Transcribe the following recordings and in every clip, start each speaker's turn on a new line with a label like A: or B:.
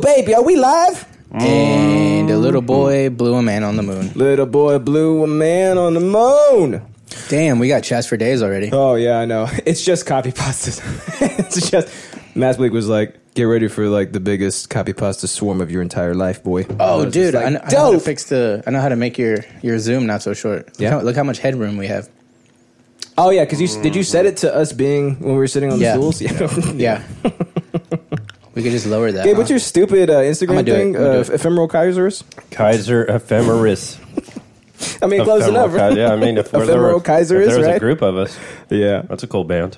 A: baby, are we live?
B: And a little boy blew a man on the moon.
A: Little boy blew a man on the moon.
B: Damn, we got chats for days already.
A: Oh yeah, I know. It's just copy pastas. it's just Mass Week was like, get ready for like the biggest copy pasta swarm of your entire life, boy.
B: Oh, dude, I,
A: like,
B: know, I know how to
A: dope.
B: fix the. I know how to make your your Zoom not so short. Look,
A: Yeah.
B: how, look how much headroom we have.
A: Oh yeah, because you did you set it to us being when we were sitting on the
B: Yeah.
A: stools? Yeah.
B: Yeah, we could just lower that.
A: Gabe,
B: huh?
A: what's your stupid uh, Instagram
B: I'ma do it.
A: thing?
B: I'ma do
A: Uh,
B: it.
A: f- ephemeral Kaisers?
C: Kaiser ephemeris.
A: I mean, close
C: Ephemeral
A: enough.
C: Ki- yeah, I mean, if, we're- there
A: Ephemeral
C: were,
A: Kaiser
C: if
A: is,
C: there was
A: right?
C: a group of us.
A: yeah.
C: That's a cool band.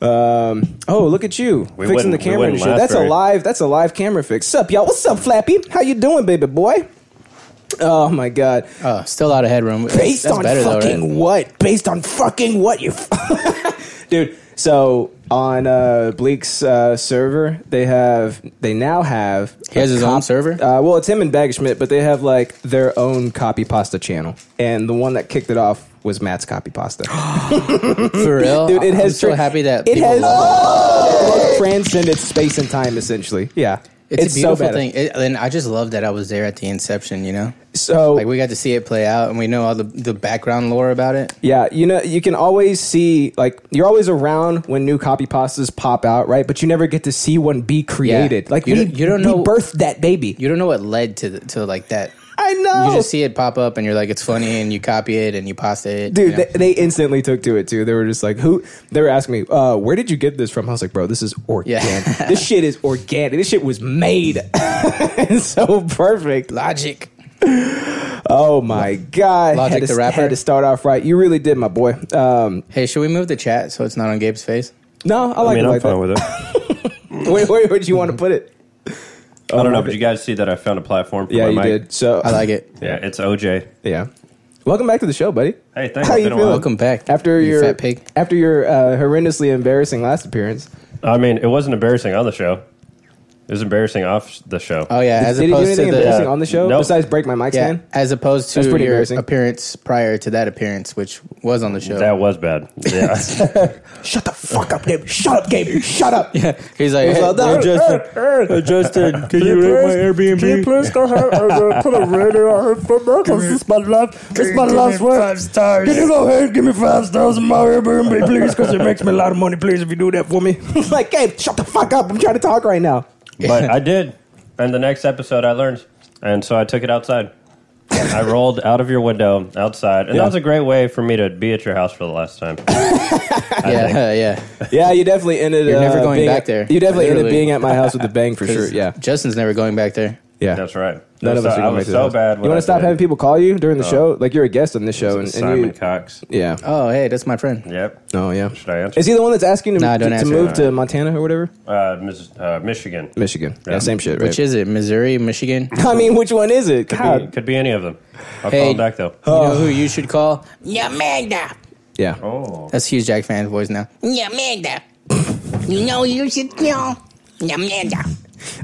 A: Um, oh, look at you
C: We
A: fixing
C: wouldn't-
A: the
C: we
A: camera and
C: wouldn't
A: shit.
C: laugh
A: That's a
C: very-
A: live. That's a live camera fix. Sup, y'all? What's up, Flappy? How you doing, baby boy? Oh my god!
B: Oh, still out of headroom. That's-
A: Based
B: that's
A: on
B: better though,
A: fucking
B: right?
A: what? Based on fucking what? You, f- dude. So on uh, Bleak's uh, server, they have they now have
B: He has his own server?
A: Uh, well, it's him and Bag Schmidt, but they have like their own copy pasta channel, and the one that kicked it off was Matt's copy pasta.
B: for real,
A: dude, it has
B: I'm so
A: tra-
B: happy that
A: it
B: people
A: has
B: love
A: transcended space and time, essentially. Yeah,
B: It's, a
A: so
B: beautiful
A: badass.
B: thing, it, and I just love that I was there at the inception. You know,
A: So
B: like we got to see it play out, and we know all the the background lore about it.
A: yeah, you know, you can always see like you're always around when new copy pastas pop out, right? But you never get to see one be created. Like
B: You
A: we,
B: don't- you don't
A: we
B: know-
A: birthed that baby.
B: You don't know what led to the, to like that.
A: I know.
B: You
D: Oh.
B: just see it pop up, and you're like, it's funny, and you copy it, and you pasta it,
A: Dude,
B: you know?
A: they, they instantly took to it too. They were just like, "Who?" They were asking me, uh, "Where did you get this from?" I was like, "Bro, this is organic. this shit is organic. This shit was made. it's so perfect."
B: logic.
A: Oh my god!
B: Logic
A: had to,
B: the rapper?
A: had to start off right. You really did, my boy. Um,
B: Hey, should we move the chat so it's not on Gabe's face?
A: no, I like
C: I mean,
A: it
C: I'm
A: like
C: fine
A: that.
C: with it.
A: Where, where would you want to put it?
C: I don't know, but you guys see that I found a platform for
A: Yeah,
C: my
A: you
C: mic.
A: did. So
B: I like it.
C: Yeah, it's OJ.
A: yeah. Welcome back to the show, buddy.
C: Hey, thanks.
A: How
C: Been
A: you
C: a
A: feeling?
C: while.
B: Welcome back,
A: After
B: you
A: your
B: fat pig.
A: after your uh, horrendously embarrassing last appearance,
C: I mean, it wasn't embarrassing on the show. It was embarrassing off the show.
B: Oh yeah, as
A: did he do
B: opposed to
A: anything
B: the
A: embarrassing
C: Yeah.
A: on the show
C: Nope.
A: besides break my mic
B: yeah,
A: stand?
B: as opposed to
A: That's pretty
B: your
A: embarrassing.
B: appearance prior to that appearance, which was on the show.
C: That was bad. Yeah.
A: Shut the fuck up, Gabe. Shut up, Gabe. Shut up.
B: He's like,
A: Well,
B: "Hey,
A: that-
C: Justin, can
D: you rate my Airbnb? Can you please go ahead and uh, put a rating on it for me? Because this is my last, this is my last word. Five stars. Can you go ahead and give me five stars on my Airbnb, please? Because it makes me a lot of money, please, if you do that for me.
A: like, Gabe, shut the fuck up. I'm trying to talk right now.
C: but I did. And the next episode, I learned, and so I took it outside. I rolled out of your window outside, and
A: Yeah.
C: that was a great way for me to be at your house for the last time.
B: yeah, yeah.
A: Yeah, you definitely ended. You're
B: never going back there.
A: You definitely ended
B: Literally.
A: being at my house with a bang for sure.
B: 'Cause
A: Yeah,
B: Justin's never going back there.
A: yeah.
C: That's right.
A: None of
C: So-
A: us are
C: I
A: going
C: was
A: back to
C: so
A: those.
C: bad.
A: You
C: want to
A: stop having people call you during the
C: Oh.
A: show? Like you're a guest on this show, and, and
C: Simon
A: you,
C: Cox.
A: yeah.
B: Oh, hey, that's my friend.
C: Yep.
A: Oh yeah.
C: Should I answer?
A: Is he the one that's asking to,
B: Nah, don't
A: to
B: answer.
A: move to Montana or whatever?
C: Uh, Mis- uh, Michigan.
A: Michigan. Yeah, same shit, right?
B: Which is it? Missouri, Michigan? You
A: I mean, which one is it? God.
C: Could be any of them. I'll
B: Hey.
C: call him back though.
A: Oh.
B: know who you should call? Yamanda.
A: Yeah.
C: Oh,
B: That's Hugh Jack fan's voice now.
E: Yamanda. You know you should know. Yamanda.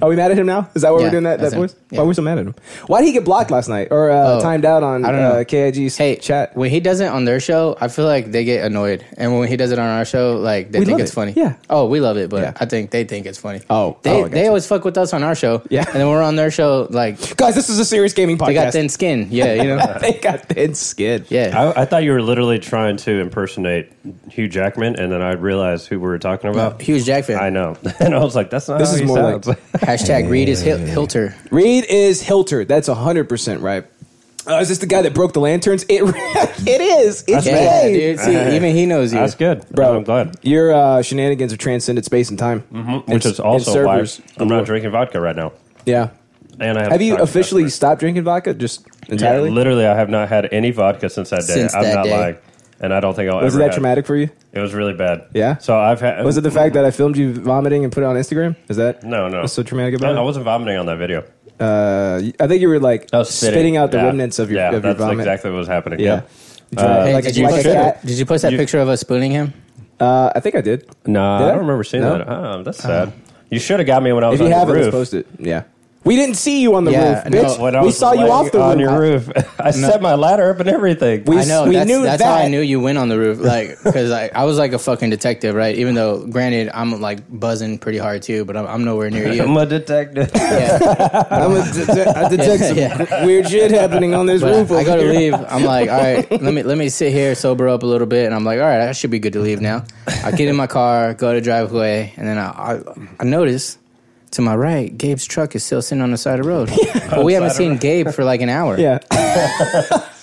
A: Are we mad at him now? Is that why we're
B: Yeah,
A: doing that? That
B: that's him.
A: voice?
B: Yeah.
A: Why are we so mad at him? Why did he get blocked last night or uh,
B: Oh,
A: timed out on
B: I don't know.
A: uh, KIG's
B: Hey,
A: chat?
B: When he does it on their show, I feel like they get annoyed, and when he does it on our show, like they
A: We
B: think
A: love
B: it's
A: it.
B: funny.
A: Yeah.
B: Oh, we love it, but
A: Yeah.
B: I think they think it's funny.
A: Oh,
B: They
A: oh, I got
B: they
A: you.
B: always fuck with us on our show.
A: Yeah.
B: And then we're on their show, like
A: Guys, this is a serious gaming podcast.
B: they got thin skin. Yeah. You know.
A: they got thin skin.
B: yeah.
C: I, I thought you were literally trying to impersonate Hugh Jackman, and then I realized who we were talking about.
B: Huge Jack fan.
C: I know, and I was like, "That's not
A: This
C: how
A: is
C: he
A: more
C: sounds."
A: like-
B: Hashtag Reed is Hil- Hilter.
A: Reed is Hilter. That's 100% right. Uh, is this the guy that broke the lanterns? It it is. It's
B: Yeah,
A: Gabe.
B: dude. See, even he knows you.
C: That's good,
A: Bro,
C: I'm glad.
A: Your uh, shenanigans have transcended space and time, mm-hmm.
C: Which is also why I'm not drinking vodka right now.
A: Yeah.
C: And I have,
A: Have you
C: time
A: officially
C: for it.
A: stopped drinking vodka just
C: Yeah,
A: entirely?
C: literally, I have not had any vodka since that day.
B: Since
C: I'm
B: that
C: not
B: day.
C: lying, and I don't think I'll
A: was it
C: ever.
A: that
C: have-
A: traumatic for you?
C: It was really bad.
A: Yeah?
C: So I've had.
A: Was it the fact that I filmed you vomiting and put it on Instagram? Is that
C: No, no.
A: What's so traumatic
C: I, I
A: about it?
C: wasn't vomiting on that video.
A: Uh, I think you were like
C: I was
A: spitting. out the
C: Yeah.
A: remnants of your
C: yeah,
A: of your
C: that's
A: vomit.
C: exactly what was happening.
A: Yeah.
C: Yeah. Uh,
A: You tried-
B: Hey,
A: like
B: did,
A: a,
B: you
A: like a
B: post
A: cat.
B: that, did you post that
C: You-
B: picture of us spooning him?
A: Uh, I think I did.
C: No,
A: Did
C: I
A: I?
C: don't remember seeing
A: No? Uh-huh.
C: that. Oh, that's sad. You should have got me when I was
A: If you
C: on
A: have
C: the
A: it,
C: roof.
A: let's post it. Yeah. We didn't see you on the
B: Yeah,
A: roof,
B: no,
A: bitch.
C: When I
A: we
C: was
A: saw you
C: laying
A: off the
C: on
A: roof.
C: your roof. I set my ladder up and everything.
A: We-
B: I know.
A: we
B: that's
A: knew
B: that's how I
A: that.
B: knew you went on the roof, like because I, I was like a fucking detective, right? Even though, granted, I'm like buzzing pretty hard too, but I'm, I'm nowhere near
C: I'm
B: you.
C: a detective.
B: Yeah.
A: I'm a dete- I detect some
B: Yeah,
A: weird shit happening on this
B: But
A: roof.
B: I
A: over
B: go to
A: here.
B: leave. I'm like, all right, let me let me sit here, sober up a little bit, and I'm like, all right, I should be good to leave now. I get in my car, go to drive away, and then I I, I notice. To my right, Gabe's truck is still sitting on the side of the road. but we haven't seen Gabe for like an hour.
A: Yeah,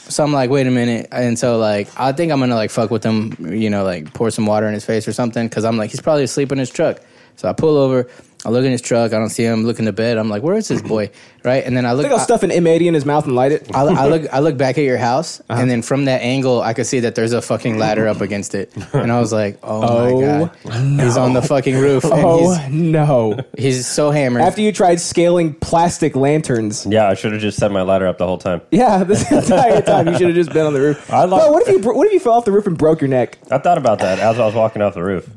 B: So I'm like, wait a minute. And so like, I think I'm gonna like fuck with him, you know, like pour some water in his face or something, because I'm like, he's probably asleep in his truck. So I pull over, I look in his truck, I don't see him. Look in the bed, I'm like, where is this boy, right? And then I
A: I
B: look,
A: think I'll stuff an M80 in his mouth and light it.
B: I, I look, I look back at your house,
A: Uh-huh.
B: and then from that angle, I could see that there's a fucking ladder up against it, and I was like, oh,
A: Oh,
B: my god, he's on the fucking roof, and
A: Oh no!
B: he's he's so hammered.
A: After you tried scaling plastic lanterns,
C: yeah, I should have just set my ladder up the whole time.
A: yeah, this entire time you should have just been on the roof.
C: I like-
A: Bro, what if you bro- what if you fell off the roof and broke your neck?
C: I thought about that as I was walking off the roof.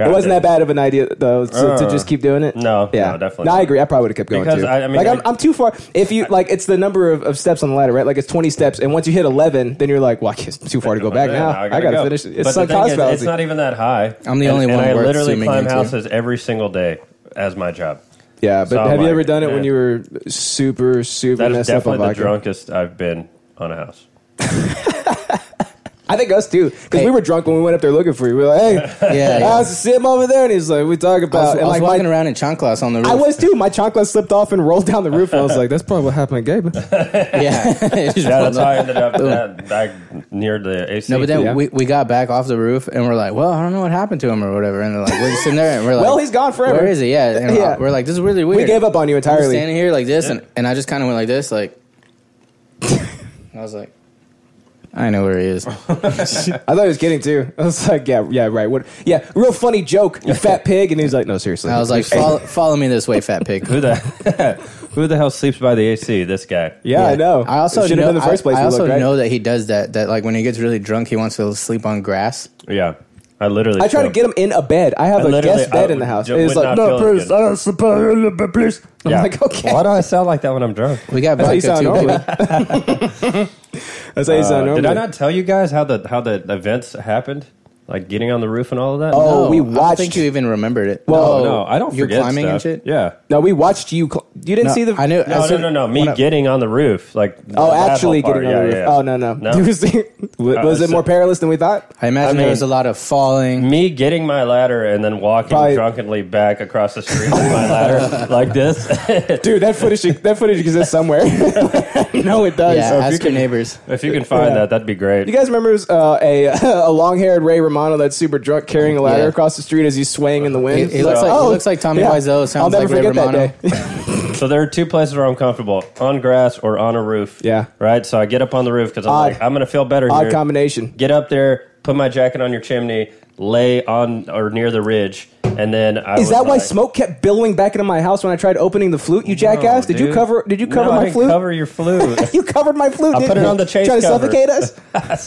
A: It wasn't that bad of an idea though to, to
C: Uh,
A: just keep doing it.
C: no, no, definitely
A: No, I
C: not.
A: agree. I probably would have kept going
C: Because
A: too.
C: I- I mean,
A: like I'm,
C: I-
A: I'm too far. If you like, it's the number of, of steps on the ladder, right? Like it's 20 steps, and once you hit 11, then you're like, well, I guess it's too far to go back now. I gotta,
C: go.
A: finish. it.
C: But
A: It's
C: the
A: like
C: thing
A: house
C: is, It's
A: fallacy.
C: not even that high.
B: I'm the
C: And-
B: only
C: and
B: one
C: I
B: worth
C: literally
B: zooming
C: climb
B: into.
C: houses every single day as my job.
A: yeah, but
C: So I'm
A: have you
C: like,
A: ever done it when
C: eh.
A: you were super super
C: That is
A: messed up on
C: definitely the
A: vodka?
C: drunkest I've been on a house.
A: I think us too, because
B: Hey.
A: we were drunk when we went up there looking for you. We were like, hey,
B: Yeah, yeah.
A: I was see him over there, and he's like, we talk
B: I was,
A: about.
B: I was
A: uh, and like,
B: walking
A: my,
B: around in chanclas on the roof.
A: I was too. My chocolate slipped off and rolled down the roof. and I was like, that's probably what happened to Gabe.
B: yeah.
C: Yeah, that's how I ended up that, that near the AC.
B: No, but then
A: Yeah.
B: we, we got back off the roof and we're like, well, I don't know what happened to him or whatever. And they're like, we're just sitting there and we're like,
A: Well, he's gone forever.
B: Where is he? Yeah. And uh,
A: Yeah.
B: we're like, this is really weird.
A: We gave up on you
B: I'm
A: entirely.
B: standing here like this, and, and I just kind of went like this, like, I was like, I know where he is.
A: I thought he was kidding too. I was like, yeah, yeah, right. What? Yeah, real funny joke, you fat pig. And he was like, no, seriously.
B: I was like, follow, follow me this way, fat pig.
C: who the who the hell sleeps by the AC? This guy.
A: yeah, I know.
B: I also
A: should
B: know,
A: have been the first
B: I-
A: place.
B: I
A: we
B: also
A: looked, right?
B: know that he does that. That like when he gets really drunk, he wants to sleep on grass.
C: Yeah, I literally.
A: I try to get him in a bed. I have
C: I
A: a
C: literally-
A: guest bed
C: I
A: in the house.
C: would-
A: It's
C: would
A: like,
C: not
A: no,
C: feel-
D: please, I don't suppose, please.
C: Yeah.
A: I'm like, okay.
C: Why do I sound like that when I'm drunk?
B: We got
A: That's how you
B: vodka
A: sound
B: too.
A: normal.
B: baby.
A: that's how you
C: Uh,
A: sound
C: did
A: normally.
C: I not tell you guys how the how the events happened, like getting on the roof and all of that?
A: Oh, we
B: I don't
A: watched-
B: think you even remembered it.
A: Well,
C: no, no, I don't.
B: You're
C: forget
B: climbing and
C: stuff.
B: shit.
C: Yeah.
A: No, we watched you. Cl- you didn't
B: No,
A: see the.
B: I knew.
C: No,
B: as
C: no,
B: soon-
C: no, no. Me
B: when I-
C: getting on the roof, like
A: Oh,
C: that
A: actually
C: whole part.
A: getting on the roof.
C: Yeah, yeah, yeah. Uh,
A: Oh no, no. Was, the- was it
C: so-
A: more perilous than we thought?
B: I imagine
C: I mean-
B: there was a lot of falling.
C: me getting my ladder and then walking
A: Probably-
C: drunkenly back across the street with my ladder like this.
A: Dude, that footage that footage exists somewhere. no, it does.
B: Yeah,
C: if you
B: ask your
C: can-
B: neighbors.
C: if you can find
A: Yeah.
C: that, that'd be great.
A: You guys remember uh, a a long haired Ray Romano that's super drunk carrying a ladder
B: Yeah.
A: across the street as he's swaying in the wind? oh,
B: He- he looks like- he looks like Tommy Wiseau, sounds
A: I'll never
B: like Ray
A: forget
B: Romano.
A: that day.
C: So there are two places where I'm comfortable: on grass or on a roof.
A: Yeah.
C: Right. So I get up on the roof because I'm
A: Odd.
C: like, I'm gonna feel better
A: Odd
C: here.
A: combination.
C: Get up there, put my jacket on your chimney, lay on or near the ridge, and then I
A: Is
C: was
A: that why
C: like-
A: smoke kept billowing back into my house when I tried opening the flute? You jackass!
C: No,
A: did you
C: Oh, dude.
A: cover? Did you
C: No,
A: cover
C: I
A: my
C: didn't
A: flute?
C: Cover your flute.
A: you covered my flute.
C: I
A: didn't
C: put it
A: you?
C: on the chase
A: Trying to
C: cover.
A: suffocate us.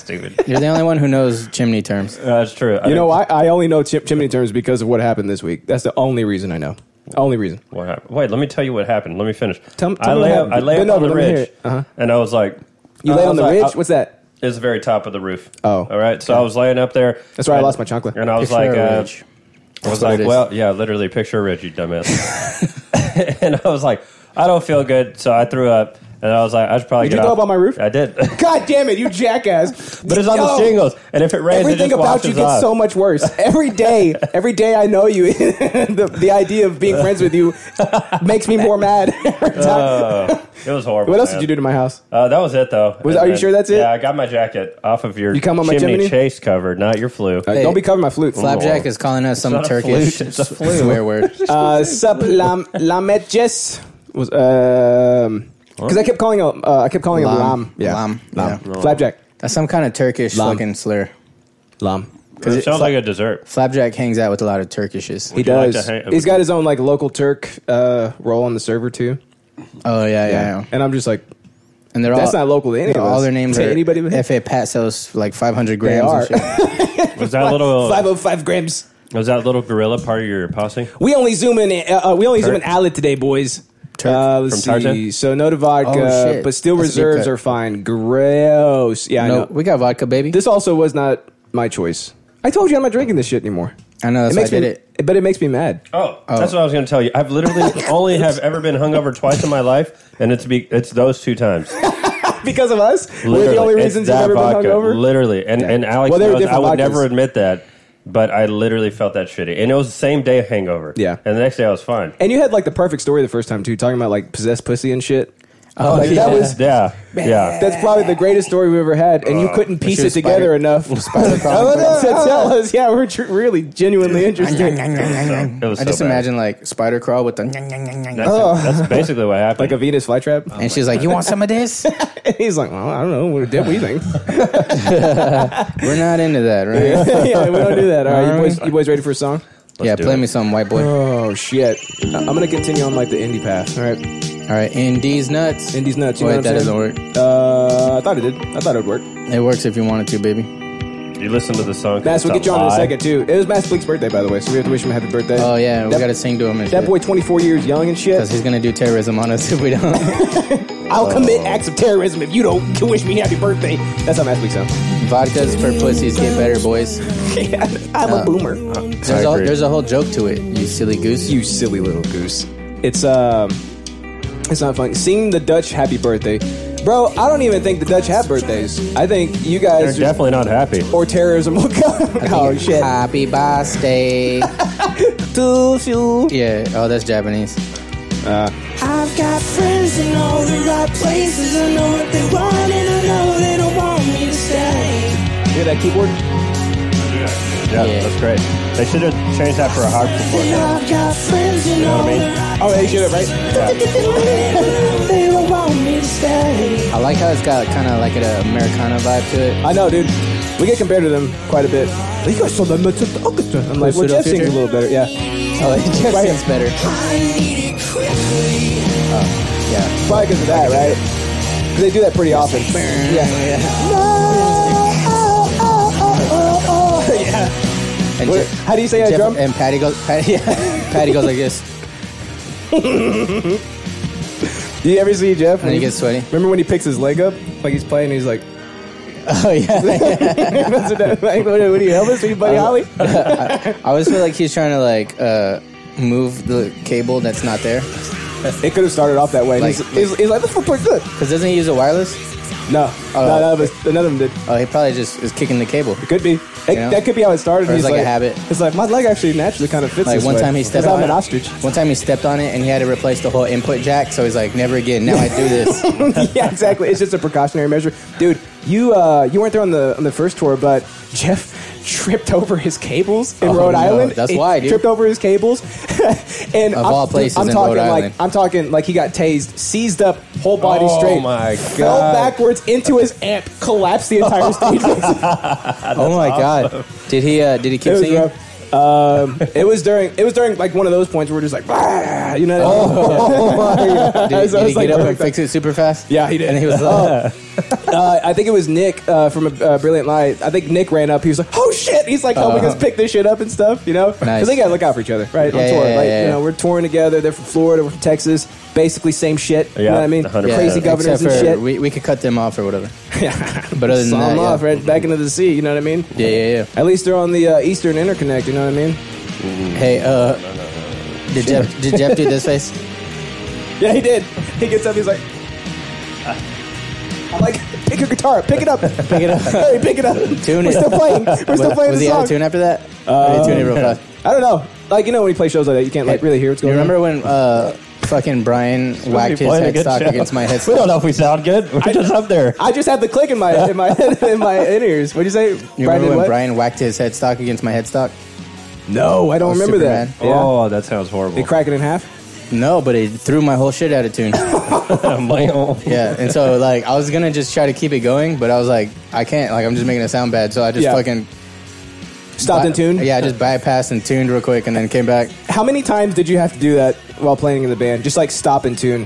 C: Stupid.
B: You're the only one who knows chimney terms.
C: That's true.
A: You know why? I only know chip chimney terms because of what happened this week. That's the only reason I know. Only reason.
C: What happened? Wait, let me tell you what happened. Let me finish.
A: Tell- tell
C: I
A: me what
C: lay up,
A: happened.
C: I lay up
A: Bend
C: on
A: over,
C: the
A: let me hear
C: ridge,
A: it. Uh-huh.
C: and I was like,
A: You
C: I
A: lay on
C: was
A: the
C: like,
A: ridge.
C: I-
A: What's that?
C: It's the very top of the roof.
A: Oh.
C: all right. So I was laying up there.
A: That's where I
C: and-
A: lost my chocolate.
C: And I was
B: Picture
C: like,
B: a
C: uh,
B: ridge.
C: I was
B: what
C: like,
B: it is.
C: well, yeah, literally, picture a ridge, you dumbass. and I was like, I don't feel good, so I threw up, and I was like, I should probably
A: Did you
C: get
A: throw
C: off.
A: up on my roof?
C: I did.
A: God damn it, you jackass!
C: But it's on the
A: Yo,
C: shingles, and if it rains, it
A: Everything
C: just
A: about
C: washes
A: you gets
C: off.
A: so much worse every day. Every day I know you, the, the idea of being friends with you makes me more mad. every time.
C: it was horrible.
A: what else
C: man.
A: did you do to my house?
C: Uh, that was it, though.
A: Was-
C: And
A: are you
C: then-
A: sure that's it?
C: Yeah, I got my jacket off of your
A: You come on my chimney?
C: chase cover, not your flu.
A: Uh,
B: Hey.
A: don't be covering my flute.
B: Flapjack is calling us some
C: not a
B: Turkish
C: flute, it's a
B: s- swear word.
A: uh, sup lam lametjes was um because I kept calling him uh, I kept calling him
B: Lam.
A: lam yeah
B: Lam. Yeah.
A: flapjack
B: That's some kind of Turkish
A: Lam.
B: fucking slur.
A: lam
C: It sounds like a dessert.
B: Flapjack hangs out with a lot of Turkishes.
A: he
C: you like
A: does
C: to hang-
A: he's got his own like local Turk uh role on the server too
B: Oh yeah, yeah. yeah.
A: and I'm just like
B: And they're
A: That's
B: all
A: not local to any
B: yeah,
A: of us.
B: All their names
A: To
B: are
A: anybody but him.
B: F.A. Patsos, like 500 grams.
A: are.
B: And shit.
C: Was that little
A: five oh five grams
C: was that little gorilla part of your posse?
A: we only zoom in uh, uh, we only zoom in
C: Turk.
A: Alid today boys
B: Turk.
A: Uh, let's
C: From Tartan?
A: see. So no to vodka,
B: Oh, shit.
A: but still
B: That's a deep
A: reserves
B: cut.
A: are fine. Gross. Yeah, I
B: no,
A: know.
B: we got vodka, baby.
A: This also was not my choice. I told you I'm not drinking this shit anymore.
B: I know that's
A: it
B: why I
A: makes
B: did
A: me,
B: it.
A: but it makes me mad.
C: Oh, that's what I was going to tell you. I've literally only have ever been hungover twice in my life, and it's be, it's those two times.
A: Because of us, we're
C: Literally,
A: the only
C: it's
A: reasons you've
C: that
A: ever been
C: vodka.
A: hungover.
C: Literally, and and Alex
A: Well, they were
C: knows I
A: different
C: would
A: vodkas.
C: never admit that, but I literally felt that shitty, and it was the same day hangover.
A: Yeah.
C: and the next day I was fine.
A: and you had like the perfect story the first time too, talking about like possessed pussy and shit.
B: oh,
A: Like,
B: yeah.
A: That was
C: Yeah, yeah.
A: that's probably the greatest story we ever had, and you couldn't piece it
B: she Uh, was
A: together
B: spider-
A: enough to tell us. Yeah, we're tr- really genuinely interested.
C: It was
B: I
C: so
B: just
C: bad.
B: imagine like spider crawl with the.
C: That's, that's basically what happened.
A: Oh. Like a Venus flytrap,
B: And she's like, "You want some of this?
A: and he's like, "Well, I don't know. What, what do you think?"
B: We're not into that, right?
A: yeah, we don't do that. All right, you
B: All
A: boys, you boys ready for a song?
B: yeah,
C: do
B: play
C: it.
B: me some, white boy.
A: Oh shit! I- I'm gonna continue on like the indie path. All right,
B: All right, Indies nuts.
A: indie's nuts. You
B: Wait,
A: know what
B: that
A: I'm
B: doesn't
A: saying?
B: work.
A: Uh, I thought it did. I thought it would work.
B: It works if you wanted to, baby.
C: you listen to the song.
A: Mass, we'll get
C: it's
A: you on in a
C: live.
A: second too. It was Mass Bleak's birthday, by the way, so we have to wish him a happy birthday.
B: Oh yeah, we
A: that,
B: gotta sing to him. and
A: that
B: shit.
A: boy, 24 years young and shit.
B: 'Cause he's gonna do terrorism on us if we don't.
A: I'll commit acts of terrorism if you don't wish me happy birthday. That's how Mass Bleak sounds.
B: Vodkas for pussies get better, boys.
A: I'm a boomer.
B: There's a,
C: agree.
B: there's a whole joke to it. You silly goose.
A: You silly little goose. It's um, it's not funny. Sing the Dutch happy birthday, bro. I don't even think the Dutch have birthdays. I think you
C: They're
A: guys just-
C: definitely not happy.
A: or terrorism will come. Oh shit.
B: Happy birthday.
A: To you.
B: yeah. Oh, that's Japanese.
F: I've got friends in all the right places. I know what they want, and I know they don't want me to stay.
A: Hear that keyboard?
C: Yeah,
B: Yeah.
C: that's great. They should have changed that for a hard
F: And
C: performance.
F: I've got friends in all the right
A: Oh, they should have, right?
F: places. They don't want me to stay.
B: I like how it's got kind of like an Americana vibe to it.
A: I know, dude. We get compared to them quite a bit. You guys saw them. I'm like, well,
B: Pseudo
A: Jeff sings a
B: Future?
A: little better. Yeah,
B: Oh, it just
A: Right.
B: sounds better.
F: I need it quickly.
B: Yeah.
A: probably because of that, right? 'Cause they do that pretty often. Yeah.
F: Oh, oh, oh, oh, oh.
B: And
A: What-
B: Jeff-
A: how do you say I
B: Jeff- eh,
A: drum?
B: and Patty goes. Patty, yeah. Patty goes like this,
A: Do you ever see Jeff?
B: and he gets sweaty.
A: Remember when he picks his leg up? Like he's playing, and he's like,
B: Oh yeah.
A: That's what that- like, what, what do you help us? Are you
B: Uh,
A: Buddy Holly?
B: I always feel like he's trying to like uh, move the cable that's not there.
A: It could have started off that way. and
B: Like-
A: he's, he's, he's like, this one's pretty good.
B: Cause doesn't he use a wireless?
A: No,
B: Oh.
A: no, no, but another one did.
B: Oh, he probably just is kicking the cable.
A: Could be. It,
B: Yeah.
A: That could be how it started.
B: Or it's
A: He's
B: like a habit.
A: It's like my leg actually naturally kind of fits.
B: Like
A: this
B: one
A: way,
B: time he stepped
A: 'cause
B: on
A: I'm an
B: it.
A: ostrich.
B: One time he stepped on it and he had to replace the whole input jack, so he's like, "Never again." Now I do this.
A: yeah, exactly. It's just a precautionary measure, dude. You uh, you weren't there on the on the first tour, but Jeff tripped over his cables in
B: Oh,
A: Rhode
B: no.
A: Island.
B: That's
A: He
B: why, dude.
A: Tripped over his cables, and
B: Of
A: I'm,
B: all places
A: I'm
B: in
A: talking
B: Rhode
A: like
B: Island.
A: I'm talking like he got tased, seized up, whole body
C: Oh,
A: straight.
C: my
A: Fell
C: God.
A: backwards into his amp, collapsed the entire stage.
B: oh my god! Did he? Uh, did he
A: it
B: keep
A: was
B: singing?
A: rough. Um, it was during it was during like one of those points where we're just like, "Bah," you know. What I
B: Oh,
A: mean?
B: Did,
A: Oh, I
B: did
A: was- I was
B: he
A: like,
B: get up
A: oh,
B: and fix it super fast?
A: Yeah, he did.
B: And he was like,
A: Uh, I think it was Nick uh, from uh, Brilliant Light. I think Nick ran up. He was like, "Oh shit!" He's like helping us pick this shit up and stuff, you know. Because
B: Uh-huh. Nice.
A: they gotta look out for each other, right?
B: Yeah,
A: on tour,
B: yeah, yeah,
A: like
B: yeah,
A: you
B: yeah.
A: know, we're touring together. They're from Florida, we're from Texas. Basically, same shit. you
C: Yeah,
A: know what I mean?
C: 100%.
A: Crazy governors and
B: except for
A: shit.
B: We, we could cut them off or whatever. But other than
A: Saw
B: that,
A: 'em
B: yeah.
A: off right back into the sea. You know what I mean?
B: yeah, yeah,
A: At least they're on the uh, Eastern Interconnect. You know what I mean?
B: yeah. Hey, uh, did Jeff did Jeff do this face?
A: Yeah, he did. He gets up. He's like, I'm like, pick your guitar up. Pick it up. pick it up. hey, pick it up.
B: Tune
A: we're
B: it.
A: still playing. We're still playing
B: was
A: the
B: he
A: song.
B: out
A: Uh,
B: of tune after that? Or did he tune it real fast?
A: I don't know. Like you know when you play shows like that, you can't like really hear what's
B: You
A: going on.
B: remember when uh, fucking Brian whacked his
C: playing a good
B: headstock
C: show.
B: against my
C: We
B: headstock?
C: don't know if we sound good. We're just up there.
A: I just had the click in my in my in my in ears. What'd you say?
B: You
A: Brian
B: remember
A: did
B: when
A: what?
B: Brian whacked his headstock against my headstock?
A: No, I don't
B: was
A: remember that.
B: Superman.
A: Yeah.
C: Oh, that sounds horrible.
A: They crack it in half.
B: No, but it threw my whole shit out of tune. yeah, and so like I was gonna just try to keep it going, but I was like, I can't. Like I'm just making it sound bad, so I just
A: Yeah.
B: fucking
A: Stopped in
B: bi-
A: tune.
B: Yeah, I just bypassed and tuned real quick, and then came back.
A: How many times did you have to do that while playing in the band? Just like stop in tune.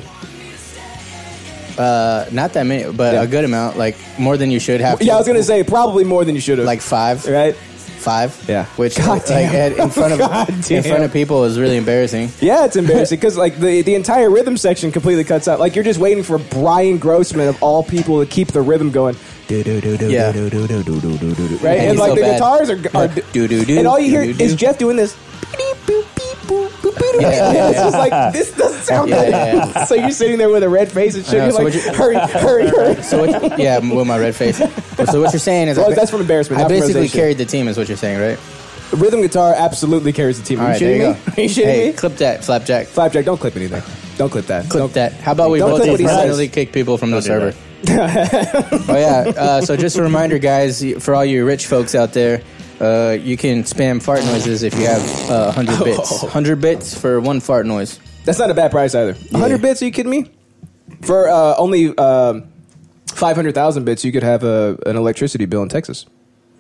B: Uh, not that many, but
A: Yeah.
B: a good amount. Like more than you should have. To,
A: Yeah, I was gonna say probably more than you should have.
B: like five.
A: right?
B: five.
A: Yeah.
B: which
A: God
B: like,
A: damn.
B: at- in front of
A: God
B: in
A: damn.
B: front of people is really embarrassing.
A: Yeah, it's embarrassing because like the the entire rhythm section completely cuts out. Like you're just waiting for Brian Grossman of all people to keep the rhythm going. Do do do do
B: Yeah.
A: do do do do do do do. Right,
B: And
A: and
B: he's
A: like
B: so
A: the
B: bad.
A: guitars are, are
B: Do, do, do,
A: and all you
B: do,
A: hear
B: do, do.
A: is Jeff doing this. Beep, boop, beep, boop, boop, boop.
B: Yeah, yeah,
A: It's just
B: yeah.
A: like this doesn't sound
B: Yeah,
A: good.
B: yeah, yeah.
A: So you're sitting there with a red face and shit.
B: know,
A: You're
B: so
A: like,
B: what you-
A: hurry, hurry, hurry.
B: So what, yeah, with my red face. So what you're saying is,
A: Well,
B: I ba-
A: that's from embarrassment,
B: I
A: not from
B: basically
A: rosacea.
B: carried the team, is what you're saying, right?
A: Rhythm guitar absolutely carries the team.
B: All
A: Are you shitting
B: right, there you
A: me?
B: go.
A: Are you shitting
B: hey,
A: me?
B: clip that, flapjack.
A: Flapjack, don't clip anything. Don't clip that.
B: Clip
A: Don't-
B: that. How about we
A: Don't
B: both
A: clip what he says.
B: finally kick people from the
C: Don't do
B: server? oh yeah. Uh, so just a reminder, guys, y- for all you rich folks out there, uh, you can spam fart noises if you have uh, 100 bits. 100 bits for one fart noise.
A: That's not a bad price either. 100 bits? Are you kidding me? For uh, only um 500,000 bits, you could have a, an electricity bill in Texas.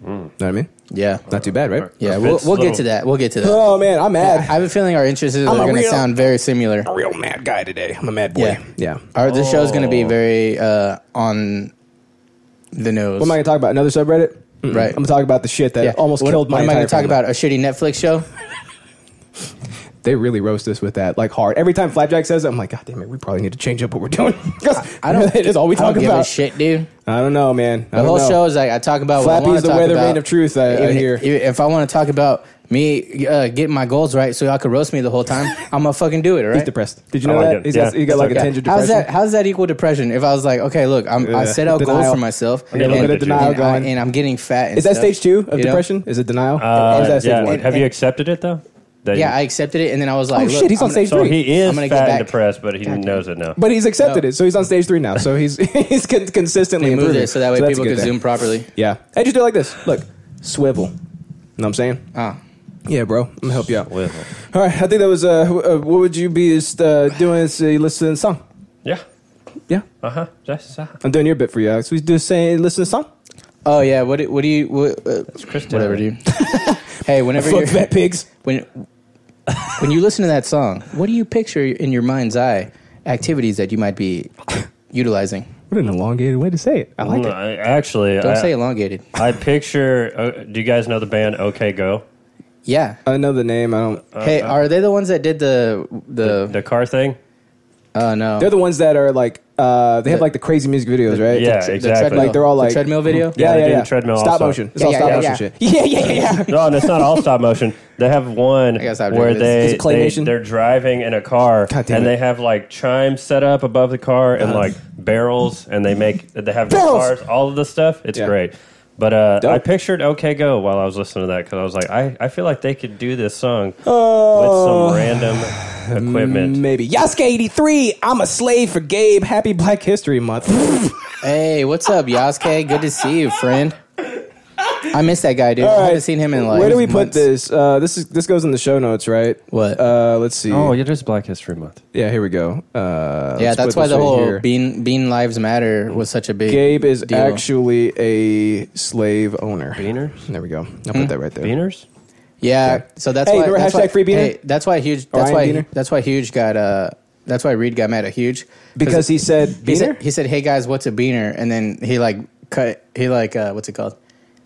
A: Know what I mean?
B: Yeah.
A: Not too bad, right?
B: Yeah,
C: Our
B: we'll,
C: bits,
B: we'll get
C: little-
B: to that. We'll get to that.
A: Oh man, I'm
B: I
A: mad.
B: have a feeling our interests are
A: a
B: going to
A: real-
B: sound very similar.
A: I'm a real mad guy today. I'm a mad boy.
B: Yeah.
A: yeah.
B: Our, this show's going to be
C: Oh.
B: very uh, on the nose.
A: What am I going to talk about? Another subreddit? Mm-mm.
B: Right.
A: I'm going to talk about the shit that
B: Yeah.
A: almost
B: What-
A: killed my
B: What am I
A: going
B: gonna
A: to
B: talk about? A shitty Netflix show?
A: They really roast us with that, like hard. Every time Flapjack says it, I'm like, God damn it, we probably need to change up what we're doing. 'Cause
B: I don't.
A: it is all we
B: I don't
A: talk
B: give
A: about.
B: a shit, dude.
A: I don't know, man. I
B: The
A: don't
B: whole
A: know.
B: show is like I talk about. what I
A: Flappy
B: wanna
A: is the
B: talk
A: weather
B: about.
A: vane of truth, I- I
B: Even-
A: hear.
B: even if I want to talk about me uh, getting my goals right, so y'all could roast me the whole time, I'm gonna fucking do it. All right.
A: He's depressed. Did you know
C: Oh, I like
A: that?
C: it.
A: He's
C: Yeah.
A: got, he got like a
C: Yeah.
A: tinge of depression.
B: How's that? How's that equal depression? If I was like, okay, look, I'm,
A: Yeah.
B: I set out goals
A: Denial.
B: for myself,
A: I got a
C: little
B: and,
C: bit of
A: denial
B: and, I,
A: going.
B: and I'm getting fat. And
A: Is that
B: stuff,
A: stage two of
B: you know?
A: depression? Is it denial? or is
C: Uh,
A: that stage
C: yeah.
A: one?
C: Have you accepted it though? That
B: Yeah, I
C: you-
B: accepted it, and then I was like,
A: Oh
B: look,
A: shit, he's
B: I'm
A: on
B: gonna-
A: stage
C: so
A: three.
C: he
B: I'm
C: is
B: gonna
C: fat
B: go back.
C: and depressed, but he knows it now.
A: but he's accepted
B: No.
A: it, so he's on stage three now. So he's he's con- consistently
B: They moved
A: improving.
B: it so that way
A: that's
B: people
A: a good
B: could
A: thing.
B: zoom properly.
A: Yeah, I just do it like this. Look, swivel. Know what I'm saying?
B: Ah,
A: Yeah, bro. I'm gonna help you out.
C: Swivel.
A: All right, I think that was. Uh, wh- uh, what would you be uh, doing? Is uh, you listen to the song?
C: yeah.
A: Yeah,
C: Uh huh. That's uh,
A: I'm doing your bit for you, Alex. We do say listen to the song.
B: Oh yeah, what do- what do you what, uh,
C: Chris Taylor.
B: whatever dude? hey, whenever
A: Fuck
B: you
A: that pigs.
B: when when you listen to that song, what do you picture in your mind's eye activities that you might be utilizing?
A: What an elongated way to say it. I like
C: No,
A: it.
C: I- actually,
B: Don't
C: I,
B: say elongated.
C: I picture. Uh, do you guys know the band OK Go?
B: Yeah.
A: I know the name. I don't.
B: hey, are they the ones that did the the?
C: uh, The car thing.
B: Oh no.
A: They're the ones that are like. Uh, they have
B: The-
A: like the crazy music videos, right?
C: Yeah,
B: tre- the
C: exactly.
B: treadmill.
A: Like they're all
B: The
A: like
B: treadmill video?
A: Yeah,
C: they
A: yeah,
C: do
A: yeah.
C: the treadmill
A: stop
C: also.
A: motion. It's
B: Yeah,
A: all
B: yeah,
A: stop
B: yeah,
A: motion
B: yeah.
A: shit. Yeah, yeah, yeah, yeah.
C: No, and it's not all stop motion. They have one
B: gotta stop
C: where
B: doing this.
C: they,
A: It's
C: they
A: claymation.
C: they're driving in a car
A: God
C: and
A: damn it. Uh-huh.
C: they have like chimes set up above the car and like barrels and they make they have
A: Barrels!
C: guitars, all of this stuff. It's
A: Yeah.
C: great. But uh,
A: Dope.
C: I pictured OK Go while I was listening to that because I was like, I, I feel like they could do this song
A: Oh.
C: with some random equipment.
A: Maybe Yasuke eighty three. I'm a slave for Gabe. Happy Black History Month.
B: hey, what's up, Yasuke? Good to see you, friend. I miss that guy, dude.
A: All
B: I
A: right.
B: haven't seen him in like.
A: Where do we put
B: months.
A: this? Uh, this is this goes in the show notes, right?
B: What?
A: Uh, let's see.
C: Oh,
A: yeah.
C: yeah, just Black History Month.
A: here we go. Uh,
B: Yeah,
A: let's put
B: that's why
A: this
B: the
A: right
B: whole
A: here.
B: bean bean lives matter was such a big.
A: Gabe is
B: deal.
A: actually a slave owner.
C: Beaners?
A: There we go. I'll
B: Hmm?
A: put that right there.
C: Beaners?
B: Yeah, so that's
A: Hey,
B: why.
A: remember
B: that's
A: hashtag
B: why,
A: free Beaner?
B: that's why huge.
A: Or
B: That's
A: Ryan
B: why.
A: Beaner?
B: That's why huge got. Uh, that's why Reed got mad at huge
A: Because he said
B: he said,
A: beaner,
B: he said, "Hey guys, what's a beaner?" And then he like cut. He like uh, what's it called?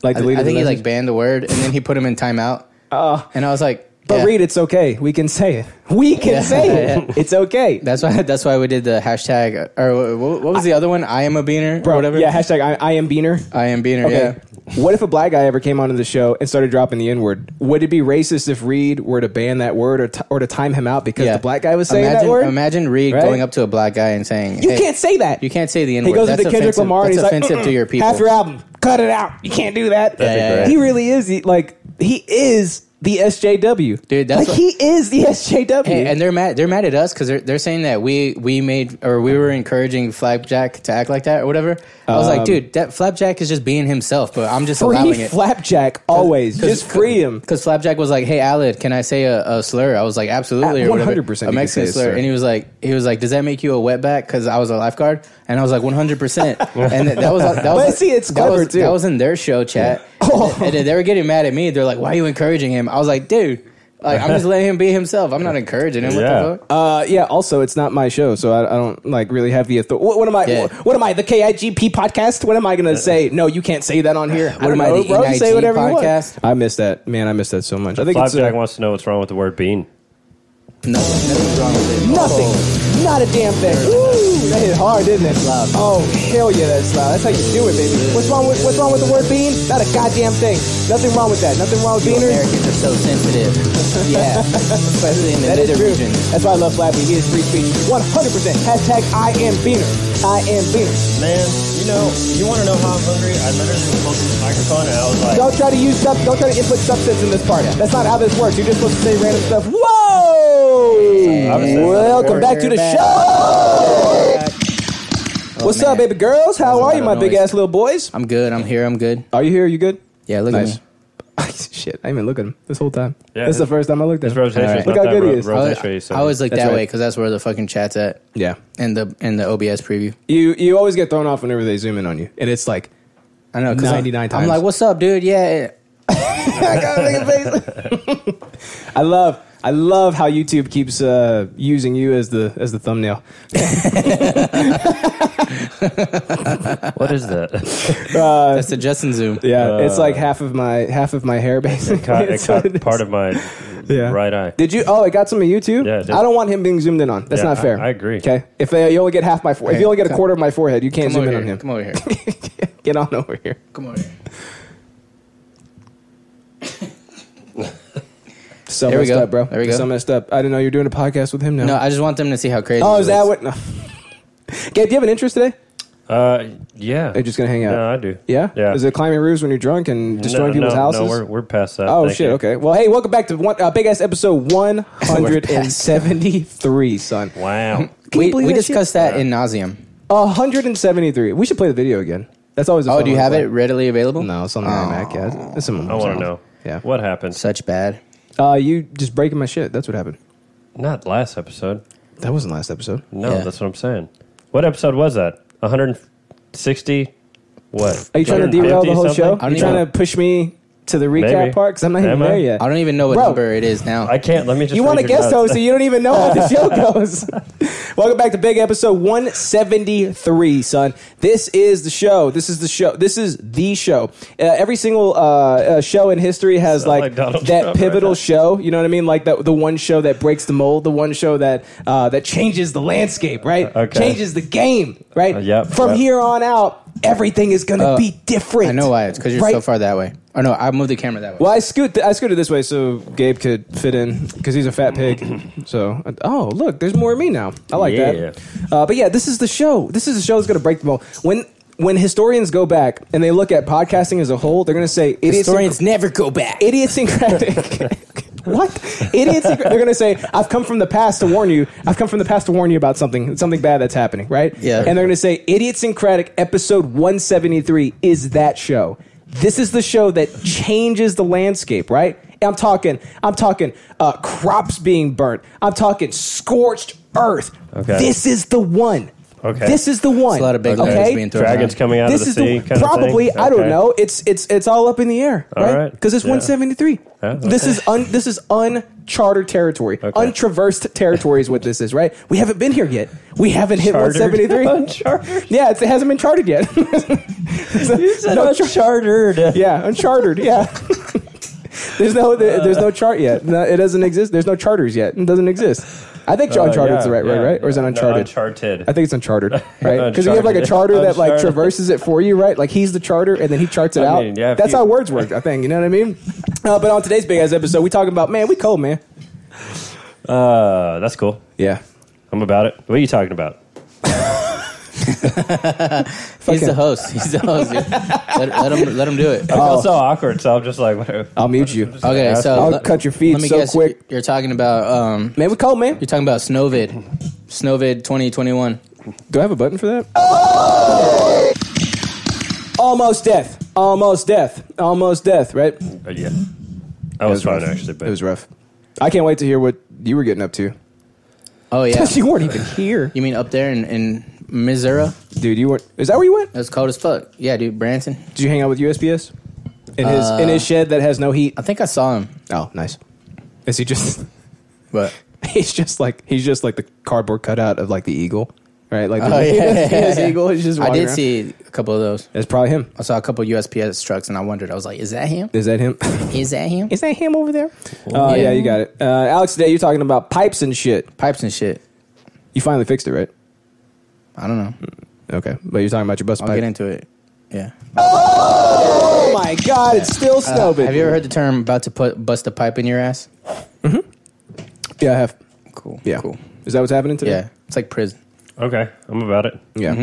A: like
B: I, I
A: deleted
B: think
A: the
B: he
A: message.
B: like banned the word, and then he put him in timeout.
A: Uh,
B: And I was like,
A: but
B: yeah.
A: Reed, it's okay. We can say it. We can
B: Yeah.
A: say it. It's okay.
B: That's why. That's why we did the hashtag. Or what, what was the other one? I am a beaner.
A: Bro,
B: or whatever.
A: Yeah, hashtag I, I am Beaner.
B: I am beaner.
A: Okay.
B: Yeah.
A: What if a black guy ever came onto the show and started dropping the N word? Would it be racist if Reed were to ban that word or, t- or to time him out because the black guy was saying
B: imagine,
A: that word?
B: Imagine Reed
A: Right?
B: going up to a black guy and saying,
A: you
B: "Hey,
A: can't say that.
B: You can't say the N
A: he
B: word.
A: goes
B: That's
A: into Kendrick
B: offensive-
A: Lamar and
B: that's
A: he's
B: offensive
A: like,
B: to your
A: "Mm-mm,
B: people.
A: Half your album, cut it out. You can't do that.
C: That'd be Yeah, yeah, great.
A: He really is the, like he is the SJW,
B: Dude, that's
A: like
B: what-
A: he is the SJW.
B: Hey, and they're mad. They're mad at us because they're they're saying that we we made or we were encouraging Flapjack to act like that or whatever. I was
A: Um,
B: like, dude, that Flapjack is just being himself, but I'm just allowing
A: free
B: it.
A: flapjack always, just free him.
B: Because Flapjack was like, "Hey, Alid, can I say a, a slur?" I was like, "Absolutely,
A: Uh,
B: or whatever."
A: 100% you
B: a
A: can
B: Mexican
A: say a
B: slur.
A: slur.
B: And he was like, "He was like, does that make you a wetback?" Because I was a lifeguard, and I was like, "100%." and that, that was that was.
A: But see, it's
B: that
A: clever,
B: was,
A: too.
B: That was in their show chat,
A: Oh.
B: and, then- and then they were getting mad at me. They're like, "Why are you encouraging him?" I was like, "Dude." Like I'm just letting him be himself. I'm not encouraging him. What
C: Yeah.
B: the fuck?
A: Uh, yeah. Also, it's not my show, so I, I don't like really have the authority. What, what am I?
B: Yeah.
A: What, am I? The KIGP podcast? What am I going to say? No, you can't say that on here. What
B: am I, the
A: Say
B: NIG
A: whatever you want.
B: podcast?
A: I miss that man. I miss that so much. I think it's
C: Flapjack
A: uh,
C: wants to know what's wrong with the word bean.
B: No, nothing's wrong with it.
A: nothing, not a damn thing. Ooh, that hit hard, didn't it?
B: Loud.
A: Oh hell yeah, that's loud. That's how you do it, baby. What's wrong with What's wrong with the word bean? Not a goddamn thing. Nothing wrong with that. Nothing wrong with
B: You
A: beaners.
B: Americans are so sensitive. yeah, especially in the
A: That is
B: middle
A: true.
B: region.
A: That's why I love Flappy. He is free speech. 100%. Hashtag I am Beaner. I am Beaner.
C: Man, you know, you want to know how I'm hungry? I literally was holding this microphone and I was like,
A: Don't try to use stuff. Don't try to input substance in this part. That's not how this works. You're just supposed to say random stuff. Whoa!
C: I'm saying
A: Welcome
C: we're
A: back to the
B: back.
A: show. What's up,
B: man.
A: baby girls? How are
B: lot
A: you,
B: of
A: my big
B: noise.
A: ass little boys?
B: I'm good. I'm here. I'm good.
A: Are you here? You good?
B: Yeah, look
A: Nice.
B: at me.
A: Shit, I didn't even look at him this whole time.
C: Yeah,
A: That's the
C: his-
A: first time I looked at
C: His
A: him.
C: rotation
B: Alright.
C: is
A: Look
C: not
A: how
C: that
A: good he
C: ro-
A: is.
B: I always,
C: rotation, so-
B: I always look
A: That's
B: that way
A: right.
B: 'cause way because that's where the fucking chat's at
A: Yeah.
B: in the in the OBS preview.
A: You you always get thrown off whenever they zoom in on you. And it's like,
B: I know
A: 'cause I'm- 99
B: I'm,
A: times.
B: like, what's up, dude? Yeah,
A: I love I love how YouTube keeps uh, using you as the as the thumbnail.
C: What is that?
B: that's the Justin Zoom.
A: Uh, Yeah, it's
C: Uh,
A: like half of my half of my hair basically.
C: It caught, it
A: That's what
C: caught
A: it is.
C: part of my
A: Yeah.
C: right eye.
A: Did you? Oh, it got some of you too.
C: Yeah, it did.
A: I don't want him being zoomed in on. That's
C: Yeah,
A: not
C: I-
A: fair.
C: I agree.
A: Okay, if they, you only get half my fore- if
B: Hey,
A: you only get a
B: come-
A: quarter of my forehead, you can't
B: Come
A: zoom
B: over
A: in on
B: here.
A: him.
B: Come over here.
A: get on over here.
B: Come over here.
A: So
B: There we
A: messed
B: go.
A: up, bro.
B: There we go.
A: So messed up. I didn't know you were doing a podcast with him now.
B: No, I just want them to see how crazy.
A: oh,
B: he
A: is that
B: looks.
A: what? No. Gabe, do you have an interest today?
C: Uh, yeah.
A: Are you just gonna hang out?
C: No, I do.
A: Yeah.
C: Yeah.
A: Is it climbing roofs when you're drunk and destroying
C: no,
A: people's
C: no,
A: houses?
C: No, we're, we're past that.
A: Oh
C: Thank
A: shit!
C: you.
A: Okay. Well, hey, welcome back to one, uh, big ass episode one hundred and seventy-three, son.
C: Wow.
A: Can you
B: we
A: believe
B: we
A: that shit?
B: discussed that in nauseum.
A: hundred and seventy-three. We should play the video again. That's always. A
B: Oh,
A: fun
B: do
A: one
B: you
A: to
B: have
A: play. Oh.
B: it readily available?
A: No, it's on the iMac. Yeah, it's some
C: I want to know.
A: Yeah.
C: What happened?
B: Such bad.
A: Uh, you just breaking my shit. That's what happened.
C: Not last episode.
A: That wasn't last episode.
C: No,
B: Yeah.
C: that's what I'm saying. What episode was that? 160? What?
A: Are you trying to derail the
C: 250
A: whole show?
C: something?
A: Are
B: don't
A: you
B: even-
A: trying to push me to the recap
C: Maybe.
A: part? Because I'm not even
C: Am I?
A: there yet.
B: I don't even know what
A: Bro.
B: number it is now.
C: I can't. Let me just.
A: You want a
C: to
A: guest host, so you don't even know how the show goes. Welcome back to Big Episode 173, son. This is the show. This is the show. This is the show. Uh, every single uh, uh, show in history has
C: Sound
A: like,
C: like Donald
A: that
C: Trump right
A: pivotal
C: now.
A: show. You know what I mean? Like that, the one show that breaks the mold, the one show that uh, that changes the landscape, right?
C: Uh, Okay.
A: Changes the game, right?
C: Uh, yep,
A: From
C: yep.
A: here on out, everything is going to
B: Uh,
A: be different.
B: I know why. It's because you're
A: Right?
B: so far that way. Oh no, I moved the camera that way.
A: Well, I scoot. I scooted this way so Gabe could fit in because he's a fat pig. so, oh look, there's more of me now. I like
C: Yeah.
A: that. Uh, but yeah, this is the show. This is the show that's going to break the mold. When when historians go back and they look at podcasting as a whole, they're going to say idiosyncr-
B: Historians never go back.
A: idiosyncratic. What idiots? They're gonna say, "I've come from the past to warn you. I've come from the past to warn you about something, something bad that's happening, right?"
B: Yeah.
A: And they're gonna say, "Idiosyncratic episode 173 is that show. This is the show that changes the landscape, right?" And I'm talking, I'm talking uh, crops being burnt. I'm talking scorched earth.
C: Okay.
A: This is the one.
C: Okay.
A: This is the one.
B: It's a lot of big
A: okay?
B: letters being thrown.
C: Dragons
B: around.
C: coming out
A: this
C: of
A: is
C: the sea.
A: the, probably I don't know. It's it's it's all up in the air,
C: All
A: right?
C: right.
A: Because it's
C: Yeah.
A: 173.
C: Yeah,
A: This
C: okay.
A: is un this is uncharted territory,
C: Okay.
A: untraversed territory is what this is, right? We haven't been here yet. We haven't hit 173.
C: Unchartered.
A: yeah, it's, it hasn't been charted yet.
C: You said
A: No,
C: unchartered.
A: yeah, uncharted. Yeah. There's no there- there's no chart yet. No, it doesn't exist. There's no charters yet. It doesn't exist. I think
C: Uh,
A: uncharted
C: yeah,
A: is the right
C: yeah,
A: word, right? Or is it
C: yeah. No,
A: uncharted?
C: uncharted.
A: I think it's Uncharted, right? Because you have like a charter
C: Uncharted.
A: that like
C: Uncharted.
A: traverses it for you, right? Like he's the charter, and then he charts it
C: I
A: out.
C: mean, yeah, if
A: That's
C: you-
A: how words work, I think. You know what I mean? Uh, but on today's big ass episode, we talking about man, we cold, man.
C: Uh, that's cool.
A: Yeah,
C: I'm about it. What are you talking about?
B: He's the
A: fucking-
B: host. He's the host. dude. let, let him. Let him do it.
A: Oh.
C: I feel so awkward, so I'm just like, whatever.
A: I'll mute you.
B: Okay, so
A: I'll
B: let-
A: cut your feet
B: let me
A: so
B: guess,
A: quick.
B: You're talking about um,
A: Man, we cold, man.
B: you're talking about Snowvid, Snowvid 2021.
A: Do I have a button for that? Almost death. Almost death. Almost death. Right? It
C: Uh, yeah. I was, fine actually, but
A: it was rough. I can't wait to hear what you were getting up to.
B: Oh yeah,
A: you weren't even here,
B: you mean up there in, in Missouri?
A: dude. You weren't. Is that where you went?
B: That's cold as fuck. Yeah, dude, Branson.
A: Did you hang out with USPS in his in his shed that has no heat?
B: I think I saw him.
A: Uh, Oh, nice. Is he just?
B: But
A: He's just like he's just like the cardboard cutout of like the eagle, right? Like the
B: Oh, yeah,
A: he has- he
B: yeah,
A: has
B: yeah.
A: eagle. He's just.
B: I
A: walking
B: did
A: around.
B: see a couple of those.
A: That's probably him.
B: I saw a couple USPS trucks, and I wondered. I was like, "Is that him?
A: Is that him?
B: Is that him?
A: Is that him over there? Uh, yeah.
B: Yeah.
A: you got it. Uh, Alex, today you're talking about pipes and shit.
B: Pipes and shit."
A: You finally fixed it, right?
B: I don't know.
A: Okay, but you're talking about your bus
B: I'll
A: pipe.
B: get into it. Yeah.
A: Oh my god, it's still
B: Uh,
A: snowing.
B: have you ever heard the term "about to put bust a pipe in your ass"?
A: Yeah, I have.
B: Cool.
A: Yeah,
B: Cool.
A: Is that what's happening today?
B: Yeah. It's like prison.
C: Okay, I'm about it.
A: Yeah.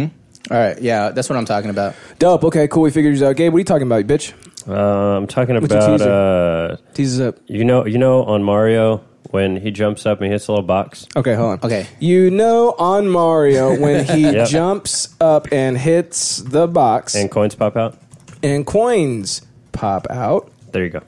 B: All right. Yeah. That's what I'm talking about.
A: Dope. Okay, cool. We figured you out. Gabe, what are you talking about, you bitch?
C: Uh, I'm talking
A: your
C: about
A: teaser?
C: uh,
A: Teases up.
C: you know you know on Mario when he jumps up and he hits a little box.
A: Okay, hold on.
B: Okay.
A: You know on Mario when he
C: Yep.
A: jumps up and hits the box
C: and
A: and,
C: coins pop out.
A: coins pop out.
C: There you go.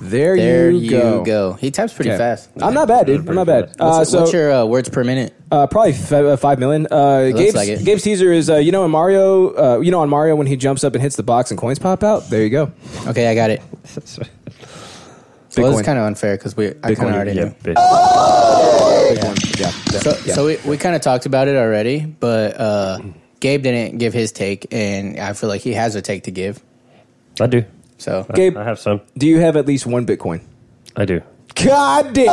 A: There,
B: There
A: you, go.
B: He types pretty
A: Okay.
B: fast.
A: I'm not bad, dude. I'm not bad. Uh,
B: What's,
A: so
B: what's your uh, words per minute?
A: uh, probably f- uh, five million. Uh, Gabe's,
B: like it.
A: Gabe's teaser is uh, you know in Mario, uh, you know on Mario when he jumps up and hits the box and coins pop out. There you go.
B: Okay, I got it. Well, it's kind of unfair because we I kind of already
C: Yeah,
B: knew.
C: bitch.
A: yeah. yeah.
B: So, so we, we kind of talked about it already, but uh, Gabe didn't give his take, and I feel like he has a take to give.
C: I do.
B: So
A: Gabe,
C: I have some.
A: do you have at least one Bitcoin?
C: I do.
A: God damn.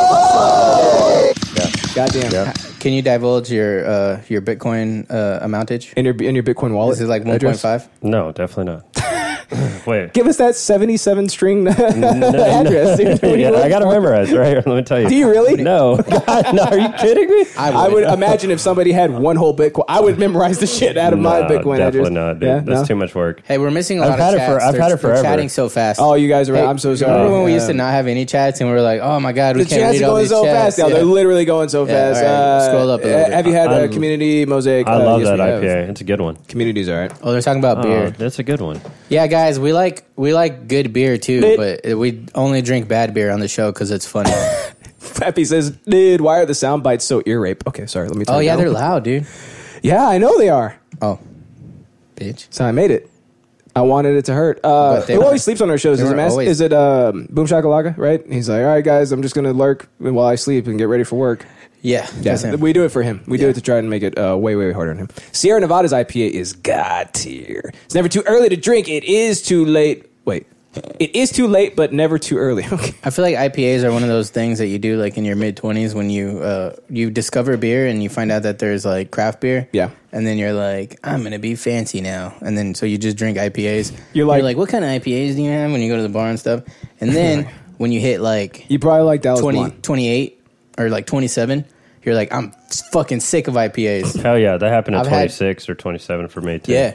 A: God damn.
B: can you divulge your uh, your Bitcoin uh, amountage?
A: In your in your Bitcoin wallet,
B: Is it like one point
A: address?
B: five?
C: No, definitely not. Wait.
A: Give us that seventy-seven string address. Dude.
C: Yeah, I got to memorize, right? Let me tell you.
A: Do you really?
C: No. God, no, are you kidding me?
A: I would imagine if somebody had one whole Bitcoin, I would memorize the shit out of my
C: No,
A: Bitcoin address.
C: Definitely not, dude.
A: Yeah?
C: That's
A: No?
C: too much work.
B: Hey, we're missing a lot
C: I've had
B: of
C: it
B: chats.
C: for- I've
B: They're-
C: had it
B: they're
C: forever.
B: Chatting so fast.
A: Oh, you guys are.
B: Hey,
A: I'm so sorry.
B: Remember when we used to
A: Um,
B: not have any chats and we were like, "Oh my god, we
A: The
B: can't
A: chats
B: read
A: are
B: all
A: going
B: these
A: so
B: chats."
A: fast now.
B: Yeah.
A: They're literally going so fast.
B: all right.
A: Uh,
B: Scroll up a little
A: uh,
B: bit.
A: Have you had
C: I-
A: a community mosaic?
C: I
A: Uh,
C: love
A: yes,
C: that
A: we have.
C: IPA. It's a good one.
A: Community's all right.
B: oh, they're talking about
C: Oh,
B: beer.
C: that's a good one.
B: Yeah, guys, we like we like good beer too, but we only drink bad beer on the show because it's funny.
A: Peppy says, "Dude, why are the sound bites so ear rape?" Okay, sorry. Let me.
B: oh
A: turn it
B: yeah,
A: down.
B: they're loud, dude.
A: Yeah, I know they are.
B: Oh, bitch.
A: So I made it. I wanted it to hurt. Uh,
B: But they
A: who
B: were-
A: always sleeps on our shows?
B: they
A: Is it,
B: were
A: Mas-
B: always-
A: is it um, Boom Shakalaka? Right? He's like, all right, guys, I'm just gonna lurk while I sleep and get ready for work.
B: Yeah, that's
A: Yeah,
B: him.
A: we do it for him. We do it to try and make it uh, way, way harder on him. Sierra Nevada's IPA is god tier. It's never too early to drink. It is too late. Wait, it is too late, but never too early. Okay.
B: I feel like IPAs are one of those things that you do like in your mid twenties when you uh, you discover beer and you find out that there's like craft beer.
A: Yeah.
B: and then you're like, I'm gonna be fancy now, and then so you just drink IPAs.
A: You're like-
B: what kind of IPAs do you have when you go to the bar and stuff? And then when you hit like
A: You probably like Dallas
B: 20,
A: Blonde.
B: 28 or like twenty seven, you're like, I'm fucking sick of IPAs.
C: Hell yeah, that happened at
B: I've had-
C: 26 or 27 for me, too.
B: Yeah.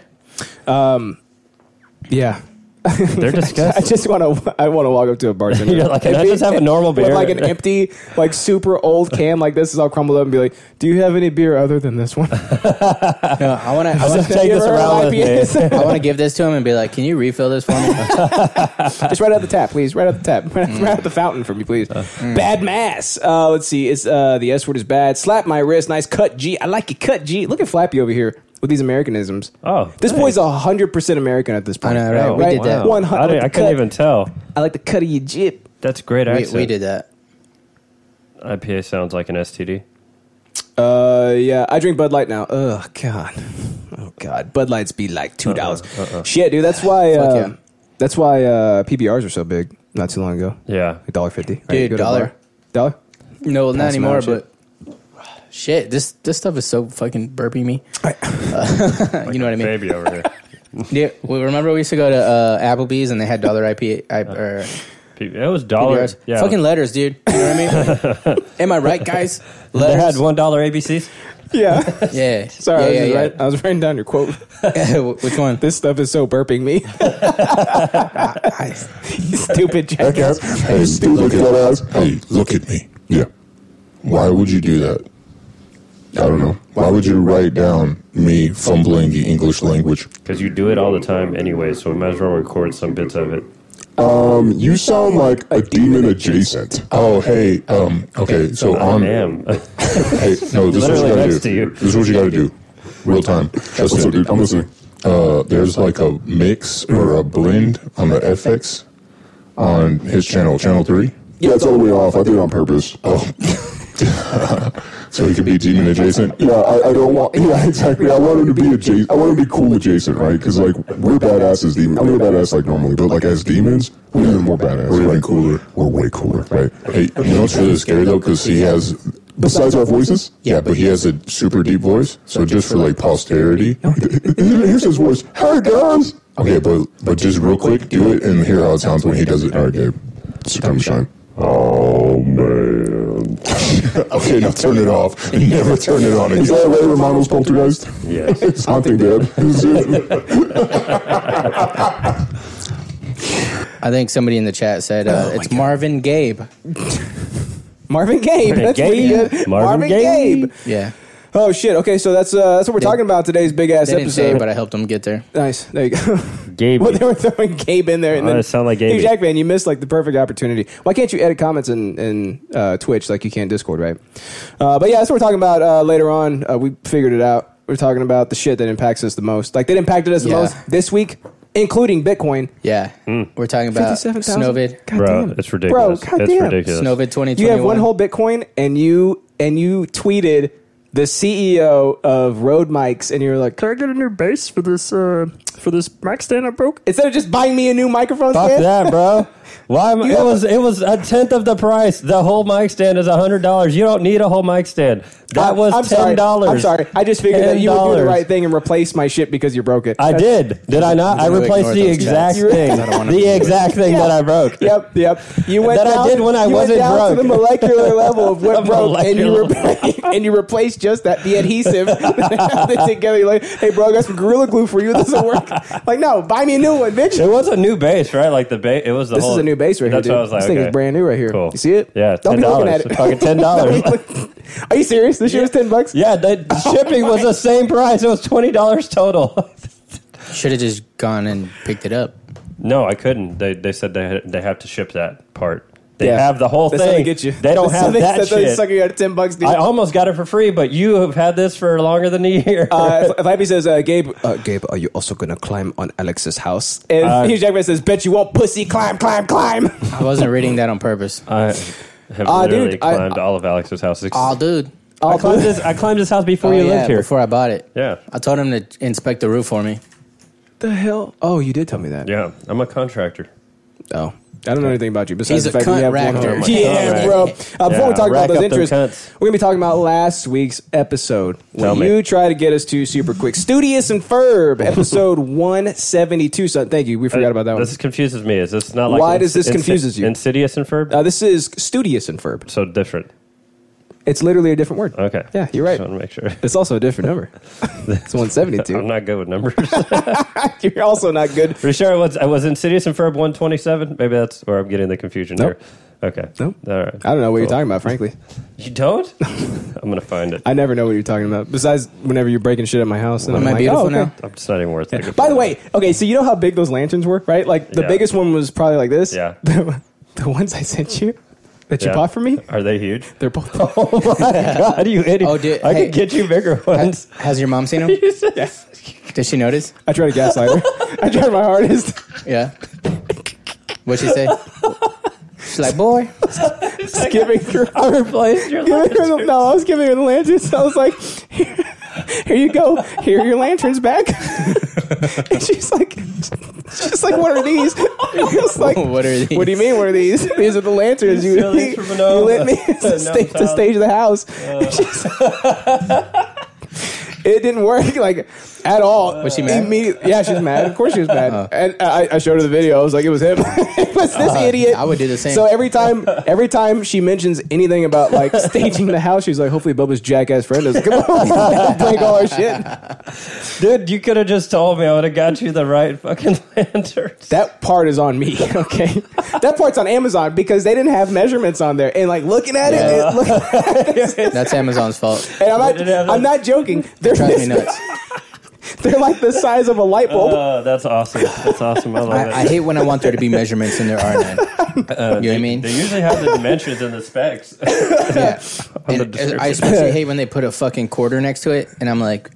A: Yeah.
C: They're
A: I
C: disgusting.
A: just want to. I want to walk up to a bartender.
C: You're like, "Can I
A: And be-
C: just have a normal
A: with
C: beer?"
A: like an empty, like super old can like this is all crumbled up and be like, "Do you have any beer other than this one?"
B: No, I want to. I
C: Just
B: want
C: take
B: to.
C: this
A: Ever
C: around
A: heard of
C: with me.
A: IPAs?
B: I want to give this to him and be like, "Can you refill this for me?"
A: Just right out the tap, please. Right out the tap. Right, right out the fountain for me, please.
C: Uh, hmm.
A: Bad mass. Uh, let's see. It's uh, the S word is bad. Slap my wrist. Nice cut, G. I like your cut, G. Look at Flappy over here with these Americanisms.
C: Oh,
A: this
C: thanks.
A: boy's hundred percent American at this point.
B: know, right? We did that.
A: One
C: I,
A: hundred.
C: didn't- I couldn't even tell.
A: I like the cut of your jib.
C: That's great
B: we,
C: accent.
B: we did that.
C: IPA sounds like an STD.
A: Uh, yeah, I drink Bud Light now. Oh God, oh God, Bud Lights be like two dollars. Shit, dude, that's why.
B: Fuck
A: Uh,
B: yeah.
A: That's why uh, PBRs are so big. Not too long ago,
C: Yeah.
A: like dollar fifty. Right,
B: Dude,
A: you go to a
B: dollar.
A: bar. dollar.
B: No, not
A: Pass 'em out
B: anymore.
A: and shit.
B: But shit, this this stuff is so fucking burping me. Uh, you know what I mean?
C: Baby over here.
B: Yeah, well, remember we used to go to uh, Applebee's and they had dollar IP I, or
C: P- It was dollar.
B: PBRs.
C: oh, Yeah.
B: fucking letters, dude. You know what I mean? Am I right, guys?
C: they had
B: Letters.
C: one dollar ABCs.
A: Yeah. Sorry, I, was
B: yeah. Yeah,
A: just
B: yeah,
A: write- I was writing down your quote.
B: yeah. Which one?
A: This stuff is so burping me. Stupid jackass.
G: Hey, look at, hey, look at me. Yeah. Why would you do that? I don't know. Why would you write down me fumbling the English language?
C: Because you do it all the time anyway, so we might as well record some bits of it.
G: Um, you sound like a demon adjacent. Oh, hey, um, okay, so
C: I
G: on.
C: am.
G: Hey, no, this is what
C: Literally
G: you gotta
C: next
G: do.
C: to you.
G: This is what you gotta do. Real time. Trust me, dude. I'm listening. Uh, there's like a mix or a blend on the FX on his channel, channel three. Yeah, it's all the way off. I did it on purpose. Oh. so he could be demon adjacent. Yeah, I, I don't want. Yeah, exactly. I want him to be adjacent. I want him to be cool adjacent, right? Because like we're badass as demons. I mean, we're badass like normally, but like as demons, we're even more badass. We're even cooler. We're way cooler, right? Hey, you know what's really scary though? Because he has. Besides our voices, yeah, but he has a super deep voice. So just for like posterity, here's his voice. Hey guys. Okay, but but just real quick, do it and hear how it sounds when he does it. All right, Gabe. Succumb shine. Oh man. okay, now Oh, turn it off and never turn it on again. Is that Ray Romano's poltergeist?
C: Yes.
G: It's haunting dead.
B: I think somebody in the chat said
A: Oh
B: uh, it's Marvin Gabe.
A: Marvin Gabe. That's
C: Gabe.
A: pretty good.
C: Yeah.
A: Marvin,
C: Marvin
A: Gabe.
C: Gabe.
B: Yeah,
A: Oh shit. Okay, so that's uh, that's what we're talking about today's big ass
B: they didn't say,
A: episode.
B: it, but I helped them get there.
A: nice. There you go.
C: Gabe.
A: well, they were throwing Gabe in there, and
C: Oh,
A: then
C: that sound like
A: Hey,
C: Gabe.
A: Jack, man, you missed like the perfect opportunity. Why can't you edit comments in in uh, Twitch like you can Discord, right? Uh, but yeah, that's what we're talking about uh, later on. Uh, we figured it out. We're talking about the shit that impacts us the most, like that impacted us the
B: Yeah.
A: most this week, including Bitcoin.
B: Yeah, we're talking about
A: Fifty-seven thousand.
B: Snowvid.
C: Bro, it's ridiculous.
A: Bro, God
C: it's
A: damn.
C: ridiculous.
B: Snowvid 2021.
A: You have one whole Bitcoin, and you and you tweeted the CEO of Road Mics, and you were like,
D: Can I get a new base for this uh for this mic stand I broke?
A: instead of just buying me a new microphone
C: Fuck
A: stand,
C: that, bro. Why? Am, it
A: have-
C: was it was a tenth of the price. The whole mic stand is hundred dollars. You don't need a whole mic stand. That
A: I'm-
C: was
A: I'm sorry.
C: ten dollars.
A: I'm sorry. I just figured that you would do the
C: $10.
A: right thing and replace my shit because you broke it.
C: I did. Did I not? I
B: gonna
C: replaced
B: ignore
C: the
B: those
C: exact
B: chats.
C: thing.
B: I don't wanna
C: the
B: ignore
C: exact thing that I broke.
A: Yep, yep. You went
C: That I
A: down,
C: did when I
A: you went
C: wasn't
A: down to
C: broke.
A: the molecular level of what
C: The
A: broke, and you,
C: molecular.
A: re- and you replaced just that the adhesive that together. You're like, hey, bro, I got some gorilla glue for you. This will work. Like, no, buy me a new one, bitch.
C: It was a new base, right? Like the base. It was the
A: This
C: whole.
A: is a new base right
C: that's
A: here. Dude.
C: What I was like,
A: this thing
C: okay.
A: is brand new right here.
C: Cool.
A: You see it?
C: Yeah,
A: Don't
C: ten
A: be looking at
C: dollars.
A: it.
C: Fucking ten dollars.
A: Are you serious? This shit was ten bucks.
C: yeah, the shipping was the same price. It was twenty dollars total.
B: Should have just gone and picked it up.
C: No, I couldn't. They they said they had- they have to ship that part. They
A: Yeah.
C: have the whole
A: That's how
C: thing.
A: they get you.
C: They don't
A: That's how
C: have
A: they-
C: that
A: that's how They
C: shit.
A: suck you out of ten bucks, dude.
C: I almost got it for free, but you have had this for longer than a year.
A: Uh, if Ivy says, uh, Gabe, uh, Gabe, are you also gonna climb on Alex's house? And
C: Uh,
A: Hugh Jackman says, Bet you won't, pussy. Climb, climb, climb.
B: I wasn't reading that on purpose.
C: I have
A: Uh, dude,
C: literally
A: I-
C: climbed all of Alex's houses.
B: Oh, dude.
C: I climbed this. I climbed this house before
B: Oh,
C: you
B: yeah,
C: lived here.
B: Before I bought it.
C: Yeah.
B: I told him to inspect the roof for me.
A: the hell? Oh, you did tell me that.
C: yeah, I'm a contractor.
A: Oh. I don't know anything about you besides
B: He's
A: the
B: a
A: fact that you have
B: cunt ractor.
A: one arm.
B: Oh my
A: Yeah,
C: God.
A: bro. Uh, before we
C: Yeah,
A: talk about
C: rack
A: those
C: up them
A: interests,
C: cunts.
A: we're going to be talking about last week's episode.
C: Tell
A: When
C: me.
A: you try to get us to super quick. Studious and Ferb, episode 172. So, thank you. We forgot about that one.
C: Uh, This confuses me. Is this not like
A: Why does this confuses you?
C: Insidious and Ferb.
A: Uh, this is Studious and Ferb.
C: so different.
A: It's literally a different word.
C: Okay.
A: Yeah, you're right.
C: Just want to make sure.
A: It's also a different number. It's 172.
C: I'm not good with numbers.
A: You're also not good.
C: Pretty sure I was. I was Insidious and Ferb 127. Maybe that's where I'm getting the confusion
A: Nope.
C: here. Okay.
A: Nope.
C: All right.
A: I don't know what you're
C: Cool.
A: talking about, frankly.
C: You don't? I'm gonna find it.
A: I never know what you're talking about. Besides, whenever you're breaking shit at my house, then
B: Am
A: I'm
B: I
A: like,
B: beautiful
A: oh, okay.
B: now?
C: I'm just not even worth it.
A: By the way, okay, so you know how big those lanterns were, right? Like the
C: Yeah.
A: biggest one was probably like this.
C: Yeah.
A: The, the ones I sent you that you
C: Yeah.
A: bought for me,
C: are they huge?
A: they're both.
C: God, you idiot!
B: Oh, did-
C: I
B: hey.
C: could get you bigger ones.
B: Has, has your mom seen him? Did she notice?
A: I tried to gaslight her. I tried my hardest.
B: Yeah. What'd she say? She's like, boy.
A: giving her,
C: I replaced your
A: giving her the,
C: lantern.
A: no, I was giving her the lanterns. I was like, here, here you go. Here are your lanterns back. and she's like, she's like, what are these? I was like,
B: What are these?
A: What do you mean? What are these? These are the lanterns you,
C: Still these
A: you
C: from Bonova.
A: lit me to,
C: No
A: sta- to
C: child.
A: stage the house. She's- it didn't work like at all.
B: Uh, Was she mad? Uh-huh.
A: Immediately- yeah, she's mad. Of course she was mad. and I, I showed her the video. I was like, it was him. it was this idiot.
B: I would do the same.
A: So every time, every time she mentions anything about like staging the house, she's like, hopefully Bubba's jackass friend doesn't come over and break all our shit.
C: dude. You could have just told me. I would have got you the right fucking lantern.
A: That part is on me, okay? that part's on Amazon because they didn't have measurements on there. And like looking at
B: Yeah.
A: it, it look,
B: That's Amazon's fault.
A: and I'm
C: They didn't
A: not,
C: have
A: I'm not joking. They're
B: Drives me
A: this-
B: nuts.
A: they're like the size of a light bulb.
C: Oh, that's awesome. That's awesome. I love it.
B: I, I hate when I want there to be measurements and there are none.
A: Uh,
B: you know what I mean?
C: They usually have the dimensions and the specs.
B: Yeah.
C: the
B: And, and I
A: uh,
C: description.
B: especially hate when they put a fucking quarter next to it, and I'm like,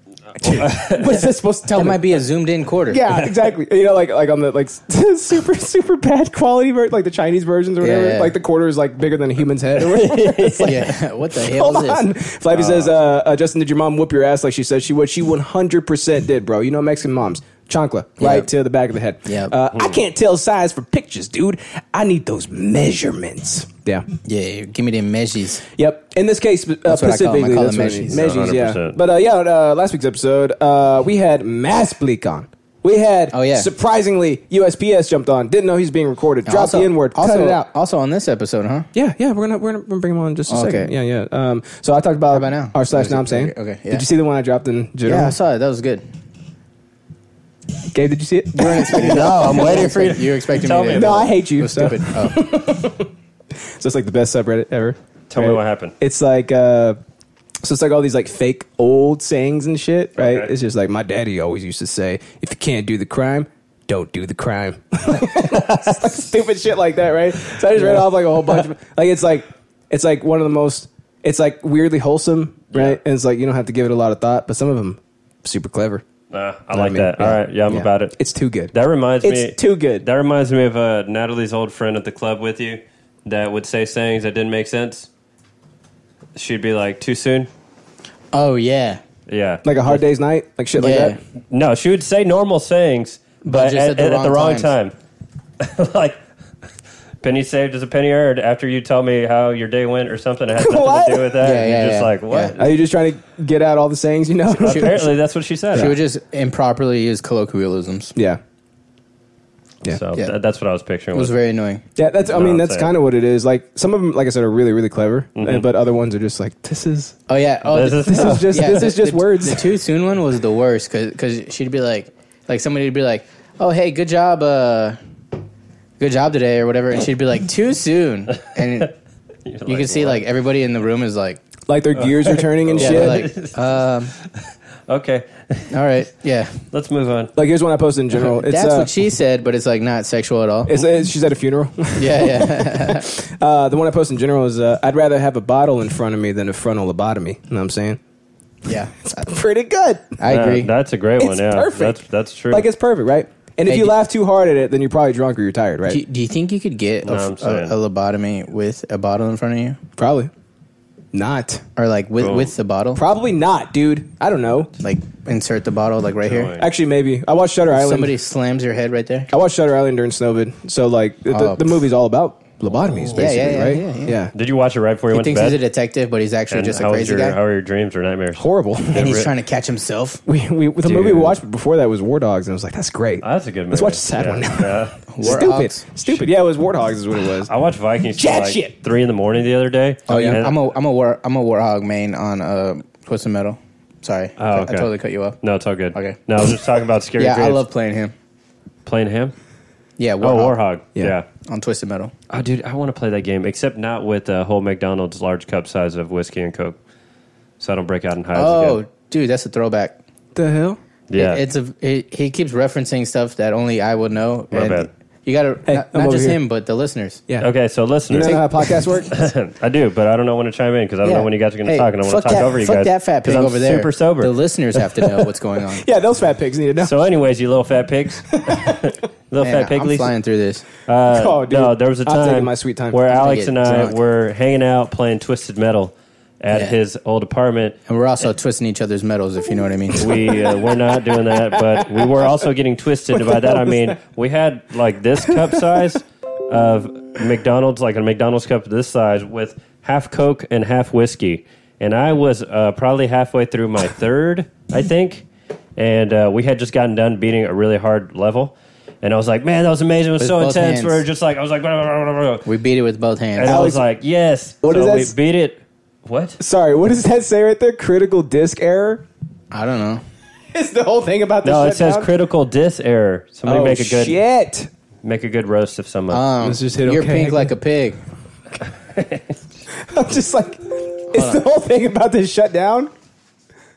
A: What's that supposed to tell
B: That
A: me?
B: might be a zoomed in quarter.
A: yeah, exactly. You know, like like on the like super super bad quality version, like the Chinese versions or
B: Yeah,
A: whatever.
B: yeah.
A: Like the quarter is like bigger than a human's head. Or whatever. It's like,
B: Yeah. what the hell
A: Hold
B: is this?
A: on. Flappy says, uh, uh, Justin, did your mom whoop your ass like she said she would? She 100% did, bro. You know Mexican moms. Chancla, right
B: Yep.
A: to the back of the head.
B: Yep.
A: Uh, I can't tell size for pictures, dude. I need those measurements. Yeah.
B: Yeah, give me the measures.
A: Yep. In this case, uh,
B: That's what I call
A: specifically,
B: them. I call
A: that's
B: them
A: what I mean.
B: Mejis.
A: Mejis, yeah.
C: 100%.
A: But uh, yeah, uh, last week's episode, uh, we had Maspleek on. We had,
B: Oh, yeah.
A: surprisingly, USPS jumped on. Didn't know he's being recorded. Dropped
B: Also-
A: the N word. Cut
B: also-
A: it out.
B: Also on this episode, huh?
A: Yeah, yeah, we're gonna we're gonna, we're gonna bring him on in just a
B: Okay.
A: second. Yeah, yeah. Um, so I talked about,
B: about now?
A: our slash
B: Is it-
A: now. I'm saying.
B: okay, okay, yeah.
A: Did you see the one I dropped in general?
B: Yeah, I saw it. That was good.
A: Gabe, did you see it?
B: no, I'm waiting for you. You were expecting
C: Tell
B: me?
C: me
B: to-
A: no, I hate
B: It
A: you.
B: was
A: so.
B: stupid. Oh.
A: So it's like the best subreddit ever.
C: Tell me what happened.
A: It's like uh, so it's like all these like fake old sayings and shit, right?
C: Okay.
A: It's just like my daddy always used to say, "If you can't do the crime." Don't do the crime. It's like stupid shit like that, right? So I just read off like a whole bunch of like it's like it's like one of the most it's like weirdly wholesome, right? And it's like you don't have to give it a lot of thought, but some of them super clever.
C: Nah, I
A: Know what
C: like
A: mean?
C: that. All right, yeah, I'm about it.
A: It's too good.
C: That reminds
A: it's
C: me.
A: too good.
C: That reminds me of uh, Natalie's old friend at the club with you that would say sayings that didn't make sense. She'd be like, "Too soon."
B: oh yeah.
C: Yeah.
A: like a hard day's night, like shit like
B: yeah.
A: that.
C: no, she would say normal sayings, but
B: just
C: at, at the, wrong
B: times.
C: time. like. Penny saved as a penny earned after you tell me how your day went or something. It has nothing
A: What?
C: to do with that.
B: Yeah,
C: and
B: yeah,
C: you're just
B: yeah.
C: like, what?
A: Are you just trying to get out all the sayings you know?
C: Apparently, that's what she said.
B: She would just improperly use colloquialisms.
A: yeah. Yeah.
C: So
B: Yeah.
C: tha- that's what I was picturing.
B: It was
C: was
B: very annoying.
A: Yeah, that's. I
C: No,
A: mean,
C: I'm
A: that's
C: saying.
A: kind of what it is. Like some of them, like I said, are really, really clever, and- but other ones are just like this is.
B: Oh yeah. Oh,
C: This
B: the-
C: is- This
A: is just- this is just
B: the-
A: words.
B: The too soon one was the worst because she'd be like, like somebody would be like, oh hey, good job, uh, good job today or whatever, and she'd be like, too soon, and it- you can see like everybody in the room is like,
A: Like their gears are turning and
B: yeah,
A: shit.
B: they're
A: Like,
B: like, um,
C: okay,
B: all right, yeah,
C: let's move on.
A: here's one I posted in general. It's,
B: Uh-huh. that's
A: uh,
B: what she said, but it's like not sexual at all.
A: it's, it's- she's at a funeral.
B: Yeah, yeah.
A: Uh, the one I post in general is uh, I'd rather have a bottle in front of me than a frontal lobotomy. You know what I'm saying?
B: Yeah,
A: Pretty good.
B: I agree.
C: Yeah, that's a great
A: It's
C: one. Yeah,
A: perfect.
C: that's that's true.
A: Like it's perfect, right? And if
B: Hey,
A: you
B: d-
A: laugh too hard at it, then you're probably drunk or you're tired, right?
B: do, do you think you could get a,
C: No, I'm
B: a,
C: saying.
B: a lobotomy with a bottle in front of you,
A: probably not.
B: or like with
C: Bro.
B: with the bottle?
A: Probably not, dude. I don't know.
B: like insert the bottle like right here.
C: Joy.
A: Actually, maybe I watched Shutter Island.
B: Somebody slams your head right there.
A: I watched Shutter Island during Snowvid, so like the,
B: Oh.
A: the movie's all about lobotomies,
B: Yeah,
A: basically,
B: yeah, yeah,
A: right?
B: yeah, yeah.
C: Did you watch it right before you
B: He
C: went to
B: thinks
C: bed?
B: he's a detective, but he's actually
C: And
B: just a
C: how was
B: crazy
C: your,
B: guy.
C: How are your dreams or nightmares?
A: horrible.
B: and he's
C: Everett.
B: trying to catch himself.
A: we, we, the movie we watched before that was War Dogs, and I was like, that's great.
C: Oh, that's a good movie.
A: Let's watch the sad
C: yeah,
A: one now.
C: yeah.
B: War
A: Stupid,
B: Ox.
A: stupid. Yeah, it was Warthogs, is what it was.
C: I watched Vikings till
A: Jack
C: like
A: shit.
C: three in the morning the other day.
B: Oh yeah,
C: And-
B: I'm a I'm a war I'm a warhog main on uh Twisted Metal. Sorry,
C: Oh,
B: I-
C: okay.
B: I totally cut you off.
C: no, it's all good.
B: Okay.
C: No, I was just talking about scary.
B: yeah, I
C: dreams.
B: love playing him.
C: playing him.
B: Yeah,
C: Oh,
B: warhog,
C: Warhog. Yeah.
A: Yeah.
B: on Twisted Metal.
C: Oh, dude, I want to play that game, except not with a whole McDonald's large cup size of whiskey and coke, so I don't break out in hives
B: Oh,
C: again.
B: dude, that's a throwback.
A: the hell?
C: Yeah,
B: It- it's a it, he keeps referencing stuff that only I would know.
C: My bad.
B: You gotta
A: Hey,
B: not,
A: I'm
B: not
A: over
B: just
A: here.
B: him, but the listeners.
A: Yeah.
C: okay. So
A: You
C: listeners,
A: know how podcasts work?
C: I do, but I don't know when to chime in because I don't
B: Yeah.
C: know when you guys are going to
B: Hey,
C: talk, and I want
B: fuck
C: to talk
B: that-
C: over you
B: fuck
C: guys.
B: that fat
C: 'cause
B: pig
C: I'm
B: over there.
C: Super sober.
B: The listeners have to know what's going on.
A: yeah, those fat pigs need to know.
C: So, anyways, you little fat pigs, little
B: Man,
C: fat pig.
B: I'm flying through this.
C: Uh,
A: Oh, dude.
C: No, there was a
A: I'm
C: time,
A: taking my sweet time.
C: where
A: I'm
B: gonna
C: Alex
B: get
C: and I
B: drunk.
C: were hanging out playing Twisted Metal at
B: Yeah.
C: his old apartment.
B: And we're also twisting each other's medals, if you know what I mean.
C: We uh, were not doing that, but we were also getting twisted. By that I mean we had like this cup size of McDonald's, like a McDonald's cup this size, with half Coke and half whiskey. And I was uh, probably halfway through my third, I think, and uh, we had just gotten done beating a really hard level. And I was like, "Man, that was amazing! It was
B: With
C: so
B: both
C: intense."
B: hands.
C: We were just like, I was like, "Blah, blah, blah, blah, blah."
B: We beat it with both hands.
C: And I
A: Alex-
C: was like, yes.
A: What
C: so
A: is that
C: we
A: s-
C: beat it. What?
A: Sorry, what does that say right there? Critical disc error?
B: I don't know.
A: It's the whole thing about the
C: No, it says
A: shutdown?
C: critical dis error. Somebody
A: Oh,
C: make a good
A: shit. Uh,
C: make a good roast of someone.
B: Um,
A: Let's just hit
B: you're
A: okay.
B: pink like a pig.
A: I'm just like, it's the whole thing about this shutdown.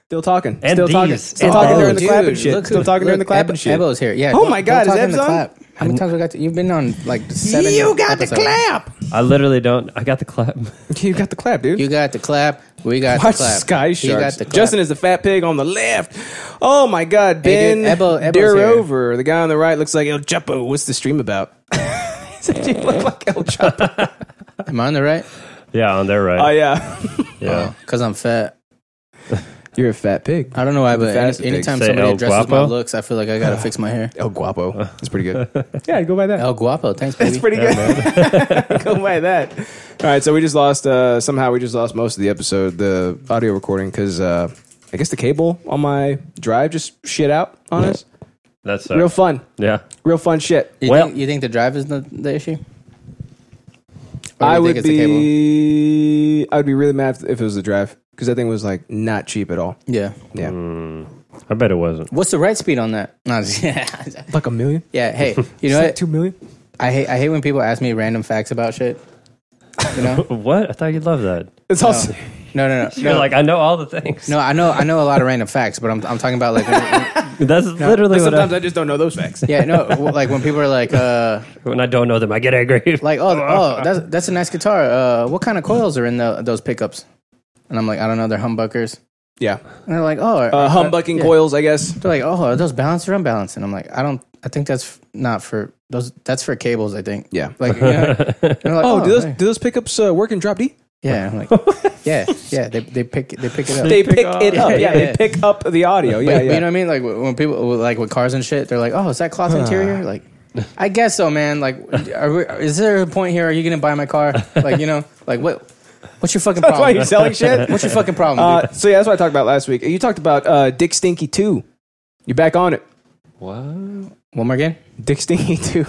A: Still talking.
C: And
A: still talking.
C: these.
A: Still
C: And
A: talking
C: those.
A: during the
B: Oh, dude,
A: clapping shit.
B: look who-
A: still talking during the
B: look,
A: clapping
B: Ebo-
A: shit.
B: Ebo's here. Yeah.
A: Oh
B: don't-
A: my
B: don't
A: God,
B: talk
A: is
B: in the
A: Ebs on?
B: clap. How many times we got to? You've been on like seven.
A: You got the
B: episodes.
A: clap.
C: I literally don't. I got the clap.
A: You got the clap, dude.
B: You got the clap. We got
A: Watch
B: the clap.
A: Sky
B: You
A: Sharks.
B: got the clap.
A: Justin is the fat pig on the left. Oh my God,
B: Hey,
A: Ben
B: dude, Ebo- Ebo's here.
A: Derover, the guy on the right looks like El Chapo. What's the stream about? He said you look like El Chapo.
B: Am I on the right?
C: Yeah, on there, right?
A: Oh yeah, uh,
C: yeah.
B: Because I'm fat.
A: you're a fat pig.
B: I don't know why, but
A: fattest of
B: any,
A: pigs.
B: anytime
C: Say
B: somebody
C: El
B: addresses my
C: Guapo?
B: looks, I feel like I gotta fix my hair.
A: El Guapo. That's pretty good. yeah, go by that.
B: El Guapo, thanks, baby.
A: That's pretty good. Go by that. All right, so we just lost. Uh, somehow we just lost most of the episode, the audio recording, because uh, I guess the cable on my drive just shit out on us.
C: That's so.
A: Real fun,
C: yeah.
A: real fun shit.
B: You,
C: Well-
B: think, you think the drive is the, the issue? Or do you
A: I
B: think
A: would
B: it's the cable?
A: be, I would be really mad if, if it was the drive because that thing was like not cheap at all.
B: Yeah.
A: Yeah,
C: I bet it wasn't.
B: What's the right speed on that? No, yeah.
A: like a million.
B: yeah. Hey, you know
A: Like
B: what?
A: Two million.
B: I hate I hate when people ask me random facts about shit. You know?
C: What? I thought you'd love that.
A: It's also
B: No, no, no.
C: You're like, I know all the things.
B: No, I know I know a lot of random facts, but I'm I'm talking about like when,
C: That's literally what
A: sometimes
C: I,
A: I just don't know those facts.
B: yeah, no, w- like when people are like uh
C: when I don't know them, I get angry.
B: like oh oh that's that's a nice guitar. Uh what kind of coils are in the, those pickups? And I'm like I don't know, they're humbuckers.
A: Yeah,
B: And they're like, "Oh, are-
A: uh,
B: are-
A: humbucking
B: yeah.
A: coils, I guess.
B: They're like, "Oh, are those balanced or unbalanced?" And I'm like, "I don't I think that's f- not for those that's for cables, I think."
A: Yeah.
B: Like, you know, and they're like,
A: Oh, do those
B: hey."
A: do those pickups uh, work in drop D?
B: Yeah, I'm like, yeah, yeah. They they pick they pick it up.
A: They pick, it up. Yeah,
B: Yeah,
A: they
B: yeah.
A: pick up the audio.
B: But
A: Yeah, yeah.
B: You know what I mean? Like when people like with cars and shit, they're like, "Oh, is that cloth interior?" Like, I guess so, man. Like, are we, is there a point here? Are you gonna buy my car? Like, you know, like what? What's your fucking
A: That's why
B: problem?
A: you're selling shit.
B: What's your fucking problem?
A: Uh,
B: dude?
A: so yeah, that's what I talked about last week. You talked about uh, Dick Stinky two. You're back on it.
B: One more again?
A: Dick Stinky two.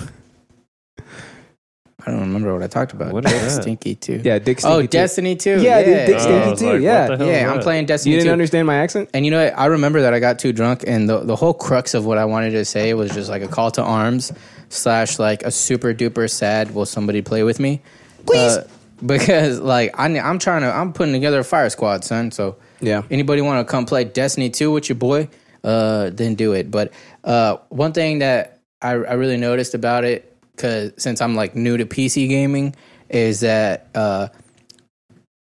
B: I don't remember what I talked about.
C: What is that?
B: Stinky too.
A: Yeah, Dick Stinky.
B: Oh,
A: two.
B: Destiny too.
A: Yeah,
B: Yeah,
A: dude, Dick
C: Oh, I
A: Stinky
C: was
A: two.
C: like, what the
A: yeah.
C: hell?
B: yeah. I'm
C: Right.
B: playing
A: You
B: Destiny
A: didn't
B: too.
A: understand my accent?
B: And you know what? I remember that I got too drunk, and the, the whole crux of what I wanted to say was just like a call to arms, slash, like a super duper sad, will somebody play with me? Please. because, like, I, ne- I'm trying to, I'm putting together a fire squad, son. So,
A: Yeah.
B: Anybody want to come play Destiny 2 with your boy? Uh, then do it. But uh, one thing that I, I really noticed about it, cause since I'm like new to PC gaming, is that uh,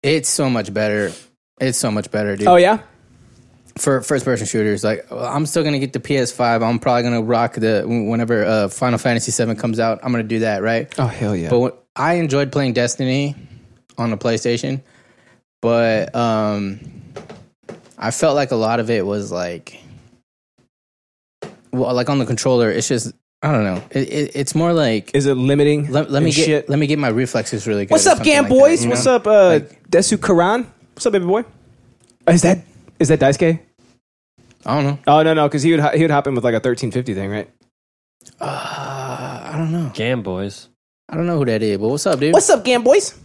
B: it's so much better. It's so much better, dude
A: Oh yeah.
B: for first person shooters like well, i'm still gonna get the ps5 i'm probably gonna rock the whenever uh, final fantasy 7 comes out i'm gonna do that right
A: Oh hell yeah.
B: but when, i enjoyed playing destiny on the playstation but um i felt like a lot of it was like well like on the controller it's just i don't know it, it, it's more like
A: Is it limiting?
B: let, let me
A: and
B: get
A: shit?
B: let me get my reflexes really good
A: What's
B: or
A: up,
B: something
A: Gam
B: like that,
A: boys?
B: you
A: What's
B: know?
A: up, uh,
B: Like-
A: Desu Karan? What's up, baby boy? Uh, Is that is that Dice K?
B: i don't know
A: Oh no no, because he would ho- he would hop in with like a thirteen fifty thing, right?
B: uh, i don't know
C: Gam boys.
B: i don't know who that is but what's up dude
A: What's up, Gam boys?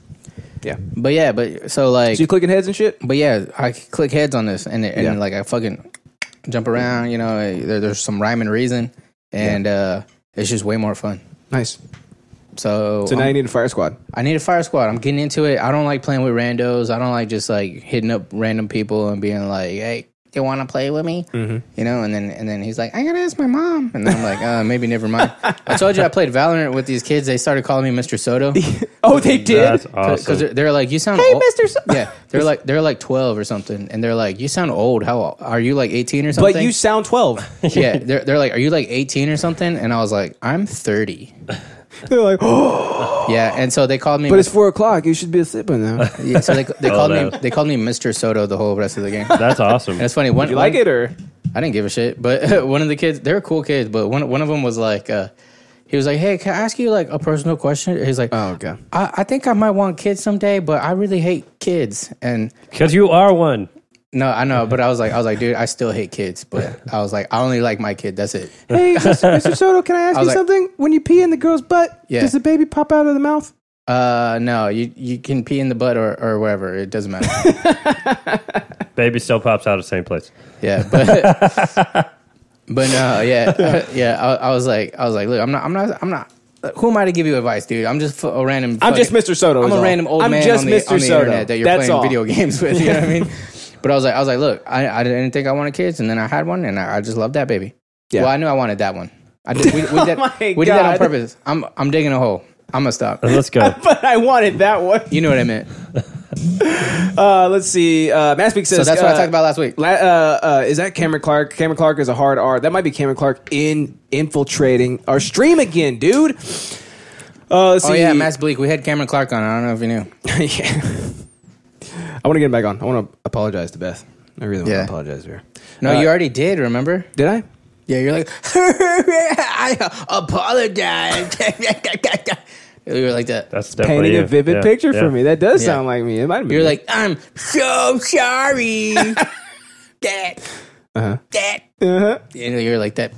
B: but yeah but so like
A: So you clicking heads and shit?
B: But yeah, I c- click heads on this, and it, and
A: Yeah.
B: like I fucking jump around. You know, eh, there, there's some rhyme and reason, and uh, it's just way more fun.
A: Nice.
B: So,
A: So now
B: I'm-
A: you need a fire squad.
B: I need a fire squad. I'm getting into it. I don't like playing with randos. I don't like just like hitting up random people and being like, "Hey, you want to play with me?" Mm-hmm. You know, and then and then he's like, "I gotta ask my mom," and then I'm like, uh, "Maybe never mind." I told you I played Valorant with these kids. They started calling me Mr. Soto.
A: Oh, they did.
C: That's
B: because
C: awesome.
B: they're, they're like you sound
A: Hey,
B: old.
A: Mr. So-
B: yeah they're like they're like 12 or something and they're like you sound old how old? are you like 18 or something
A: But you sound twelve.
B: yeah they're, they're like are you like 18 or something and i was like i'm 30
A: They're like, oh,
B: yeah and so they called me
A: but it's four o'clock. You should be asleep by now.
B: yeah, so they, they called me
C: no.
B: they called me mr soto the whole rest of the game
C: That's awesome.
B: And it's funny. One,
A: You like
B: one-
A: it or
B: I didn't give a shit. But one of the kids, they were cool kids. But one one of them was like, uh, he was like, "Hey, can I ask you like a personal question?" He's like,
A: Oh, okay.
B: I, I think I might want kids someday, but I really hate kids." And
C: Because you are one.
B: No, I know, but I was like, I was like, dude, I still hate kids, but I was like, I only like my kid. That's it.
A: hey, Mr. Mr. Soto, can I ask
B: I
A: you
B: was like-
A: something? When you pee in the girl's butt,
B: Yeah.
A: does the baby pop out of the mouth?
B: Uh, no, you you can pee in the butt or or wherever. It doesn't matter.
C: Baby still pops out of the same place.
B: Yeah, but but no, yeah, yeah. I, I was like, I was like, look, I'm not, I'm not, I'm not. Who am I to give you advice, dude? I'm just fu- a random.
A: I'm just
B: fucking-
A: Mr. Soto
B: I'm
A: is
B: a
A: all.
B: random old
A: I'm
B: man
A: just
B: on the, on
A: Mr.
B: the
A: Soto.
B: internet that you're
A: That's
B: playing
A: all.
B: video games with. You know what I mean? But I was like, I was like, look, I, I didn't think I wanted kids, and then I had one, and I, I just loved that baby.
A: Yeah.
B: Well, I knew I wanted that one. I did, we, we, did,
A: Oh my
B: we did that on
A: God.
B: purpose. I'm I'm digging a hole. I'm gonna stop.
C: Let's go.
A: But I wanted that one.
B: You know what I meant.
A: Uh, let's see. Uh, Masspeak says
B: So that's what I
A: uh,
B: talked about last week.
A: La- uh, uh, is that Cameron Clark? Cameron Clark is a hard R. That might be Cameron Clark in infiltrating our stream again, dude. Uh, let's
B: Oh
A: see.
B: yeah, Mass Bleak. We had Cameron Clark on. I don't know if you knew.
A: yeah. I want to get him back on. I want to apologize to Beth. I really want to
B: Yeah.
A: apologize to her.
B: No,
A: Uh,
B: you already did. Remember?
A: Did I?
B: Yeah, you're like, I apologize. you were like that.
C: That's definitely
A: Painting a
C: you.
A: vivid
C: Yeah,
A: picture
C: yeah.
A: for me. That does
B: Yeah.
A: sound like me. It might have been.
B: You're
A: me.
B: like, I'm so sorry. that. That. And you're like that.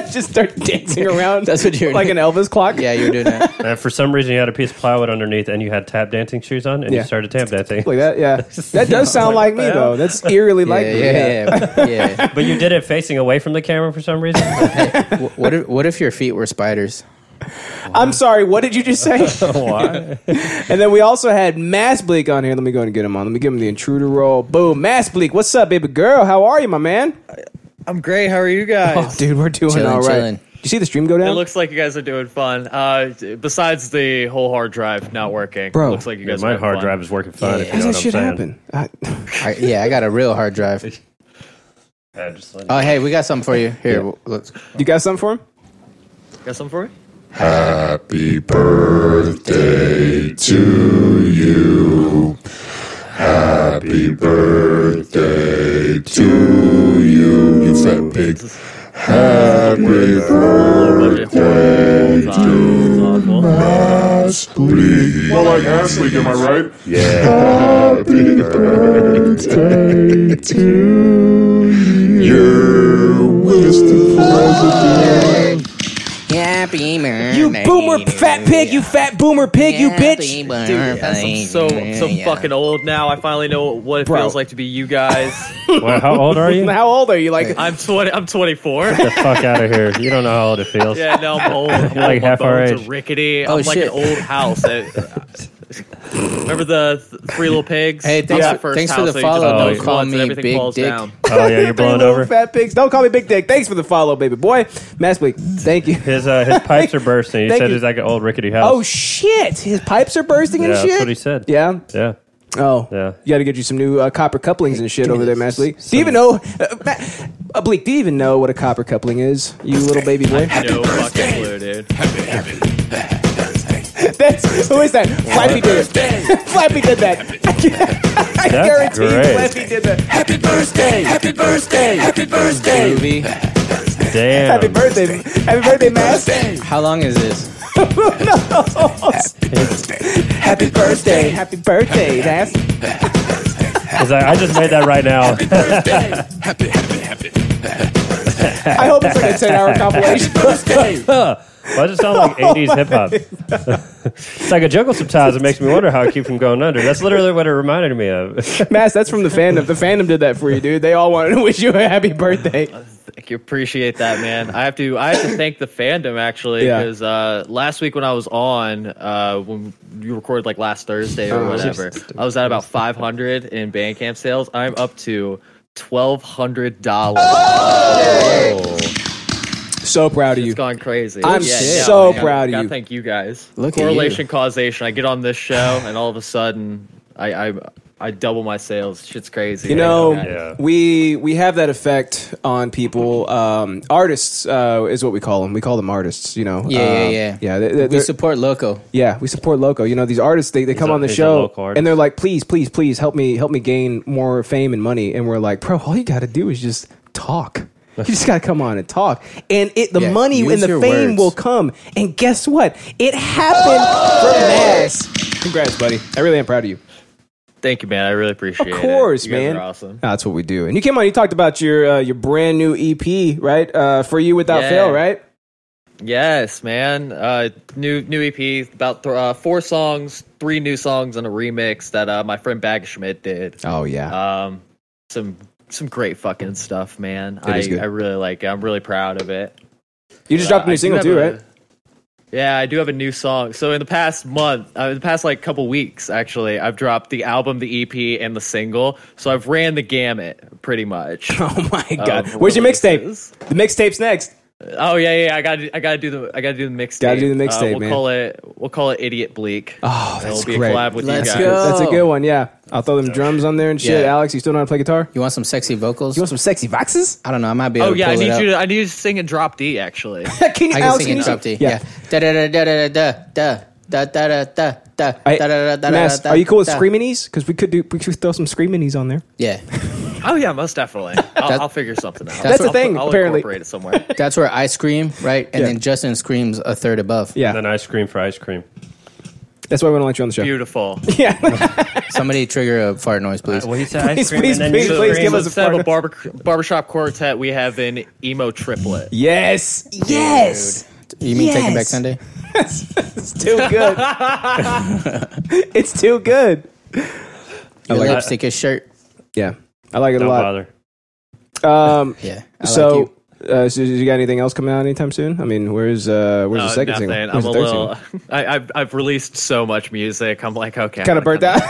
A: just start dancing around.
B: That's what you're
A: like an Elvis clock.
B: Yeah, you were doing that.
C: And for some reason, you had a piece of plywood underneath, and you had tap dancing shoes on, and
A: Yeah.
C: you started tap dancing.
A: like that. Yeah, that does sound like me though. That's eerily
B: Yeah,
A: like me.
B: yeah, yeah. yeah.
C: But you did it facing away from the camera for some reason.
B: Wh- What if, what if your feet were spiders?
A: I'm sorry. What did you just say?
C: Why?
A: and then we also had Mass Bleak on here. Let me go and get him on. Let me give him the intruder role. Boom, Mass Bleak. What's up, baby girl? How are you, my man?
H: I'm great. How are you guys?
A: Oh, dude, we're doing
B: Chilling,
A: all right.
B: chilling.
A: You see the stream go down?
H: It looks like you guys are doing fun. Uh, besides the whole hard drive not working,
A: Bro.
H: looks like you
C: Yeah,
H: guys. are
C: my
H: having
C: hard
H: fun.
C: drive is working fine.
B: Yeah.
C: If you
A: How
C: know
A: does
C: what
A: that
C: I'm
A: shit
C: saying.
A: happen? I,
B: I, yeah, I got a real hard drive.
C: Yeah, just let-
B: Oh, hey, we got something for you. Here, let's.
A: you got something for him?
H: Got something for me?
G: Happy birthday to you. Happy birthday to you, you fat pig. Happy birthday to Bleak. Well, like ass leak, am I right? Yeah. Happy birthday to you. You're Mr. President.
B: Happy birthday.
A: You boomer fat pig. You fat boomer pig. You bitch.
H: I'm so I'm so fucking old now. I finally know what it
A: Bro.
H: feels like to be you guys.
C: Well, how old are you? Get
A: How old are you? Like,
H: I'm 20. I'm 24.
C: the fuck out of here. You don't know how old it feels.
H: Yeah, now I'm old.
C: You're like
H: My
C: half our
H: bones
C: age.
H: Are rickety.
B: Oh,
H: I'm like
B: shit.
H: an old house. I- Remember the th- Three Little Pigs?
B: Hey,
H: That
B: thanks
H: was
B: for- thanks for the
H: house that you
B: follow.
H: just
C: Don't
H: built
B: call
H: once and
B: me
H: everything
B: big
H: falls
B: dick.
H: down.
C: Oh yeah, you're blowing
A: little
C: over.
A: Fat pigs. Don't call me big dick. Thanks for the follow, baby boy. Mass Bleak. Thank you.
C: His uh, his pipes are bursting. He
A: Thank
C: said
A: you.
C: it's like an old rickety house.
A: Oh shit! His pipes are bursting and
C: yeah,
A: shit.
C: that's what he said.
A: Yeah.
C: yeah.
A: Oh,
C: Yeah.
A: You got to get you some new uh, copper couplings and shit over there, Matt Bleak. Do you even know, uh, Matt, uh, Bleak? Do you even know what a copper coupling is? You little baby boy.
H: No fucking clue, dude.
A: That's who is that? Flappy did it. Flappy did that. I
C: That's
A: guarantee you
C: great.
A: Flappy did that.
F: Happy birthday! Happy birthday! Happy birthday!
B: Movie.
C: Damn.
A: Happy birthday! Happy birthday, Matt!
B: How long is this?
A: Happy birthday! Happy birthday, Matt!
C: It's like, I just made that right now.
A: I hope it's like a ten-hour compilation.
C: Why does it sound like
A: Oh,
C: 80s hip hop? it's like a juggle sometimes. It makes me wonder how I keep from going under. That's literally what it reminded me of.
A: Mass, that's from the fandom. The fandom did that for you, dude. They all wanted to wish you a happy birthday.
H: Thank you. Appreciate that, man. I have to. I have to thank the fandom actually
A: Yeah.
H: because uh, last week when I was on, uh, when you recorded like last Thursday or
A: Oh,
H: whatever, I was at about 500 in Bandcamp sales. I'm up to. Twelve hundred dollars.
A: So proud of you.
H: It's gone crazy.
A: I'm so proud of
H: gotta
A: you.
H: Thank you guys.
B: Look at
H: Correlation
B: you.
H: causation. I get on this show, and all of a sudden, I I, I double my sales. Shit's crazy.
A: You know,
C: Yeah.
A: we we have that effect on people. Um, artists uh, is what we call them. We call them artists. You know.
B: Yeah,
A: Um,
B: yeah, yeah.
A: yeah. they- they-
B: We
A: they're-
B: support Loco.
A: yeah, we support Loco. You know, these artists they, they come
C: a-
A: on the
C: he's a
A: show
C: local artist.
A: and they're like, please, please, please help me help me gain more fame and money. And we're like, bro, all you got to do is just talk. You just gotta come on and talk, and it the
B: Yeah,
A: money and
B: use
A: the
B: your
A: fame
B: words.
A: will come. And guess what? It happened
H: Oh!
A: for Mass. Congrats, buddy! I really am proud of you.
H: Thank you, man. I really appreciate it.
A: Of course,
H: you guys
A: man.
H: Are awesome.
A: Ah, that's what we do. And you came on. You talked about your uh, your brand new EP, right? Uh, for you without
H: Yeah.
A: fail, right?
H: Yes, man. Uh, new new EP about th- uh, four songs, three new songs, and a remix that uh, my friend Bagschmidt did.
A: Oh yeah.
H: Um, some some great fucking stuff, man.
A: It
H: I
A: is good.
H: I really like it. I'm really proud of it.
A: you just dropped a
H: Uh, I
A: new
H: do
A: single
H: have
A: too,
H: a-
A: right?
H: Yeah, I do have a new song. So in the past month, uh, in the past like couple weeks, actually, I've dropped the album, the EP, and the single. So I've ran the gamut pretty much.
A: Oh my god.
H: Um,
A: Where's your mixtape?
H: releases.
A: The mixtape's next.
H: Oh yeah, yeah. yeah, I got to, I got to do the, I got to do the mixtape.
A: Gotta do the
H: Uh,
A: mixtape,
H: we'll
A: man.
H: call it, we'll call it Idiot Bleak.
A: Oh,
H: It'll
A: that's
H: be
A: great.
H: a collab with
B: Let's
H: you guys.
B: go.
A: That's a good one. Yeah, I'll throw them drums on there and shit.
B: Yeah.
A: Alex, you still know how to play guitar?
B: You want some sexy vocals?
A: You want some sexy voxes?
B: I don't know. I might be. Able
H: Oh
B: to
H: yeah, I
B: pull it
H: need
B: up.
H: you to, I need you to sing a drop D actually.
A: can you,
B: I can
A: Alex?
B: sing
A: you-
B: it up to you. Yeah. Da da da da da da da da da da da da
A: Hey,
B: da da da da
A: Mass,
B: da,
A: are you cool with
B: da.
A: screaminies? Because we could do we could throw some screaminies on there.
B: Yeah.
H: oh yeah, most definitely. I'll,
B: That-
H: I'll figure something out.
B: That's the
H: I'll put-
A: thing,
H: I'll
A: apparently.
H: incorporate it somewhere.
B: That's where I scream, right? And
A: Yeah.
B: then Justin screams a third above.
A: Yeah,
C: Then ice cream for ice cream.
A: that's why we want to let you on the show.
H: Beautiful.
B: Somebody trigger a fart noise, please.
C: Well, he said ice
A: Please,
C: cream
A: please,
C: and then
A: please,
C: you
A: please
C: scream.
A: give
H: So
A: us a
H: instead of
A: part.
H: a barber, barbershop quartet, we have an emo triplet.
A: yes, yes,
B: You mean Taking Back
A: Yes.
B: Sunday?
A: it's too good. it's too good.
B: Your
A: like it.
B: lipstick is shirt.
A: Yeah, I like it
C: Don't
A: a lot.
C: bother.
A: Um,
B: Yeah. I
A: so,
B: like you.
A: uh, so you got anything else coming out anytime soon? I mean, where's uh, where's the
H: Uh,
A: second
H: nothing.
A: single? Where's
H: I'm a
A: the third
H: little.
A: single?
H: I, I've I've released so much music. I'm like, okay, I'm
A: Kind of
H: gonna
A: burnt out.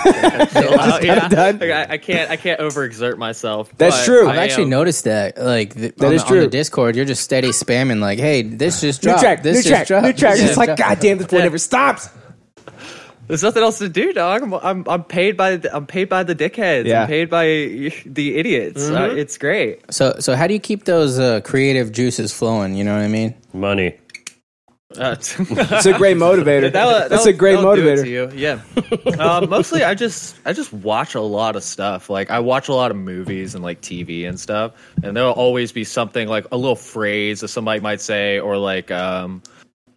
H: chill out. Yeah.
A: done.
H: Like, I, I can't I can't overexert myself.
A: That's
H: but
A: true.
H: I
A: I've
B: I've actually
H: am-
B: noticed that. Like th- on,
A: is
B: the, on
A: true.
B: the Discord, you're just steady spamming. Like, hey, this just
A: new
B: dropped.
A: track,
B: this
A: new
B: just
A: track,
B: dropped.
A: new track.
B: This
A: It's like,
B: dropped."
A: God damn, this boy
H: Yeah.
A: never stops.
H: There's nothing else to do, dog. I'm I'm, I'm paid by the, I'm paid by the dickheads.
A: Yeah. Mm-hmm.
H: I'm paid by the idiots. Uh, it's great.
B: So, so how do you keep those uh, creative juices flowing? You know what I mean?
C: Money.
H: Uh,
A: It's a great motivator.
H: That'll-
A: That's
H: that'll-
A: a great
H: that'll do it
A: motivator.
H: to you. Yeah. uh, mostly, I just I just watch a lot of stuff. Like I watch a lot of movies and like TV and stuff. And there'll always be something like a little phrase that somebody might say, or like um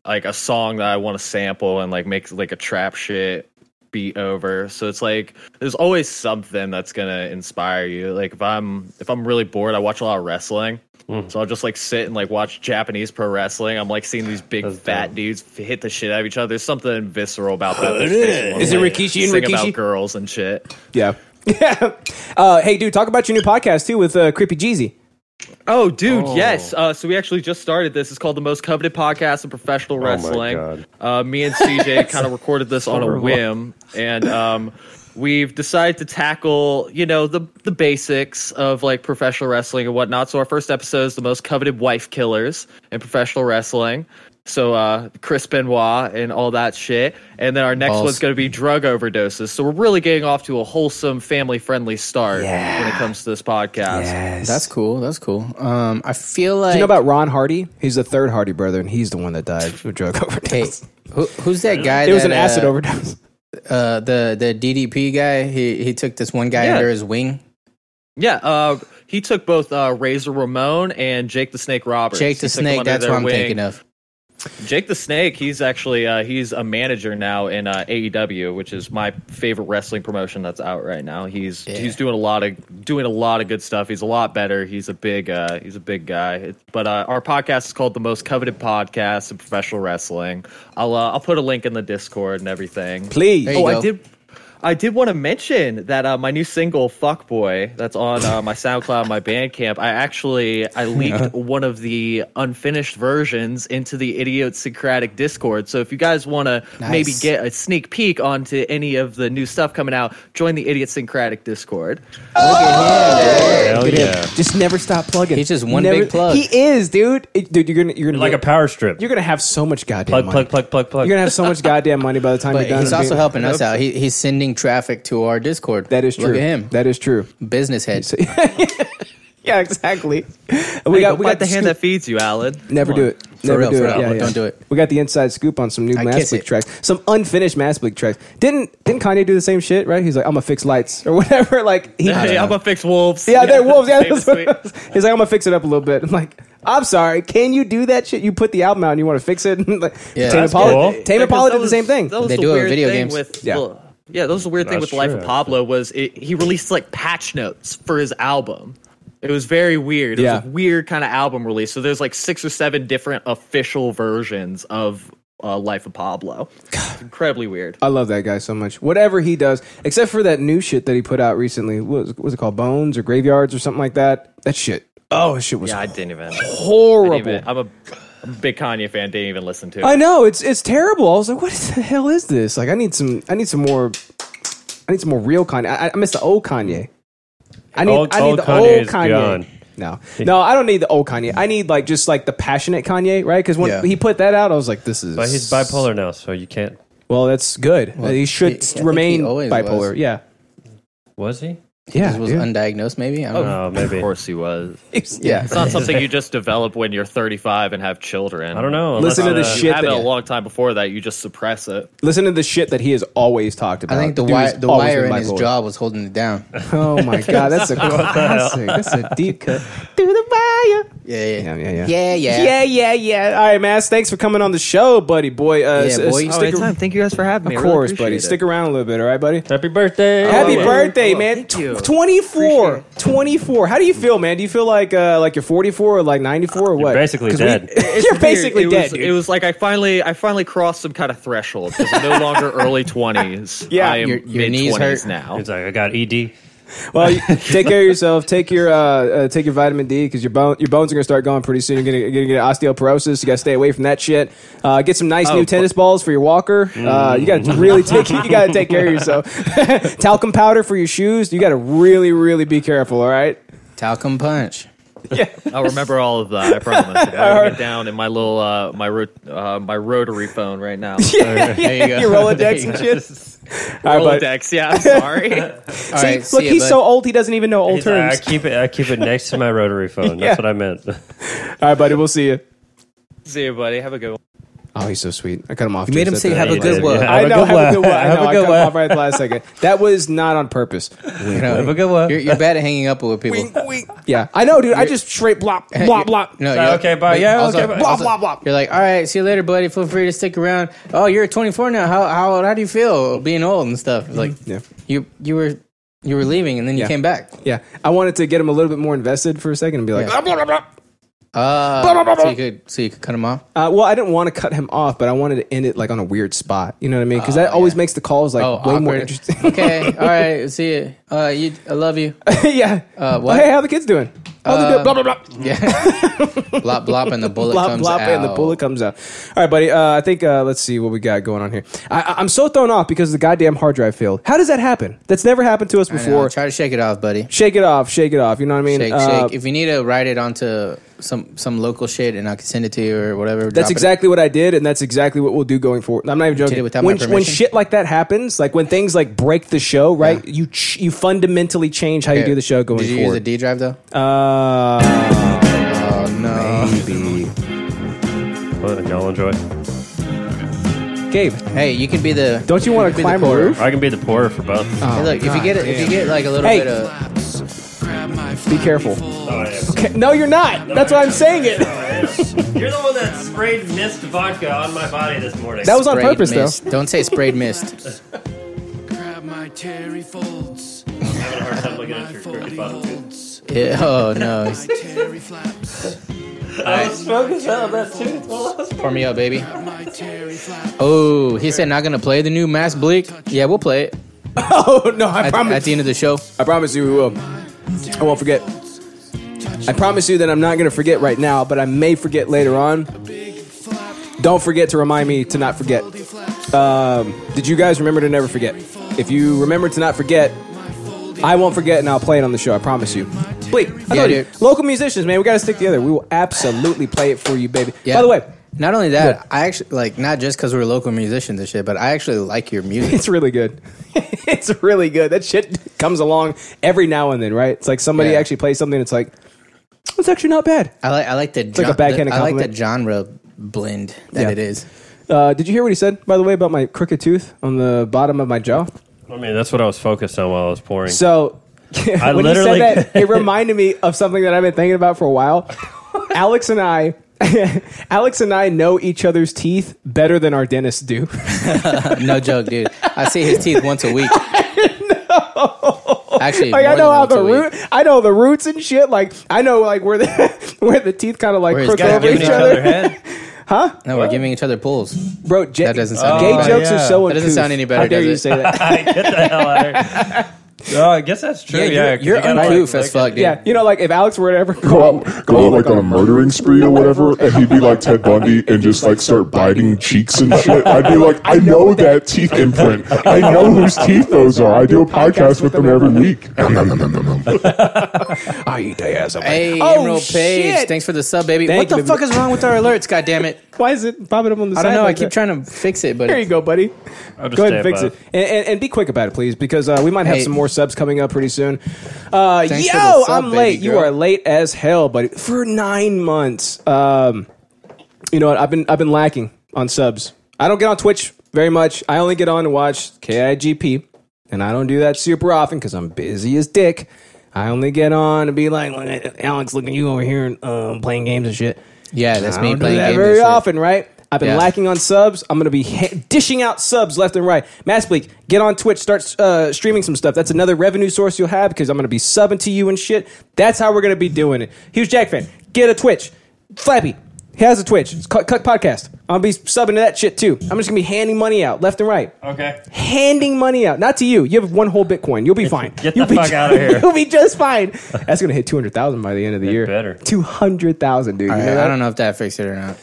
H: like a song that I want to sample and like make like a trap shit beat over. So it's like there's always something that's gonna inspire you. Like if I'm if I'm really bored, I watch a lot of wrestling.
A: Hmm.
H: So I'll just like sit and like watch Japanese pro wrestling. I'm like seeing these big fat dudes f- hit the shit out of each other. There's something visceral about that. Is
A: it Rikishi and Rikishi?
H: about girls and shit?
A: Yeah. Yeah. Uh, hey, dude, talk about your new podcast too with uh, Creepy Jeezy.
H: Oh, dude, yes. Uh, so we actually just started this. It's called the most coveted podcast in professional wrestling.
C: Oh God.
H: Uh, me and CJ kind of recorded this on a
C: horrible.
H: whim, and um, we've decided to tackle you know the the basics of like professional wrestling and whatnot. So our first episode is the most coveted wife killers in professional wrestling. So uh, Chris Benoit and all that shit, and then our next
B: Balls.
H: one's going to be drug overdoses. So we're really getting off to a wholesome, family friendly start when it comes to this podcast.
B: That's cool. That's cool. Um, I feel like
A: You know about Ron Hardy? He's the third Hardy brother, and he's the one that died from drug
B: Hey,
A: overdose.
B: who, who's that guy?
A: it was
B: that,
A: an acid
B: uh,
A: overdose.
B: Uh, the the DDP guy. He he took this one guy
H: Yeah.
B: under his wing.
H: Yeah, uh, he took both uh, Razor Ramon and Jake the Snake Roberts.
B: Jake
H: He
B: the
H: took them
B: Snake.
H: under
B: That's
H: their
B: what I'm
H: wing.
B: thinking of.
H: Jake the Snake. He's actually uh, he's a manager now in uh, AEW, which is my favorite wrestling promotion that's out right now. He's he's doing a lot of doing a lot of good stuff. He's a lot better. He's a big uh, he's a big guy. It- but uh, our podcast is called the Most Coveted Podcast in Professional Wrestling. I'll uh, I'll put a link in the Discord and everything.
A: Please.
B: There
H: Oh,
B: you
H: I
B: go.
H: did. I did want to mention that uh, my new single "Fuck Boy" that's on uh, my SoundCloud, my Bandcamp. I actually I leaked one of the unfinished versions into the idiosyncratic Discord. So if you guys want to maybe
B: Nice.
H: get a sneak peek onto any of the new stuff coming out, join the idiosyncratic Discord.
C: Hell yeah.
A: Just never stop plugging.
B: He's just one
A: Never-
B: big plug.
A: He is, dude. It- dude, you're gonna you're gonna
C: Like a power strip.
A: You're gonna have so much goddamn
C: Plug,
A: money.
C: plug, plug, plug, plug.
A: You're gonna have so much goddamn money by the time
B: But
A: you're done.
B: he's also
A: being-
B: helping us out. He, he's sending traffic to our Discord.
A: That is true.
B: Look at him,
A: That is true.
B: business head.
A: Yeah, exactly. We
H: We
A: got
H: got,
A: we got
H: the hand
A: scoop.
H: that feeds you, Alan.
A: Never
H: Come
A: do
H: on.
A: it. Never
B: real,
A: do
B: for
A: it.
B: real.
A: Yeah, yeah.
B: Don't do it.
A: We got the inside scoop on some new
B: I
A: Mass
B: kiss
A: Bleak
B: it.
A: tracks, some unfinished Mass Bleak tracks. Didn't didn't Kanye do the same shit? Right? He's like, I'm gonna fix lights or whatever. Like he,
H: Hey, I'm gonna fix wolves.
A: yeah, they're wolves. Yeah,
H: Famous
A: that's what it
H: tweet.
A: was. he's like, I'm gonna fix it up a little bit. I'm like, I'm sorry. Can you do that shit? You put the album out and you want to fix it? like,
B: Yeah,
A: Tame
B: that's
A: Impala,
C: cool.
A: Tame
H: Yeah, 'cause
A: Impala
H: that
A: did the
H: was-
A: same thing.
H: that was
B: They
H: the
B: do it with
H: weird
B: video
H: thing
B: games.
H: With,
A: Yeah.
H: well, yeah, that was the weird thing
C: That's
H: with Life
C: true,
H: of Pablo was it, he released like patch notes for his album. It was very weird. It
A: Yeah.
H: was a weird kind of album release. So there's like six or seven different official versions of uh, Life of Pablo. It's incredibly weird.
A: I love that guy so much. Whatever he does, except for that new shit that he put out recently. What was, what was it called? Bones or Graveyards or something like that. That shit. Oh, that shit was
H: Yeah, I didn't even. I didn't
A: horrible.
H: even- I'm a, I'm a big Kanye fan. Didn't even listen to it.
A: I know it's it's terrible. I was like, what the hell is this? Like, I need some I need some more I need some more real Kanye. I, I miss the old Kanye. I need
C: Old-
A: I need
C: old
A: the
C: Kanye
A: old
C: is
A: Kanye.
C: gone.
A: No, no, I don't need the old Kanye. I need like just like the passionate Kanye, right? Because when
B: Yeah.
A: he put that out, I was like, "This is."
C: But he's bipolar now, so you can't.
A: Well, that's good. he
B: he- I
A: should
B: think he
A: remain
B: always
A: bipolar.
B: was.
A: Yeah,
C: Was he?
A: yeah,
B: This was
A: dude.
B: undiagnosed, maybe. I
A: Mm-hmm.
B: don't know.
C: Oh, maybe.
H: Of course he was.
B: Yeah.
H: It's not something you just develop when you're 35 and have children.
C: I don't know.
A: Listen
C: unless,
A: to the
C: uh,
A: shit
H: You have it
A: that-
H: a long time before that. You just suppress it.
A: Listen to the shit that he has always talked about.
B: I think the
A: Uh, Dude
B: wire,
A: has
B: the
A: always
B: wire
A: been
B: in his
A: bipolar.
B: jaw was holding it down.
A: Oh my god, that's a classic. That's a deep cut through the wire.
B: Yeah,
A: Yeah,
B: yeah,
A: yeah, yeah.
B: yeah, yeah.
A: Yeah, yeah, yeah. All right, Mass. Thanks for coming on the show, buddy boy. Uh,
B: Yeah,
A: s- s-
B: boy.
H: Oh,
A: Stick ar-
H: Thank you guys for having me.
A: of course, buddy. Stick around a little bit, all right, buddy?
C: Happy birthday!
A: Happy
H: yeah.
A: birthday,
H: Oh,
A: man.
H: thank you.
A: Tw- 24. 24. How do you feel, man? Do you feel like uh, like you're 44 or like 94 or what?
C: basically
A: 'Cause we-
C: dead.
A: you're basically
H: it
A: dead.
H: Was,
A: dude.
H: It was like I finally, I finally crossed some kind of threshold because I'm no longer early 20s.
A: Yeah.
H: I am
B: Your- your
H: mid
B: knees
H: 20s
B: hurt.
H: now.
C: He's like, I got E ED.
A: Well, you- take care of yourself. Take your uh, uh, take your vitamin D because your bone your bones are gonna start going pretty soon. You're gonna, you're gonna get osteoporosis. You gotta stay away from that shit. Uh, get some nice
H: Oh,
A: new
H: fu-
A: tennis balls for your walker. Uh, you gotta really take you gotta take care of yourself. Talcum powder for your shoes. You gotta really really be careful. All right.
B: Talcum punch.
H: I'll remember all of that. I promise. I'm writing it down in my little uh, my ro- uh, my rotary phone right now.
B: There you go.
A: Your Rolodex and shit. All right, bud.
H: Rolodex. Yeah, I'm sorry.
B: All
A: See,
B: right,
A: look,
B: see ya,
A: he's
B: bud.
A: so old he doesn't even know old
C: He's like,
A: terms.
C: I keep it. I keep it next to my rotary phone. That's
A: Yeah.
C: what I meant.
A: All right, buddy. We'll see you.
H: See you, buddy. Have a good one.
A: Oh, he's so sweet. I cut him off.
B: You made him
A: James.
B: say,
A: That-
B: "Have a
C: Yeah,
B: good
C: yeah.
B: one."
C: Have
A: I
C: a
A: know.
C: good
A: Have a
C: one.
A: good one. I
C: Have a
A: know. I
C: good
A: cut him off
C: one.
A: right at the last second. That was not on purpose.
B: You know,
C: Have a good one.
B: You're, you're bad at hanging up with people.
A: Yeah, I know, dude. I just straight blop, blop, blop.
B: No,
C: So,
B: you're-
C: okay, bye.
B: but
C: Yeah, okay, bye.
A: Blah, blah, blah.
B: You're like, all right, see you later, buddy. Feel free to stick around. Oh, you're 24 now. How how how do you feel being old and stuff? Like,
A: Mm-hmm. Yeah.
B: you you were you were leaving and then you
A: Yeah.
B: came back.
A: Yeah, I wanted to get him a little bit more invested for a second and be like,
B: Yeah.
A: "Ah, blah, blah, blah."
B: Uh, So you could so you could cut him off.
A: Uh, well, I didn't want to cut him off, but I wanted to end it like on a weird spot. You know what I mean? Because that always makes the calls like
B: Oh,
A: way
B: awkward.
A: more interesting.
B: okay, all right, see you. Uh, you, I love you.
A: yeah.
B: Uh,
A: Oh,
B: what? Uh,
A: hey, how the kids doing? How they doing? Blah blah blah.
B: Yeah. blop blop and the bullet
A: Blah
B: comes
A: blah,
B: out.
A: and the bullet comes out. All right, buddy. Uh, I think uh, let's see what we got going on here. I, I, I'm so thrown off because the goddamn hard drive failed. How does that happen? That's never happened to us
B: I know,
A: before.
B: Try to shake it off, buddy.
A: Shake it off, shake it off. You know what I mean?
B: Shake,
A: Uh,
B: shake. If you need to write it onto some some local shit, and I can send it to you or whatever. drop
A: That's
B: it.
A: exactly what I did, and that's exactly what we'll do going forward. I'm not even
B: did
A: joking.
B: it without my
A: when,
B: permission?
A: when shit like that happens, like when things like break the show, right? You ch- you fundamentally change how you
B: Okay.
A: do the show going
B: Did you use a
A: forward.
B: D drive though?
A: uh,
B: Oh no.
A: maybe.
C: Well, y'all enjoy.
A: Gabe,
B: Hey, you can be the.
A: don't you want to
B: be the
A: climb a
B: porter.
A: roof?
C: I can be the pourer for both.
A: Oh,
B: Hey, look, if you get it, if you get like a little
A: Hey.
B: bit of,
A: Be careful.
C: Oh, yeah.
A: Okay, no, you're not. That's why I'm saying it.
C: You're the one that sprayed mist vodka on my body this morning.
A: That was on
B: sprayed
A: purpose, though.
B: mist. Don't say sprayed mist. Yeah, oh no. It's- Pour me up, baby. Oh, he said not gonna play the new Mass Bleak. Yeah, we'll play it
A: Oh no, I
B: at,
A: promise.
B: at the end of the show.
A: I promise you we will. I won't forget. I promise you that I'm not going to forget right now, but I may forget later on. Don't forget to remind me to not forget. Um, did you guys remember to never forget? If you remember to not forget, I won't forget and I'll play it on the show. I promise you. Bleak, I know
B: Yeah,
A: you.
B: dude.
A: Local musicians, man, we got to stick together. We will absolutely play it for you, baby.
B: Yeah.
A: By the way,
B: Not only that,
A: Yeah.
B: I actually like not just because we're local musicians and shit, but I actually like your music.
A: It's really good. it's really good. That shit comes along every now and then, right? It's like somebody
B: Yeah.
A: actually plays something. It's like it's actually not bad.
B: I like I like the
A: like a
B: gen-
A: backhanded
B: I like the
A: compliment.
B: genre blend that
A: Yeah.
B: it is.
A: Uh, did you hear what he said, by the way, about my crooked tooth on the bottom of my jaw?
C: I mean, that's what I was focused on while I was pouring.
A: So
C: I
A: when
C: literally.
A: he said that, it reminded me of something that I've been thinking about for a while. Alex and I, Alex and I know each other's teeth better than our dentists do.
B: No joke, dude. I see his teeth once a week. Actually,
A: like I
B: more
A: know
B: than
A: how
B: once
A: the
B: a week.
A: root, I know the roots and shit. Like I know like where the where the teeth kind of like
B: Where it's
A: crook
B: gotta
A: over
B: give
A: each
B: each
A: other.
C: head.
B: No, we're giving each other pulls.
A: Bro, j-
B: That doesn't sound
A: gay
B: any better.
A: jokes are so
B: That doesn't
A: uncouth.
B: sound any better,
A: How dare
B: does
A: you
B: it?
A: say that?
C: Get the hell out of here. Oh, I guess that's true.
B: Yeah,
C: Yeah,
B: you're,
C: 'cause
B: you're
C: you gotta, like,
B: uncouth as
C: look
B: fuck, dude.
A: yeah, you know, like if Alex were to ever
G: Go
A: go out,
G: out, go out like on a murdering spree or whatever, and he'd be like Ted Bundy and just like start biting cheeks and shit. I'd be like, I know that teeth imprint. I know whose teeth those are. I do a podcast with them every week. Nom, nom, nom, nom, nom, nom.
B: Hey,
A: Oh,
B: Emerald Page,
A: shit.
B: thanks for the sub, baby.
A: Thank
B: what
A: you,
B: the
A: baby.
B: fuck is wrong with our alerts? God damn it!
A: Why is it popping up on the
B: I
A: side?
B: don't know. I
A: like
B: keep
A: that?
B: trying to fix it, but
A: There you go, buddy.
C: I'll just
A: Go ahead and
C: stay
A: fix
C: above.
A: it, and, and, and be quick about it, please, because uh, we might have
B: Hey.
A: some more subs coming up pretty soon. Uh, yo,
B: Thanks for the sub,
A: I'm
B: baby
A: late. You
B: girl.
A: are late as hell, buddy. For nine months, um, you know what? I've been I've been lacking on subs. I don't get on Twitch very much. I only get on to watch KIGP, and I don't do that super often because I'm busy as dick. I only get on to be like, "Look at Alex, look at you over here and, uh, playing games and shit.
B: yeah, that's
A: I
B: me
A: don't
B: playing
A: do that
B: games
A: very
B: and shit.
A: often, right? I've been
B: Yeah.
A: lacking on subs. I'm going to be ha- dishing out subs left and right. Mass Bleak, get on Twitch, start uh, streaming some stuff. That's another revenue source you'll have because I'm going to be subbing to you and shit. That's how we're going to be doing it. Huge Jack fan, get a Twitch. Flappy, he has a Twitch. It's Cut Cut Podcast. I'm going to be subbing to that shit too. I'm just going to be handing money out left and right.
C: Okay.
A: Handing money out, not to you. You have one whole Bitcoin. You'll be fine.
C: Get the
A: You'll be
C: fuck outta here.
A: You'll be just fine. That's gonna hit two hundred thousand by the end of the
C: It
A: year.
C: better.
A: two hundred thousand, dude.
B: All
A: you
B: right,
A: know that?
B: I don't know if that fixed it or not.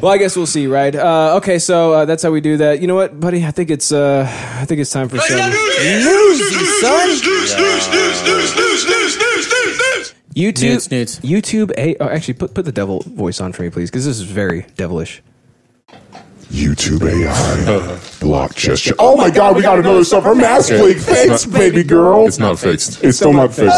A: Well, I guess we'll see, right? Uh, okay, so uh, that's how we do that. You know what, buddy? I think it's uh, I think it's time for some newsy, son. YouTube,
B: Nudes, nudes.
A: YouTube. A- oh, actually, put put the devil voice on for me, please, because this is very devilish.
G: YouTube AI. Block gesture. Oh my god, we got another sub from Mass Bleak. Thanks, baby girl.
I: It's not fixed.
G: It's still not fixed.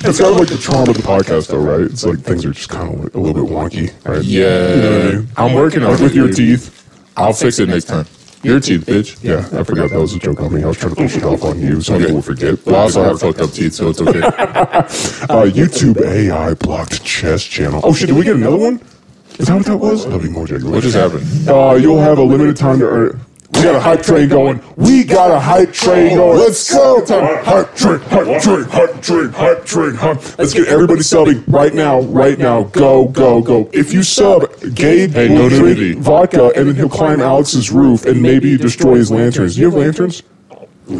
G: It's kind of like the charm of the podcast, though, right? It's like things are just kind of like a little bit wonky, right?
I: Yeah.
G: You know what I mean?
I: I'm working on
G: Like
I: it.
G: with your teeth.
I: I'll fix it next time.
G: Your teeth, bitch. Yeah, I forgot that was a joke on me. I was trying to push it off on you so I will forget.
I: Well, I also have fucked up teeth, so it's okay.
G: Uh, YouTube AI blocked chess channel. Oh shit, did we get another one? Is that what that was? That'd be more jiggly.
I: What just happened?
G: Uh, you'll have a limited time to earn. We got a hype train going. We got a hype train going. Oh, Let's go. Hype train, hype train, hype train, hype train, hype. Let's get everybody subbing right now, right now. Go, go, go. If you sub, Gabe
I: Hey, no
G: will
I: nudity.
G: drink vodka and then he'll climb Alex's roof and maybe destroy his lanterns. Do you have lanterns?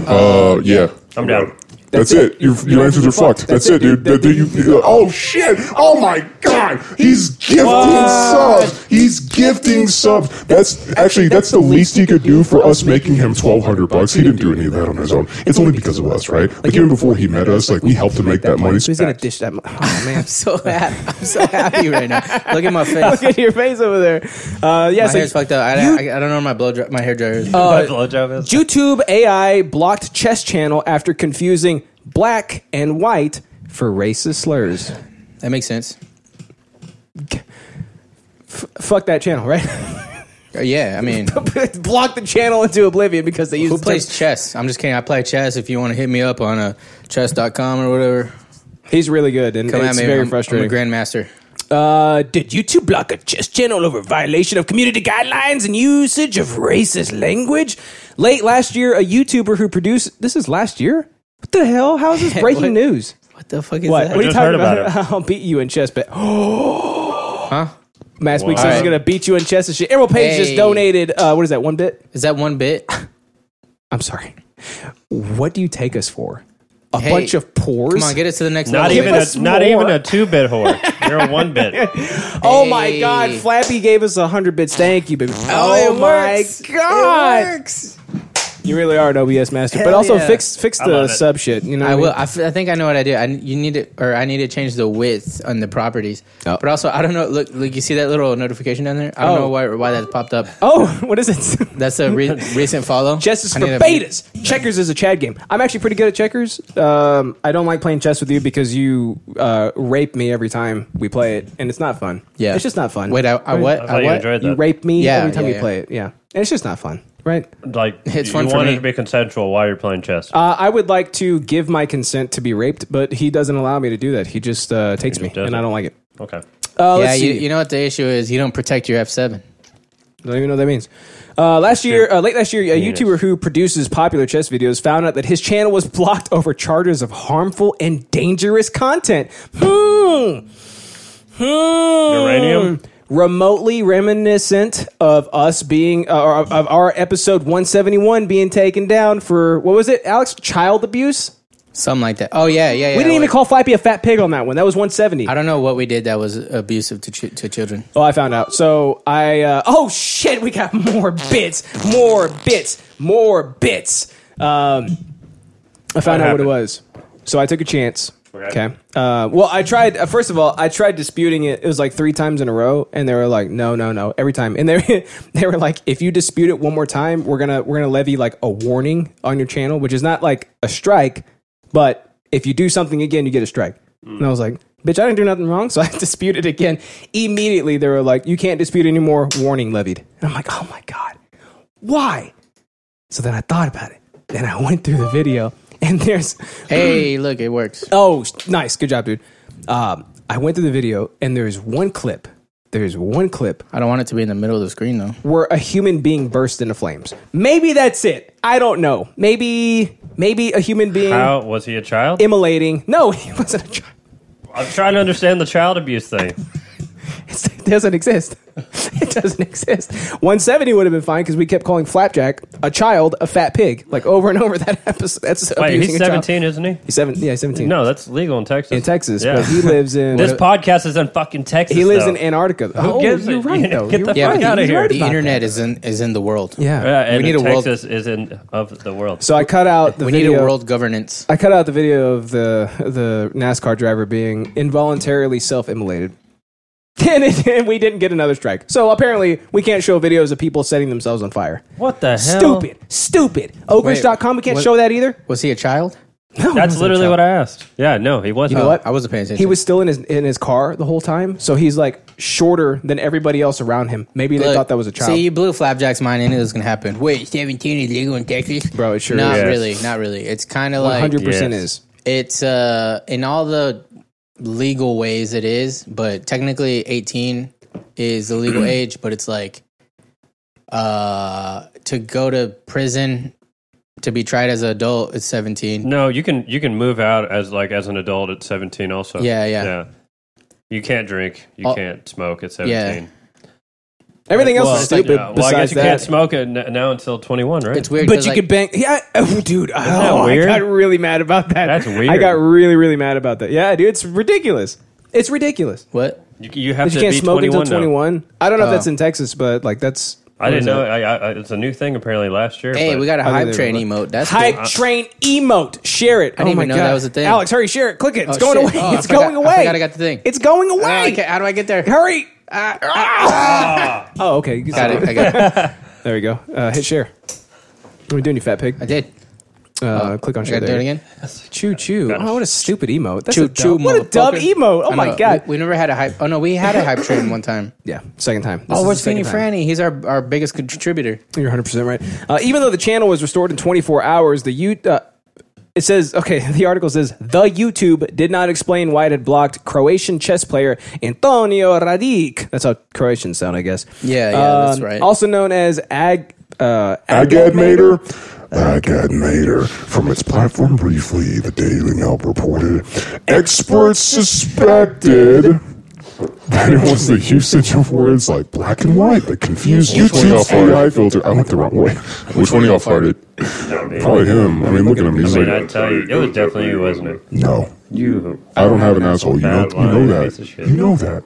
I: Uh, yeah.
C: I'm down.
G: That's it. Your, your answers are fucked. That's it, dude. That- that you- you- oh shit! Oh my god! He's gifting subs. He's gifting subs. That's actually that's the least he could do for us making him twelve hundred bucks. He didn't do any of that on his own. It's only because of us, right? Like even before he met us, like we helped him make that money.
A: So he's gonna dish that. Mo- oh man,
B: So happy. I'm so happy right now. Look at my face.
A: look at your face over there. Uh, yeah,
B: my
A: so
B: hair's fucked up. I,
A: you-
B: I, I don't know where my blow dry, my hair dryer is.
C: My blowjob is-
A: YouTube AI blocked chess channel after confusing black and white for racist slurs.
B: that makes sense.
A: Fuck that channel, right?
B: Uh, Yeah, I mean,
A: Block the channel into oblivion because they use
B: who
A: the
B: plays chess? I'm just kidding. I play chess. If you want to hit me up on uh, chess.com or whatever,
A: term. He's really good, and
B: come
A: it's
B: at me.
A: very
B: I'm,
A: frustrating.
B: I'm a grandmaster.
A: uh, did YouTube block a chess channel over violation of community guidelines and usage of racist language? Late last year, a YouTuber who produced this is last year. What the hell? How is this breaking
B: What?
A: news?
B: What the fuck is
A: What?
B: that?
A: What are you
C: just
A: talking
C: heard
A: about?
C: about
A: I'll beat you in chess, bet.
B: Huh?
A: Mass Week
C: Wow.
A: says he's gonna beat you in chess and shit. Emerald Page just
B: Hey.
A: donated. Uh, what is that? One bit.
B: Is that one bit?
A: I'm sorry. What do you take us for? A
B: Hey,
A: bunch of pores.
B: Come on, get it to the next
C: Not
B: level.
C: even a
A: us
C: not
A: more.
C: even a two bit whore. You're a one bit.
A: Oh my
B: Hey.
A: God! Flappy gave us hundred bits. Thank you, baby.
B: Oh, it
A: my
B: works.
A: God!
B: It works.
A: You really are an OBS master. but
B: Hell
A: also
B: yeah.
A: fix fix
C: I
A: the
C: love it.
A: sub shit. You know,
B: I
A: what
B: will.
A: mean?
B: I, f- I think I know what I do. I n- you need to, or I need to change the width on the properties.
A: Oh.
B: But also, I don't know. Look, look, you see that little notification down there? I don't
A: Oh.
B: know why why that popped up.
A: Oh, what is it?
B: That's a re- recent follow.
A: Chess is
B: I
A: for
B: need to-
A: betas. Checkers is a Chad game. I'm actually pretty good at checkers. Um, I don't like playing chess with you because you uh, rape me every time we play it, and it's not fun.
B: Yeah,
A: it's just not fun.
B: Wait, I, I
C: I
B: what?
C: thought
B: I
C: you
B: what?
C: enjoyed
A: you
C: that.
A: rape me
B: Yeah,
A: every time
B: yeah,
A: we
B: yeah.
A: play it. Yeah, and it's just not fun, right?
C: Like
B: It's
C: you
B: fun for
C: want it
B: me.
C: to be consensual while you're playing chess.
A: Uh, I would like to give my consent to be raped, but he doesn't allow me to do that. He just uh, takes
C: He just
A: me,
C: doesn't.
A: and I don't like it.
C: okay.
A: Uh,
B: yeah,
A: let's
B: you,
A: see.
B: you know what the issue is? You don't protect your F seven.
A: Don't even know what that means. Uh, last year, uh, late last year, a
C: Penis.
A: YouTuber who produces popular chess videos found out that his channel was blocked over charges of harmful and dangerous content. Hmm. Hmm.
C: Uranium?
A: Remotely reminiscent of us being, uh, or of- of our episode 171 being taken down for, what was it, Alex? Child abuse?
B: Something like that. Oh yeah, yeah. yeah
A: We didn't even
B: like-
A: call Flappy a fat pig on that one. That was 170.
B: I don't know what we did that was abusive to ch- to children.
A: Oh, I found out. So I. Uh, oh shit! We got more bits, more bits, more bits. Um, I found out what it
C: happened?
A: was. So I took a chance. Okay. Uh, well, I tried. Uh, first of all, I tried disputing it. It was like three times in a row, and they were like, "No, no, no!" Every time, and they they were like, "If you dispute it one more time, we're gonna we're gonna levy like a warning on your channel, which is not like a strike, but if you do something again, you get a strike." And I was like, "Bitch, I didn't do nothing wrong," so I disputed again. Immediately, they were like, "You can't dispute anymore. Warning levied." And I'm like, "Oh my god, why?" So then I thought about it, and I went through the video, and there's
B: Hey, look, it works.
A: Oh, sh- nice. Good job, dude. Um, I went through the video, and there's one clip. There's one clip
B: I don't want it to be in the middle of the screen though.
A: where a human being burst into flames. Maybe that's it. I don't know. Maybe, maybe a human being
C: How was he a child?
A: immolating. No, he wasn't a child.
C: I'm trying to understand the child abuse thing.
A: It's- It doesn't exist. It doesn't exist. 170 would have been fine because we kept calling Flapjack a child, a fat pig, like over and over that episode. That's
C: Wait,
A: abusing
C: he's
A: a child.
C: 17, isn't he?
A: He's seven. Yeah, he's 17.
C: No, that's legal in Texas.
A: in Texas,
C: yeah.
A: but he lives in.
C: this podcast is in fucking Texas.
A: he lives
C: though.
A: in Antarctica. Who oh,
C: gives a-
A: you're right,
C: Get
A: though.
C: the
A: You're
C: fuck
A: right.
C: outta
A: You're
C: here.
A: right
B: The
A: about that.
B: internet is in is in the world.
A: Yeah.
C: Yeah, and
B: need a world-
C: Texas is in of the world.
A: So I cut out the
B: We need
A: video.
B: a world governance.
A: I cut out the video of the the NASCAR driver being involuntarily self-immolated. And, it, and we didn't get another strike. So apparently, we can't show videos of people setting themselves on fire.
C: what the hell?
A: Stupid. Stupid. Ogres.com, we can't
B: what-
A: show that either.
B: Was he a child?
A: No,
C: That's
A: no.
C: literally what I asked. Yeah, no, he wasn't.
A: You know what?
B: I wasn't paying attention.
A: He was still in his in his car the whole time, so he's like shorter than everybody else around him. Maybe they
B: Look,
A: thought that was a child.
B: See, you blew Flapjack's mind into this can happen. Wait, seventeen is legal in Texas,
A: Bro, it sure
B: Not
A: is.
B: really, not really. It's kind of like
A: 100%
C: Yes.
A: is.
B: it's uh in all the legal ways it is, but technically eighteen is the legal age. But it's like uh to go to prison to be tried as an adult, it's seventeen.
C: No, you can you can move out as like as an adult at 17 also.
B: Yeah, yeah.
C: You can't drink. You
B: Oh.
C: can't smoke at 17.
A: Everything else
C: Well,
A: is stupid.
C: yeah, well, I guess
A: besides
C: you
A: that.
C: can't smoke it n- now until 21, right?
B: It's weird,
A: But
B: 'cause,
A: you
B: like,
A: could bang. Yeah, I- oh, dude. Oh,
C: weird?
A: I got really mad about that.
C: That's
A: I
C: weird.
A: got really, really mad about that. Yeah, dude, it's ridiculous. It's ridiculous.
B: what?
C: you, you have
A: That you
C: to
A: can't
C: be
A: smoke
C: 21.
A: until
C: now.
A: 21. I don't know if
B: Oh.
A: that's in Texas, but like that's.
C: I
A: what
C: didn't
A: is
C: know.
A: it?
C: I, I, it's a new thing apparently last year.
B: Hey,
C: but-
B: we got a
A: think
B: hype
A: they
B: train
A: were-
B: emote. That's cool.
A: Hype train emote. Share it. I
B: didn't
A: oh my
B: even know
A: God.
B: that was a thing.
A: Alex, hurry, share it. Click it. It's
B: Oh,
A: going
B: shit.
A: away.
B: Oh, I
A: it's
B: forgot-
A: going
B: I
A: away.
B: forgot I got the thing.
A: It's going away.
B: Oh, I ca- how do I get there?
A: Hurry. Ah, ah. oh, okay. You can
B: Got
A: stop.
B: it. I got it.
A: There we go. Uh, hit share. What are you doing, you fat pig?
B: I did.
A: Uh, click on
B: I
A: share.
B: got to do
A: there.
B: it again.
A: Choo choo. Oh, what a stupid emote. That's
B: Choo
A: a
B: choo,
A: dumb, What a dumb
B: motherfucker.
A: emote. Oh
B: I
A: my
B: know,
A: God.
B: We, we never had a hype. Oh no, we had a hype train one time.
A: Yeah, second time. This
B: Oh,
A: is
B: where's
A: the
B: Feeny
A: second time.
B: Franny? He's our, our biggest contributor.
A: You're 100 percent right. Uh, even though the channel was restored in 24 hours, the U- uh, it says okay. The article says the YouTube did not explain why it had blocked Croatian chess player Antonio Radic. That's how Croatians sound, I guess. Um,
B: Yeah, yeah, that's right.
A: Also known as Ag. Uh,
G: Agadmater. Agadmater. From its platform briefly, the Daily Mail reported experts suspected that it was the usage of words like black and white that confused
I: Which one y'all
G: YouTube's
I: fired?
G: AI filter. I went the wrong way.
I: Which one of y'all fired it?
G: Probably him. I mean, look at him. He's
C: I mean, I
G: like,
C: tell you, it was definitely you, wasn't it?
G: no,
C: You.
G: I don't have an asshole. You know,
C: Bad
G: you know
C: line, piece of
G: that.
C: shit.
G: You know that.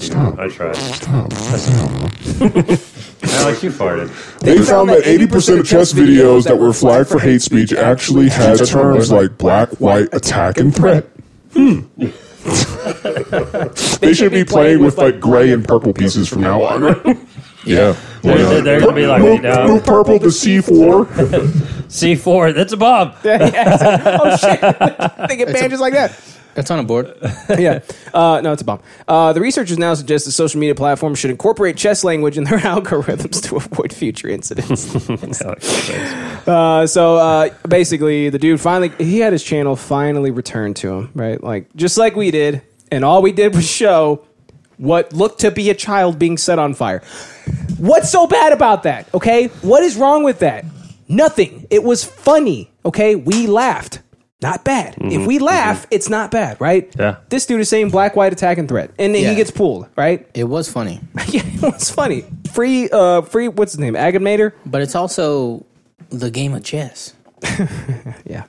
G: Stop.
C: I tried.
G: Stop. Stop.
C: Alex, you farted.
G: They found that 80% of chess videos that were flagged for hate speech actually had terms like black, white, attack, and threat. Hmm. they should be playing with like gray and purple pieces from now on. right? yeah.
C: They're, they're gonna be like,
G: Move,
C: wait, no.
G: move purple to C4.
C: C4, that's a bomb.
A: oh shit! they get banned just like that.
B: That's on a board.
A: yeah. Uh, no, it's a bomb. Uh, the researchers now suggest that social media platforms should incorporate chess language in their algorithms to avoid future incidents. uh, so uh, basically, the dude finally he had his channel finally returned to him, right? Like just like we did, and all we did was show what looked to be a child being set on fire. What's so bad about that? Okay, what is wrong with that? Nothing. It was funny. Okay, we laughed. Not bad. If we laugh, it's not bad, right?
C: Yeah.
A: This dude is saying black, white attack and threat, and then
B: Yeah.
A: he gets pulled, right?
B: It was funny,
A: yeah, it's funny. Free, uh, free. What's his name? Agamator.
B: but it's also the game of chess.
A: Yeah.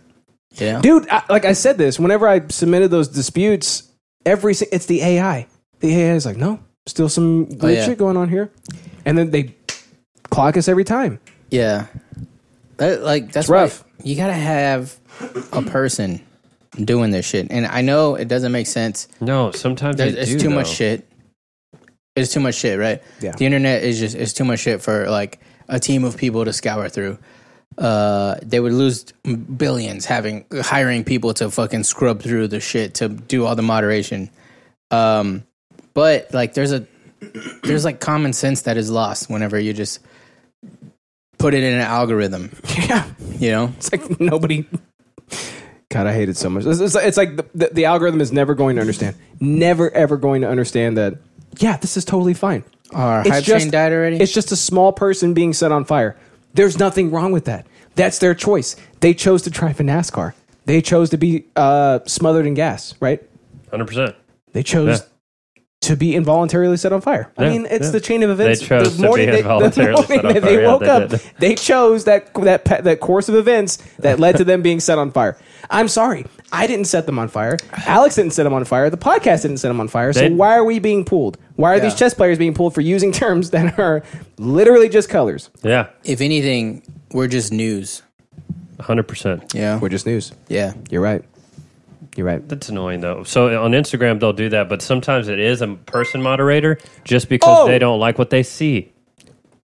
B: You know?
A: dude I, like i said this whenever i submitted those disputes every si- it's the ai the ai is like no still some weird
B: yeah.
A: shit going on here and then they clock us every time
B: Yeah, that, like that's
A: rough.
B: why You gotta have a person doing this shit. And I know it doesn't make sense.
C: No, Oh, sometimes
B: There's,
C: they
B: it's
C: do,
B: too much
C: though.
B: shit. It's too much shit, right?
A: Yeah.
B: The internet is just it's too much shit for like a team of people to scour through. Uh, they would lose billions having hiring people to fucking scrub through the shit to do all the moderation. Um, but like there's a there's like common sense that is lost whenever you just put it in an algorithm.
A: Yeah.
B: You know,
A: It's like nobody. God, I hate it so much. It's, it's, it's like the, the, the algorithm is never going to understand. Never, ever going to understand that, yeah, this is totally fine.
B: our
A: It's
B: hype
A: just-
B: train died already.
A: It's just a small person being set on fire. There's nothing wrong with that. That's their choice. They chose to try for NASCAR. They chose to be uh, smothered in gas, right?
C: Hundred percent.
A: They chose
C: Yeah.
A: to be involuntarily set on fire. I
C: Yeah,
A: mean, it's
C: yeah.
A: the chain of events.
C: chose to
A: the
C: be
A: morning, they, the
C: involuntarily
A: morning
C: set on
A: that they
C: fire. Yeah,
A: woke
C: they
A: up,
C: did.
A: they chose that that pa- that course of events that led to them being set on fire. I'm sorry, I didn't set them on fire. Alex didn't set them on fire. The podcast didn't set them on fire. So
C: They-
A: why are we being pulled? Why are these
B: Yeah.
A: chess players being pulled for using terms that are literally just colors?
C: Yeah,
B: if anything, we're just news.
C: hundred percent.
B: Yeah.
A: We're just news.
B: Yeah.
A: You're right. You're right.
C: That's annoying though. So on Instagram they'll do that, but sometimes it is a person moderator just because
A: Oh!
C: they don't like what they see.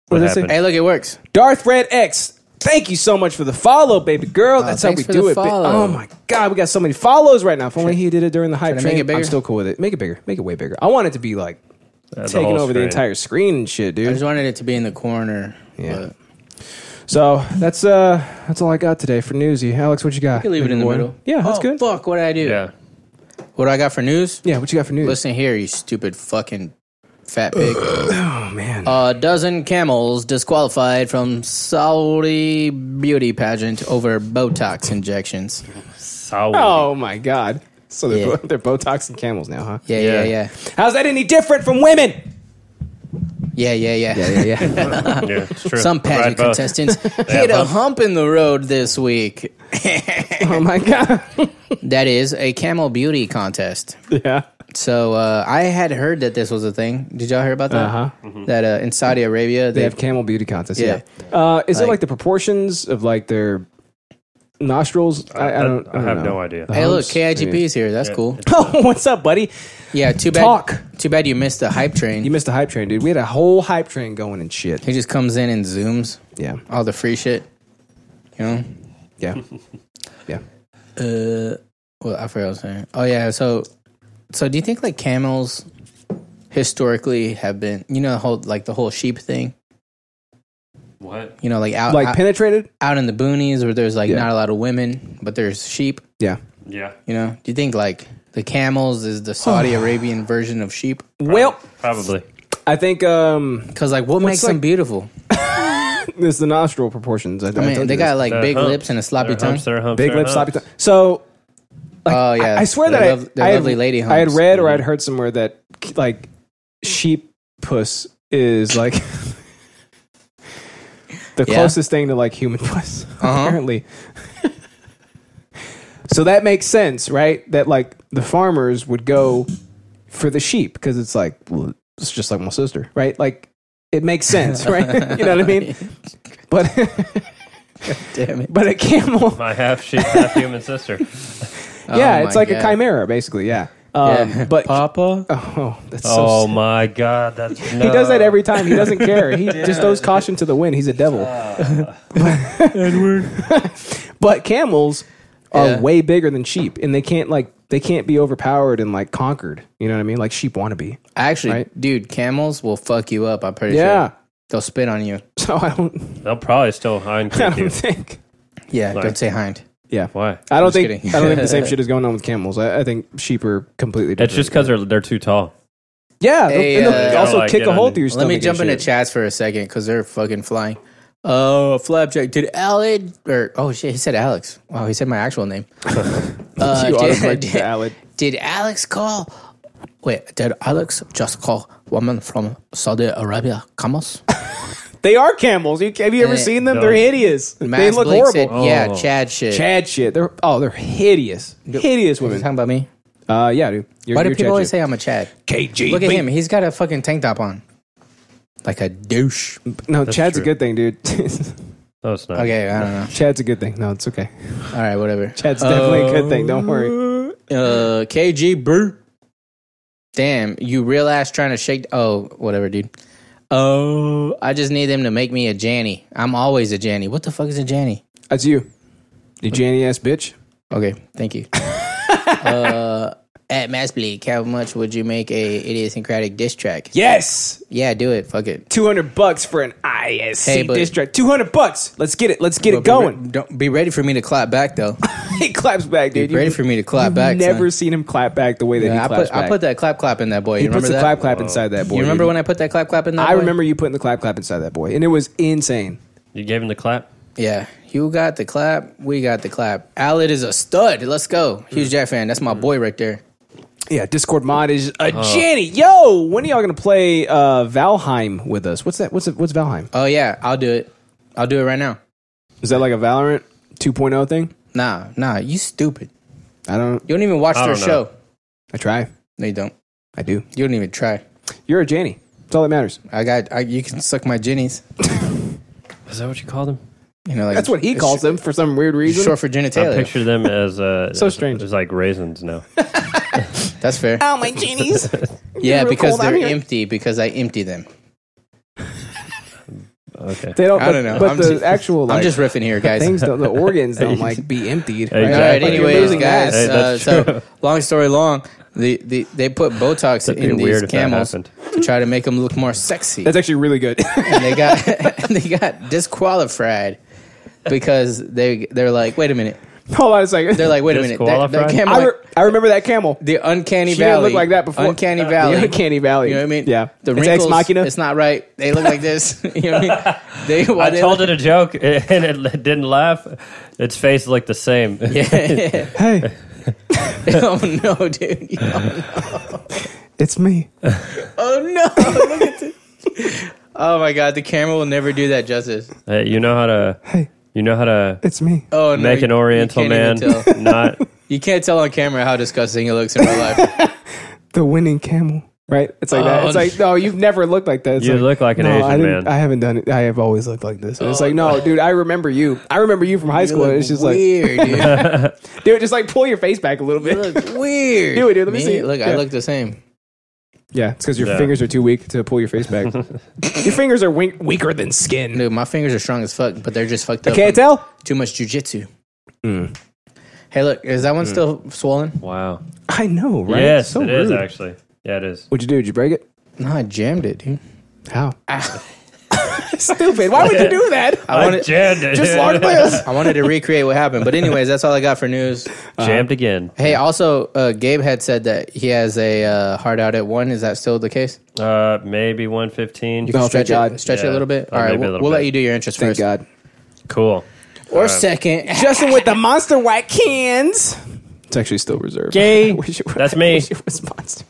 A: What did I say?
C: happened.
B: Hey, look, it works.
A: Darth Red X. Thank you so much for the follow, baby girl. That's how
B: Oh, thanks
A: we
B: for
A: do
B: the
A: it. ba-
B: follow.
A: Oh my god, we got so many follows right now. If only he did it during the hype
B: Should I make
A: train.
B: it bigger?
A: I'm still cool with it. Make it bigger. Make it way bigger. I want it to be like
C: Uh,
A: taking
C: whole
A: over the
C: screen.
A: entire screen and shit,
B: I
A: dude.
B: just wanted it to be in the corner.
A: Yeah.
B: but-
A: So that's uh that's all I got today for newsy. Alex, what you got?
B: You can leave it in the
A: One?
B: middle.
A: Yeah, that's
B: Oh,
A: good.
B: Fuck, what did I do?
C: Yeah.
B: What do I got for news?
A: Yeah, what you got for news?
B: Listen here, you stupid fucking fat pig.
A: Oh man.
B: A dozen camels disqualified from Saudi beauty pageant over Botox injections.
C: Saudi.
A: oh my god. So they're,
B: Yeah.
A: bo- they're Botox and camels now, huh?
B: Yeah,
C: Yeah.
B: yeah, yeah.
A: How's that any different from women?
B: Yeah, yeah, yeah.
A: yeah.
C: Yeah, it's true.
B: Some pageant
C: Ride both.
B: contestants hit a
C: both.
B: hump in the road this week.
A: oh my god.
B: That is a camel beauty contest.
A: yeah.
B: So uh, I had heard that this was a thing. Did y'all hear about that?
A: Uh-huh.
B: That uh, in Saudi Arabia
A: They
B: they
A: have camel beauty contests. Yeah.
B: Yeah.
A: Uh, is it
B: Like-
A: like the proportions of like their nostrils? I, I don't. I,
C: I
A: don't
C: have
A: know.
C: no idea.
A: The
B: Hey, look,
A: humps?
B: KIGP's here. That's cool.
A: Oh, what's up, buddy?
B: Yeah, too bad.
A: Talk.
B: Too bad you missed the hype train.
A: You missed the hype train, dude. We had a whole hype train going and shit.
B: he just comes in and zooms
A: Yeah.
B: all the free shit. You know.
A: Yeah. Yeah.
B: Uh, well, I forgot what I was saying. Oh yeah, so so do you think like camels historically have been you know the whole like the whole sheep thing
C: What?
B: you know like out
A: Like
B: out,
A: penetrated?
B: out in the boonies where there's like
A: Yeah.
B: not a lot of women but there's sheep
A: Yeah.
C: Yeah.
B: you know do you think like the camels is the Saudi Arabian version of sheep
A: Well,
C: Probably.
A: I think um
B: because like what makes
A: like-
B: them beautiful
A: it's the nostril proportions. I, I
B: I mean
A: told
B: they
A: you
B: got
A: this.
B: like
C: Their
B: big
C: humps,
B: lips and a sloppy
C: Their
B: tongue
C: humps, their humps,
A: big
C: their
A: lips, sloppy.
C: humps.
A: Tongue. So
B: oh yeah
A: I swear that
B: They're
A: I,
B: lov- they're
A: I had-
B: lovely lady Mm-hmm. humps
A: I had read or I'd heard somewhere that like sheep puss is like the
B: Yeah.
A: closest thing to like human puss
B: Uh-huh.
A: apparently. so that makes sense, right? That like the farmers would go for the sheep because it's like well, it's just like my sister, right? Like it makes sense, right? you know what I mean? But
B: damn it
A: but a camel,
C: My half sheep, half human sister.
A: yeah,
B: Oh my
A: it's like a
B: God.
A: chimera, basically, yeah. Um,
B: Yeah.
A: But
B: Papa
A: oh, that's so
C: Oh my God, that's
A: He does that every time. He doesn't care. He just throws caution to the wind. He's a devil. Edward. but camels are
B: Yeah.
A: way bigger than sheep, and they can't like they can't be overpowered and like conquered. You know what I mean? Like sheep want to be.
B: actually
A: Right.
B: dude camels will fuck you up I'm pretty
A: Yeah.
B: sure they'll spit on you.
A: So I don't.
C: They'll probably still hind
A: I
C: kick you.
A: don't think.
B: Yeah,
C: Like-
B: don't say hind.
A: Yeah.
C: Why?
A: I don't
B: Just
A: think.
B: kidding.
A: I don't think the same shit is going on with camels. I, I think sheep are completely. different.
C: It's just because they're they're too tall.
A: Yeah. they'll-
B: Hey,
A: and
B: uh,
A: they'll also
C: Gotta, like,
A: kick
C: get
A: a hole
C: under-
A: through your
B: Let
A: stomach.
B: me jump
A: and
B: into
A: shit.
B: chats for a second because they're fucking flying. Oh, flapjack. Did Alec or oh shit, he said Alex. Wow, he said my actual name. uh,
A: You
B: did,
A: autocorrect
B: did-
A: to Alec.
B: did Alex call? Wait, did Alex just call woman from Saudi Arabia? Camels.
A: They are camels. You, have you ever
B: Uh,
A: seen them?
C: no.
A: They're hideous. they
B: Max
A: look
B: Blake
A: horrible.
B: said, yeah,
C: Oh.
B: Chad shit.
A: Chad shit. They're oh, they're hideous, hideous
B: You talking
A: women.
B: about me?
A: Uh, yeah, dude. You're,
B: Why do
A: you're
B: people
A: Chad
B: always
A: shit.
B: say I'm a Chad? KG. Look at him. He's got a fucking tank top on, like a douche.
A: No, Chad's a
C: true.
A: good thing, dude.
C: That was nice.
B: Okay, I don't know.
A: Chad's a good thing. No, it's okay.
B: All right, whatever.
A: Chad's definitely a good thing. Don't worry.
B: Uh, KG Brew. Damn, you real ass trying to shake. Oh, whatever, dude. Oh, I just need them to make me a Janny. I'm always a Janny. What the fuck is a Janny?
A: That's you. You Janny ass bitch.
B: Okay, thank you. uh, at Mass Bleak, how much would you make a idiosyncratic diss track?
A: Yes.
B: Yeah, do it. Fuck it.
A: Two hundred bucks for an ISC
B: Hey, but-
A: district. Two hundred bucks. Let's get it. Let's get it
B: But be re-
A: going.
B: don't be ready for me to clap back though.
A: he claps back, dude.
B: Be ready for me to clap back.
A: Never
B: son.
A: seen him clap back the way that
B: Yeah,
A: he
B: I
A: claps
B: put
A: back.
B: I put that clap clap in that boy. You
A: he
B: remember
A: puts the
B: that? Oh.
A: clap clap inside that boy.
B: you remember
A: dude.
B: when I put that clap clap in that
A: I
B: boy?
A: remember you putting the clap clap inside that boy, and it was insane.
C: You gave him the clap.
B: Yeah, you got the clap. We got the clap. Allen is a stud. Let's go.
A: Mm.
B: Huge Jack fan. That's my boy right there.
A: Yeah, Discord mod is a
B: Oh.
A: Janny. Yo, when are y'all gonna play uh, Valheim with us? What's that? What's it, what's Valheim?
B: Oh yeah, I'll do it. I'll do it right now.
A: Is that like a Valorant 2.0 thing?
B: Nah, nah. You stupid.
A: I don't.
B: You don't even watch
C: I
B: their
C: don't know.
B: show.
A: I try.
B: No, you don't.
A: I do.
B: You don't even try.
A: You're a Janny. That's all that matters.
B: I got. I, you can suck my jennies.
C: Is that what you called him?
B: You know, like,
A: That's what he
B: it's
A: calls them for some weird reason.
B: Short for genitalia.
C: I picture them as uh,
A: So
C: as-
A: strange.
C: As, like raisins now.
B: That's fair.
F: Oh, my genies.
B: yeah,
A: real
B: because
A: cold out
B: they're
A: here.
B: empty. Because I empty them.
C: Okay.
A: They don't.
B: I
A: but-
B: don't know.
A: But
B: I'm
A: the
B: just-
A: actual like,
B: I'm just riffing here, guys.
A: things, don't, the organs don't like be emptied.
C: Hey,
B: All
C: Jack,
B: right.
C: like, you're
B: Anyways,
C: losing
B: guys.
C: Hey,
B: uh,
C: that's
B: so
C: true.
B: long story long, the, the they put Botox
C: That'd be
B: in these
C: weird if that
B: camels
C: happened.
B: to try to make them look more sexy,
A: That's actually really good.
B: and they got and they got disqualified because they they're like, wait a minute,
A: Hold on a second.
B: they're like, wait a minute, that, that
C: Disqualified?
B: camel,
A: I, re- I remember that camel.
B: the uncanny
A: She
B: valley,
A: didn't look like that before.
B: uncanny
A: Uh,
B: valley,
A: The uncanny valley.
B: You know what I mean?
A: Yeah.
B: The
A: It's Ex
B: wrinkles,
A: Machina.
B: it's not right. They look like this. you know what I mean? They,
C: I
B: while they
C: told
B: look-
C: it a joke and it didn't laugh. Its face looked the same.
B: Yeah.
A: hey,
B: oh no, dude. You know?
A: it's me.
B: Oh no! Look at this. Oh my god, the camera will never do that justice.
C: Hey, Uh, you know how to.
A: Hey,
C: You know how to
A: it's me.
B: Oh no!
C: make an
B: you-
C: Oriental
B: you
C: man
B: can't even tell.
C: not.
B: You can't tell on camera how disgusting it looks in real life.
A: The winning camel. Right? It's like that.
B: Oh,
A: It's like no, you've never looked like that. It's
C: You
A: like,
C: look like an
A: no,
C: Asian
A: I didn't-
C: man.
A: I haven't done it. I have always looked like this. And it's like no, dude. I remember you. I remember you from high
B: Oh, You
A: school.
B: look
A: and it's just
B: weird, dude.
A: like dude, just like pull your face back a little
B: You
A: bit.
B: look weird.
A: Do it, dude. Let me see it.
B: Look,
A: Yeah.
B: I look the same.
A: Yeah, it's because your
C: Yeah.
A: fingers are too weak to pull your face back. your fingers are wink- weaker than skin.
B: Dude, my fingers are strong as fuck, but they're just fucked up.
A: Can't
B: from
A: tell.
B: Too much jujitsu.
C: Hmm.
B: Hey, look, is that one still swollen?
C: Wow.
A: I know, right?
C: Yes,
A: It's so
C: it is
A: rude.
C: actually. Yeah, it is.
A: What'd you do? Did you break it?
B: No, I jammed it, dude.
A: How? Stupid. Why would you do that?
B: Ah. I wanted,
C: jammed it.
A: Just log this.
B: I wanted to recreate what happened, but anyways, that's all I got for news.
C: Jammed again.
B: Hey, also, uh, Gabe had said that he has a uh, hard out at one. Is that still the case?
C: Uh, maybe 115.
A: Oh,
B: stretch
A: thank
B: it,
A: God.
B: stretch it
C: Yeah.
B: a little bit.
C: Oh,
B: All right,
C: maybe a
B: we'll,
C: little
B: we'll
C: bit.
B: let you do your interest
A: Thank
B: first,
A: God.
C: Cool.
B: or second.
A: Justin with the monster white cans. It's actually still reserved.
C: Yay.
A: I wish it were-
C: That's
A: I
C: me.
A: wish it was monster.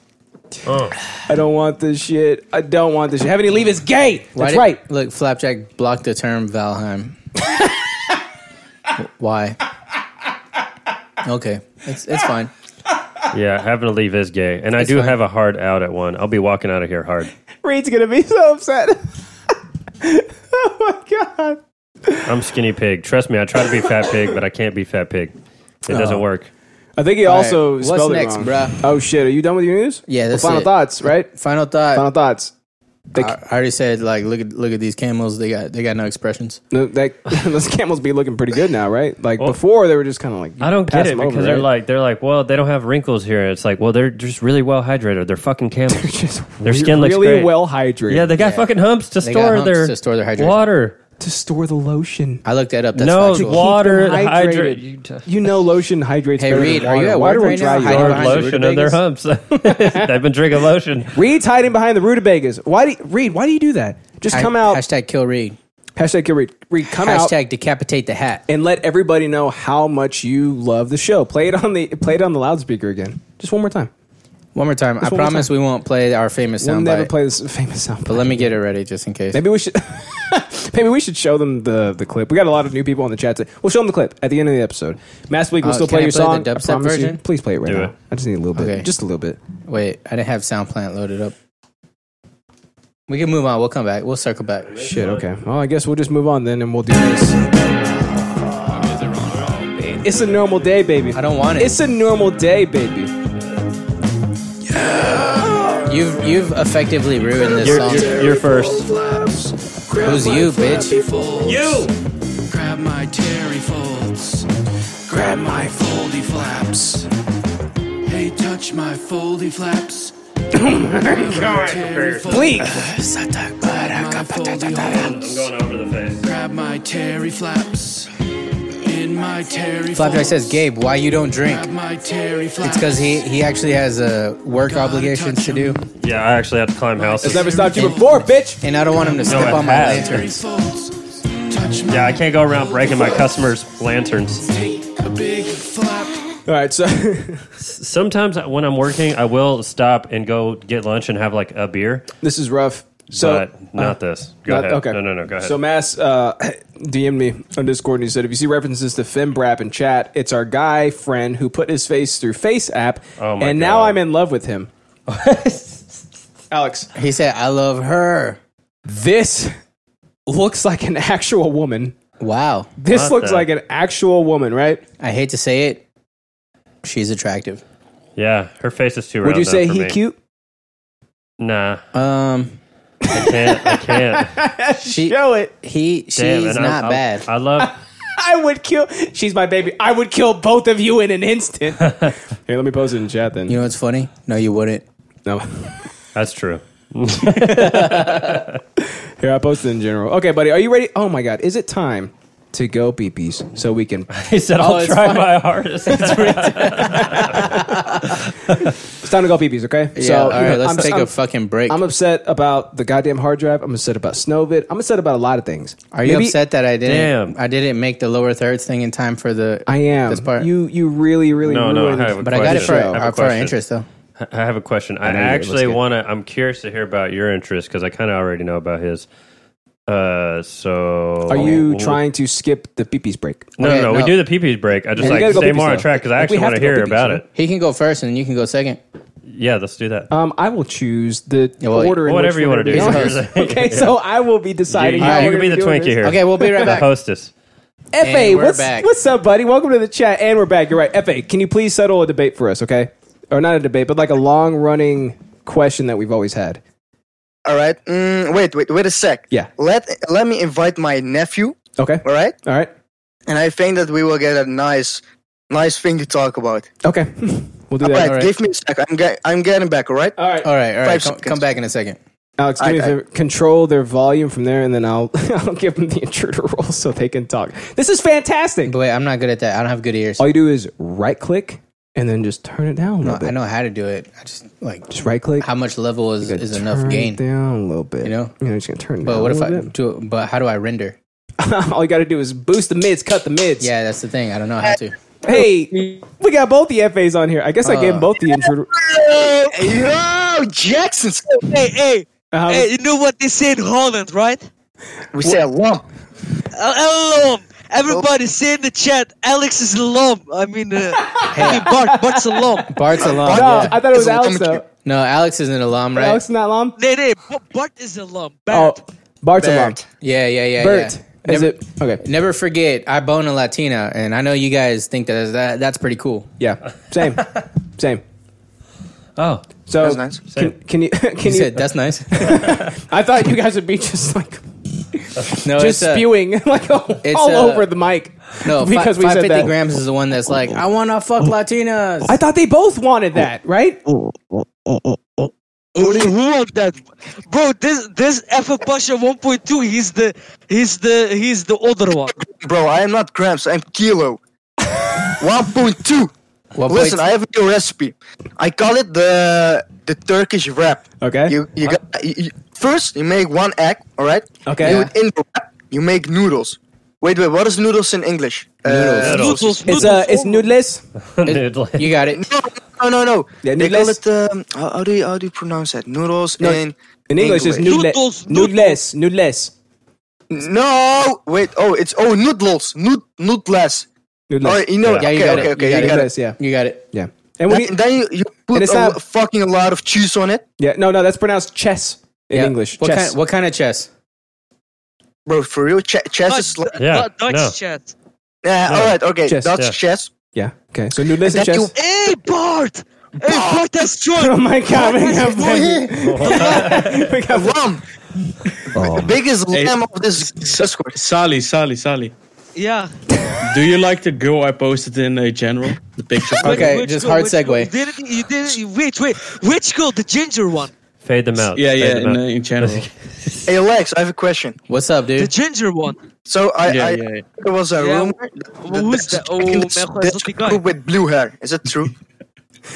B: Uh.
A: I don't want this shit. I don't want this shit. Having to leave is gay.
B: Why
A: That's
B: did-
A: right.
B: Look, Flapjack blocked the term Valheim. Why? Okay, it's it's fine.
C: Yeah, having to leave is gay, and I
B: It's
C: do
B: fine.
C: have a hard out at one. I'll be walking out of here hard.
A: Reed's gonna be so upset. oh my god.
C: I'm skinny pig. Trust me, I try to be fat pig, but I can't be fat pig. It doesn't
B: Oh.
C: work.
A: I think he
B: All
A: also
B: right, what's
A: spelled
B: next,
A: it wrong.
B: bruh?
A: Oh shit! Are you done with your news?
B: Yeah, that's
A: final
B: it.
A: thoughts, right?
B: Final thought.
A: Final thoughts. They,
B: I, I already said like look at look at these camels. They got they got no expressions.
A: no, that, those camels be looking pretty good now, right? Like before, they were just kind of like
C: I don't
A: pass
C: get it
A: them
C: because
A: over,
C: they're
A: right?
C: like they're like, well, they don't have wrinkles here. It's like, well, they're just really well hydrated. They're fucking camels.
A: just
C: Their skin looks
A: really
C: great.
A: well hydrated.
C: yeah, they got fucking humps to
B: They got
C: store
B: humps
C: their
B: to store their hydration.
C: water.
A: to store the lotion.
B: I looked that up. That's
C: No,
B: factual.
A: wa-
C: water
A: Keep them
C: hydrate.
A: hydrated. You know, lotion hydrates.
B: Hey,
A: better than
B: Reed, are you
A: water.
B: at
A: Water
B: work
A: will
B: right
A: dry
B: now?
A: you out.
B: Hiding
C: Poured
B: behind the
C: lotion in their humps. They've been drinking lotion.
A: Reed's hiding behind the rutabagas. Why do you, Reed? Why do you do that? Just
B: I-
A: come out. Hashtag,
B: Hashtag kill Reed.
A: kill Reed. Reed, come out
B: Hashtag decapitate the hat.
A: and let everybody know how much you love the show. Play it on the play it on the loudspeaker again, just one more time.
B: One more time. I
A: one more
B: promise
A: time.
B: we won't play our famous
A: We'll never
B: soundbite.
A: play this famous sound.
B: but let me get it ready just in case.
A: Maybe we should. maybe we should show them the the clip. We got a lot of new people on the chat. Today. We'll show them the clip at the end of the episode. Mass week, we'll
B: Uh,
A: still
B: can
A: play
B: I
A: your
B: play the
A: song. I
B: dubstep
A: promise you.
B: version?
A: Please play it right
C: Do
A: now.
C: it.
A: I just need a little bit,
B: Okay.
A: just a little bit.
B: Wait, I didn't have SoundPlant loaded up. We can move on. We'll come back. We'll circle back.
A: Shit, okay. Well, I guess we'll just move on then and we'll do this. It's a normal day, baby.
B: I don't want it.
A: It's a normal day, baby.
B: You've you've effectively ruined this
C: You're,
B: song.
C: you're, you're first.
B: Who's you, bitch?
J: You! Grab my terry folds. Grab my foldy flaps. Hey, touch my foldy flaps. Please!
C: Going over the face.
J: Grab my terry flaps. In my terry
B: Flapjack says,
J: game.
B: Gabe, why you don't drink?
J: Grab my terry flaps.
B: It's because he he actually has uh, work obligations to do,
C: Yeah, I actually have to climb houses.
A: It's never stopped you before, bitch.
B: and I don't want him to
C: it
B: step on my
C: has.
B: lantern.
C: yeah, I can't go around breaking my customers' lanterns.
J: Take a big flap.
A: All right, so
C: Sometimes when I'm working, I will stop and go get lunch and have like a beer,
A: this is rough. So uh,
C: but not this. Go
A: Not-
C: ahead.
A: Okay.
C: No, no, no. Go ahead.
A: So Mass uh, DM'd me on Discord and he said, if you see references to FemBrap in chat, it's our guy friend who put his face through Face app,
C: Oh my
A: and now
C: God.
A: I'm in love with him. Alex,
B: He said, "I love her."
A: this looks like an actual woman.
B: Wow,
A: This
C: What
A: looks
C: the-
A: like an actual woman, right?
B: I hate to say it, she's attractive.
C: yeah, her face is too round.
A: Would you
C: though,
A: say
C: for
A: he
C: me.
A: cute? Uh,
C: Nah,
B: Um,
C: I can't. I can't.
B: she
A: Show it.
B: he she's
C: Damn, and I'm-
B: not
C: I'm-
B: bad.
C: I love.
A: I would kill. She's my baby. I would kill both of you in an instant. Here, let me post it in chat then.
B: you know what's funny? No, you wouldn't.
A: No.
C: That's true.
A: Here, I posted in general. Okay, buddy, are you ready? Oh my God, is it time to go peepees so we can?
C: He said, "I'll
B: Oh, it's
C: try
B: fine.
C: my hardest."
A: It's time to go peepees. Okay.
B: Yeah, all right, let's take a fucking break.
A: I'm upset about the goddamn hard drive. I'm upset about Snowvid. I'm upset about a lot of things.
B: Are you
A: Maybe-
B: upset that I didn't?
C: Damn.
B: I didn't make the lower thirds thing in time for the.
A: I am.
B: This part.
A: You you really really
C: No, no, I
A: ruined.
C: have a
B: but I got it
C: question.
B: for,
A: I have
B: uh,
C: a
B: for our
C: question.
B: interest though.
C: I have a question. I,
A: know you do. Let's
C: actually
A: get it.
C: want to. I'm curious to hear about your interest because I kind of already know about his. Uh, so
A: Are you trying to skip the peepees break?
C: No,
B: Okay,
C: no, no. We
B: no.
C: do the peepees break. I just
A: Yeah, you
C: like
A: gotta go
C: stay
A: peepees
C: more on
A: though.
C: track because I
A: Like, we
C: actually
A: have
C: want
A: to
C: to
A: go
C: hear
A: peepees,
C: about
A: huh?
C: it.
B: He can go first, and you can go second.
C: Yeah, let's do that.
A: Um, I will choose the
B: Yeah, well,
A: order. in
C: whatever
A: which
C: you
A: we're
C: wanna
A: gonna
C: do.
A: doing
C: Here's
A: this.
C: the-
A: okay, so I will be deciding.
C: you
A: how
C: you
A: we're
C: can be
A: gonna
C: the
A: doing
C: twinkie
A: this.
C: here.
B: Okay, we'll be right
C: the
B: back.
C: hostess.
A: FA,
B: And we're
A: what's
B: back.
A: what's up, buddy? Welcome to the chat, and we're back. You're right. FA, can you please settle a debate for us? Okay, or not a debate, but like a long running question that we've always had.
K: All right. Mm, wait, wait, wait a sec.
A: Yeah.
K: Let let me invite my nephew.
A: Okay,
K: All right.
A: all right,
K: And I think that we will get a nice, nice thing to talk about.
A: okay. we'll do
K: All
A: that.
K: right.
B: all right.
K: Give me a sec. I'm get, I'm getting back. All right.
A: All right,
B: All right, all right.
K: Five
B: Come,
K: seconds.
B: come back in a second.
A: Alex, do
K: I-
A: me a
K: I-
A: favor. Control their volume from there, and then I'll I'll give them the intruder roll so they can talk. This is fantastic.
B: But wait, I'm not good at that. I don't have good ears.
A: All Oh, you do is right click and then just turn it down a little
B: I
A: bit.
B: know how to do it. I just like
A: Just right click.
B: how much level is,
A: Gonna
B: is enough
A: turn it
B: gain.
A: down a little bit.
B: You know?
A: you know, just gonna turn. it
B: But
A: down
B: what
A: a
B: if I
A: little bit.
B: do? But how do I render?
A: All you got to do is boost the mids, cut the mids.
B: Yeah, that's the thing. I don't know how to.
A: Hey, we got both the FAs on here. I guess I gave
B: Uh.
A: both the intro.
K: Yo, Jackson's.
L: Hey, hey,
A: Uh,
L: hey, you know what they say in Holland, right?
K: We say a lump.
L: Uh, lom. Everybody say in the chat, Alex is a lom. I mean, uh, I mean Bart, Bart's a lom.
B: Bart's alum.
A: no,
B: yeah.
A: I thought it
K: It's
A: was
K: a
A: Alex
K: lum-
A: though.
B: no, Alex isn't a alum, right?
A: Alex not Lom.
L: Nee, nee, Ba- Bart is a lom.
A: Oh,
L: Bart.
A: Bart's a Lom.
K: Bert.
B: yeah, yeah, yeah.
A: Bert.
B: yeah.
A: Is
B: Never,
A: it okay?
B: Never forget, I bone a Latina, and I know you guys think that, that that's pretty cool.
A: Yeah, same, same.
C: Oh,
A: So
K: That's nice.
A: Can, can you? Can you?
B: You said that's nice.
A: I thought you guys would be just like
B: No,
A: just
B: it's uh,
A: spewing like all,
B: it's
A: all
B: a-
A: over the mic.
B: no.
A: because
B: Because
A: we said
B: 550
A: that.
B: grams is the one that's like, I want to fuck Latinas.
A: I thought they both wanted that, right?
L: Only who on that, bro? This this Alpha Pasha 1.2. He's the he's the he's the other one.
K: Bro, I am not grams. I'm kilo. 1.2.
B: Well,
K: Listen,
B: wait,
K: I have a new recipe. I call it the the Turkish wrap.
A: Okay.
K: You you got you, you- first you make one egg. All right.
A: Okay.
K: You, in the wrap, you make noodles. Wait, wait. What is noodles in English? Uh,
C: Noodles.
L: Noodles,
A: It's
L: noodles.
A: uh, it's noodles.
C: dude, like,
B: you got it.
K: no, no, no.
A: Yeah,
K: they call
A: noodles.
K: it um, how, how do you how do you pronounce that? Noodles
A: No,
K: in
A: In English, it's noodle-
L: Noodles,
A: noodles, noodles,
K: no. Wait. Oh, it's oh noodles. Nood noodles. All
L: Oh,
A: noodles.
K: right. You know.
B: Yeah, you
K: okay,
B: got
K: okay,
B: it.
K: okay.
B: You
K: You got
B: got
K: it.
A: Noodles, yeah,
B: You got it.
A: yeah. And when
K: Then,
A: you,
K: then you, you put
A: it's
K: a,
A: not-
K: fucking a lot of cheese on it.
A: yeah, no, no, that's pronounced chess. in
B: Yeah.
A: English.
B: What
A: chess.
B: kind? What kind of chess?
K: Bro, for real, che- chess is like.
A: Yeah, not Dutch no.
L: chess.
K: Yeah,
A: No.
K: alright, okay.
A: Chess,
K: Dutch
A: yeah.
K: chess.
A: Yeah. Okay. So Nudless and
K: That
A: chess.
K: you-
L: Hey, Bart! Hey, Bart, that's true!
A: Oh my god, we have
K: Lam!
M: Oh.
K: Biggest lamb of this
M: Discord. Sally, Sally, Sally.
L: Yeah.
M: Do you like the girl I posted in a general? The picture.
L: Which girl, which girl? You didn't, you didn't, you- wait, wait. Which girl? The ginger one.
C: Fade them out.
M: Yeah,
C: Fade
M: yeah,
C: them
M: in,
C: out.
M: uh, in general.
K: Hey, Alex, I have a question.
B: What's up, dude?
L: The ginger one.
K: So I,
M: Yeah,
K: I
M: yeah, yeah.
K: there was a
L: Yeah.
K: rumor. that
L: who's
K: there's
L: that?
K: a
L: Oh,
K: chick in this-
L: Melchor,
K: there's
L: is
K: a group with blue hair. Is it true?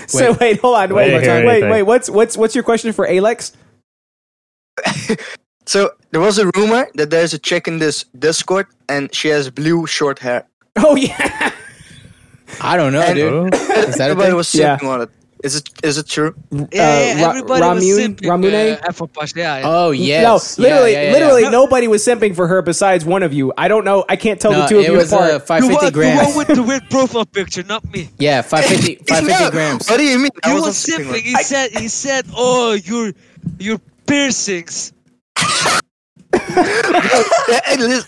A: So
K: Wait.
A: wait, hold on,
K: I
A: wait,
K: didn't
A: one
K: hear
A: time. wait,
K: anything.
A: wait. What's what's what's your question for Alex?
K: So there was a rumor that there's a chick in this Discord and she has blue short hair.
A: Oh yeah.
B: I don't know,
K: And-
B: dude. Is that a
K: everybody
B: thing?
K: was
B: Yeah.
K: sipping on it. Is it is it true? Yeah,
L: Yeah, yeah, everybody was
A: Ramune-
L: simping,
A: Ramune?
L: uh, apple pie. Yeah, yeah.
B: Oh
A: No, literally, literally nobody was simping for her besides one of you. I don't know. I can't tell
B: No,
A: the two of
B: it
A: you
B: was,
A: apart.
B: uh, 550
L: The
B: grams.
L: one with the weird profile picture, not me.
B: Yeah, 550, 550 grams.
K: What do you mean?
L: He was simping. He said, he said, oh, your, your piercings.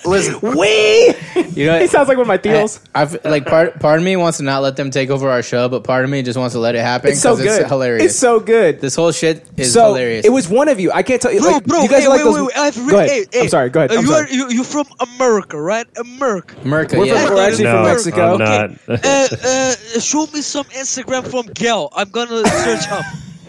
K: listen,
A: we.
B: You know,
A: He sounds like one of my
B: deals.
A: deals.
B: I, have like part part of me wants to not let them take over our show, but part of me just wants to let it happen.
A: It's so
B: 'cause
A: good.
B: It's hilarious.
A: It's so good.
B: This whole shit is
A: so
B: hilarious.
A: it was one of you. I can't tell you.
L: Bro,
A: like,
L: bro,
A: you guys
L: hey,
A: like
L: wait,
A: those?
L: wait, wait, I've
A: go
L: read,
A: ahead.
L: hey,
A: I'm
L: hey,
A: sorry. Go ahead.
L: uh,
A: I'm
L: you
A: sorry.
L: Are, you, you're from America, right? Uh, America.
B: America,
A: We're from-
B: yeah.
A: we're actually
C: No,
A: from Mexico.
C: I'm not.
L: Uh, uh, show me some Instagram from Gail. I'm gonna search up.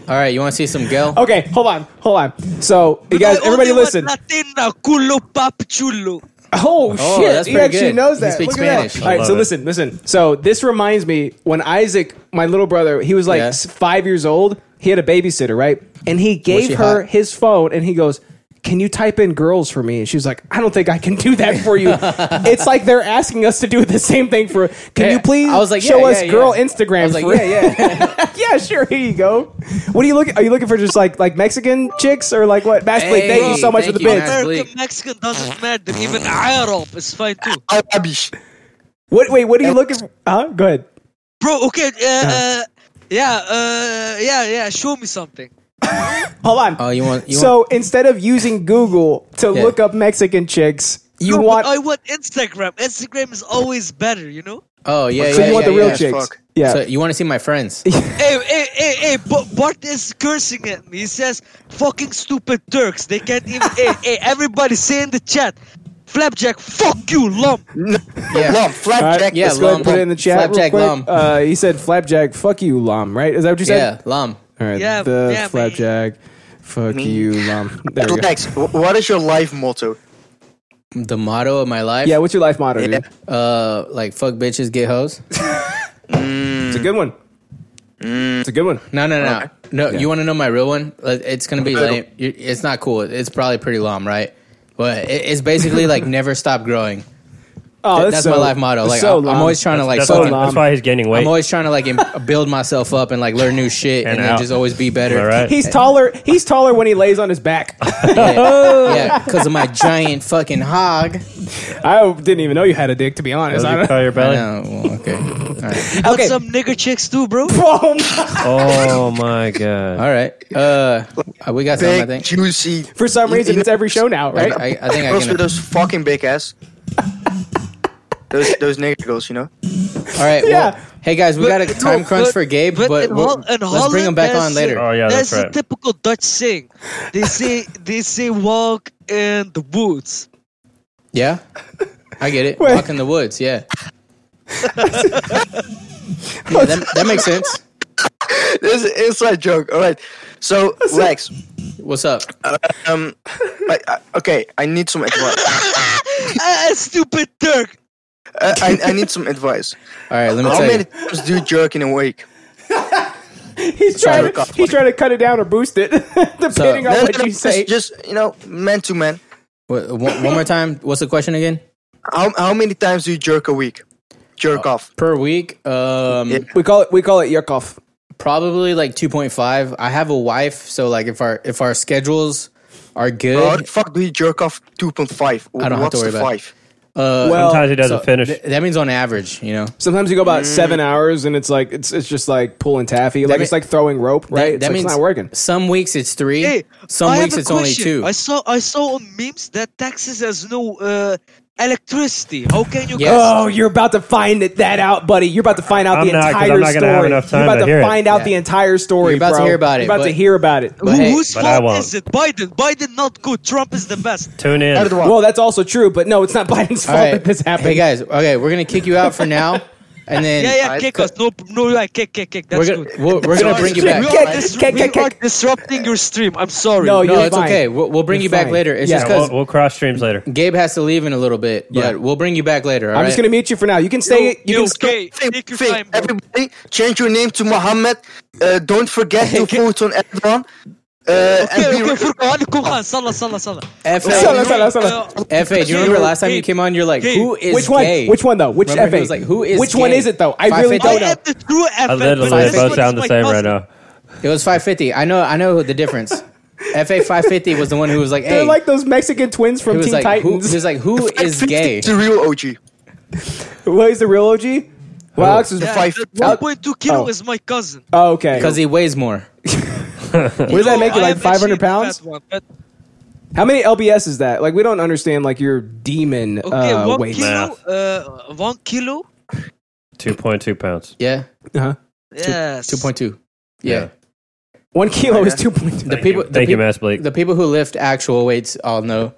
B: All right, you want to see some Gil?
A: Okay, hold on, hold on. So you guys,
L: The
A: everybody,
L: only one
A: listen.
L: Latina, culo, pap, chulo.
A: Oh,
B: Oh,
A: shit!
B: that's
A: he
B: pretty
A: actually
B: good.
A: knows
B: He
A: that.
B: speaks
A: Look at that.
B: Spanish.
A: All
B: I
A: right, so
B: love it.
A: listen, listen. So this reminds me when Isaac, my little brother, he was like
B: Yeah.
A: s- five years old. He had a babysitter, right? And he gave
B: she
A: her
B: hot?
A: his phone, and he goes. Can you type in girls for me? And she's like, I don't think I can do that for you. it's like they're asking us to do the same thing for. Can
B: Yeah,
A: you please
B: I was like,
A: show
B: yeah,
A: us
B: yeah,
A: girl
B: yeah.
A: Instagram?
B: I was like,
A: for-
B: yeah, yeah.
A: yeah, sure. Here you go. What are you looking? Are you looking for just like like Mexican chicks or like what? Bash Blake, thank you so much for the bids.
L: American Mexican doesn't matter. Even Arab is fine too.
A: What? Wait, what are you looking for? Huh? Go ahead.
L: Bro, okay, uh, uh, yeah, uh, yeah, yeah. Show me something.
A: Hold on.
B: Oh, you want? You
A: so instead of using Google to
B: Yeah.
A: look up Mexican chicks, you
L: No, but
A: want
L: I want Instagram. Instagram is always better, you know.
B: Oh yeah,
A: so
B: yeah,
A: you want
B: yeah,
A: the real
B: yeah.
A: chicks.
B: Fuck.
A: Yeah.
B: So you want to see my friends?
L: hey, hey, hey, hey! Ba- Bart is cursing at me. He says, "Fucking stupid Turks! They can't even." hey, hey! Everybody, say in the chat, Flapjack, fuck you, lump.
B: Yeah.
K: Lom, flapjack.
A: All right,
B: yeah,
A: let's go ahead and
B: Lom,
A: put it in the chat. real
B: Flapjack
A: quick.
B: Lom.
A: Uh, he said flapjack. Fuck you, lom. Right? Is that what you
B: Yeah,
A: said?
B: Lom.
A: All right.
L: Yeah,
A: the
L: yeah, man.
A: flapjack. Fuck you, lom. There we go.
K: Alex, wh- what is your life motto?
B: The motto of my life.
A: Yeah. What's your life motto?
K: Yeah.
A: Dude?
B: Uh, like fuck bitches, get hoes.
A: It's a good one. It's a good one.
B: No, no, no, no.
A: Yeah.
B: You want to know my real one? Uh, It's gonna be
K: Middle.
B: lame. You- It's not cool. It's probably pretty lom, right? But it- it's basically like never stop growing.
A: Oh,
B: Th-
A: that's,
B: that's
A: so-
B: my life motto.
A: that's
B: Like
A: so
B: I'm, I'm
A: lom.
B: always trying to like
C: That's,
B: fucking-
C: why, that's why he's gaining weight.
B: I'm always trying to like im- build myself up and like learn new shit and,
C: And
B: then
C: out.
B: just always be better.
C: All right.
A: He's taller. He's taller when he lays on his back.
B: Yeah, yeah, because of my giant fucking hog.
A: I didn't even know you had a dick, to be honest. I
C: Does it
A: don't
C: call your
B: I
C: belly?
B: know, well, okay, all right.
L: Got
A: Okay.
L: some nigger chicks too, bro.
A: Boom.
C: Oh my god.
B: All right. Uh, we got some. I
K: Big,
B: think.
K: juicy.
A: For some
K: You-
A: reason,
K: you
A: it's every show now,
B: I,
A: right?
B: I, I think I
K: Girls
B: can.
K: with those fucking big ass. those those nigger girls, you know.
B: All right.
A: Yeah.
B: Well, hey guys, we
L: But-
B: got a
L: but-
B: time crunch
L: but-
B: for Gabe, but,
L: but in
B: we'll-
L: Hol- in
B: let's bring him
L: Holland,
B: back on
L: there's-
B: later.
C: Oh yeah,
L: That's
C: that's,
L: the
C: right.
L: typical Dutch saying. They say they say walk in the woods.
B: Yeah, I get it.
A: Wait.
B: Walk in the woods. Yeah. yeah that, that makes sense.
K: This is inside joke. All right. So Lex,
B: What's up?
K: um, I, I, okay, I need some advice.
L: Ah, stupid Turk.
K: Uh, I, I need some advice.
B: All right, let me
K: How
B: tell
K: many
B: you.
K: times do you jerk in a week?
A: he's trying. To, he's trying to cut it down or boost it, depending on
K: No, no,
A: what
K: no,
A: you
K: just-
A: say.
K: Just you know, man to man.
B: Wha- One, one more time. What's the question again?
K: How how many times do you jerk a week? Jerk
C: Uh,
K: off.
B: Per week, um,
K: Yeah.
A: We call it. We call it Yerkoff.
B: probably like two point five. I have a wife, so like if our if our schedules are
K: Bro, how
B: good,
K: the fuck do you jerk off two point five?
B: I don't have
K: What's
B: to worry
K: the
B: about it.
K: five?
B: Uh,
A: Well, Sometimes he
C: doesn't finish.
B: th- that means on average, you know.
A: Sometimes you go about
B: Mm.
A: seven hours and it's like it's it's just like pulling taffy, like
B: mean-
A: it's like throwing rope, right?
B: That, that
A: it's, like,
B: means
A: it's not working.
B: Some weeks it's three.
A: Hey,
B: some
L: I have
B: weeks
L: a
B: it's only
L: question.
B: two.
L: I saw I saw on memes that Texas has no uh, electricity. How can you?
A: Oh, you're about to find it, that out, buddy. You're about to find out
L: I'm
A: the
L: not, 'cause
A: entire
L: I'm not
A: story.
L: gonna have enough time
A: you're about
L: to
A: to,
L: hear it.
A: find out
L: Yeah.
A: the entire story.
L: You're about to
A: bro.
L: hear about
A: You're
L: it,
A: about to
L: but-
A: hear about it.
L: Who, whose fault is it? Biden. Biden not good. Trump is the best.
C: Tune
L: in. Erdogan.
A: Well, that's also true, but no, it's not Biden's
B: All
A: fault
B: right.
A: that this happened.
B: Hey guys, okay, we're gonna kick you out for now, and then
L: yeah, yeah, kick us. No, no, yeah, kick, kick, kick. That's
B: We're gonna-
L: good.
B: we're- we're gonna
L: Sorry.
B: bring you back.
L: We
B: Kick,
L: are, dis-
B: kick,
L: we
B: kick,
L: are disrupting your stream. I'm sorry.
B: No, No, you're it's fine. okay. We'll- we'll bring You're you back fine. later. It's
C: yeah,
B: just 'cause-
C: we'll, we'll cross streams later.
B: Gabe has to leave in a little bit, but
C: Yeah.
B: we'll bring you back later.
A: I'm just gonna mute you for now. You can stay. you can stay.
K: Fake, fake. Everybody, change your name to Mohammed. Uh, don't forget to vote on Erdogan. Uh, and be-
L: Okay, okay, Furkan, come on, Salah, Salah, Salah. Uh,
B: FA,
L: Salah,
A: Salah, Salah.
B: FA, do you remember last time you came on? You're like, who is
A: which one?
B: gay?
A: Which one though? Which
B: Remember,
A: FA?
B: he was like, who is
A: Which one
B: gay?
A: is it though? I really don't
B: 550.
A: know.
L: True
C: I
L: FA.
C: literally,
B: but
C: they
B: this
C: both
B: one
C: sound
B: is my
C: the same right
B: cousin.
C: now.
B: It was 550. I know. I know the difference. FA 550 was the one who was like,
A: They're
B: hey,
A: like those Mexican twins
B: he
A: from
B: was
A: Teen
B: like, who,
A: Titans.
B: he was like, who is gay?
K: the real OG.
A: Well, he's the real OG. Well,
B: Oh.
A: Alex is
B: Yeah,
A: five.
B: the
A: Al-
L: 1.2 kilo
A: Oh.
L: is my cousin.
A: Oh, okay.
B: Because he weighs more.
A: what does that make it
L: I
A: like
L: am
A: 500 pounds?
L: That one, but
A: How many LBS is that? Like, we don't understand like your demon
L: okay,
A: uh,
L: one
A: weight.
L: kilo. Uh, one kilo.
C: Two point two pounds.
B: Yeah.
A: Uh-huh.
L: Yes.
B: Two point two. Yeah.
A: One kilo is two point two.
B: The people. the
C: Thank you,
B: peop-
C: Mass Blake.
B: The people who lift actual weights all know.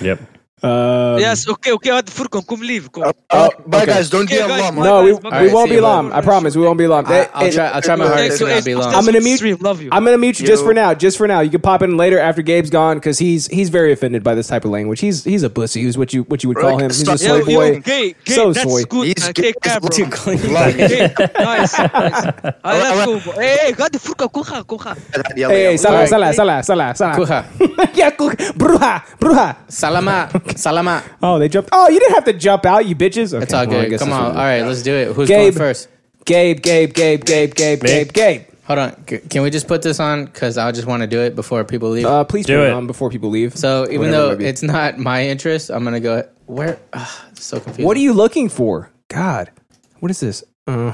C: Yep.
A: Uh,
L: Yes. Okay. Okay. uh, Furkan, come leave. Come.
K: bye, guys. Don't
L: Okay,
K: be
L: guys,
K: alarmed.
L: bye,
A: No, we,
L: guys, bye,
A: we
L: guys.
A: won't
L: See
A: be
L: you,
A: long. I promise we won't be long.
B: I- I'll try- I'll try my hardest
L: to not
B: be long.
A: I'm gonna mute.
L: Stream, love you.
A: I'm gonna mute you just
L: You.
A: for now. Just for now, you can pop in later after Gabe's gone because he's he's very offended by this type of language. He's he's a pussy. Who's what you what you would call him? He's a soy
L: Yo, yo,
A: boy.
L: gay, gay,
A: So
L: that's
A: soy.
L: good. He's gay, bro.
A: Gay.
L: Gay, nice, nice. I like you, bro. Hey, hey, God, Furkan, kucha, kucha.
A: Hey, hey, Salah, Salah, Salah, Salah, Salah. yeah, Kuha. Bruja, bruja.
B: Salama, salama.
A: Oh, they jumped. Oh, you didn't have to jump out, you bitches. Okay,
B: It's all
A: well, I
B: good.
A: guess
B: Come
A: that's
B: on.
A: what
B: All
A: we-
B: right, let's do it. Who's
A: Gabe.
B: going first?
A: Gabe, Gabe, Gabe, Gabe, Gabe, Gabe, Gabe.
B: Hold on. C- Can we just put this on? Because I just want to do it before people leave.
A: Uh, please put it on before people leave.
B: So even
A: Whatever
B: though
A: it may be.
B: it's not my interest, I'm gonna go. Where? Uh, so confused.
A: What are you looking for? God, what is this? Uh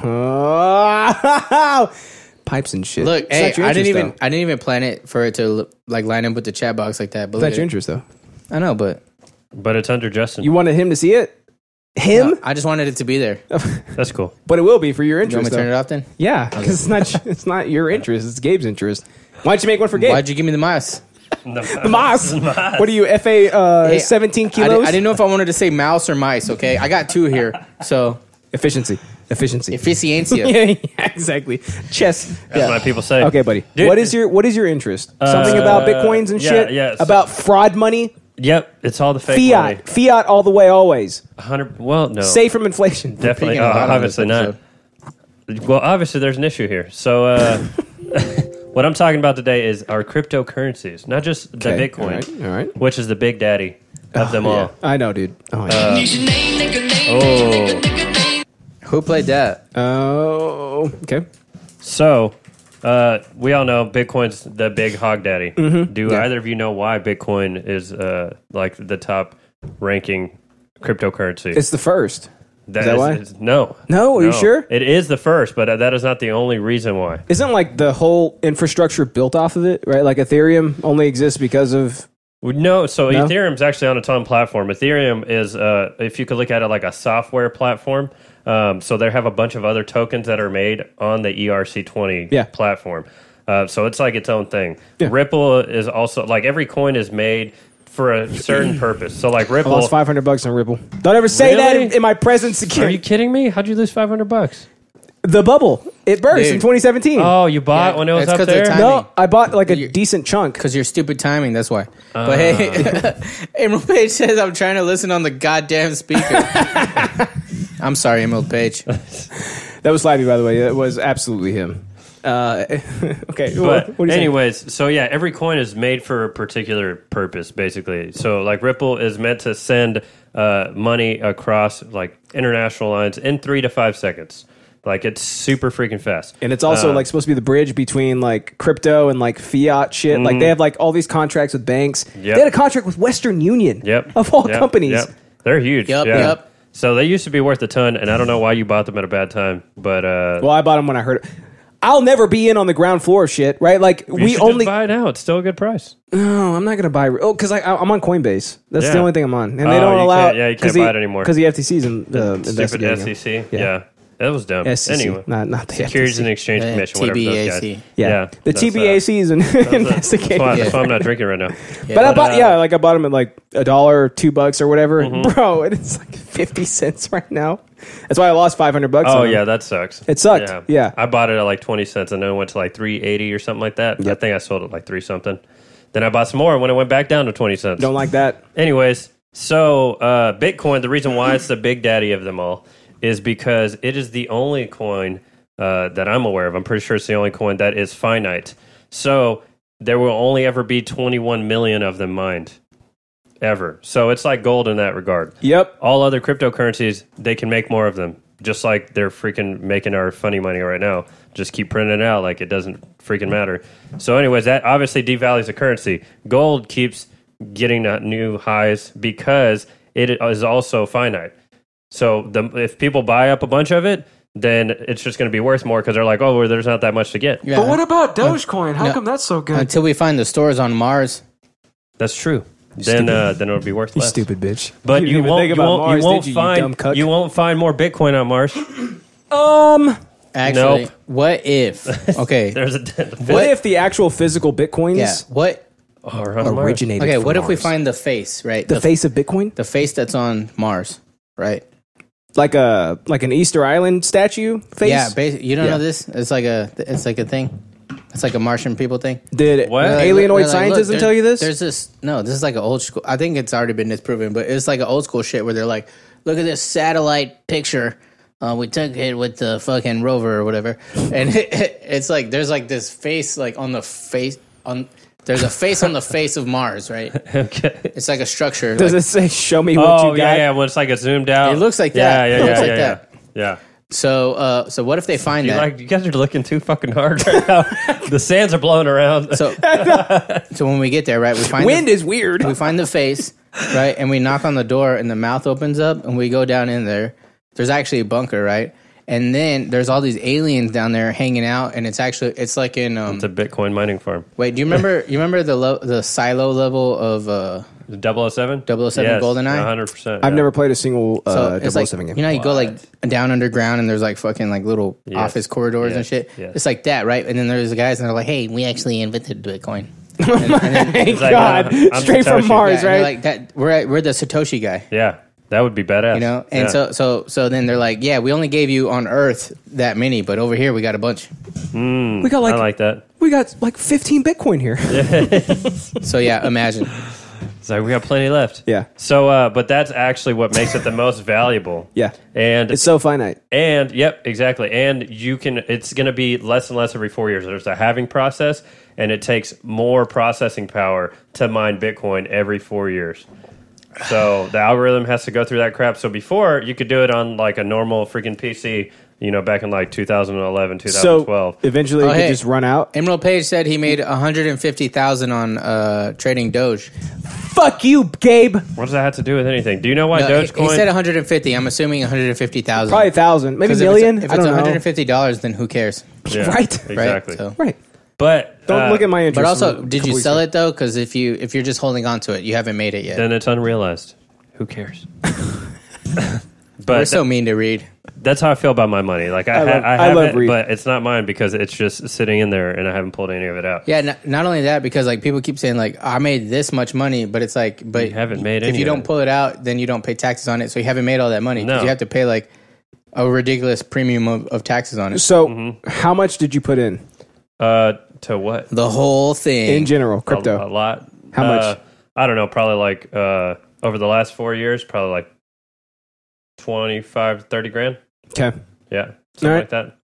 A: huh. Pipes and shit.
B: Look,
A: It's
B: hey,
A: not your
B: I didn't
A: interest,
B: even I didn't even plan it for it to like line up with the chat box like that. But
A: though. It's
B: look
A: not your interest
B: at-
A: though.
B: I know, but
C: but it's under Justin.
A: You wanted him to see it, him,
B: No, I just wanted it to be there.
C: That's cool.
A: but it will be for your
B: You want me
A: interest.
B: to turn
A: though.
B: it off then?
A: Yeah, because it's not it's not your interest. It's Gabe's interest. Why don't you make one for Gabe?
B: Why'd you give me the mouse?
A: the moss. What are you, FA uh,
B: Hey,
A: 17
B: I,
A: kilos?
B: di- I didn't know if I wanted to say mouse or mice. Okay, I got two here. So
A: efficiency, efficiency,
B: efficiencia.
A: yeah, yeah, exactly. Chess.
C: That's
A: yeah.
C: what people say.
A: Okay, buddy.
C: Dude,
A: what is your what is your interest? Something
C: Uh,
A: about bitcoins and
C: yeah,
A: shit.
C: yeah, so-
A: about fraud money.
C: Yep, it's all the fake money. Oh.
A: Fiat, fiat all the way, always.
C: Hundred. Well, no.
A: Safe from inflation.
C: Definitely. Oh, obviously not. Well, obviously, there's an issue here. So, uh, what I'm talking about today is our cryptocurrencies, not just the
A: Okay, all
C: Bitcoin,
A: right, all right. Oh,
C: which is the big daddy of them all.
A: I know, dude. Oh,
C: Uh, oh.
B: Who played that?
A: Oh, okay.
C: So, uh, we all know Bitcoin's the big hog daddy.
A: Mhm.
C: Do
A: Yeah.
C: either of you know why Bitcoin is uh, like the top ranking cryptocurrency?
A: It's the first. Is that
C: is-
A: why?
C: is- no.
A: No, are you sure?
C: It is the first, but uh, that is not the only reason why.
A: Isn't like the whole infrastructure built off of it, right? Like Ethereum only exists because of
C: Well, No, so
A: No?
C: Ethereum's actually on its own platform. Ethereum is, uh, if you could look at it like a software platform. Um, so they have a bunch of other tokens that are made on the E ERC20
A: Yeah.
C: platform. Uh, so it's like its own thing. Ripple is also like every coin is made for a certain purpose. So like
A: I
C: Ripple,
A: lost five hundred bucks on Ripple. Don't ever say that in, in my presence again.
C: Are you kidding me? How'd you lose five hundred bucks?
A: The bubble it burst in
B: Dude.
A: 2017.
C: Oh, you bought when it was
B: it's
C: up
B: 'cause they're
C: there.
B: timing.
A: no, I bought like a decent chunk.
B: Because your stupid timing, that's why.
C: Uh.
B: but hey, Emerald Page says I'm trying to listen on the goddamn speaker. I'm sorry, Emerald Page.
A: That was Slappy, by the way. That was absolutely him. Uh, okay. well,
C: But
A: what do you think?
C: anyways, so yeah, every coin is made for a particular purpose, basically. So like Ripple is meant to send uh, money across like international lines in three to five seconds. Like it's super freaking fast,
A: And it's also
C: Uh,
A: like supposed to be the bridge between like crypto and like fiat shit. Like
C: Mhm.
A: they have like all these contracts with banks.
C: Yep.
A: They had a contract with Western Union
C: yep
A: of all companies.
C: They're huge.
B: Yup,
C: yeah.
B: yup.
C: So they used to be worth a ton, and I don't know why you bought them at a bad time, but uh,
A: Well, I bought them when I heard. I'll never be in on the ground floor of shit, right? Like
C: you should
A: we
C: just
A: only
C: buy it now. It's still a good price.
A: No, I'm not gonna buy. Oh, because I, I'm on Coinbase. That's the
C: Yeah.
A: only thing I'm on, and they
C: Oh,
A: don't
C: you
A: allow.
C: can't- yeah, you can't buy it anymore.
A: because the FTC's in the
C: Stupid SEC. Yeah. that was dumb.
A: SEC,
C: anyway,
A: E not- not the
C: Securities
A: SEC.
C: and Exchange
A: Yeah,
C: Commission, whatever those
A: TBAC.
C: guys.
A: Yeah. The
C: that's, uh,
A: TBAC is an
C: that's it.
A: investigating.
C: That's why, that's why I'm
A: Yeah.
C: not drinking right now.
A: But I bought,
C: uh,
A: yeah, like I bought them at like a dollar, two bucks, or whatever,
C: Mm-hmm.
A: bro. And it's like fifty cents right now. That's why I lost five hundred bucks.
C: Oh
A: on 'em.
C: yeah, that sucks.
A: It sucked, yeah.
C: I bought it at like twenty cents, and then it went to like three eighty or something like that. I think I sold it like three something. Then I bought some more, and when it went back down to twenty cents,
A: Don't like that.
C: Anyways, so uh, Bitcoin, the reason why it's the big daddy of them all is because it is the only coin uh, that I'm aware of. I'm pretty sure it's the only coin that is finite. So there will only ever be 21 million of them mined ever. So it's like gold in that regard.
A: Yep.
C: All other cryptocurrencies, they can make more of them. Just like they're freaking making our funny money right now. Just keep printing it out like it doesn't freaking matter. So, anyways, that obviously devalues the currency. Gold keeps getting uh, new highs because it is also finite. So, the, if people buy up a bunch of it, then it's just going to be worth more because they're like, oh, well, there's not that much to get.
B: Yeah. But what
A: about
B: Dogecoin? How No. come
A: that's so
B: Until we find the stores on Mars.
C: That's true. Then,
B: Stupid.
C: uh, then it'll be worth
A: You
C: less.
A: stupid bitch.
C: But
A: You
C: you,
A: didn't even
C: won't,
A: think
C: you
A: about
C: won't,
A: Mars,
C: you won't
A: did you, you dumb
C: find you,
A: cuck?
C: won't find more Bitcoin on Mars.
A: Um.
B: Actually,
C: Nope.
B: what if? Okay.
C: There's a
A: What if the actual physical bitcoins?
B: Yeah. What
A: originated?
B: Okay,
A: from
B: what if we
A: Mars?
B: find the face, right?
A: the, face of Bitcoin?
B: The face that's on Mars, right?
A: Like a like an Easter Island statue face?
B: Yeah, basi- you don't
A: Yeah.
B: know this? It's like a it's like a thing. It's like a Martian people thing.
A: Did
B: They're
A: alienoid
B: like- they're like, look,
A: scientism
B: there-
A: tell you this?
B: There's this no, this is like an old school. I think it's already been disproven, but it's like an old school shit where they're like, look at this satellite picture. Uh, we took it with the fucking rover or whatever, and it's like there's like this face like on the face on there's a face on the face of Mars, right?
C: okay.
B: It's like a structure.
A: Does
B: like-
A: it say show me what
B: Oh,
A: you
B: yeah,
A: got?
C: yeah, when it's like a zoomed out.
B: It looks like
C: Yeah,
B: that.
C: yeah,
B: It looks
C: yeah,
B: like
C: yeah,
B: that.
C: yeah.
B: So, uh, so what if they find
C: You
B: that?
C: like you guys are looking too fucking hard right now. the sands are blowing around.
B: So, so when we get there, right, we find
A: Wind
B: the,
A: is weird.
B: We find the face, right, and we knock on the door, and the mouth opens up, and we go down in there. There's actually a bunker, right, and then there's all these aliens down there hanging out, and it's actually it's like in um.
C: It's a Bitcoin mining farm.
B: Wait, do you remember? You remember the lo- the silo level of uh,
C: 007?
B: 007 Goldeneye?
C: 100%.
A: I've never played a single uh,
B: oh, it's like,
A: 007 game.
B: You know, how you go like down underground and there's like fucking like little office corridors and
A: Yes.
B: shit.
A: Yes.
B: It's like that, right? And then there's the guys and they're like, hey, we actually invented Bitcoin.
A: Thank God. Straight from Mars,
B: Yeah, and they're
A: right?
B: Like that, we're we're the Satoshi guy,
C: Yeah, that would be badass.
B: you know. And
C: Yeah.
B: so so so then they're like, yeah, we only gave you on Earth that many, but over here we got a bunch.
C: Mm,
A: We got, like-
C: I like that.
A: we got like 15 Bitcoin here.
B: so yeah, imagine.
C: It's like we got plenty left.
A: Yeah.
C: So, uh, but that's actually what makes it the most valuable.
A: Yeah.
C: And
A: It's so finite.
C: And yep, exactly. And you can it's going to be less and less every 4 years. There's a halving process and it takes more processing power to mine Bitcoin every 4 years. So the algorithm has to go through that crap. So before you could do it on like a normal freaking PC, you know, back in like 2011, 2012.
A: eventually
B: Oh, hey.
A: run out.
B: Emerald Page said he made 150,000 on uh, trading Doge.
A: Fuck you, Gabe.
C: What does that have to do with anything? Do you know why
B: No, he-
C: Dogecoin
B: He said 150. I'm assuming 150,000.
A: Probably a thousand, maybe a
B: 'Cause if
A: million.
B: It's, if
A: I
B: it's
A: don't know.
B: 150 dollars, then who cares?
C: Yeah,
A: Right.
C: Exactly.
B: So-
A: Right.
C: But
A: Don't
C: uh,
A: look at my interest.
B: But also, did you sell it though? Because if you if you're just holding on to it, you haven't made it yet.
C: then it's unrealized. Who cares? but
B: We're so mean to read.
C: That's how I feel about my money. Like I,
B: I
C: ha-
B: love-
C: I
B: I
C: have
B: love
C: it,
B: Reed.
C: but it's not mine because it's just sitting in there, and I haven't pulled any of it out.
B: Yeah. Not, not only that, because like people keep saying like I made this much money, but it's like but you
C: haven't made
B: If
C: any
B: you
C: of
B: don't
C: it.
B: pull it out, then you don't pay taxes on it, so you haven't made all that money. 'cause
A: No.
B: You have to pay like a ridiculous premium of, of taxes on it.
A: So,
B: Mm-hmm.
A: how much did you put in?
C: Uh, to what?
B: The whole thing
A: In general, crypto.
C: A, a lot.
A: How
C: Uh,
A: much?
C: I don't know. Probably like uh, over the last four years, probably like 25, 30 grand.
A: Okay.
C: Yeah, something
A: All right.
C: like that.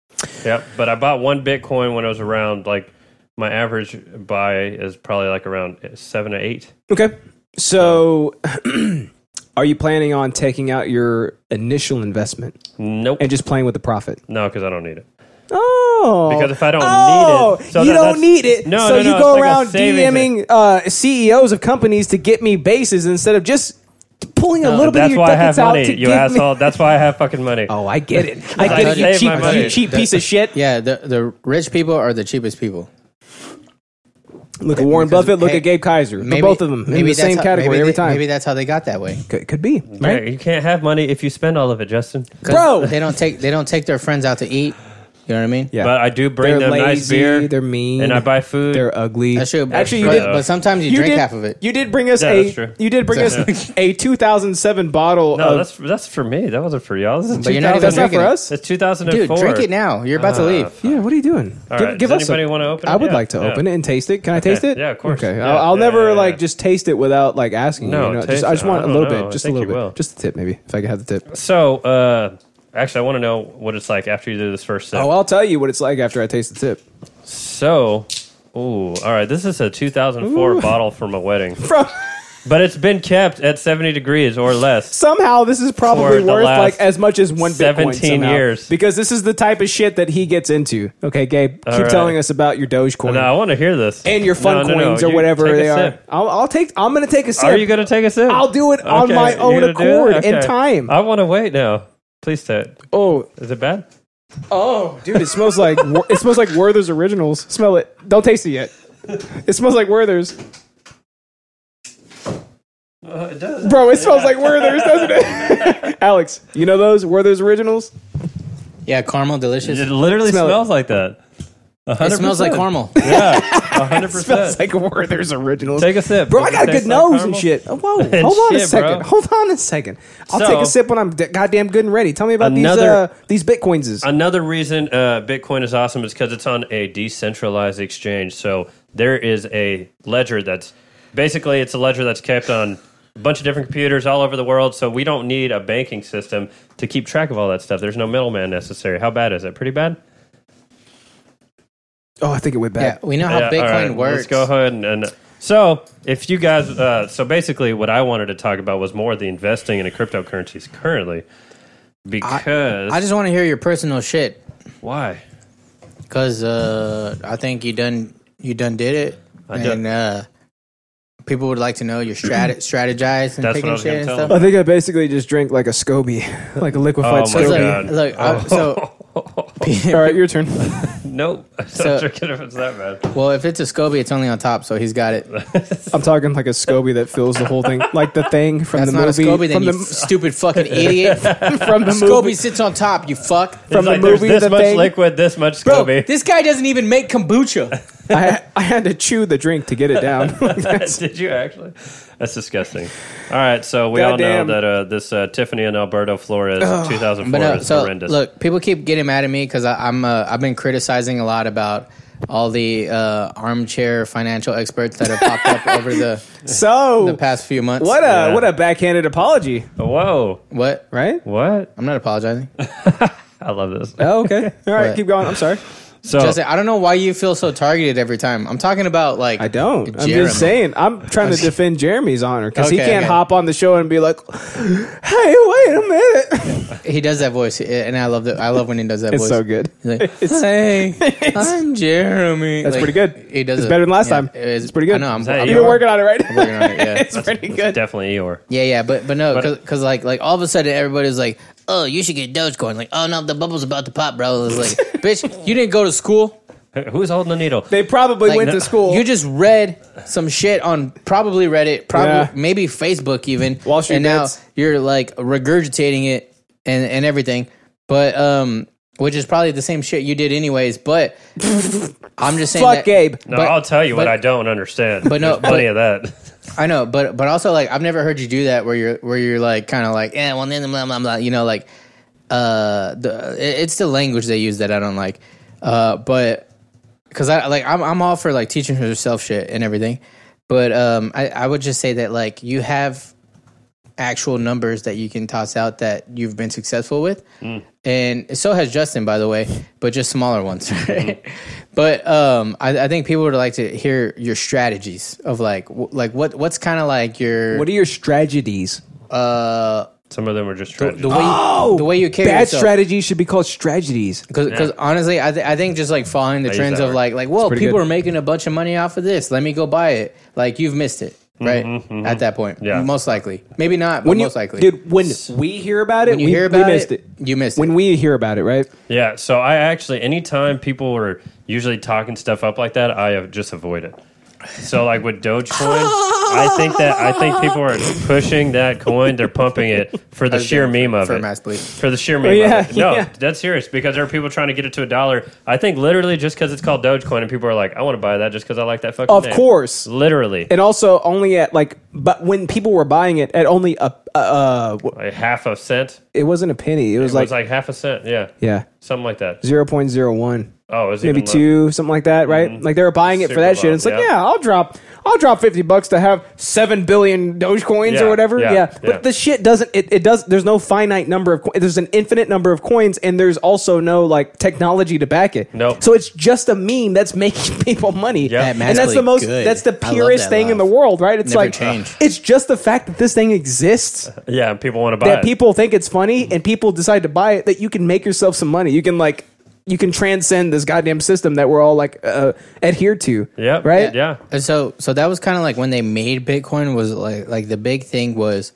C: Yeah, but I bought one Bitcoin when it was around like my average buy is probably like around seven to eight.
A: Okay. So, are you planning on taking out your initial investment?
C: Nope.
A: And just playing with the profit?
C: No, because I don't need it.
A: Oh.
C: Because if I don't
A: Oh,
C: need it, so
A: you
C: that-
A: don't
C: that's-
A: need it.
C: No,
A: so
C: no,
A: you
C: no,
A: go
C: it's like a
A: around
C: savings-
A: E DMing uh, CEOs of companies to get me bases instead of just pulling a
C: No,
A: little bit of
C: that's
A: your
C: why I
A: ducats
C: have
A: out
C: money,
A: to
C: you
A: give
C: asshole.
A: me.
C: That's why I have fucking money. Oh,
A: I get it.
B: shit. Yeah, the, the rich people are the cheapest people.
A: Look at Warren
B: Because-
A: Buffett. Look
B: hey,
A: at Gabe Kaiser. They're both of them in the
B: that's
A: same
B: how-
A: category
B: maybe
A: every
B: they-
A: time.
B: Maybe that's how they got that way.
A: Could, could be.
C: Yeah, you can't have money if you spend all of it, Justin.
B: 'Cause they don't take they don't take their friends out to eat. You know what I mean?
C: Yeah. But I do bring
B: They're
C: them nice
B: lazy,
C: beer.
B: they're mean,
C: and I buy food.
A: They're ugly.
B: That's true. But,
A: Actually, you
B: but,
A: did-
B: but sometimes you,
A: you
B: drink
A: did-
B: half of it.
A: You did bring us
C: Yeah, that's true.
A: a. You did bring
C: So-
A: us a 2007 bottle
C: No,
A: of.
C: that's that's for me. That wasn't for y'all. This is
A: But you're not even That's
C: 2000
A: not for drinking it. us?
C: It's 2004.
B: Dude, drink it now. You're about to
C: Ah,
A: Uh,
B: leave.
A: Yeah, what are you doing?
C: All
A: give
C: right,
A: give
C: does
A: us. a-
C: anybody wanna open it?
A: I would
C: Yeah,
A: like to
C: yeah.
A: open it and taste it. Can I
C: Okay,
A: taste it?
C: yeah, of course.
A: Okay,
C: Yeah,
A: I'll, I'll
C: yeah,
A: never
C: yeah,
A: like just taste it without like asking.
C: No,
A: you, you know?
C: taste
A: just, I just
C: it.
A: want
C: I
A: a
C: don't
A: little
C: know. I
A: bit, just a
C: think
A: little
C: you
A: bit,
C: will.
A: just a tip maybe if I could have the tip.
C: So, uh, actually, I want to know what it's like after you do this first sip.
A: Oh, I'll tell you what it's like after I taste the tip.
C: So, ooh, all right. This is a 2004
A: Ooh.
C: bottle from a wedding. but it's been kept at 70 degrees or less.
A: Somehow this is probably
C: For the
A: worth
C: last
A: like as much as one Bitcoin
C: 17
A: somehow.
C: years.
A: because this is the type of shit that he gets into. Okay, Gabe,
C: All
A: keep
C: right.
A: telling us about your Dogecoin.
C: No, I want to hear this.
A: and your fun
C: No, no, no,
A: coins or
C: you
A: whatever
C: take a
A: they are.
C: sip.
A: I'll, I'll take. I'm going to take a sip.
C: Are you going to take a sip?
A: I'll do it on
C: Okay,
A: my
C: you
A: own
C: gonna do it?
A: accord in
C: Okay. Uh,
A: time.
C: I want to wait now. Please do it.
A: Oh,
C: is it bad?
A: Oh, dude, it smells like it smells like Werther's Originals. Smell it. Don't taste it yet. It smells like Werther's,
C: Uh, it does.
A: bro. It smells like Werther's, doesn't it? Alex, you know those Werther's Originals?
B: Yeah, caramel, delicious.
C: It literally
A: Smell it.
C: smells like that. A
B: It smells like
C: 100%.
B: caramel.
C: Yeah, hundred percent.
A: Smells like Werther's Originals.
C: Take a sip.
A: bro.
C: Does
A: I
C: it
A: got a
C: taste
A: good
C: like
A: nose and
C: caramel?
A: shit. Oh, Whoa,
C: And
A: hold on a
C: shit,
A: second.
C: bro.
A: Hold on a second. I'll
C: So-
A: take a sip when I'm d- goddamn good and ready. Tell me about
C: Another-
A: these uh, these bitcoins. Is
C: Another reason uh, Bitcoin is awesome is because it's on a decentralized exchange. So there is a ledger that's basically it's a ledger that's kept on a bunch of different computers all over the world. So we don't need a banking system to keep track of all that stuff. There's no middleman necessary. How bad is it? Pretty bad.
A: Oh, I think it went back.
B: Yeah, we know how
C: Yeah, all
B: Bitcoin
C: right,
B: works.
C: Let's go ahead and, and so if you guys, uh, so basically, what I wanted to talk about was more the investing in cryptocurrencies currently because
B: I just want to hear your personal shit.
C: Why?
B: Because uh, I think you done you done did it,
C: I
B: and
C: done-
B: Uh, people would like to know your strat strategize and
C: That's what I
B: picking
C: was gonna
B: shit and
C: tell
B: stuff.
A: I think I basically just drank like a scoby, like a liquefied
C: Oh my
A: scoby.
C: God.
B: Look, I, so
A: All right, your turn.
C: nope. I'm
B: So-
C: not drinking if it's that bad.
B: well, if it's a scoby, it's only on top, so he's got it.
A: I'm talking like a Scoby that fills the whole thing, like the thing from
B: That's
A: the
B: not
A: movie.
B: a scoby, then
A: from
B: you
A: the,
B: stupid fucking idiot.
A: From the
B: scoby
A: movie-
B: sits on top. You fuck.
A: From the
C: like, there's
A: movie,
C: this
A: the
C: much
A: thing-
C: liquid, this much
B: Bro,
C: Scoby.
B: this guy doesn't even make kombucha.
A: I, I had to chew the drink to get it down.
C: Did you actually? That's disgusting. All right, so we all
A: Goddamn.
C: know that uh, this uh, Tiffany and Alberto Flores
B: Ugh.
C: 2004
B: But, uh,
C: is
B: so,
C: horrendous.
B: Look, people keep getting mad at me because I'm uh, I've been criticizing a lot about all the uh, armchair financial experts that have popped up over the
A: so
B: the past few months.
A: What a what a backhanded apology.
C: Whoa!
B: What
A: right?
C: What?
B: I'm not apologizing.
C: I love this.
A: Oh, okay. All right,
B: What?
A: keep going. I'm sorry. Oh.
C: So
B: Justin, I don't know why you feel so targeted every time. I'm talking about like I
A: don't. I'm just saying. I'm trying to defend Jeremy's honor because he
B: Okay,
A: can't
B: okay.
A: hop on the show and be like, "Hey, wait a minute."
B: He does that voice, and I love that. I love when he does that.
A: It's
B: voice.
A: so good.
B: He's like, hey, I'm Jeremy.
A: That's
B: Like,
A: pretty good.
B: He does
A: It's
B: it.
A: better than last
B: Yeah,
A: time.
B: it is-
A: It's pretty good.
B: I know. I'm,
A: You've
B: I'm
A: been working on it, right?
B: I'm working on it. Yeah.
A: it's pretty good.
C: Definitely Eeyore.
B: Yeah, yeah, but but no,
C: But-
B: because like like all of a sudden everybody's like, oh, you should get Dogecoin. Like, oh no, the bubble's about to pop, bro. It's like, bitch, you didn't go to school.
C: Who's holding the needle?
A: They probably
B: Like,
A: went to school.
B: You just read some shit on probably Reddit, probably
A: Yeah.
B: maybe Facebook even.
A: Wall Street
B: and now
A: Bets.
B: you're like regurgitating it and and everything, but um, which is probably the same shit you did anyways. But I'm just saying,
A: Fuck
B: that,
A: Gabe.
C: No,
B: but-
C: I'll tell you what
B: but-
C: I don't understand.
B: but
C: But
B: no,
C: no, plenty
B: but-
C: of that.
B: I know, but but also like I've never heard you do that where you're where you're like kind of like eh, well then blah blah blah you know like uh the it- it's the language they use that I don't like uh but because I like I'm I'm all for like teaching herself shit and everything but um I I would just say that like you have actual numbers that you can toss out that you've been successful with
A: Mm.
B: and so has Justin, by the way, but just smaller ones. Right?
A: Mm-hmm.
B: But um, I, I think people would like to hear your strategies of like, w- like what what's kind of like your
A: What are your strategies?
B: uh
C: Some of them are just tragic.
B: the way you, the way you carry
A: Oh! Bad
B: yourself.
A: strategies should be called strategies.
B: Because honestly, I, th- I think just like following the
A: I use
B: trends
A: that
B: of
A: word.
B: like like
A: It's
B: whoa,
A: pretty
B: people
A: good.
B: are making a bunch of money off of this. Let me go buy it. Like you've missed it. right? At that point,
A: Mm-hmm, Yeah.
B: most likely, maybe not, but
A: When you-
B: most likely,
A: dude, when we hear about it,
B: when you
A: we,
B: hear
A: we
B: about
A: missed it.
B: You missed
A: when we hear about it, right?
C: Yeah, so I actually, anytime people are usually talking stuff up like that, I have just avoid it. So like with Dogecoin, I think that I think people are pushing that coin. They're pumping it for the
B: As
C: sheer
B: in,
C: meme of
B: for
C: it,
B: mass bleed.
C: for the sheer meme.
B: Oh, yeah,
C: of it. No,
B: yeah.
C: that's serious because there are people trying to get it to a dollar. I think literally just because it's called Dogecoin and people are like, I want to buy that just because I like that fucking.
A: Of
C: name."
A: course.
C: literally
A: And also only at like, but when people were buying it at only a, uh, uh,
C: like half a cent.
A: it wasn't a penny. It
C: It
A: was like,
C: half a cent. Yeah,
A: yeah,
C: something like that.
A: zero point zero one.
C: Oh, it was
A: maybe
C: even low. Mm-hmm.
A: two, something like that, right? Like they were buying it for
C: Super
A: that shit.
C: low,
A: it's like,
C: yeah.
A: yeah, I'll drop, I'll drop fifty bucks to have seven billion Dogecoins
C: Yeah,
A: or whatever.
C: yeah,
A: Yeah,
C: yeah.
A: but the shit doesn't. It, it does. There's no finite number of. co- There's an infinite number of coins, and there's also no like technology to back it. No. So it's just a meme that's making people money.
B: That
A: and that's
B: massively
A: the most.
B: good.
A: That's the
B: I love
A: purest
B: that
A: thing in the
B: love.
A: world, right? It's
B: Never
A: like
B: change.
A: it's just the fact that this thing exists
C: Yeah, and people want to buy
A: that
C: it.
A: people think it's funny and people decide to buy it that you can make yourself some money you can like you can transcend this goddamn system that we're all like uh, adhered to
C: yeah,
A: right
C: yeah.
B: And so so that was kind of like when they made Bitcoin was like like the big thing was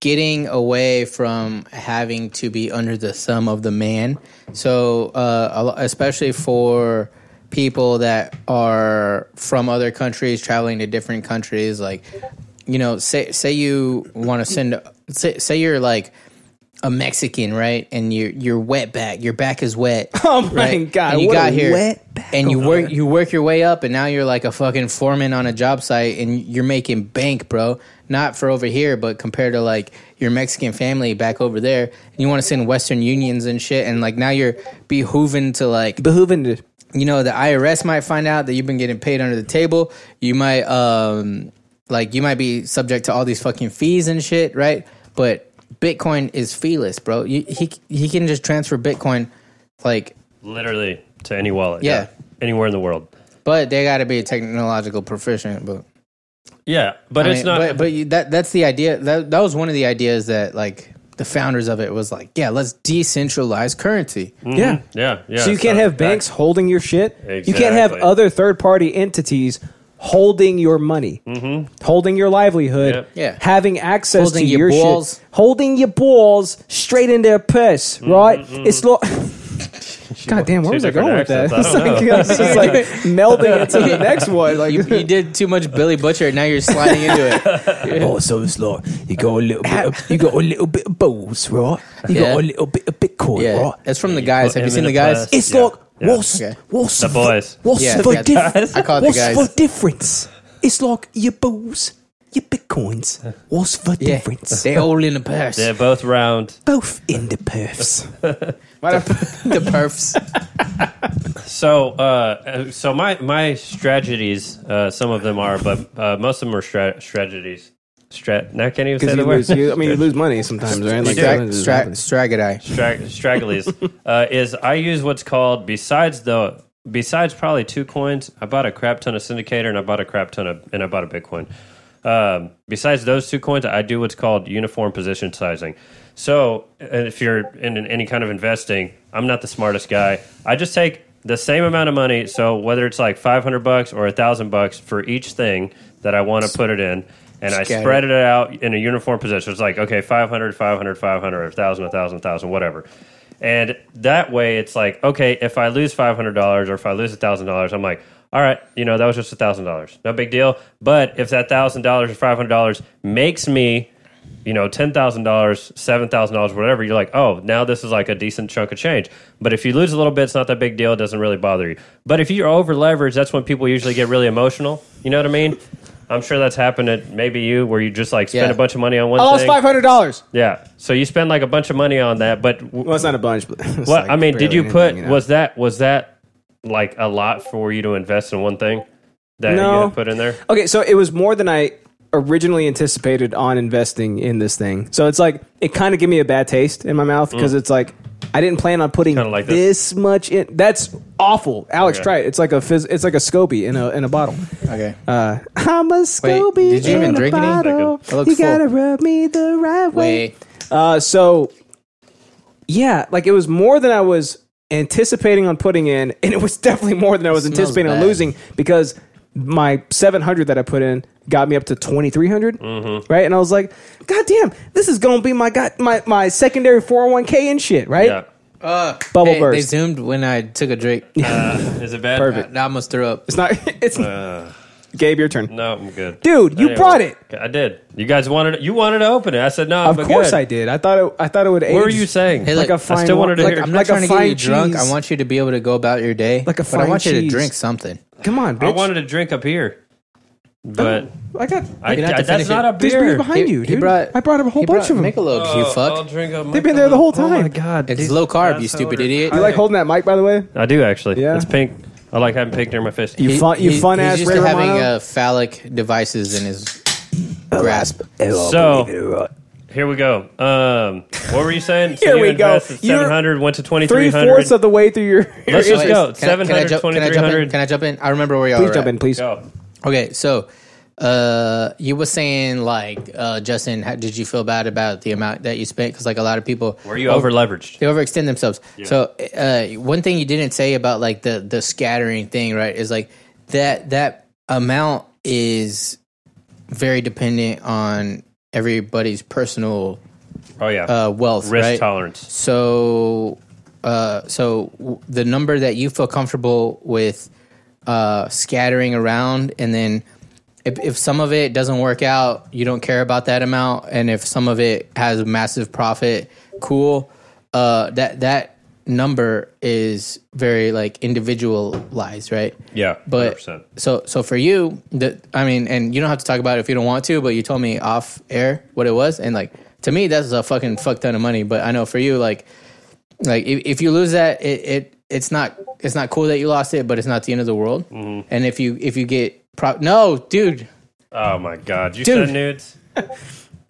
B: getting away from having to be under the thumb of the man. So uh, a lo- especially for people that are from other countries traveling to different countries like you know say say you want to send say, say you're like a Mexican, right? And you're you're wet back. Your back is wet.
A: Oh my
B: right?
A: God,
B: And you
A: what
B: got
A: a
B: here,
A: wet back
B: and you
A: over
B: work
A: there.
B: you work your way up, and now you're like a fucking foreman on a job site, and you're making bank, bro. Not for over here, but compared to like your Mexican family back over there, and you want to send Western Unions and shit, and like now you're behooving to like
A: behooving to.
B: You know, the IRS might find out that you've been getting paid under the table. You might, um, like, you might be subject to all these fucking fees and shit, right? But Bitcoin is feeless, bro. You, he he can just transfer Bitcoin, like,
C: literally to any wallet.
B: Yeah.
C: anywhere in the world.
B: but they got to be technological proficient. But
C: Yeah, but
B: I
C: it's
B: mean,
C: not.
B: But, but you, that that's the idea. That that was one of the ideas that like the founders of it was like, yeah, let's decentralize currency.
C: Mhm. yeah, yeah.
A: so you can't
B: Mm-hmm. so
A: have
B: that-
A: banks holding your shit you can't have
B: Exactly.
A: other third-party entities holding your money
B: Mm-hmm.
A: holding your livelihood
B: Yeah.
A: having access
B: Holding
A: to your,
B: your balls.
A: shit holding your balls straight into a purse right
B: Mm-hmm.
A: it's like God damn, where
B: Two
A: was I
B: different
A: going with that?
B: accents, I
A: It's
B: don't know.
A: like, it's just like melding it to the next one. Like
B: you, you did too much Billy Butcher, and now you're sliding into it.
A: Oh, so it's like you got a little bit, of, you got a little bit of balls, right? You
B: Yeah.
A: got a little bit of Bitcoin,
B: Yeah,
A: right?
B: that's from the guys. Have you
A: him
B: seen
A: in
B: the
A: a
B: guys?
A: purse. It's Yeah, like, yeah. what's- what's The
C: boys.
A: What's
B: Yeah,
A: the
B: yeah,
A: difference?
B: I call it the
A: What's
B: guys.
A: the difference? It's like your balls, your bitcoins. What's the difference?
B: They're all in the purse.
C: They're both round.
A: Both in the perfs.
B: the perfs.
C: So, uh, uh, so my my strategies, uh, some of them are, but uh, most of them are stra- strategies. Strat. Now I can't even say the word.
A: money sometimes,
C: right? Like, that
B: Strag-
C: doesn't
B: strag-
C: happen.
B: Stragadi.
C: Strag- stragglies uh, is I use what's called besides the besides probably two coins. I bought a crap ton of syndicator and I bought a crap ton of and I bought a Bitcoin. Um, besides those two coins, I do what's called uniform position sizing. So and if you're in, in any kind of investing, I'm not the smartest guy. I just take the same amount of money. So whether it's like 500 bucks or a thousand bucks for each thing that I want to put it in. And I
B: Scatter.
C: spread it it out in a uniform position. It's like, okay, 500, 500, 500, 1,000, 1,000, 1,000, whatever. And that way it's like, okay, if I lose $500 or if I lose $1,000, I'm like, all right, you know, that was just $1,000. No big deal. But if that $1,000 or $500 makes me, you know, $10,000, $7,000, whatever, you're like, oh, now this is like a decent chunk of change. But if you lose a little bit, it's not that big deal. It doesn't really bother you. But if you're over leveraged, that's when people usually get really emotional. You know what I mean? I'm sure that's happened at maybe you where you just like spend
A: Yeah.
C: a bunch of money on
A: I
C: one
A: lost
C: thing.
A: five hundred dollars.
C: Yeah. So you spend like a bunch of money on that, but well,
A: it's not a bunch. But
C: what
A: like
C: I mean, did
A: barely
C: you put
A: anything, you know?
C: was that was that like a lot for you to invest in one thing that you
A: No.
C: had put in there?
A: Okay, so it was more than I originally anticipated on investing in this thing. So it's like it kind of gave me a bad taste in my mouth because
C: Mm.
A: it's like I didn't plan on putting
C: Kinda like
A: this. much in. That's awful, Alex.
B: Okay.
A: Try it. It's like a phys- it's like a Scobie in a in a bottle.
B: Okay.
A: Uh, I'm a Scobie.
B: did you
A: in
B: even
A: a
B: drink any?
A: bottle.
B: That looks
A: You gotta
B: full.
A: rub me the right way.
B: Wait.
A: Uh, so yeah, like it was more than I was anticipating on putting in, and it was definitely more than I was
B: Smells
A: anticipating on
B: bad.
A: losing because my 700 that I put in got me up to 2300,
C: Mm-hmm.
F: Mhm.
A: right? And I was like, God damn, this is gonna be my got my my secondary 401k and shit, right?
B: Uh,
A: Bubble
B: hey,
A: burst.
B: They zoomed when I took a drink.
C: Uh, is it bad?
A: Perfect.
B: I, I almost threw up.
A: It's not. It's Gabe, your turn.
C: No, I'm good.
A: Dude, you brought it.
C: I did. You guys wanted it. You wanted to open it. I said no.
A: Of
C: but
A: course
C: good.
A: I did. I thought it, I thought it would.
C: What were
A: age
C: you saying?
B: Hey,
A: like
B: look,
A: a fine.
C: I still wanted to
A: like,
C: hear.
B: I'm not
A: like
B: trying
A: a
B: to get
A: fine
B: you drunk.
A: cheese.
B: I want you to be able to go about your day.
A: Like a
B: But
A: fine
B: I want you to
A: cheese.
B: drink something.
A: Come on,
C: I
A: bitch.
C: wanted to drink up here,
A: Oh,
C: but
A: I got.
C: I,
B: You're not
C: I-
B: to
C: that's
B: finish
C: not
B: it.
C: a
B: There's
C: beer.
B: beer behind He- you, he dude. brought-
A: I brought up a whole
B: he
A: bunch
B: brought
A: of them.
B: Michelob, you
C: Oh,
B: fuck.
C: I'll drink up
A: They've been there the whole
C: Oh my
A: time.
C: god,
B: It's
C: dude.
B: low carb,
C: That's
B: you
C: how
B: stupid
C: it-
B: idiot.
A: You like holding that mic, by the way?
C: I do actually.
A: Yeah.
C: It's pink. I like having pink near my fist.
A: You fun- you
B: He-
A: fun
B: he's
A: ass
B: just
A: Ray
B: having
A: Romano.
B: uh, phallic devices in his grasp.
C: So here we go. Um, what were you saying?
A: Here
C: so you
A: we go.
C: invested
A: You're
C: 700 went to
A: Three
C: 2300.
A: fourths of the way through your.
B: Wait,
C: Let's just
B: wait,
C: go.
B: Can I, can, I
C: 700,
B: jump, can I jump in?
C: 2300.
B: Can I jump in? I remember where y'all
A: Please
B: were
A: jump
B: at.
A: in, please.
B: Okay, so uh, you were saying like uh, Justin, how, did you feel bad about the amount that you spent? Because like a lot of people
C: Were you over leveraged?
B: They overextend themselves. So uh, one thing you didn't say about like the the scattering thing, right? Is like that that amount is very dependent on everybody's personal
C: Oh yeah.
B: uh, wealth,
C: Risk
B: right?
C: tolerance.
B: So, uh, so w- the number that you feel comfortable with uh, scattering around, and then if, if some of it doesn't work out, you don't care about that amount, and if some of it has a massive profit, cool. Uh, that that number is very like individualized, right?
C: Yeah,
B: but
C: 100%.
B: so so for you, the I mean, and you don't have to talk about it if you don't want to, but you told me off air what it was, and like to me, that's a fucking fuck ton of money. But I know for you, like like if, if you lose that, it, it it's not it's not cool that you lost it, but it's not the end of the world.
C: Mm-hmm.
B: And if you if you get pro- no, dude,
C: Oh my god, you
B: Dude.
C: said nudes.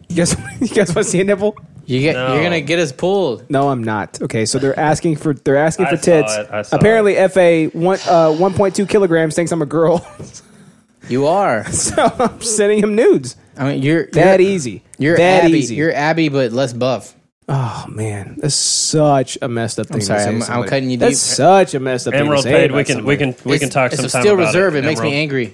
A: You guys, you guys want to see a nipple?
B: you get
C: No.
B: you're gonna get us pulled.
A: No, I'm not. Okay, so they're asking for they're asking
C: I
A: for
C: saw
A: tits.
C: it, I saw
A: Apparently, fa one uh, 1.2 kilograms thinks I'm a girl,
B: You are.
A: so I'm sending him nudes.
B: I mean, you're
A: That
B: you're-
A: easy.
B: You're
A: that
B: Abby.
A: easy.
B: You're Abby, but less buff.
A: oh man, that's such a messed up thing.
B: I'm sorry,
A: to say
B: I'm-
A: to
B: I'm
A: somebody.
B: cutting you
A: That's
B: deep.
A: such a messed up
C: Emerald
A: thing to say.
C: paid. We
A: about
C: can we
A: somebody.
C: can we can talk
B: It's a
C: sometime.
B: steel
C: about
B: reserve. It,
C: It,
B: makes me
C: Emerald.
B: angry.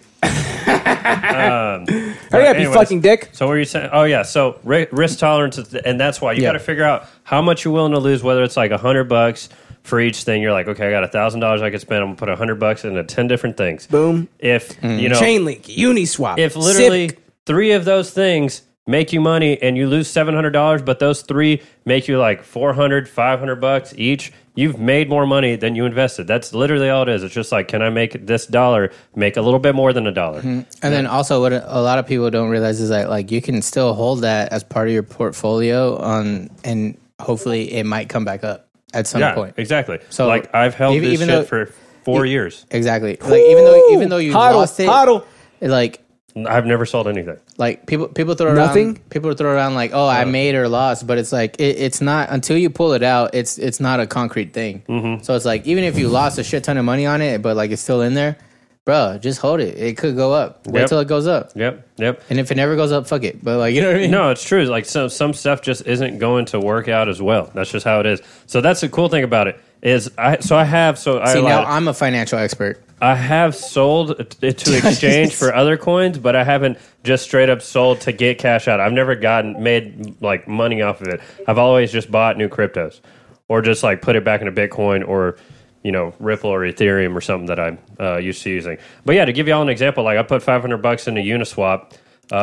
C: Um,
A: Hurry
C: uh,
A: up, you
C: anyways,
A: fucking dick.
C: So what are you saying? Oh yeah, so ri- risk tolerance, is the- and that's why you
B: Yeah.
C: got to figure out how much you're willing to lose. Whether it's like a hundred bucks for each thing, you're like, okay, I got a thousand dollars I could spend. I'm gonna put a hundred bucks into ten different things.
A: Boom.
C: If
B: Mm-hmm.
C: you know,
A: Chain link, Uniswap.
C: if
A: Civic.
C: literally three of those things make you money and you lose seven hundred dollars, but those three make you like 400, 500 bucks each. You've made more money than you invested. That's literally all it is. It's just like, can I make this dollar make a little bit more than a dollar?
B: And then also, what a a lot of people don't realize is that like you can still hold that as part of your portfolio on, and hopefully it might come back up at some
C: yeah,
B: point.
C: exactly.
B: So,
C: So like I've held
B: even-
C: this
B: even
C: shit
B: though- e-
C: for four years.
B: Exactly. Like even though even though you
A: Hodl,
B: lost it,
A: hodl.
B: like
C: I've never sold anything.
B: like people people throw
A: Nothing?
B: around people throw around like oh I made or lost, but it's like it, it's not until you pull it out. It's it's not a concrete thing.
C: Mm-hmm.
B: So it's like even if you lost a shit ton of money on it, but like it's still in there, bro, just hold it. It could go up. Wait
C: Yep.
B: till it goes up,
C: Yep, yep.
B: and if it never goes up, fuck it. But like you know what I mean?
C: No, it's true. Like some some stuff just isn't going to work out as well. That's just how it is. So that's the cool thing about it is I. So I have so I
B: See now
C: allowed-
B: I'm a financial expert.
C: I have sold it to exchange for other coins, but I haven't just straight up sold to get cash out. I've never gotten made like money off of it. I've always just bought new cryptos or just like put it back into Bitcoin or you know Ripple or Ethereum or something that I'm uh, used to using. But yeah, to give y'all an example, like I put 500 bucks into Uniswap. Uh,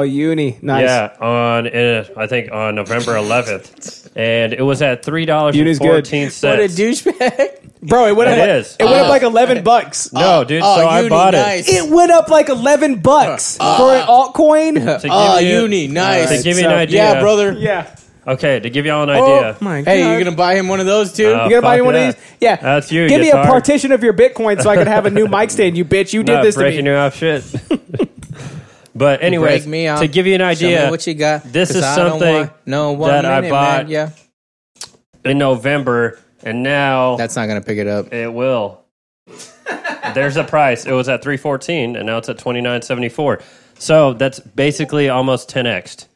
A: oh, uni, nice.
C: Yeah, on uh, I think on November 11th, and it was at three dollars
A: Uni's
C: and
A: good.
C: fourteen cents.
B: What a douchebag! Uh,
A: Bro, it went up.
C: It
A: like-
C: is.
A: It went up
C: Oh.
A: like eleven bucks.
C: No, dude.
B: oh,
C: so I
B: uni,
C: bought
B: nice.
C: it.
A: It went up like eleven bucks for an altcoin.
C: Uh, To
B: Ah,
C: give you-
B: uni, nice.
C: To give you an
A: so-
C: idea,
B: yeah, brother.
A: Yeah.
C: Okay, to give y'all an
A: Oh
C: idea.
A: my god.
B: Hey, you gonna buy him one of those too?
C: Oh,
A: You gonna buy me
C: fuck
A: one
C: yeah.
A: of these? Yeah.
C: That's you.
A: Give me a
C: guitar.
A: partition of your Bitcoin so I can have a new mic stand. You bitch. You did
C: Not
A: this to
C: breaking
A: me.
C: you off shit. but anyways,
B: Break me out.
C: to give you an
B: Show me
C: idea,
B: what you got?
C: this
B: 'cause
C: is
B: I don't
C: something
B: want no one
C: that I
B: minute, Man.
C: bought.
B: Yeah,
C: in November, and now
B: that's not gonna pick it up.
C: it will. There's a price. It was at three fourteen, and now it's at twenty nine seventy four. So that's basically almost ten xed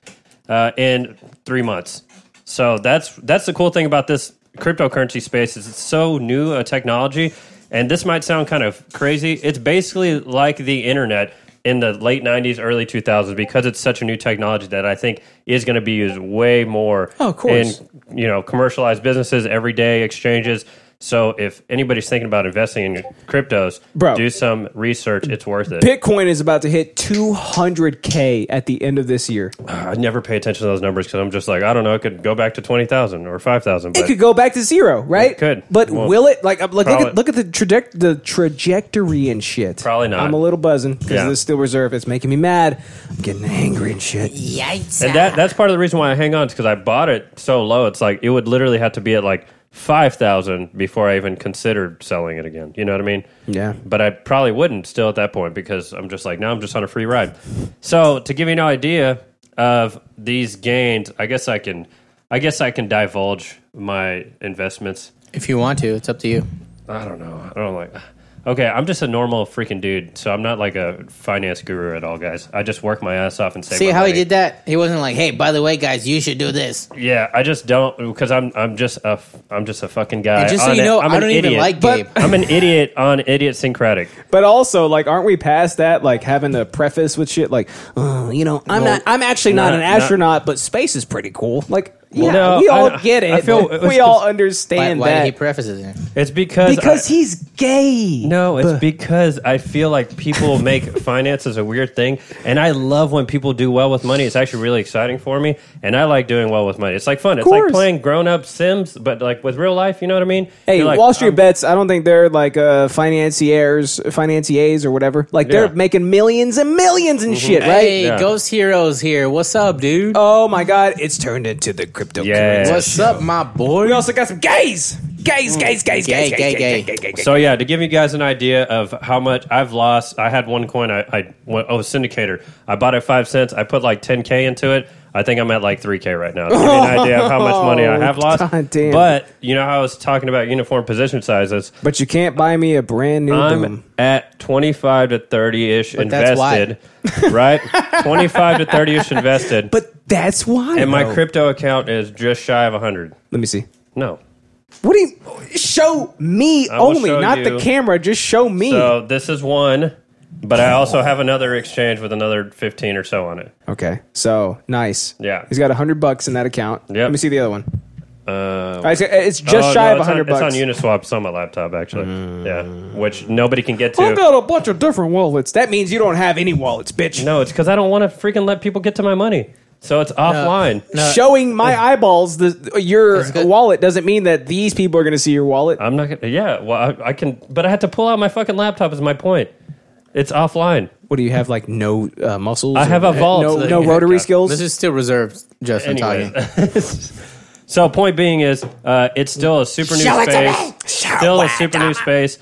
C: uh, in three months. So that's that's the cool thing about this cryptocurrency space is it's so new a technology. and this might sound kind of crazy. It's basically like the internet in the late 90s, early 2000s, because it's such a new technology that I think is going to be used way more
A: Oh, of course.
C: in you know commercialized businesses, everyday exchanges. So if anybody's thinking about investing in cryptos,
A: Bro.
C: do some research. It's worth it.
A: Bitcoin is about to hit 200k at the end of this year.
C: I never pay attention to those numbers because I'm just like, I don't know. It could go back to twenty thousand or five thousand.
A: It could go back to zero, right? It
C: could.
A: but
C: Well,
A: will it? Like, I'm- like look
C: probably-
A: at look at the traject- the trajectory and shit. Probably
C: not.
A: I'm a little buzzing because
C: Yeah.
A: this still reserve. It's making me mad. I'm getting angry and shit.
E: Yikes.
C: And that that's part of the reason why I hang on is because I bought it so low. It's like it would literally have to be at like five thousand before I even considered selling it again. You know what I mean?
A: Yeah.
C: But I probably wouldn't still at that point because I'm just like now I'm just on a free ride. So to give you an idea of these gains, I guess I can, I guess I can divulge my investments.
B: If you want to, it's up to you.
C: I don't know. I don't like. Okay, I'm just a normal freaking dude, so I'm not like a finance guru at all, guys. I just work my ass off and save.
B: See
C: my
B: how
C: money.
B: he did that? He wasn't like, "Hey, by the way, guys, you should do this."
C: Yeah, I just don't because I'm I'm just a f- I'm just a fucking guy.
B: And just so
C: on
B: you
C: it.
B: know,
C: I'm
B: I
C: an
B: don't even
C: idiot.
B: like Gabe.
C: I'm an idiot on idiosyncratic.
A: But also, like, aren't we past that? Like having to preface with shit like, oh, you know, I'm
C: Well,
A: not. I'm actually not,
C: not-
A: an
C: not-
A: astronaut, but space is pretty cool. Like,
C: Well,
A: yeah,
C: no,
A: we
C: I-
A: all
C: I
A: get it.
C: feel-
A: we all understand
B: why, why
A: that.
B: did he preface it? then?
C: It's because
A: because he's gay.
C: No, it's because I feel like people make finances a weird thing, and I love when people do well with money. It's actually really exciting for me, and I like doing well with money. It's like fun. It's like
A: course.
C: playing grown up Sims, but like with real life. You know what I mean?
A: Hey,
C: You're like, um,
A: Wall Street bets. I don't think they're like uh, financiers, financiers, or whatever. Like they're
B: Yeah.
A: making millions and millions and
C: Mm-hmm.
A: shit, right?
B: Hey, Ghost Heroes here. What's up, dude?
A: Oh my God, it's turned into the crypto.
C: Yeah.
B: What's up, my boy?
A: We also got some gays, gays, gays, gays, gays, gays, gays, gays, gays.
C: So yeah, to give you guys an idea of how much I've lost, I had one coin. I, I went, oh syndicator. I bought it five cents. I put like ten k into it. I think I'm at like three k right now. To give you an idea of how much money I have lost.
A: Oh, God damn.
C: But you know how I was talking about uniform position sizes.
A: But you can't buy me a brand new
C: I'm
A: boom.
C: at 25 to 30 ish
A: But that's why.
C: invested, right? 25 to 30 ish invested.
A: But that's why.
C: and my
A: though.
C: crypto account is just shy of 100.
A: Let me see.
C: No.
A: What do you show me
C: I will
A: only,
C: show
A: not
C: you.
A: the camera? Just show me.
C: So this is one, but I also have another exchange with another 15 or so on it.
A: okay, so nice.
C: Yeah.
A: he's got hundred bucks in that account. Let me see the other one.
C: Uh,
A: It's- it's just shy of
C: it's
A: 100
C: on,
A: bucks.
C: It's on Uniswap. It's on my laptop, actually. Yeah, which nobody can get
A: I
C: to.
A: got a bunch of different wallets. That means you don't have any wallets, bitch.
C: No, it's because I don't want to freaking let people get to my money. So it's offline.
A: Showing my eyeballs the, your wallet doesn't mean that these people are going to see your wallet.
C: I'm not going to. Yeah, well, I, I can, but I had to pull out my fucking laptop. Is my point. It's offline.
A: What do you have? Like no uh, muscles?
C: I have a
A: or-
C: vault.
A: No, no rotary skills.
B: This is still reserved, Justin.
C: Anyways.
B: Talking.
C: So point being is, uh, it's still a super new
B: Show it to
C: space.
B: me. Show
C: Still a
B: it
C: super
B: to
C: new
B: me.
C: space.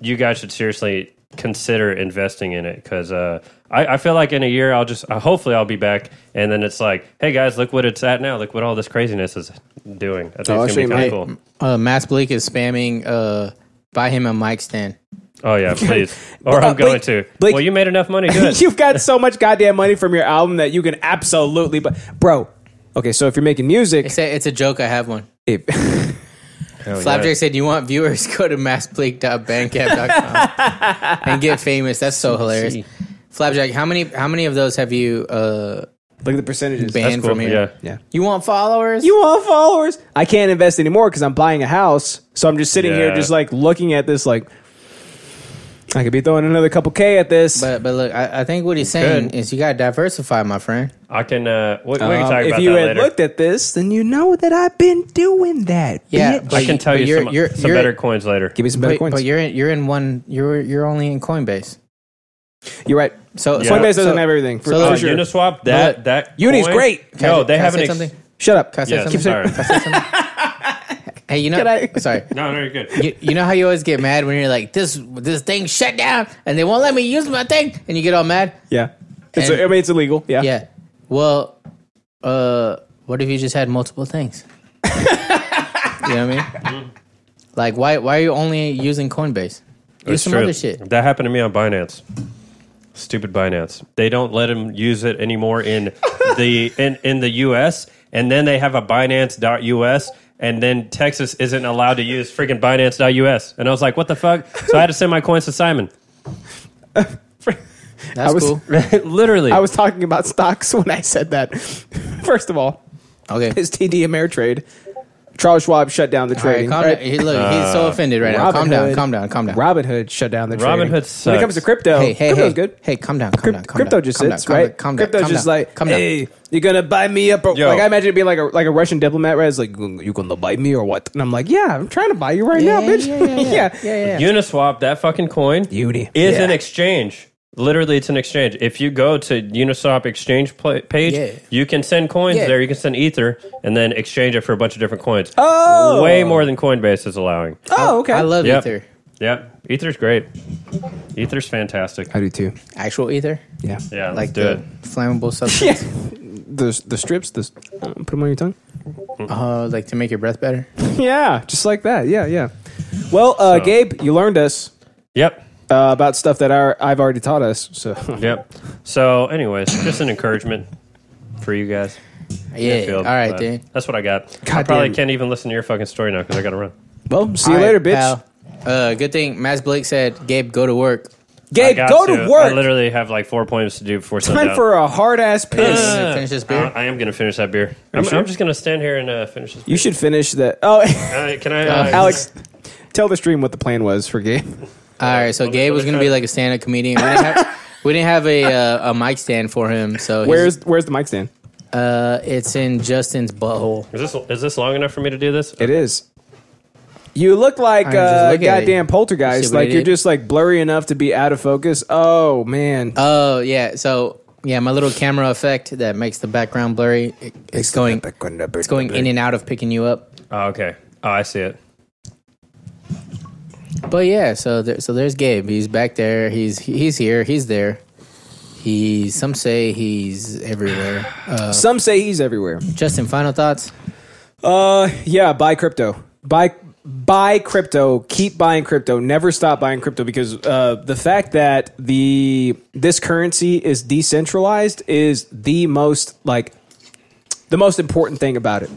C: You guys should seriously consider investing in it because uh, I, I feel like in a year I'll just uh, hopefully I'll be back and then it's like, hey guys, look what it's at now. Look what all this craziness is doing. I think
B: Oh,
C: it's gonna be kind
B: actually,
C: of cool.
B: uh, Mass Bleak is spamming. Uh, buy him a mic stand.
C: Oh yeah, please. Or
A: Uh,
C: I'm going to.
A: Blake-
C: well, you made enough money. Good.
A: You've got so much goddamn money from your album that you can absolutely. But bro, okay, so if you're making music,
B: It's a, it's a joke. I have one.
A: it-
B: Flapjack said, "You want viewers? Go to massbleak.bandcamp.com and get famous." That's so hilarious. Flapjack, how many how many of those have you uh,
A: look at the percentages
B: banned
A: That's cool,
B: from here?
A: yeah. Yeah.
B: You want followers?
A: you want followers? I can't invest anymore because I'm buying a house. So I'm just sitting here,
B: Yeah.
A: just like looking at this, like I could be throwing another couple k at this.
B: But but look, I, I think what he's saying
A: could.
B: is you gotta diversify, my friend.
C: I can. Uh, we, we can
B: Um,
C: talk
A: if
C: about
A: you
C: that
A: had
C: later.
A: looked at this, then you know that I've been doing that.
B: Yeah,
A: bitch.
B: but
C: I can
B: you-
C: tell
B: but
C: you
B: you're-
C: some,
B: you're-
C: some
B: you're-
C: better coins later.
A: Give me some better
B: But,
A: coins.
B: but you're in you're in one you're you're only in Coinbase.
A: You're right.
B: So
A: Yeah.
B: so-
A: Coinbase doesn't
B: so-
A: have everything, for-
B: so
A: for
B: look-
A: sure.
C: Uh, Uniswap, that-
B: but-
C: that Uni's coin- great.
B: Can I-
C: No, they
B: can I
C: have
B: say
C: an ex-
B: something?
A: Shut up.
B: Can I say
C: Yes,
B: something?
C: sorry.
B: Can I say something? hey, you know, sorry.
C: No, no, you're good.
B: You, you know how you always get mad when you're like this this thing shut down and they won't let me use my thing and you get all mad.
A: Yeah. It's
B: And-
A: I mean, it's illegal. Yeah.
B: Yeah. Well, uh, what if you just had multiple things? you know what I mean? Like, why why are you only using Coinbase? Use
C: That's
B: some
C: true.
B: other shit.
C: That happened to me on Binance. Stupid Binance. They don't let them use it anymore in the in, in the US and then they have a binance.us and then Texas isn't allowed to use freaking Binance.us. And I was like, what the fuck? So I had to send my coins to Simon.
A: I was,
C: Literally.
A: I was talking about stocks when I said that. First of all,
B: okay,
A: it's TD Ameritrade. Charles Schwab shut down the
B: right,
A: trading.
B: calm down. He- look, he's so Uh, offended right now. Calm down, calm down, calm down.
A: Robin Hood shut down the
B: Robin
A: trading.
B: Hood
A: When
B: sucks.
A: it comes to crypto,
B: Hey, hey,
A: crypto's
B: hey.
A: good.
B: Hey, calm down, calm down, calm
A: crypto
B: down,
A: just
B: calm
A: sits
B: down, calm
A: right.
B: down, calm down,
A: Crypto's
B: calm
A: just
B: down,
A: like,
B: calm down.
A: hey, you're gonna buy me up? Or,
B: Yo.
A: like I imagine it being like a like a Russian diplomat, right? It's like, you gonna buy me or what? And I'm like, yeah, I'm trying to buy you right now, bitch.
B: Yeah, yeah, yeah.
A: yeah.
C: Uniswap, that fucking coin,
A: Uni.
C: is
A: Yeah.
C: an exchange. Literally, it's an exchange. If you go to Uniswap exchange pla page,
A: Yeah.
C: you can send coins
A: Yeah.
C: there. You can send Ether and then exchange it for a bunch of different coins.
A: Oh.
C: way more than Coinbase is allowing.
A: Oh, okay. I
B: love
C: Yep.
B: Ether.
C: Yep, Ether's great. Ether's fantastic.
A: I do too.
B: Actual Ether?
A: Yeah.
C: Yeah, let's
B: Like
C: do
B: the
C: it.
B: flammable substance?
A: The the strips, the put them on your tongue.
B: Uh, like to make your breath better.
A: yeah, just like that. Yeah, yeah. Well, uh,
B: So-
A: Gabe, you learned us.
C: Yep.
A: Uh, about stuff that our, I've already taught us. So
C: Yep. So, anyways, just an encouragement for you guys.
B: Yeah, all right,
C: but
B: dude.
C: That's what I got. I
B: Goddamn.
C: probably can't even listen to your fucking story now because I got to run.
A: Well, see
B: All
A: you
B: right,
A: later, bitch.
B: pal. Uh, good thing Mass Blake said, Gabe, go to work.
C: I got I literally have like four points to do before
A: Time for a hard ass piss.
C: finish this beer. Uh, I, I am gonna finish that beer.
A: you
C: I'm,
A: sure?
C: I'm just gonna stand here and uh, finish this.
A: You should finish that. Oh,
C: Uh, can I, uh,
A: Alex? Tell the stream what the plan was for Gabe.
B: All right, so Gabe was gonna be like a stand-up comedian. We didn't have, we didn't have a uh, a mic stand for him, so he's-
A: Where's Where's the mic stand?
B: uh, it's in Justin's butthole.
C: Is this is this long enough for me to do this?
A: It is. You look like
B: I'm just
A: uh,
B: looking at
A: goddamn
B: you. You
A: poltergeist.
B: see what I
A: Like you're
B: did?
A: just like blurry enough to be out of focus. Oh man.
B: Oh yeah, so yeah, my little camera effect that makes the background blurry. It, it's going, it's going in and out of picking you up.
C: Oh, okay. Oh, I see it.
B: But yeah, so there, so there's Gabe. He's back there. He's he's here. He's there. He some say he's everywhere. Uh,
A: Some say he's everywhere.
B: Justin, final thoughts.
A: Uh, yeah, buy crypto. Buy buy crypto. Keep buying crypto. Never stop buying crypto because uh, the fact that the this currency is decentralized is the most like the most important thing about it.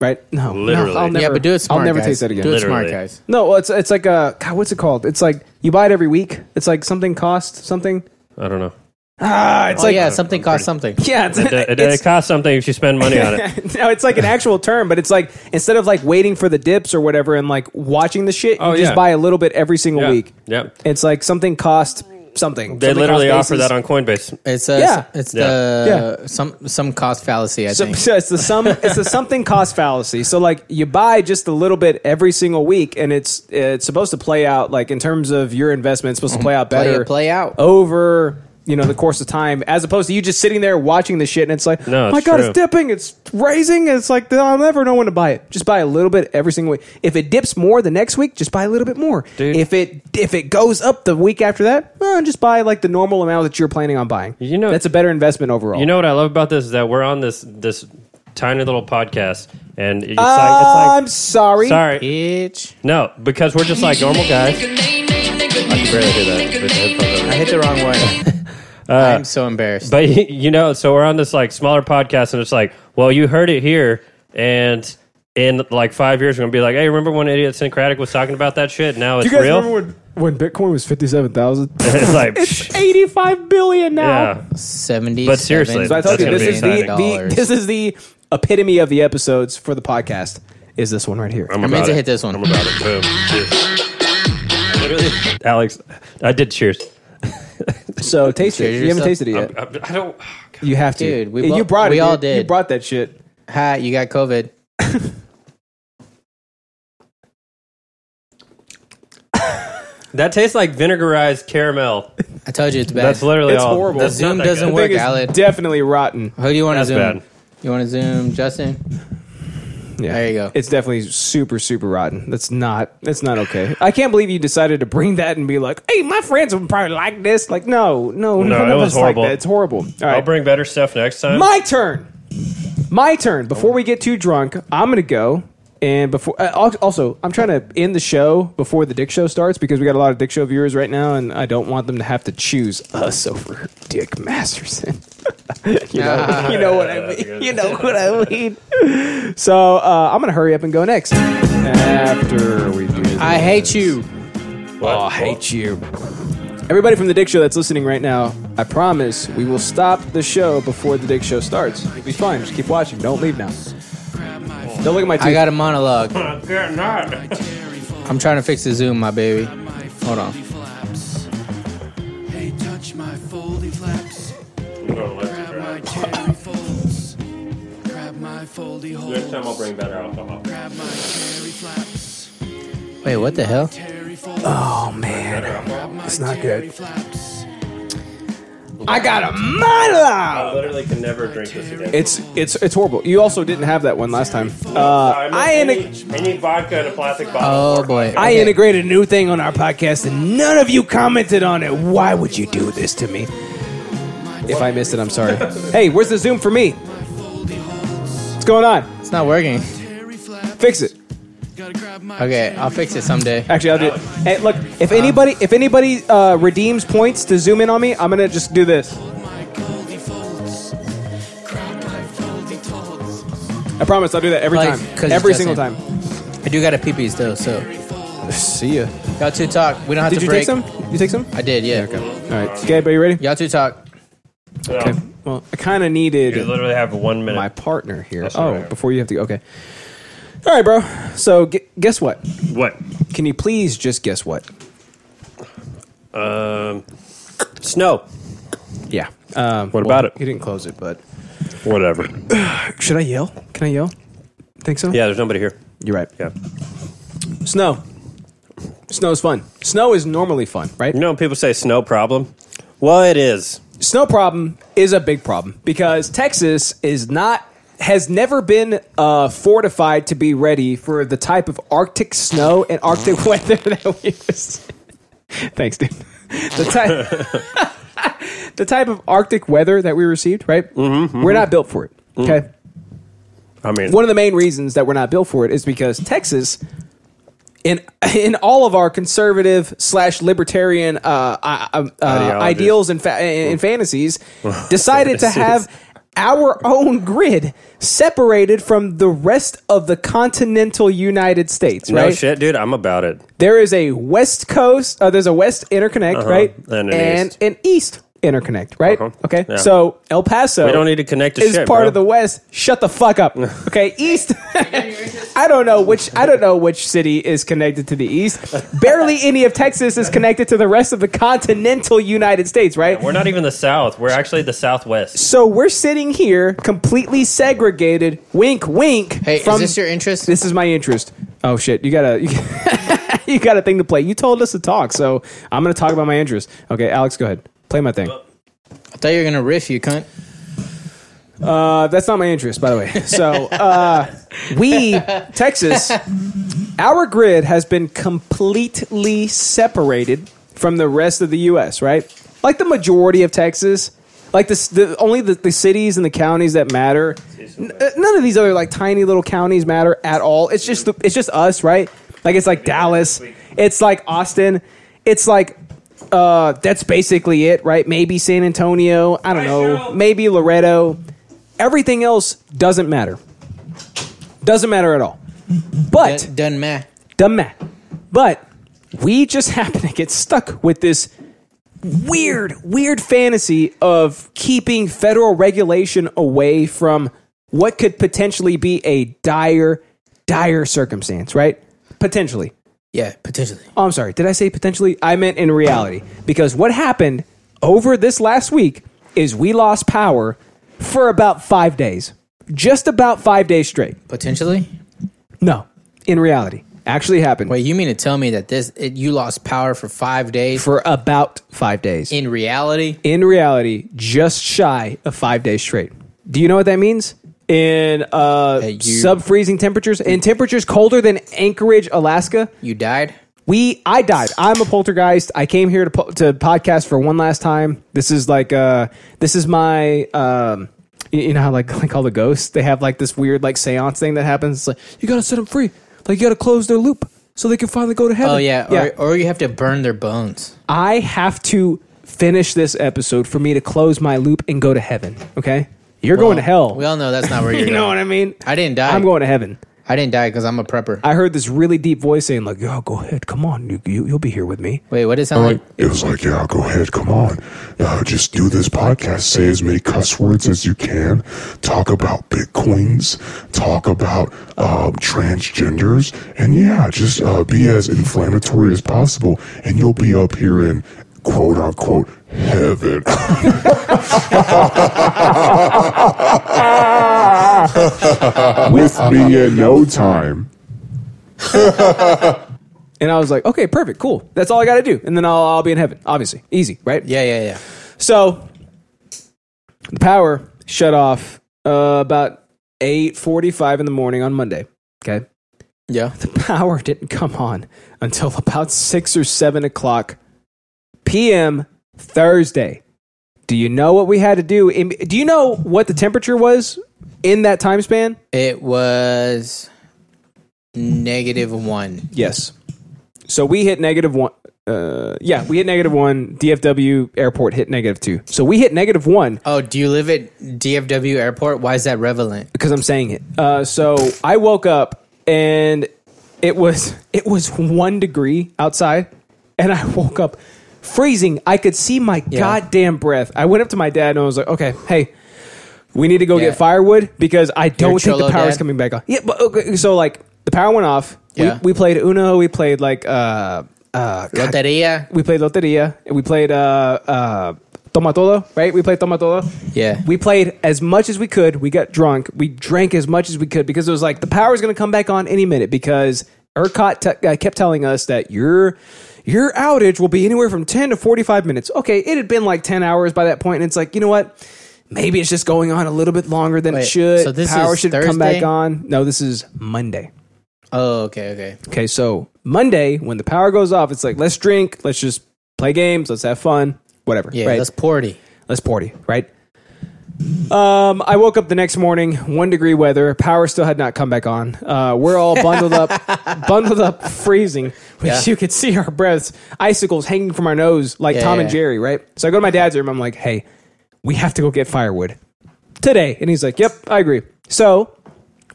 A: Right? No, no, um,
B: Literally.
A: I'll never,
B: Yeah, but do it smart,
A: I'll never
B: guys.
A: taste that again.
B: Do it smart, Literally. guys.
A: No, well, it's it's like uh, God, what's it called? It's like you buy it every week. It's like something costs something.
C: I don't know.
A: Ah, it's
B: oh
A: like
B: yeah, something costs something.
A: Yeah, it's,
C: It, it,
A: it's-
C: it costs something if you spend money on it.
A: no, it's like an actual term, but it's like instead of like waiting for the dips or whatever and like watching the shit, you
C: Oh,
A: just
C: yeah.
A: buy a little bit every single
C: Yeah.
A: week.
C: Yep.
A: It's like something cost something.
C: They
A: Something
C: literally
A: cost
C: offer
A: basis.
C: that on Coinbase.
B: It's uh,
A: Yeah.
B: It's
A: Yeah.
B: the some some cost fallacy. I
A: So,
B: think.
A: so it's the sum. It's the something cost fallacy. So like you buy just a little bit every single week, and it's it's supposed to play out like in terms of your investment, it's supposed to play out
B: Mm-hmm. Play it,
A: better, Oh,
B: play out.
A: over you know the course of time, as opposed to you just sitting there watching the shit, and it's like,
C: No,
A: my
C: it's
A: god,
C: true.
A: it's dipping, it's raising, it's like I'll never know when to buy it. Just buy a little bit every single week. If it dips more the next week, just buy a little bit more. If it if it goes up the week after that, eh, just buy like the normal amount that you're planning on buying. You know, that's a better investment overall.
C: You know what I love about this is that we're on this this tiny little podcast, and it's like it's like
A: I'm sorry.
C: sorry,
B: bitch.
C: No, because we're just like normal guys. I can barely do that. With the headphones on.
B: I hit the wrong one. I'm so embarrassed.
C: But you know, so we're on this like smaller podcast, and it's like, well, you heard it here, and in like five years, we're gonna be like, hey, remember when idiot Syncratic was talking about that shit? Now it's real.
A: when, when Bitcoin was fifty seven thousand?
C: it's like,
A: eighty five billion now.
C: yeah,
B: seventy.
C: But seriously,
A: So I told
C: that's
A: you
C: gonna
A: this
C: be
A: is the,
C: exciting.
A: the this is the epitome of the episodes for the podcast. Is this one right here?
C: I'm I meant about to it. hit
B: this one.
C: I'm about it. Boom. Literally, Alex, I did cheers.
A: So taste it. You haven't tasted it yet.
C: I'm- I'm- I don't.
A: you have to.
B: Dude, we
A: And you
B: bo-
A: brought it.
B: we all
A: dude. You
B: did.
A: brought that shit.
B: Hi, you got COVID.
C: That tastes like vinegarized caramel.
B: I told you it's bad.
C: That's literally
A: it's
C: all.
A: horrible.
C: That's not
B: Zoom
C: that
B: doesn't
C: good.
B: work,
A: It's
B: Alec.
A: definitely rotten.
B: Who do you want to
C: That's
B: zoom?
C: bad.
B: You want to zoom, Justin?
A: Yeah.
B: There you go.
A: It's definitely super, super rotten. That's not. That's not okay. I can't believe you decided to bring that and be like, "Hey, my friends would probably like this." Like, no, no,
C: No,
A: none
C: it
A: of
C: was
A: us like
C: horrible.
A: that. It's horrible. All
C: I'll
A: right,
C: bring better stuff next time.
A: My turn. My turn. Before we get too drunk, I'm gonna go. And before, uh, al- also, I'm trying to end the show before the Dick Show starts because we got a lot of Dick Show viewers right now, and I don't want them to have to choose us over Dick Masterson. you
B: Ah.
A: know, you know what I mean. You know what I mean. So uh, I'm gonna hurry up and go next. After we do, this.
B: I hate you.
A: Oh, I hate you. Everybody from the Dick Show that's listening right now, I promise we will stop the show before the Dick Show starts. It'll be fine. Just keep watching. Don't leave now. Don't look at my teeth.
B: I got a monologue.
C: Not.
B: I'm trying to fix the Zoom, my baby. Hold on.
J: Hey, touch my foldy flaps. Grab my terry folds. Grab my foldy holes.
C: Next time I'll bring better alcohol.
J: Grab my terry flaps.
B: Wait, what the hell?
A: Oh man, it's not good. I got a monologue.
C: I literally can never drink this again.
A: It's it's it's horrible. You also didn't have that one last time. Uh,
C: I Oh. any, any vodka in a plastic
B: Oh,
C: bottle.
A: I integrated a new thing on our podcast and none of you commented on it. Why would you do this to me? If I missed it, I'm sorry. hey, where's the Zoom for me? What's going on?
B: It's not working.
A: Fix it.
B: Okay, I'll fix it someday.
A: Actually, I'll do it. Hey, look, if anybody if anybody uh, redeems points to zoom in on me, I'm gonna just do this. I promise, I'll do that every
B: Like, 'cause
A: time,
B: it's
A: every
B: just
A: single
B: him.
A: time.
B: I do got a peepees though, so.
A: See ya.
B: Y'all two talk. We don't have
A: Did
B: to
A: you take
B: break.
A: some? You take some?
B: I did, yeah.
A: All right, Gabe, are you ready?
B: Y'all two talk.
A: Okay. Well, I kind of needed.
C: You literally have one minute.
A: My partner here.
C: That's all
A: Oh,
C: right.
A: before you have to. go. Okay. All right, bro. So gu- guess what?
C: What?
A: Can you please just guess what?
C: Um, snow.
A: Yeah. Um,
C: What about it?
A: You didn't close it, but
C: Whatever.
A: should I yell? Can I yell? Think so?
C: Yeah, there's nobody here.
A: You're right.
C: Yeah.
A: Snow. Snow is fun. Snow is normally fun, right?
C: You know, when people say snow problem. Well, it is.
A: Snow problem is a big problem because Texas is not has never been uh, fortified to be ready for the type of Arctic snow and Arctic weather that we. Thanks, dude. The type. the type of Arctic weather that we received, right? Mm-hmm, Mm. We're not built for it. Okay.
C: I mean,
A: one of the main reasons that we're not built for it is because Texas, in in all of our conservative slash libertarian uh, uh, uh,
C: Ideologies.
A: ideals and, fa- and fantasies, decided to have our own grid separated from the rest of the continental United States.
C: No
A: Right?
C: shit, dude. I'm about it.
A: There is a West Coast. Uh, there's a West interconnect,
C: Uh-huh.
A: right?
C: And an East. Uh-huh.
A: an East interconnect, right? Okay.
C: Yeah.
A: So El Paso.
C: We don't need to connect to
A: is
C: shit,
A: part
C: bro.
A: of the West. Shut the fuck up. Okay, East. I don't know which. I don't know which city is connected to the East. Barely any of Texas is connected to the rest of the continental United States, right?
C: We're not even the South. We're actually the Southwest.
A: So we're sitting here completely segregated. Wink, wink. Hey,
B: is this your interest?
A: This is my interest. Oh shit! You gotta, you, you got a thing to play. You told us to talk, so I'm gonna talk about my interest. Okay, Alex, go ahead. Play my thing.
B: I thought you were gonna riff, you cunt.
A: Uh, that's not my interest, by the way. So, uh, we, Texas, our grid has been completely separated from the rest of the U.S., right? Like the majority of Texas, like the, the only the, the cities and the counties that matter. N- uh, none of these other like tiny little counties matter at all. It's just the, it's just us, right? Like it's like Dallas, it's like Austin, it's like uh, that's basically it, right? Maybe San Antonio, I don't know, maybe Loretto. Everything else doesn't matter. Doesn't matter at all. But
B: Done, done meh.
A: Dumb man. But we just happen to get stuck with this weird, weird fantasy of keeping federal regulation away from what could potentially be a dire, dire circumstance, right? Potentially.
B: Yeah, potentially.
A: Oh, I'm sorry. Did I say potentially? I meant in reality. Because what happened over this last week is we lost power for about five days, just about five days straight.
B: Potentially?
A: No, in reality. Actually happened.
B: Wait, you mean to tell me that this it, you lost power for five days?
A: For about five days.
B: in reality?
A: in reality, just shy of five days straight. Do you know what that means? In uh, sub freezing temperatures, in temperatures colder than Anchorage, Alaska,
B: You died?
A: we I died. I'm a poltergeist. I came here to po- to podcast for one last time. This is like uh, this is my um, you, you know how like like all the ghosts they have like this weird like seance thing that happens. It's like you gotta set them free. Like you gotta close their loop so they can finally go to heaven.
B: Oh yeah, or, or you have to burn their bones.
A: I have to finish this episode for me to close my loop and go to heaven. Okay. You're going to hell.
B: We all know that's not where you're
A: You
B: going.
A: know what I mean?
B: I didn't die.
A: I'm going to heaven.
B: I didn't die because I'm a prepper.
A: I heard this really deep voice saying, like, yo, go ahead, come on, you, you, you'll be here with me.
B: Wait, what did it
A: sound like?
I: It was like, yeah, go ahead, come on. Uh, just do this podcast. Say as many cuss words as you can. Talk about bitcoins. Talk about um, transgenders. And yeah, just uh, be as inflammatory as possible. And you'll be up here in quote unquote heaven. With me in no time.
A: and I was like, okay, perfect, cool. That's all I got to do. And then I'll, I'll be in heaven, obviously. Easy, right?
B: Yeah, yeah, yeah.
A: So the power shut off uh, about 8.45 in the morning on Monday, okay?
B: Yeah.
A: The power didn't come on until about 6 or 7 o'clock p.m. Thursday. Do you know what we had to do? in- Do you know what the temperature was in that time span?
B: It was negative one.
A: Yes. So we hit negative one. Uh, yeah, we hit negative one. DFW airport hit negative two. So we hit negative one
B: Oh, do you live at DFW Airport? Why is that relevant?
A: because I'm saying it. Uh, so I woke up and it was it was one degree outside, and I woke up freezing. I could see my goddamn breath. I went up to my dad and I was like, "Okay, hey, we need to go
B: Yeah.
A: get firewood because I don't think the
B: Cholo
A: power's
B: dad?
A: coming back on." Yeah, but okay, so like the power went off.
B: Yeah.
A: We, we played Uno. We played like uh uh God
B: Loteria.
A: we played Loteria. and We played uh, uh, Tomatolo, right? We played Tomatolo.
B: Yeah.
A: We played as much as we could. We got drunk. We drank as much as we could because it was like the power's going to come back on any minute because ERCOT te- uh, kept telling us that your your outage will be anywhere from 10 to 45 minutes. Okay, it had been like 10 hours by that point, and it's like, you know what? Maybe it's just going on a little bit longer than
B: Wait,
A: it should.
B: so this
A: Power
B: is
A: should come back
B: Thursday?
A: on. No, this is Monday.
B: Oh, okay, okay.
A: Okay, so Monday when the power goes off, it's like let's drink, let's just play games, let's have fun, whatever.
B: Yeah,
A: right?
B: let's party.
A: Let's party, right? Um, I woke up the next morning, one degree weather, power still had not come back on. Uh, we're all bundled up, bundled up, freezing.
B: Yeah.
A: Because You could see our breaths, icicles hanging from our nose, like
B: Yeah,
A: Tom
B: yeah,
A: and
B: yeah.
A: Jerry, right? So I go to my dad's room. I'm like, hey, we have to go get firewood today, and he's like, yep, I agree. So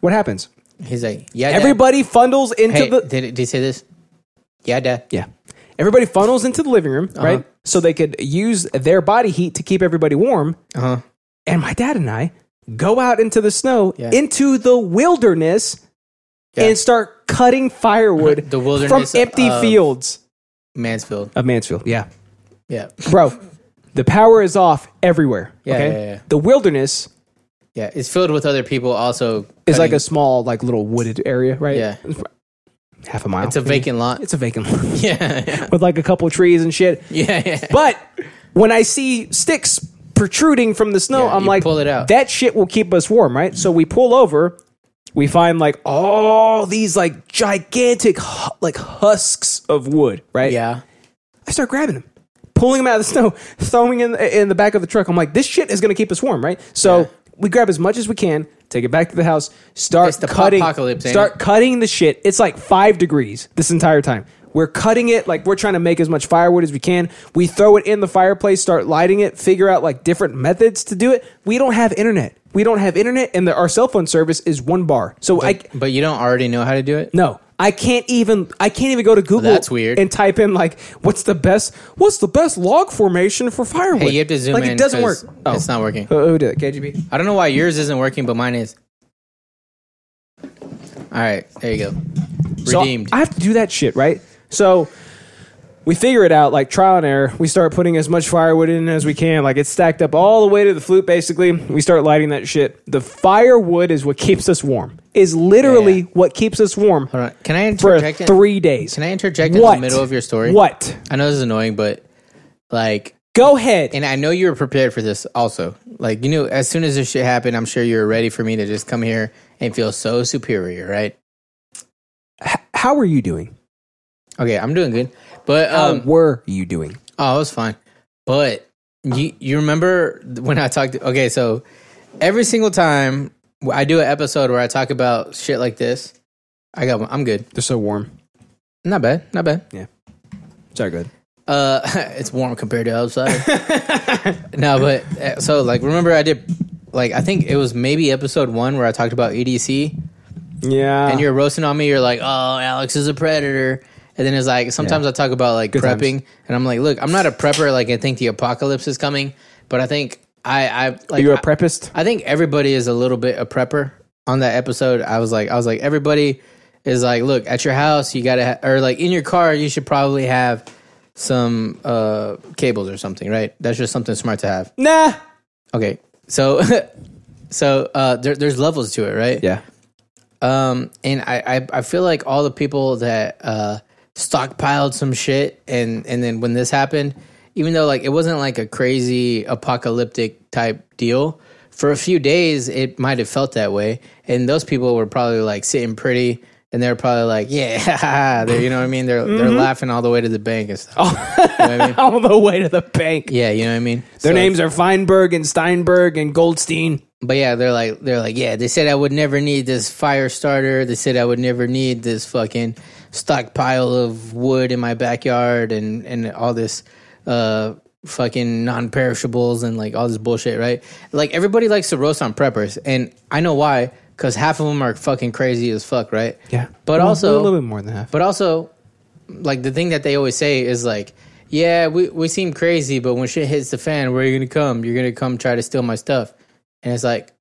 A: what happens?
B: He's like, yeah. Dad.
A: Everybody funnels into
B: Hey,
A: the
B: did, did he say this? Yeah, dad.
A: Yeah. Everybody funnels into the living room,
B: Uh-huh.
A: right? So they could use their body heat to keep everybody warm.
B: Uh huh.
A: And my dad and I go out into the snow,
B: Yeah.
A: into the wilderness,
B: Yeah.
A: and start cutting firewood
B: The wilderness
A: from empty
B: of-
A: fields
B: Mansfield.
A: of Mansfield. Yeah.
B: Yeah.
A: Bro, the power is off everywhere.
B: Yeah,
A: okay?
B: yeah, yeah.
A: The wilderness
B: Yeah. It's filled with other people also.
A: is like
B: cutting-
A: a small, like little wooded area, right?
B: Yeah.
A: Half a mile.
B: It's a vacant lot.
A: It's a vacant lot.
B: yeah, yeah.
A: with like a couple trees and shit.
B: Yeah, yeah.
A: But when I see sticks protruding from the snow,
B: Yeah,
A: I'm
B: you
A: like,
B: pull it out.
A: That shit will keep us warm, right? So we pull over. We find like all these like gigantic hu- like husks of wood, right?
B: Yeah.
A: I start grabbing them, pulling them out of the snow, throwing in in the back of the truck. I'm like, this shit is gonna keep us warm, right? So we grab as much as we can, take it back to the house, start
B: It's the
A: cutting,
B: apocalypse, ain't
A: start
B: it?
A: cutting the shit. It's like five degrees this entire time. We're cutting it like we're trying to make as much firewood as we can. We throw it in the fireplace, start lighting it, figure out like different methods to do it. We don't have internet. We don't have internet, and the, our cell phone service is one bar. So I
B: But you don't already know how to do it?
A: no, I can't even I can't even go to Google.
B: That's weird.
A: And type in like what's the best what's the best log formation for firewood?
B: Hey, you have to zoom
A: like,
B: in.
A: it doesn't work.
B: 'cause
A: Oh,
B: It's not working.
A: who, who did it? KGB.
B: I don't know why yours isn't working, but mine is. All right, there you go.
A: So
B: Redeemed.
A: I have to do that shit, right? So we figure it out like trial and error. We start putting as much firewood in as we can. Like it's stacked up all the way to the flute, basically. We start lighting that shit. The firewood is what keeps us warm. Is literally what keeps us warm
B: Hold on. Can I
A: for
B: interject? in-
A: three days.
B: Can I interject
A: What?
B: in the middle of your story?
A: What?
B: I know this is annoying, but like,
A: Go ahead.
B: and I know you were prepared for this also. Like, you knew as soon as this shit happened, I'm sure you were ready for me to just come here and feel so superior, right?
A: How are you doing?
B: Okay, I'm doing good. But
A: How
B: um,
A: were you doing?
B: Oh, it was fine. But you you remember when I talked? Okay, so every single time I do an episode where I talk about shit like this, I got one. I'm good.
A: They're so warm.
B: Not bad. Not bad.
A: Sorry, good.
B: Uh, it's warm compared to outside. no, but uh, so like remember I did like I think it was maybe episode one where I talked about EDC.
A: Yeah.
B: And you're roasting on me. You're like, oh, Alex is a predator. And then it's like sometimes I talk about like
A: Good
B: prepping,
A: times.
B: and I'm like, look, I'm not a prepper. Like I think the apocalypse is coming, but I think I I like
A: Are you a
B: I-
A: preppist?
B: I think everybody is a little bit a prepper. On that episode, I was like, I was like, everybody is like, look, at your house, you gotta, ha- or like in your car, you should probably have some uh cables or something, right? That's just something smart to have.
A: Nah.
B: Okay, so so uh, there, there's levels to it, right?
A: Yeah.
B: Um, and I, I I feel like all the people that uh stockpiled some shit, and and then when this happened, even though like it wasn't like a crazy apocalyptic type deal, for a few days it might have felt that way, and those people were probably like sitting pretty. And they're probably like, yeah, they're, you know what I mean? They're they're
A: Mhm.
B: laughing all the way to the bank and stuff.
A: all the way to the bank.
B: Yeah, you know what I mean.
A: Their
B: So-
A: names are Feinberg and Steinberg and Goldstein.
B: But yeah, they're like they're like, yeah, they said I would never need this fire starter. They said I would never need this fucking stockpile of wood in my backyard and and all this uh fucking non-perishables and like all this bullshit, right? Like everybody likes to roast on preppers and I know why cuz half of them are fucking crazy as fuck, right?
A: Yeah.
B: But
A: Well,
B: also
A: a little bit more than half.
B: But also like the thing that they always say is like, yeah, we, we seem crazy, but when shit hits the fan, where are you gonna come? You're gonna come try to steal my stuff. And it's like,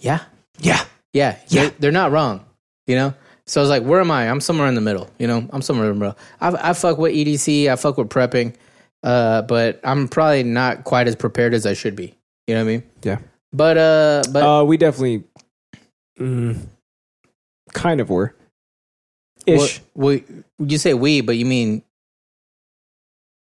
B: yeah,
A: yeah,
B: yeah, yeah. They're, they're not wrong, you know. So I was like, where am I? I'm somewhere in the middle, you know. I'm somewhere in the middle. I, I fuck with EDC, I fuck with prepping, uh, but I'm probably not quite as prepared as I should be. You know what I mean?
A: Yeah.
B: But uh, but
A: uh, we definitely mm, kind of were. Ish.
B: Well, well, you say we, but you mean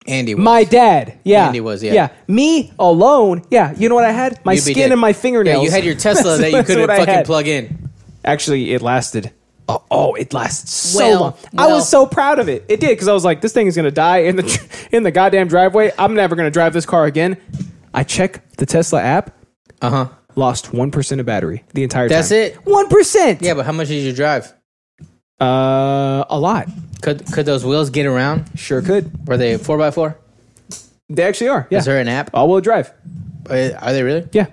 B: Andy? Was.
A: My dad. Yeah.
B: Andy was, yeah.
A: Yeah. Me alone. Yeah. You know what I had? My
B: You'd be
A: skin
B: dead.
A: and my fingernails.
B: Yeah, you had your Tesla
A: That's-
B: that you
A: that's
B: couldn't
A: what I
B: fucking
A: had.
B: plug in.
A: Actually, it lasted. Oh, oh, it lasted so
B: Well,
A: long. I
B: well.
A: was so proud of it. It did because I was like, this thing is gonna die in the tr- in the goddamn driveway. I'm never gonna drive this car again. I check the Tesla app.
B: Uh huh.
A: Lost one percent of battery the entire time.
B: That's it.
A: One percent.
B: Yeah, but how much did you drive?
A: Uh, a lot.
B: Could could those wheels get around?
A: Sure could.
B: Were they four by four?
A: They actually are. Yeah. Oh.
B: Is there an app?
A: All wheel drive.
B: Uh, Are they really?
A: Yeah.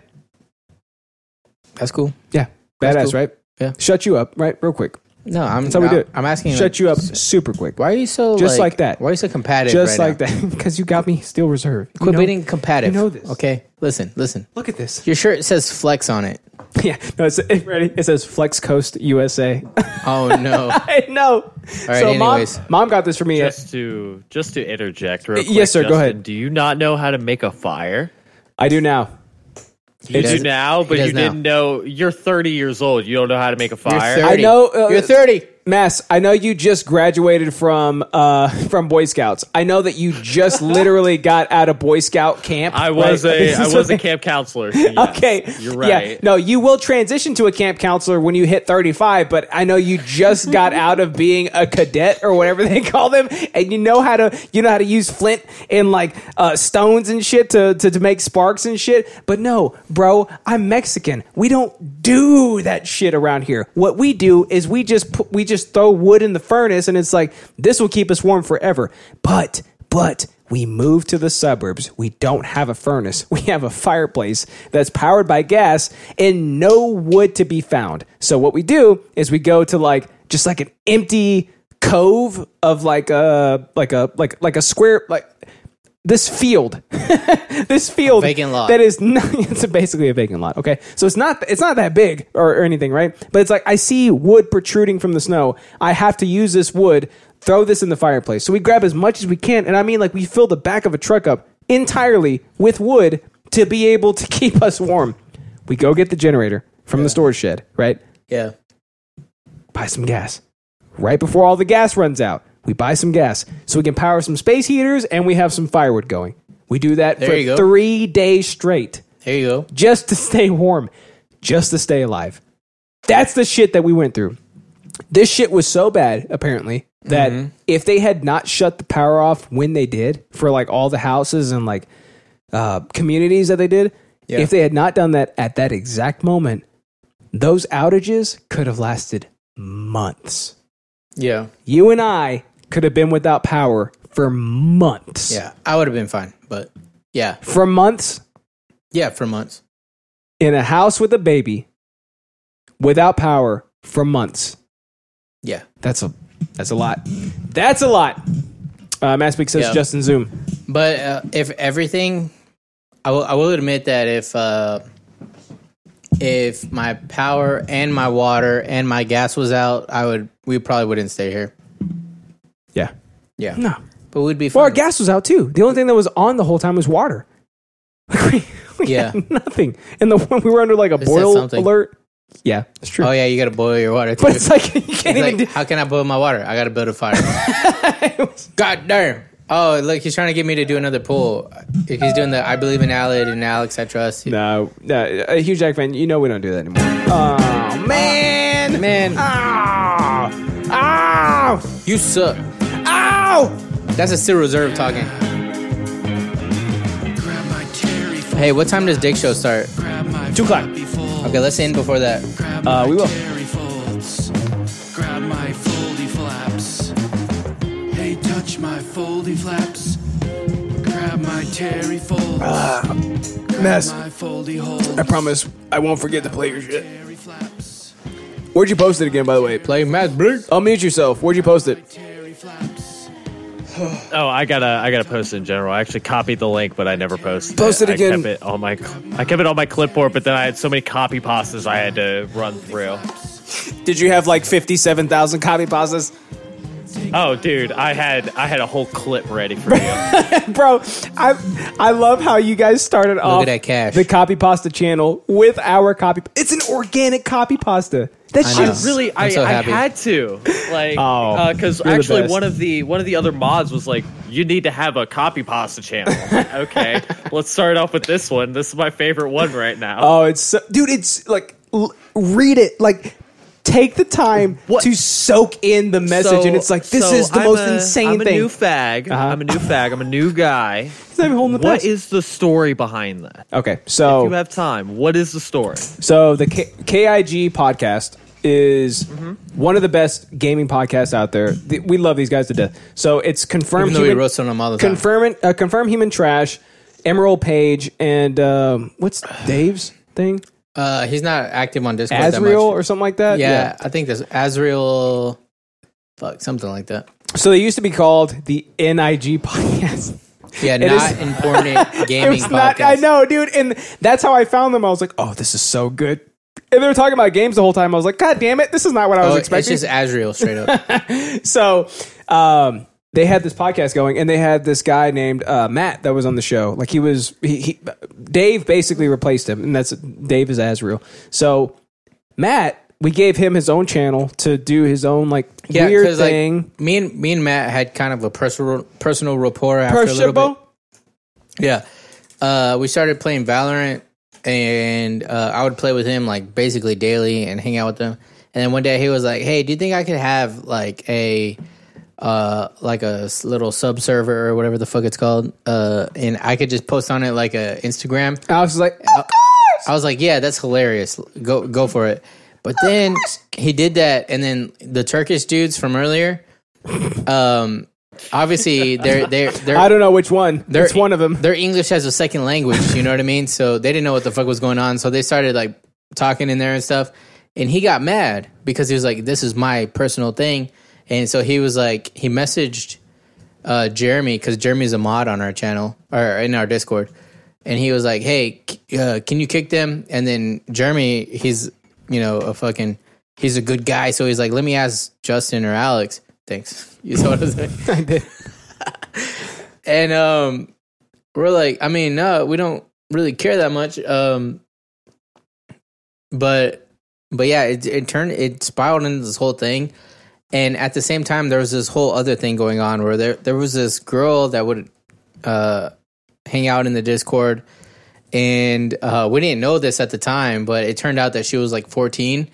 B: That's cool.
A: Yeah.
B: That's
A: Badass,
B: cool.
A: right?
B: Yeah.
A: Shut you up, right? Real quick.
B: No, I'm.
A: That's how we
B: I'm,
A: do it.
B: I'm asking.
A: Shut
B: like,
A: you up super quick.
B: Why are you so
A: Just like that.
B: Why are you so competitive?
A: Just
B: right
A: like that. Because you got me still reserved. You
B: Quit
A: know?
B: being competitive.
A: You know this.
B: Okay, listen, listen.
A: Look at this.
B: Your shirt says flex on it.
A: Yeah. No, it's, it, ready? It says Flex Coast USA.
B: Oh no.
A: I know.
H: right,
A: so mom,
H: anyways.
A: mom got this for me.
H: Just to just to interject, real
A: Yes,
H: quick,
A: sir, go
H: Justin,
A: ahead.
H: Do you not know how to make a fire?
A: I do now.
H: You
A: It's-
H: do now,
A: he
H: but
A: does
H: you
A: now.
H: didn't know. You're 30 years old. You don't know how to make a fire.
A: I know uh, you're 30. Mass, I know you just graduated from uh, from Boy Scouts. I know that you just literally got out of Boy Scout camp.
H: I was
A: right?
H: a
A: This
H: I
A: is
H: was
A: what-
H: a camp counselor. so yes,
A: Okay,
H: you're
A: Yeah,
H: right.
A: no, you will transition to a camp counselor when you hit 35, but I know you just got out of being a cadet or whatever they call them, and you know how to you know how to use flint and like uh, stones and shit to, to to make sparks and shit. But no, bro, I'm Mexican. We don't do that shit around here. What we do is we just put, we just throw wood in the furnace, and it's like this will keep us warm forever. But but we move to the suburbs. We don't have a furnace. We have a fireplace that's powered by gas and no wood to be found. So what we do is we go to like just like an empty cove of like a like a like like a square like this field this field
B: vacant lot.
A: that is not, it's basically a vacant lot okay so it's not it's not that big or, or anything right but it's like i see wood protruding from the snow i have to use this wood throw this in the fireplace so we grab as much as we can and i mean like we fill the back of a truck up entirely with wood to be able to keep us warm we go get the generator from the storage shed right
B: Yeah.
A: buy some gas. Right before all the gas runs out, we buy some gas so we can power some space heaters and we have some firewood going. We do that
B: There you
A: for
B: go.
A: three days straight
B: There you go.
A: just to stay warm, just to stay alive. That's the shit that we went through. This shit was so bad, apparently, that if they had not shut the power off when they did for like all the houses and like uh, communities that they did,
B: Yeah.
A: if they had not done that at that exact moment, those outages could have lasted months.
B: Yeah.
A: You and I could have been without power for months.
B: Yeah. I would have been fine, but yeah,
A: For months,
B: yeah, for months.
A: in a house with a baby without power for months.
B: Yeah.
A: That's a that's a lot. That's a lot. Uh, Mass Week says
B: Yeah.
A: Justin Zoom.
B: But uh, if everything, I will, I will admit that if uh, if my power and my water and my gas was out, I would we probably wouldn't stay here.
A: Yeah.
B: Yeah.
A: No.
B: But we'd be
A: Well, our gas was out too. The only thing that was on the whole time was water.
B: Yeah.
A: Nothing. And the one we were under like a
B: says
A: boil
B: something.
A: alert. Yeah, it's true.
B: Oh yeah, you got to boil your water. Too.
A: But it's like you can't
B: It's like, how can I boil my water? I got to build a fire. God damn. Oh look, he's trying to get me to do another pool. He's doing the I believe in Alid and Alex I trust.
A: No, no, a Hugh Jackman. You know we don't do that anymore. Oh man,
B: man.
A: Ow, ow.
B: You suck.
A: Ow.
B: That's a still reserve talking. Hey, what time does Dick Show start?
A: Two o'clock.
B: Okay, let's end before that.
A: Uh, we will.
J: Terry folds. Grab my foldy flaps. Hey, touch my foldy flaps. Grab my Terry folds.
A: Uh. Mess.
J: Foldy hold.
A: I promise I won't forget to play your shit. Where'd you post it again, by the way?
B: Play Matt Brick.
A: Unmute yourself. Where'd you post it?
H: Oh, I gotta, I gotta post it in general. I actually copied the link, but I never posted.
A: Post it
H: I
A: again.
H: kept it on my, I kept it on my clipboard, but then I had so many copy pastas I had to run through.
A: Did you have like fifty-seven thousand copy pastas,
H: Oh, dude, I had, I had a whole clip ready for you.
A: bro? I I love how you guys started off
B: at that cash.
A: the copy pasta channel with our copy. It's an organic copy pasta. That
B: I
A: shit
B: know.
H: really,
B: I'm
H: I,
B: so
H: I
B: happy.
H: had to, like,
A: Oh,
H: because
A: you're the
H: actually
A: best.
H: one of the one of the other mods was like, you need to have a copy pasta channel. okay, let's start off with this one. This is my favorite one right now.
A: Oh, it's so, dude. It's like l- read it. Like take the time to soak in the message,
H: So-
A: and it's like this
H: so
A: is the
H: I'm
A: most
H: a-
A: insane
H: I'm
A: thing. Uh-huh.
H: A new fag. I'm a new fag. I'm a new guy.
A: He's not even holding the
H: What
A: past.
H: is the story behind that?
A: okay, so
H: If you have time, what is the story?
A: So the K- KIG podcast is one of the best gaming podcasts out there. The- we love these guys to death. So it's confirmed.
B: Even though we roast on them all the time.
A: confirm, uh, confirm human trash, Emerald Page, and um, what's Dave's thing?
B: Uh, he's not active on Discord that much.
A: Azriel or something like that.
B: yeah, I think that's Azrael. Fuck, something like that.
A: So they used to be called the NIG podcast.
B: Yeah,
A: It
B: not
A: is-
B: important
A: It
B: gaming
A: was not-
B: podcast.
A: I know, dude, and that's how I found them. I was like, "Oh, this is so good." And they were talking about games the whole time. I was like, "God damn it, this is not what I was
B: Oh, it's
A: expecting."
B: just Azrael straight up.
A: so um, they had this podcast going and they had this guy named uh, matt that was on the show like he was he, he dave basically replaced him and that's dave is azrael so matt we gave him his own channel to do his own like
B: Yeah,
A: weird
B: 'cause, like,
A: thing
B: me and me and Matt had kind of a personal personal rapport after a little bit.
A: Pershable?
B: Yeah, uh, we started playing Valorant, and uh, I would play with him like basically daily and hang out with him. And then one day he was like, "Hey, do you think I could have like a uh, like a s- little sub server or whatever the fuck it's called, uh, and I could just post on it like a Instagram?"
A: I was like,
B: Uh, I was like, yeah, that's hilarious. Go go for it. But then he did that, and then the Turkish dudes from earlier, um, obviously they're they're they're
A: i don't know which one
B: they're-
A: it's one of them
B: Their English as a second language, you know what I mean? So they didn't know what the fuck was going on. So they started like talking in there and stuff. And he got mad because he was like, this is my personal thing. And so he was like, he messaged uh, Jeremy because Jeremy's a mod on our channel or in our Discord. And he was like, hey, c- uh, can you kick them? And then Jeremy, he's, you know, a fucking, he's a good guy. So he's like, let me ask Justin or Alex. Thanks. You saw what I was saying?
A: I did.
B: and um we're like i mean no we don't really care that much um but but yeah it, it turned it spiraled into this whole thing and at the same time there was this whole other thing going on where there there was this girl that would uh hang out in the discord and uh we didn't know this at the time but it turned out that she was like 14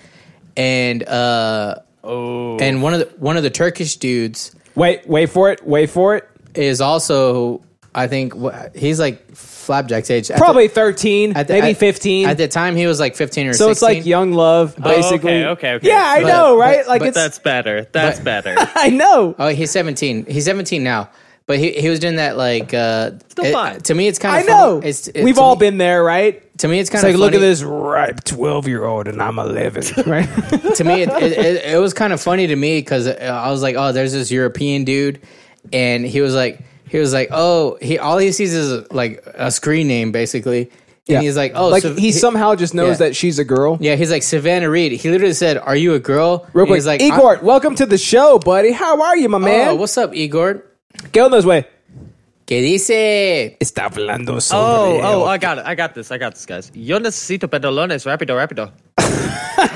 B: and uh
H: oh
B: and one of the one of the turkish dudes
A: wait wait for it wait for it
B: is also I think wh- he's like flapjack's age At the-
A: probably 13
B: at the-
A: maybe
B: at-
A: 15
B: at the time he was like 15 or
A: so it's like
B: 16.
A: young love
B: Oh, okay,
A: basically
B: okay, okay.
A: yeah i
B: But-
A: know right
B: but-
A: like
B: but
A: it's
H: That's better. That's better.
A: i know
B: oh he's 17 he's 17 now but he, he was doing that like uh
H: Still
B: it-
H: fine.
B: to me it's kind
A: i
B: of
A: know
B: it's, it-
A: we've
B: to
A: all
B: me-
A: been there right
B: to me, it's
A: It's
B: kind of
A: like, look at this
D: ripe 12 year old, and I'm 11.
A: Right?
B: to me, it, it, it, it was kind of funny to me because I was like, oh, there's this European dude, and he was like, he was like, oh, he all he sees is like a screen name basically,
A: Yeah.
B: and he's like, oh,
A: Like,
B: so-
A: he somehow just knows that she's a girl.
B: Yeah, he's like Savannah Reed. He literally said, "Are you a girl?"
A: Real
B: And
A: quick,
B: he's like, "I'm-
A: Igor, welcome to the show, buddy. How are you, my man?
B: Oh, what's up, Igor?
A: Get on this way.
B: ¿Qué dice?
A: Está hablando
H: Oh, oh, I got it. I got this. I got this, guys. Yo necesito pantalones rápido, rápido.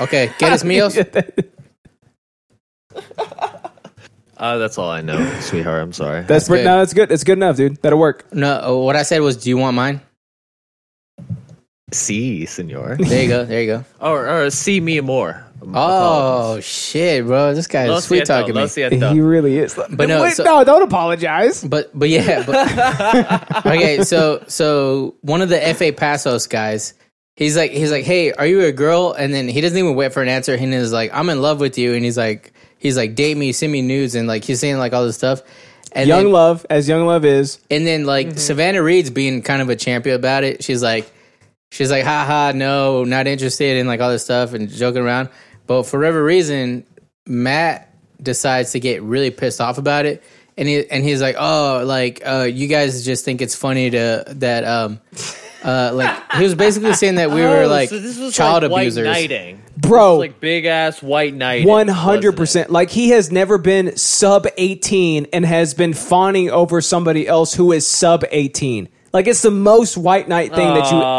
B: okay, ¿quieres oh, míos?
H: Uh, that's all I know, sweetheart. I'm sorry.
A: That's, pretty- no, that's good. That's good enough, dude. That'll work.
B: No, uh, what I said was, "Do you want mine?"
H: See, senor.
B: There you go. There you go.
H: Or, or see me more.
B: Oh shit, bro! This guy
H: Lo
B: is sweet
H: siento,
B: talking
H: lo
B: me.
H: siento. He
A: really is.
B: But no,
A: Wait,
B: so-
A: no, don't apologize.
B: But but yeah. But, okay, so so one of the FA Pasos guys, he's like he's like, hey, are you a girl? And then he doesn't even wait for an answer. He is like, I'm in love with you. And he's like, he's like, date me, send me nudes, and like he's saying like all this stuff. And
A: young
B: then,
A: love, as young love is.
B: And then
H: Mm-hmm.
B: like Savannah Reed's being kind of a champion about it. She's like, she's like, haha, no, not interested in like all this stuff and joking around. But for whatever reason, Matt decides to get really pissed off about it. And he and he's like, oh, like uh, you guys just think it's funny to that um, uh, like he was basically saying that we were
H: Oh,
B: like
H: so this was
B: child
H: like white
B: abusers.
H: knighting.
A: Bro,
H: Like big ass white knight.
A: One hundred percent. Like he has never been sub eighteen and has been fawning over somebody else who is sub eighteen. Like it's the most white knight thing that you
H: Oh,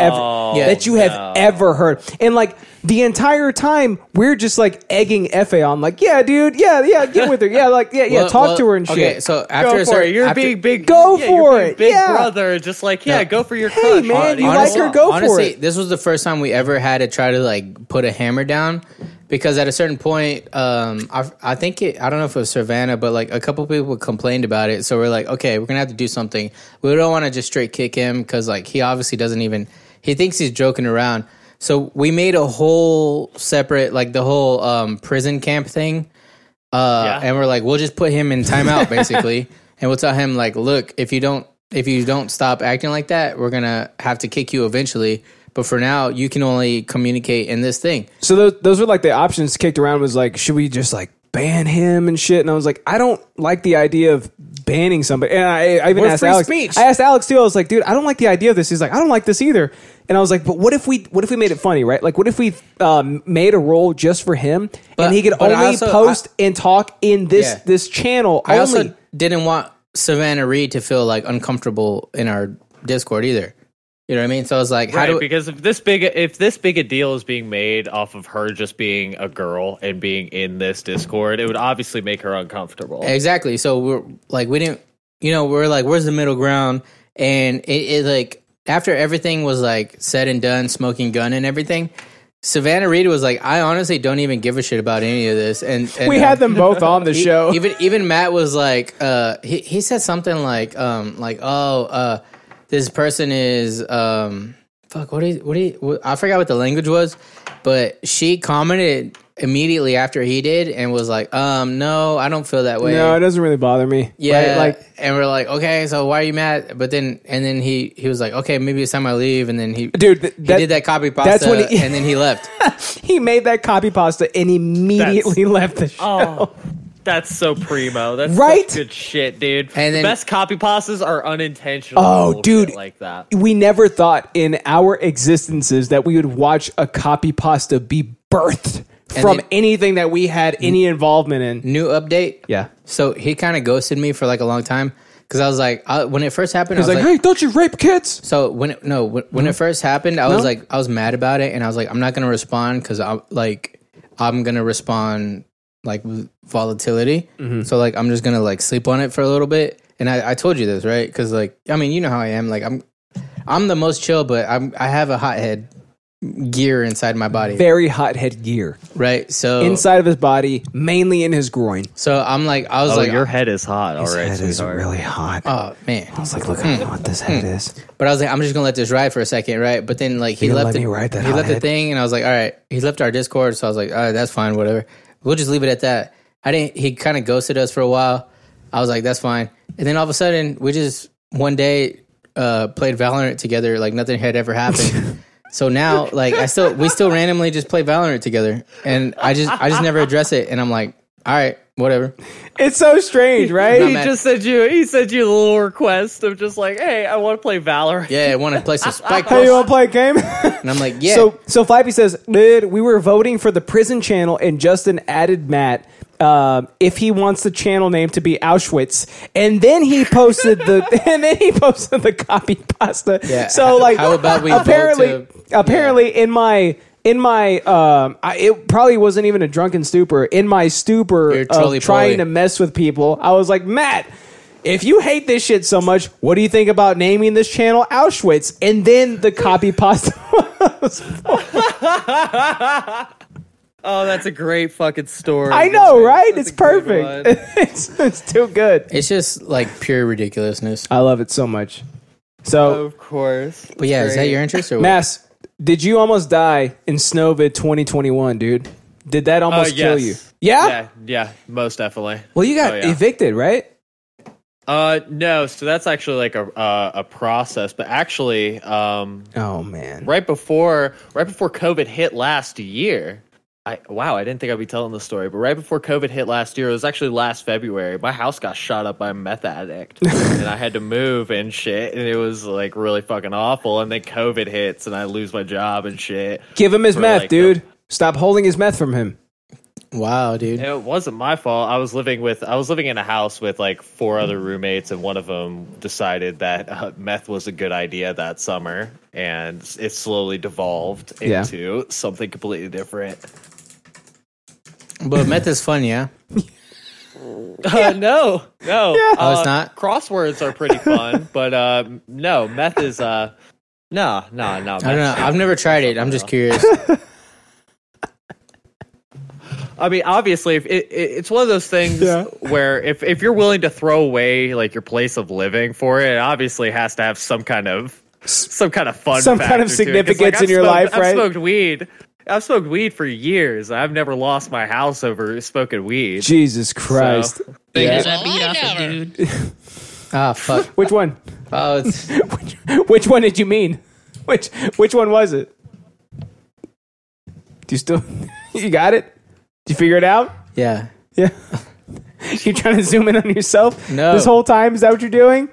A: ever
H: Yeah.
A: that you have
H: no.
A: ever heard. And like the entire time we're just like egging Fa on, like yeah, dude, yeah, yeah, get with her, yeah, like yeah, yeah,
B: Well-
A: talk
B: well,
A: to her and
B: okay,
A: shit.
B: so after a
H: go for
B: certain-
H: it. You're
B: after-
H: big, big.
A: Go
H: yeah,
A: for
H: you're big,
A: it.
H: Big
A: Yeah.
H: brother, just like yeah, go for your. Hey
A: man, you like her, go for
B: honestly,
A: it.
B: this was the first time we ever had to try to like put a hammer down because at a certain point, um, I, I think it, I don't know if it was Savannah, but like a couple people complained about it. So we're like, okay, we're gonna have to do something. We don't want to just straight kick him because like he obviously doesn't even he thinks he's joking around. So we made a whole separate like the whole um, prison camp thing. Uh, and we're like, we'll just put him in timeout basically, and we'll tell him like, look, if you don't if you don't stop acting like that, we're gonna have to kick you eventually. But for now, you can only communicate in this thing.
A: So those those were like the options kicked around. Was like, should we just like ban him and shit? And I was like, I don't like the idea of banning somebody. And I, I even
B: We're
A: asked
B: free
A: Alex.
B: speech.
A: I asked Alex too. I was like, dude, I don't like the idea of this. He's like, I don't like this either. And I was like, but what if we what if we made it funny, right? Like, what if we um, made a rule just for him, and he could
B: but I
A: only
B: also-
A: post and talk in this
B: Yeah.
A: this channel
B: I
A: only.
B: also didn't want Savannah Reed to feel like uncomfortable in our Discord either. You know what I mean? So I was like, how
H: Right,
B: do we,
H: because if this big if this big a deal is being made off of her just being a girl and being in this Discord, it would obviously make her uncomfortable.
B: Exactly. So we're like, we didn't, you know, we're like, where's the middle ground? And it, it like after everything was like said and done, smoking gun and everything. Savannah Reed was like, I honestly don't even give a shit about any of this. And, and
A: We had them both on the
B: e-
A: show.
B: Even even Matt was like, uh, he he said something like, um, like oh, uh, this person is um, fuck. What is what? Is, what I forgot what the language was, but she commented immediately after he did and was like, um, no, I don't feel that way.
A: no, it doesn't really bother me.
B: Yeah,
A: right? like
B: like, and we're like, okay, so why are you mad? But then, and then he he was like, okay, maybe it's time I leave. And then he
A: dude,
B: he
A: that-
B: did that copy pasta,
A: that's when he-
B: and then he left.
A: he made that copy pasta and immediately left the show.
H: Oh, that's so primo. That's
A: Right?
H: such good shit, dude.
A: And then-
H: the best copy pastas are unintentional.
A: Oh,
H: bullshit
A: dude.
H: like that.
A: we never thought in our existences that we would watch a copy pasta be birthed
B: And
A: from
B: then-
A: anything that we had any involvement in.
B: New update.
A: Yeah.
B: So he kind of ghosted me for like a long time because I was like, I, when it first happened,
A: He's
B: I was
A: like,
B: like,
A: hey, don't you rape kids?
B: So when it, no, when, when it first happened, I
A: No?
B: was like, I was mad about it, and I was like, I'm not gonna respond because I'm like, I'm gonna respond like with volatility.
A: Mm-hmm.
B: So like, I'm just gonna like sleep on it for a little bit. And I, I told you this right because like, I mean, you know how I am. Like, I'm, I'm the most chill, but I'm I have a hothead gear inside my body,
A: Very hothead gear.
B: right? So
A: Inside of his body, mainly in his groin.
B: so I'm like, I was
H: oh,
B: like,
H: your head is hot.
A: His
H: All right,
A: head is really hot.
B: oh man.
A: I was like, look how hot
B: hmm.
A: this head is.
B: But I was like, I'm just gonna let this ride for a second, right? But then like he
A: You're gonna
B: left
A: let
B: the,
A: me ride that
B: he left the
A: hothead?
B: thing, and I was like, all right, he left our Discord, so I was like, all right, that's fine, whatever. We'll just leave it at that. I didn't. He kind of ghosted us for a while. I was like, that's fine. And then all of a sudden, we just one day uh, played Valorant together, like nothing had ever happened. So now, like, I still we still randomly just play Valorant together, and I just I just never address it, and I'm like, all right, whatever.
A: It's so strange, right?
H: he just sent you. He sent you the little request of just like, hey, I want to play Valorant.
B: Yeah, I want to play some Spike
A: Hey, you want to play a game? and
B: I'm like, yeah.
A: So, so Flappy says, dude, we were voting for the prison channel, and Justin added Matt um, if he wants the channel name to be Auschwitz, and then he posted the, and then he posted the copy pasta.
B: Yeah,
A: So, like,
B: how about we vote
A: apparently, apparently, in my. In my, um, I, it probably wasn't even a drunken stupor. In my stupor
B: trolley
A: of trying
B: poly.
A: to mess with people, I was like, Matt, if you hate this shit so much, what do you think about naming this channel Auschwitz? And then the copy pasta
H: Oh, that's a great fucking story.
A: I know, right? It's perfect. it's, it's too good.
B: It's just like pure ridiculousness.
A: I love it so much. So,
H: Of course.
B: but yeah, is that your interest or what?
A: Mass, did you almost die in Snowvid 2021, dude? Did that almost
H: Uh,
A: kill
H: yes.
A: you? Yeah?
H: yeah, yeah, most definitely.
A: Well, you got
H: Oh, yeah.
A: evicted, right?
H: Uh, no. So that's actually like a uh, a process, but actually, um,
A: oh man,
H: right before right before COVID hit last year. I, wow, I didn't think I'd be telling this story, but right before COVID hit last year, it was actually last February. My house got shot up by a meth addict, and I had to move and shit, and it was like really fucking awful. And then COVID hits, and I lose my job and shit.
A: Give him his
H: For,
A: meth,
H: like, the-
A: dude. Stop holding his meth from him.
B: Wow, dude.
H: It wasn't my fault. I was living with I was living in a house with like four other roommates, and one of them decided that uh, meth was a good idea that summer, and it slowly devolved
B: Yeah.
H: into something completely different.
B: But meth is fun, yeah.
H: Uh, no, no,
B: Oh, it's
H: uh,
B: not?
H: Crosswords are pretty fun, but uh, no, meth is uh, no, no, no.
B: I don't know. I've never tried it. I'm just curious.
H: I mean, obviously, if it, it, it's one of those things where if, if you're willing to throw away like your place of living for it, it obviously has to have some kind of some kind of fun,
A: Some kind of
H: factor to it. 'Cause,
A: significance
H: I've
A: in your
H: smoked-
A: life, right?
H: I've smoked weed. I've smoked weed for years. I've never lost my house over smoking weed.
A: Jesus Christ.
H: Yeah.
F: I beat off a dude.
B: Ah, fuck.
A: Which one?
B: Oh, it's
A: which, which one did you mean? Which which one was it? Do you still you got it? Did you figure it out?
B: Yeah.
A: Yeah. you trying to zoom in on yourself?
B: No.
A: This whole time is that what you're doing?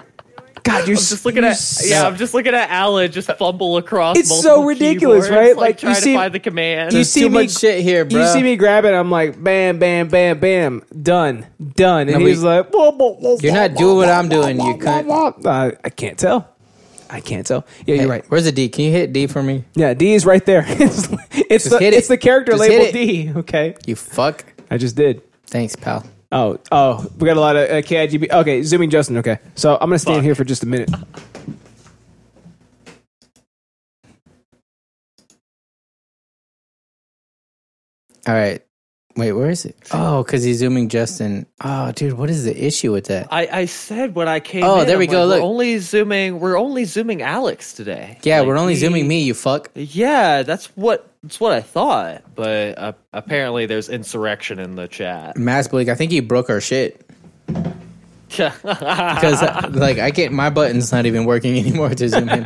A: God, you're
H: just looking at yeah, I'm just looking at Alan just fumble across.
A: It's so
H: multiple
A: ridiculous,
H: keyboards,
A: right?
H: Like,
A: Like, you
H: trying
A: see-
H: to find the command.
A: you see me You see me grab it. I'm like, bam, bam, bam, bam, done, done. And
B: No,
A: he's
B: we-
A: like,
B: You're not doing what I'm doing, you cunt.
A: Uh, I can't tell. I can't tell. Yeah, you're right.
B: Where's the D? Can you hit D for me?
A: Yeah, D is right there. it's it's
B: Just
A: the,
B: hit it.
A: it's the character
B: Just
A: label
B: hit
A: D. Okay.
B: You fuck.
A: I just did.
B: Thanks, pal.
A: Oh, oh, we got a lot of uh, KIGB. Okay, zooming Justin. Okay, so I'm gonna stand here for just a minute.
B: All right. Wait, where is it? Oh, because he's zooming Justin. Oh, dude, what is the issue with that?
H: I, I said when I came.
B: Oh,
H: in,
B: there we
H: I'm
B: go,
H: like,
B: look.
H: We're only zooming. We're only zooming Alex today.
B: Yeah,
H: Like,
B: we're only
H: we-
B: zooming me, you fuck.
H: Yeah, that's what that's what I thought. But uh, apparently, there's insurrection in the chat.
B: Mass Bleak, I think he broke our shit. Because,
H: Oh, Because
B: like, I get my button's not even working anymore to zoom him.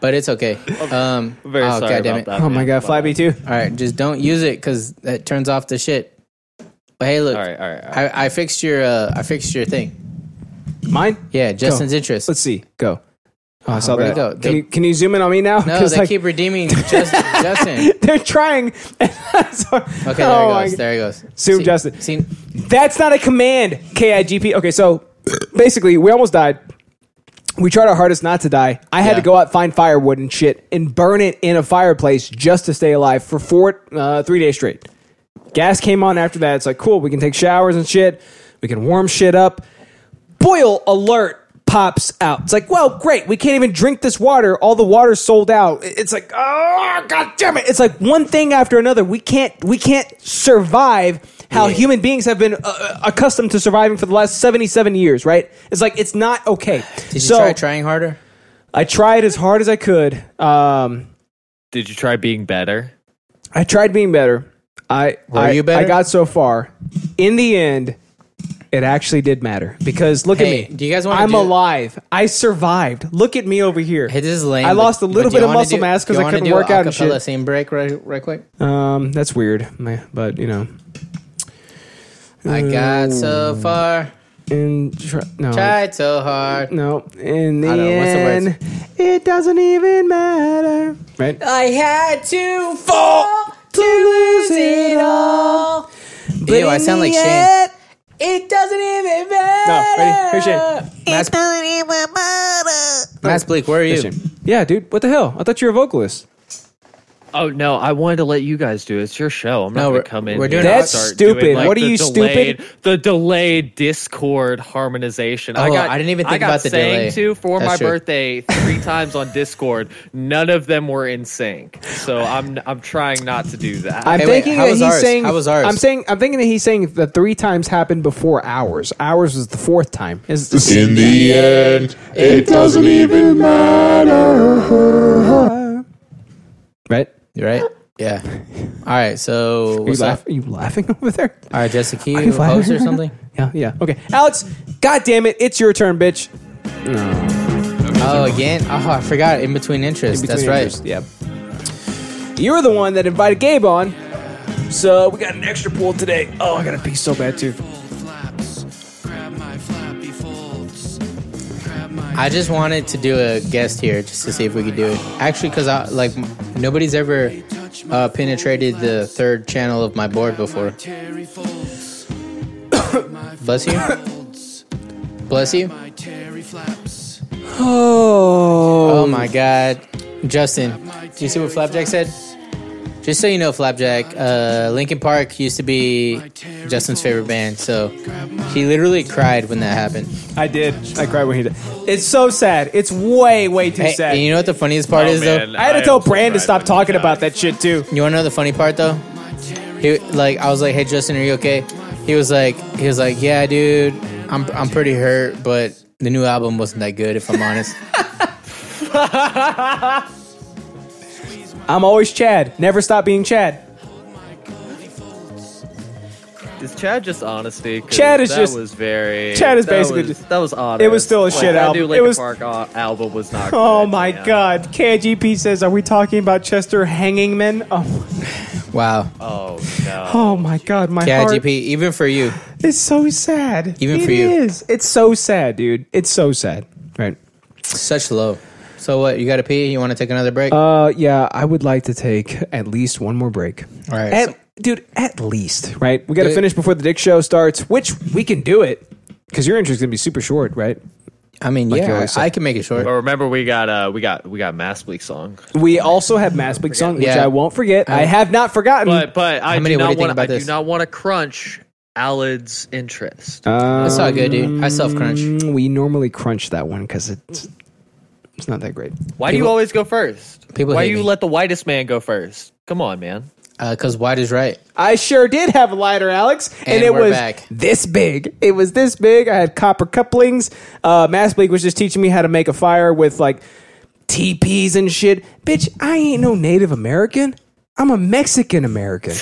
B: But it's okay. Um,
H: very
B: oh, God
H: sorry
B: damn
H: about
B: it.
H: that, Oh, my man.
A: God, Flappy too.
B: All right, just don't use it because that turns off the shit. But hey, look. All right,
H: all right.
B: I, I fixed your, uh, I fixed your thing.
A: Mine?
B: Yeah, Justin's interest.
A: Let's see. Go. Oh, I saw
B: Uh,
A: that.
B: where'd it go?
A: Can
B: They-
A: you can you zoom in on me now?
B: No,
A: 'Cause,
B: they
A: like,
B: keep redeeming Just, Justin.
A: they're trying.
B: Okay, there
A: Oh,
B: it
A: my-
B: goes. There it goes.
A: Zoom
B: See-
A: Justin.
B: See,
A: That's not a command, KIGP. Okay, so basically, we almost died. We tried our hardest not to die. I had to go out find firewood and shit and burn it in a fireplace just to stay alive for four, uh, three days straight. Gas came on after that. It's like cool. We can take showers and shit. We can warm shit up. Boil alert pops out. It's like, well, great. We can't even drink this water. All the water's sold out. It's like, oh god damn it. It's like one thing after another. We can't we can't survive how human beings have been uh, accustomed to surviving for the last 77 years, right? It's like it's not okay.
B: did you try trying harder?
A: I tried as hard as I could. Um,
H: Did you try being better?
A: I tried being better. I
H: Were
A: I,
H: you better?
A: I got so far. In the end, It actually did matter because look
B: Hey,
A: at me.
B: do you guys wanna
A: I'm
B: do-
A: alive. I survived. Look at me over here. It
B: is lame.
A: I
B: but-
A: lost a
B: but
A: little
B: do you
A: bit of
B: wanna
A: muscle
B: do-
A: mass
B: do you
A: because I
B: wanna
A: couldn't
B: do
A: work out and
B: acapella
A: shit.
B: Scene break right, right quick.
A: Um, that's weird. My, but you know,
B: I
A: Mm.
B: got so far.
A: In tr- no,
B: Tried so hard.
A: No, in the
B: I don't know, what's the words?
A: end, it doesn't even matter. Right?
B: I had to fall to lose it all.
A: But
B: Ew, I
A: in
B: sound
A: the
B: like Shane.
A: end-
B: It doesn't even matter.
A: No, ready? Here's Shane.
B: Mass, Mass Bleak, where are you?
A: Yeah, dude. What the hell? I thought you were a vocalist.
H: Oh no! I wanted to let you guys do it. It's your show. I'm not
A: No,
H: gonna
A: we're-
H: come in.
A: we're
H: here
A: doing
H: and
A: That's
H: start
A: stupid.
H: doing, like,
A: What are
H: the
A: you,
H: delayed,
A: stupid?
H: The delayed Discord harmonization. I
B: Oh,
H: got.
B: I didn't even think
H: got
B: about the
H: sang
B: delay.
H: to for
B: That's
H: my
B: true.
H: birthday three times on Discord. None of them were in sync. So I'm I'm trying not to do that.
A: I'm thinking that he's saying.
B: How was ours?
A: I'm saying. I'm thinking that he's saying that three times happened before ours. Ours was the fourth time. Is
I: In the end, it doesn't even matter.
A: right?
B: You right? Yeah. All right. So
A: Are you,
B: what's
A: laugh-
B: up?
A: are you laughing over there?
B: All right, Jessica, can
A: Are
B: you
A: laughing?
B: host or something?
A: yeah, yeah. Okay, Alex. God damn it! It's your turn, bitch.
B: Oh, again? Oh, I forgot. In between interests.
A: In between
B: That's
A: interests, Yep. You're the one that invited Gabe on, so we got an extra pool today. Oh, I gotta pee so bad too.
B: right. I just wanted to do a guest here just to see if we could do it. Actually, because I like m- nobody's ever uh, penetrated the third channel of my board before. Bless you. Bless you.
A: Oh.
B: Oh my God, Justin! Do you see what Flapjack said? Just so you know, Flapjack, uh, Linkin Park used to be Justin's favorite band, so he literally cried when that happened.
A: I did. I cried when he did. It's so sad. It's way, way too
B: Hey,
A: sad.
B: and you know what the funniest part
A: Oh,
B: is
A: man,
B: though?
A: I had to I tell also Brand to cried stop when he talking died. about that shit too.
B: You wanna know the funny part though? He, like I was like, "Hey Justin, are you okay?" He was like, "He was like, yeah, dude, I'm I'm pretty hurt, but the new album wasn't that good, if I'm honest."
A: I'm always Chad. Never stop being Chad.
H: Is Chad just honesty? 'Cause
A: Chad is
H: that
A: just-
H: was very.
A: Chad is
H: that
A: basically
H: was-
A: just-
H: that was
A: it
H: honest.
A: was still a
H: Like,
A: shit
H: that
A: album.
H: New
A: It
H: Linkin
A: was-
H: Park uh, album was not.
A: Oh my God. KGP says, "Are we talking about Chester Hangingman?" Oh,
B: wow.
H: Oh no.
A: oh my God. My
B: yeah,
A: heart.
B: GP, even for you.
A: It's so sad.
B: Even
A: It
B: for you.
A: is. It's so sad, dude. It's so sad. Right.
B: Such low. So what? You got to pee? You want to take another break?
A: Uh, yeah. I would like to take at least one more break.
B: All right.
A: At,
B: so-
A: dude, at least, right? We got to
B: Dude.
A: finish before the Dick Show starts, which we can do it because your intro's gonna be super short, right?
B: I mean,
A: Like you always say.
B: can make it short.
H: But remember, we got uh, we got we got Mass Bleak song.
A: We also have Mass Big Song, which
H: Yeah.
A: I won't forget. I have not forgotten.
H: But but I do not want I do
A: Um,
H: not want to crunch Alad's interest.
A: That's
B: all good, dude. I self-crunch.
A: We normally crunch that one because it's it's not that great.
H: Why do you always go first?
A: people
H: Why
A: hate
H: you
A: me.
H: let the whitest man go first? Come on, man.
B: Because uh, white is right.
A: I sure did have a lighter, Alex, and,
B: And
A: it
B: we're
A: was
B: back.
A: this big. It was this big. I had copper couplings. Uh, Mass Bleak was just teaching me how to make a fire with like teepees and shit. Bitch, I ain't no Native American. I'm a Mexican American.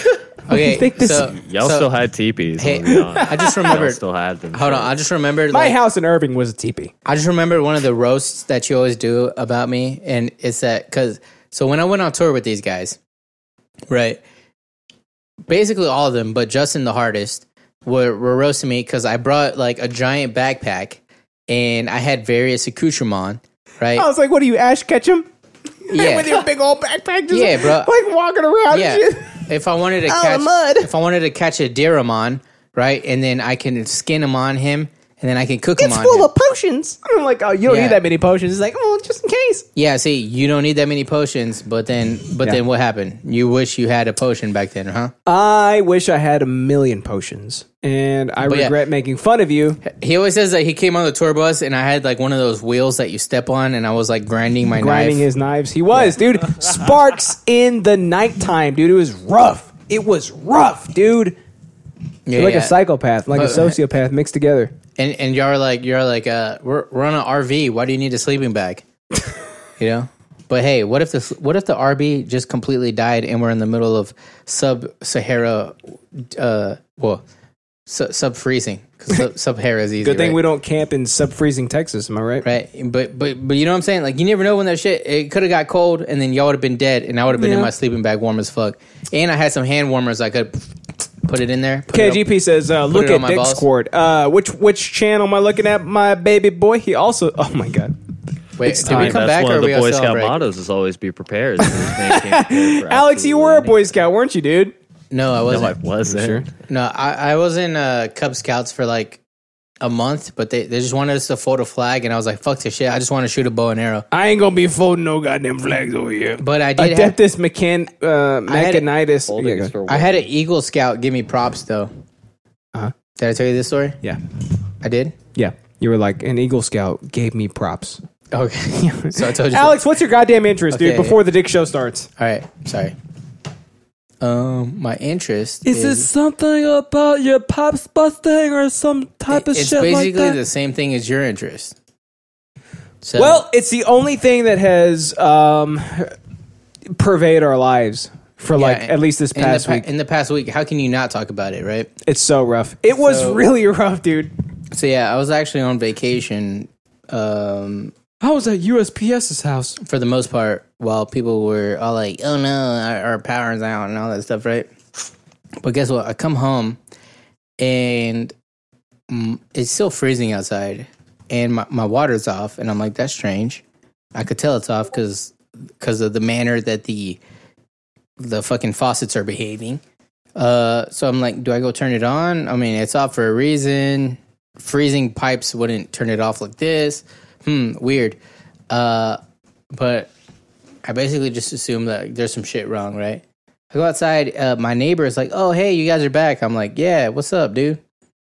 B: Okay, so-
H: Y'all
B: So-
H: still had teepees.
B: Hey,
H: let's be honest.
B: I just
H: Y'all
B: remembered-
H: still had them.
B: Hold on, I just remembered.
A: my
B: like,
A: house in Irving was a teepee.
B: I just remembered one of the roasts that you always do about me, and it's that because so when I went on tour with these guys, right? Basically all of them, but Justin the hardest were, were roasting me because I brought like a giant backpack and I had various accoutrements, right?
A: I was like, what are you, Ash Ketchum?
B: Yeah.
A: With your big old backpack just
B: Yeah, bro.
A: like walking around
B: yeah.
A: and shit.
B: If I wanted to
A: Out of
B: catch,
A: mud.
B: if I wanted to catch a deer, I'm on right, and then I can skin him on him, and then I can cook him
A: It's
B: on.
A: full
B: him.
A: of potions. And I'm like, oh, you don't
B: Yeah.
A: need that many potions. It's like, oh, just in case.
B: Yeah, see, you don't need that many potions, but then, but
A: Yeah.
B: then, what happened? You wish you had a potion back then, huh?
A: I wish I had a million potions, and I
B: But yeah.
A: regret making fun of you.
B: He always says that he came on the tour bus, and I had like one of those wheels that you step on, and I was like grinding my
A: grinding
B: knife.
A: his knives. He was, dude. Sparks in the nighttime, dude. It was rough. It was rough, dude.
B: Yeah,
A: You're like
B: yeah.
A: a psychopath, like a
B: Uh,
A: sociopath mixed together.
B: and and you're like, you're like, uh, we're we're on an RV. Why do you need a sleeping bag? you know. But hey, what if the what if the RV just completely died, and we're in the middle of sub Sahara, uh, well, Su- sub freezing. Sub, sub hair is easy.
A: Good thing
B: right?
A: we don't camp in sub freezing Texas. Am I right?
B: Right. But but but you know what I'm saying? Like you never know when that shit. It could have got cold, and then y'all would have been dead, and I would have been in
A: Yeah.
B: my sleeping bag warm as fuck. And I had some hand warmers I could put it in there. put it up-
A: KGP says, uh,
B: put
A: "Look
B: it on
A: at
B: my
A: Dick
B: balls.
A: Squad. Uh, which which channel am I looking at, my baby boy? He also. Oh my god.
B: Wait,
A: It's
H: I mean,
A: time.
H: that's one of the Boy Scout mottos is always be prepared.
A: Alex, you were a Boy Scout, weren't you, dude?
B: No, I wasn't.
H: No, I wasn't.
B: No, I, I was in uh, Cub Scouts for like a month, but they, they just wanted us to fold a flag, and I was like, fuck this shit. I just want to shoot a bow and arrow.
A: I ain't gonna be folding no goddamn flags over here.
B: But I did have,
A: Adeptus McCann, uh,
B: I had-
A: Machinitis. Yeah, go.
B: I had an Eagle Scout give me props, though.
A: Uh-huh.
B: Did I tell you this story?
A: Yeah.
B: I did?
A: Yeah, you were like an Eagle Scout gave me props.
B: Okay. so I told you.
A: Alex, what's your goddamn interest, dude?
B: Okay.
A: Before the Dick Show starts.
B: All right. Sorry. Um, my interest
D: Is
B: is,
D: it something about your pops busting or some type of
B: it's
D: shit
B: basically
D: like that?
B: the same thing as your interest. So,
A: Well, it's the only thing that has um, pervaded our lives for like
B: yeah,
A: at least this
B: in the
A: past
B: pa-
A: week.
B: In the past week, how can you not talk about it, right?
A: It's so rough. It was
B: So-
A: really rough, dude.
B: So yeah, I was actually on vacation. Um,
A: I was at USPS's house
B: for the most part, while people were all like, "Oh no, our, our power's out" and all that stuff, right? But guess what? I come home and mm, it's still freezing outside, and my, my water's off, and I'm like, "That's strange." I could tell it's off because of the manner that the the fucking faucets are behaving. Uh, so I'm like, do I go turn it on? I mean, it's off for a reason. Freezing pipes wouldn't turn it off like this. Hmm, weird. Uh, but I basically just assume that there's some shit wrong, right? I go outside. Uh, my neighbor is like, "Oh, hey, you guys are back." I'm like, "Yeah, what's up, dude?"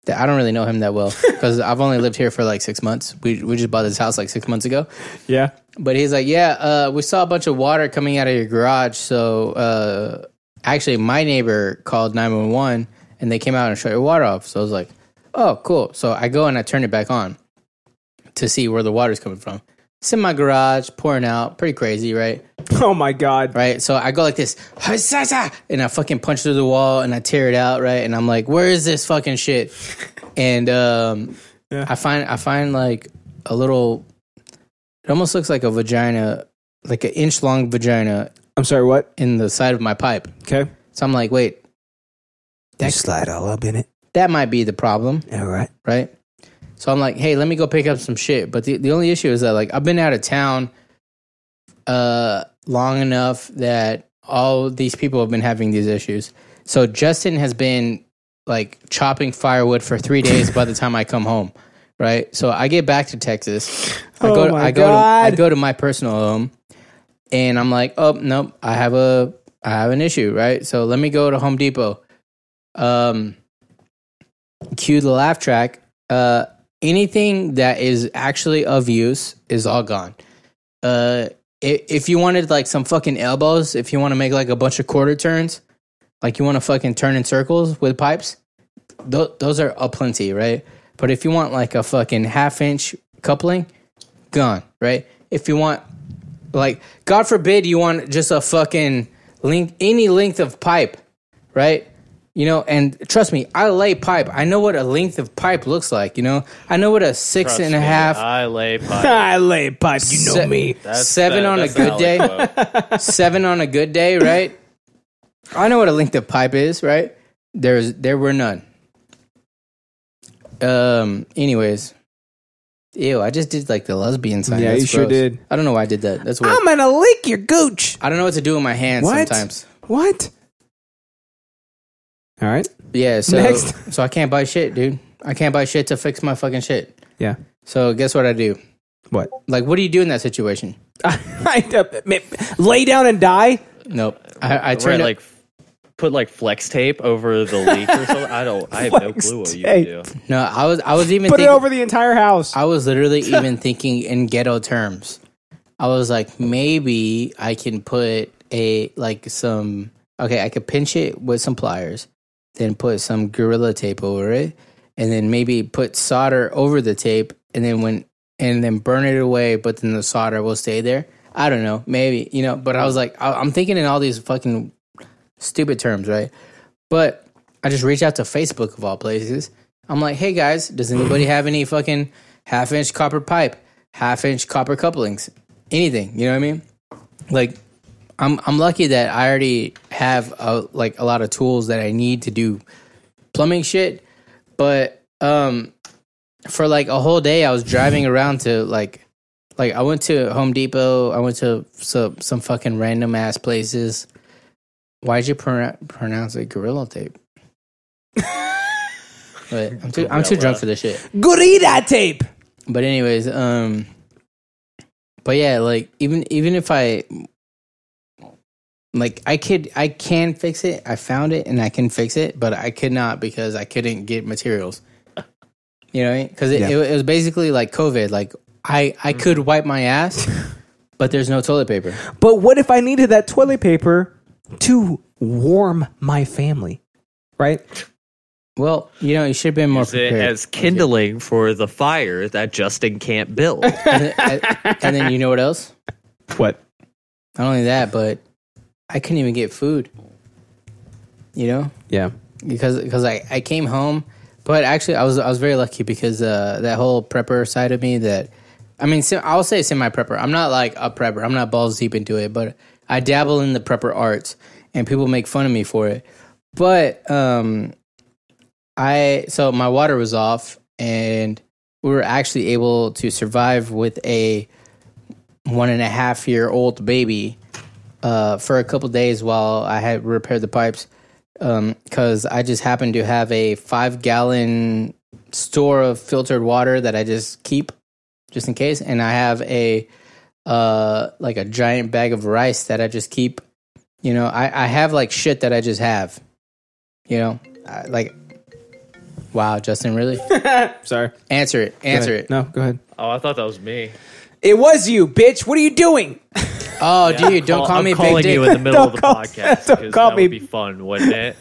B: Th- I don't really know him that well because I've only lived here for like six months. We we just bought this house like six months ago.
A: Yeah.
B: But he's like, yeah, uh, we saw a bunch of water coming out of your garage. So uh, actually, my neighbor called 911 and they came out and shut your water off. So I was like, oh, cool. So I go and I turn it back on to see where the water's coming from. It's in my garage, pouring out, pretty crazy, right?
A: Oh my god!
B: Right, so I go like this, "Huzzah!" and I fucking punch through the wall and I tear it out, right? And I'm like, "Where is this fucking shit?" And um, I find I find like a little it almost looks like a vagina, like an inch long vagina.
A: I'm sorry, what?
B: In the side of my pipe.
A: Okay.
B: So I'm like, wait. That
A: slide all up in it.
B: That might be the problem.
A: All right.
B: Right. So I'm like, hey, let me go pick up some shit. But the, the only issue is that like I've been out of town uh long enough that all these people have been having these issues. So Justin has been like chopping firewood for three days by the time I come home. Right. So I get back to Texas. I
A: Oh
B: go
A: my
B: I go to, I
A: God.
B: go to my personal home and I'm like, oh nope, I have a I have an issue, right? So let me go to Home Depot. Um cue the laugh track. Uh anything that is actually of use is all gone. Uh i- if you wanted like some fucking elbows, if you want to make like a bunch of quarter turns, like you want to fucking turn in circles with pipes, th- those are aplenty, right? But if you want like a fucking half inch coupling, gone, right? If you want, like, God forbid you want just a fucking length, any length of pipe, right? You know, and trust me, I lay pipe. I know what a length of pipe looks like, you know? I know what a six
H: Trust
B: and a
H: me,
B: half.
H: I lay pipe.
A: I lay pipe. You know
B: Se-
A: me.
H: That's
B: seven
H: the-
B: on a
H: that's
B: good
H: the
B: day. seven on a good day, right? I know what a length of pipe is, right? There's there were none. Um. Anyways, ew. I just did like the lesbian sign.
A: Yeah,
B: That's
A: you sure
B: gross.
A: did.
B: I don't know why I did that. That's weird.
A: I'm gonna lick your gooch.
B: I don't know what to do with my hands
A: What?
B: sometimes.
A: What? All right.
B: Yeah. So
A: Next.
B: so I can't buy shit, dude. I can't buy shit to fix my fucking shit.
A: Yeah.
B: So guess what I do?
A: What?
B: Like, what do you do in that situation?
A: Lay down and die.
B: Nope. I, I
H: Right,
B: turned
H: like put like flex tape over the leak or something. I don't. I have no
A: Flex
H: clue what you
A: tape.
H: do.
B: No, I was I was even
A: Put it
B: thinking-
A: over the entire house.
B: I was literally even thinking in ghetto terms. I was like, maybe I can put a like some okay, I could pinch it with some pliers, then put some gorilla tape over it, and then maybe put solder over the tape, and then when and then burn it away, but then the solder will stay there. I don't know, maybe you know. But I was like, I, I'm thinking in all these fucking stupid terms, right? But I I just reached out to Facebook of all places. I'm like, hey guys, does anybody have any fucking half inch copper pipe, half inch copper couplings, anything? You know what I mean? Like, I'm I'm lucky that I already have a, like a lot of tools that I need to do plumbing shit. But um, for like a whole day, I was driving around to like like I went to Home Depot. I went to some some fucking random ass places. Why'd you pro- pronounce it gorilla tape? Wait, I'm too I'm too drunk for this shit.
A: Gorilla tape.
B: But anyways, um, but yeah, like even even if I like I could I can fix it. I found it and I can fix it, but I could not because I couldn't get materials. You know, because it,
N: Yeah.
B: it, was basically like COVID. Like I I could wipe my ass, but there's no toilet paper.
A: But what if I needed that toilet paper to warm my family? Right?
B: Well, you know, you should have been more
H: Use it as kindling for the fire that Justin can't build.
B: And then you know what else?
A: What?
B: Not only that, but I couldn't even get food. You know,
A: Yeah.
B: because because I, I came home, but actually I was I was very lucky because uh, that whole prepper side of me that I mean se- I'll say semi prepper. I'm not like a prepper. I'm not balls deep into it, but I dabble in the prepper arts, and people make fun of me for it. But um, I so my water was off, and we were actually able to survive with a one and a half year old baby uh, for a couple days while I had repaired the pipes because um, I just happened to have a five gallon store of filtered water that I just keep just in case, and I have a uh, like a giant bag of rice that I just keep. You know, I, I have like shit that I just have. You know, I, like wow, Justin, really?
A: Sorry.
B: Answer it. Answer it.
A: No, go ahead.
H: Oh, I thought that was me.
A: It was you, bitch. What are you doing?
B: Oh,
H: Yeah,
B: dude, don't
H: I'm
B: call, me
H: I'm
B: big
H: calling
B: dick.
H: you in the middle of the
A: Don't call-
H: podcast.
A: don't
H: 'cause
A: call
H: that
A: me-
H: would be fun, wouldn't it?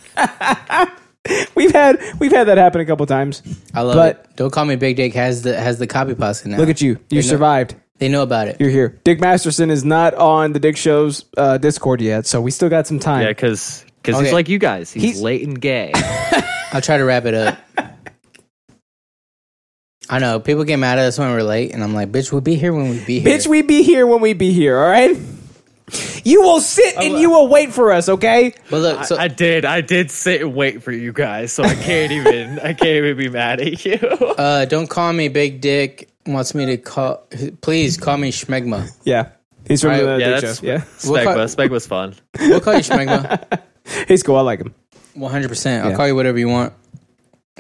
A: We've had we've had that happen a couple times.
B: I love
A: But-
B: it. Don't call me big dick. Has the has the copy pasta now?
A: Look at you. You
B: They know-
A: survived.
B: They know about it.
A: You're here. Dick Masterson is not on the Dick Show's uh, Discord yet, so we still got some time.
H: Yeah, because because
B: Okay.
H: he's like you guys. He's,
B: He's-
H: late and gay.
B: I'll try to wrap it up. I know people get mad at us when we're late, and I'm like, "Bitch, we'll be here when we be here."
A: Bitch, we be here when we be here, all right? You will sit and you will wait for us, okay?
B: But look,
H: I, I did. I did sit and wait for you guys, so I can't even. I can't even be mad at you.
B: uh, don't call me big dick. Wants me to call. Please call me Schmegma.
A: Yeah. He's from
B: All
A: the
B: right,
A: Dick
H: that's-
A: Show. Yeah.
H: Spegma. Spegma's fun.
B: We'll call you Schmegma.
A: He's cool. I like him.
B: 100. percent I'll
A: Yeah.
B: call you whatever you want.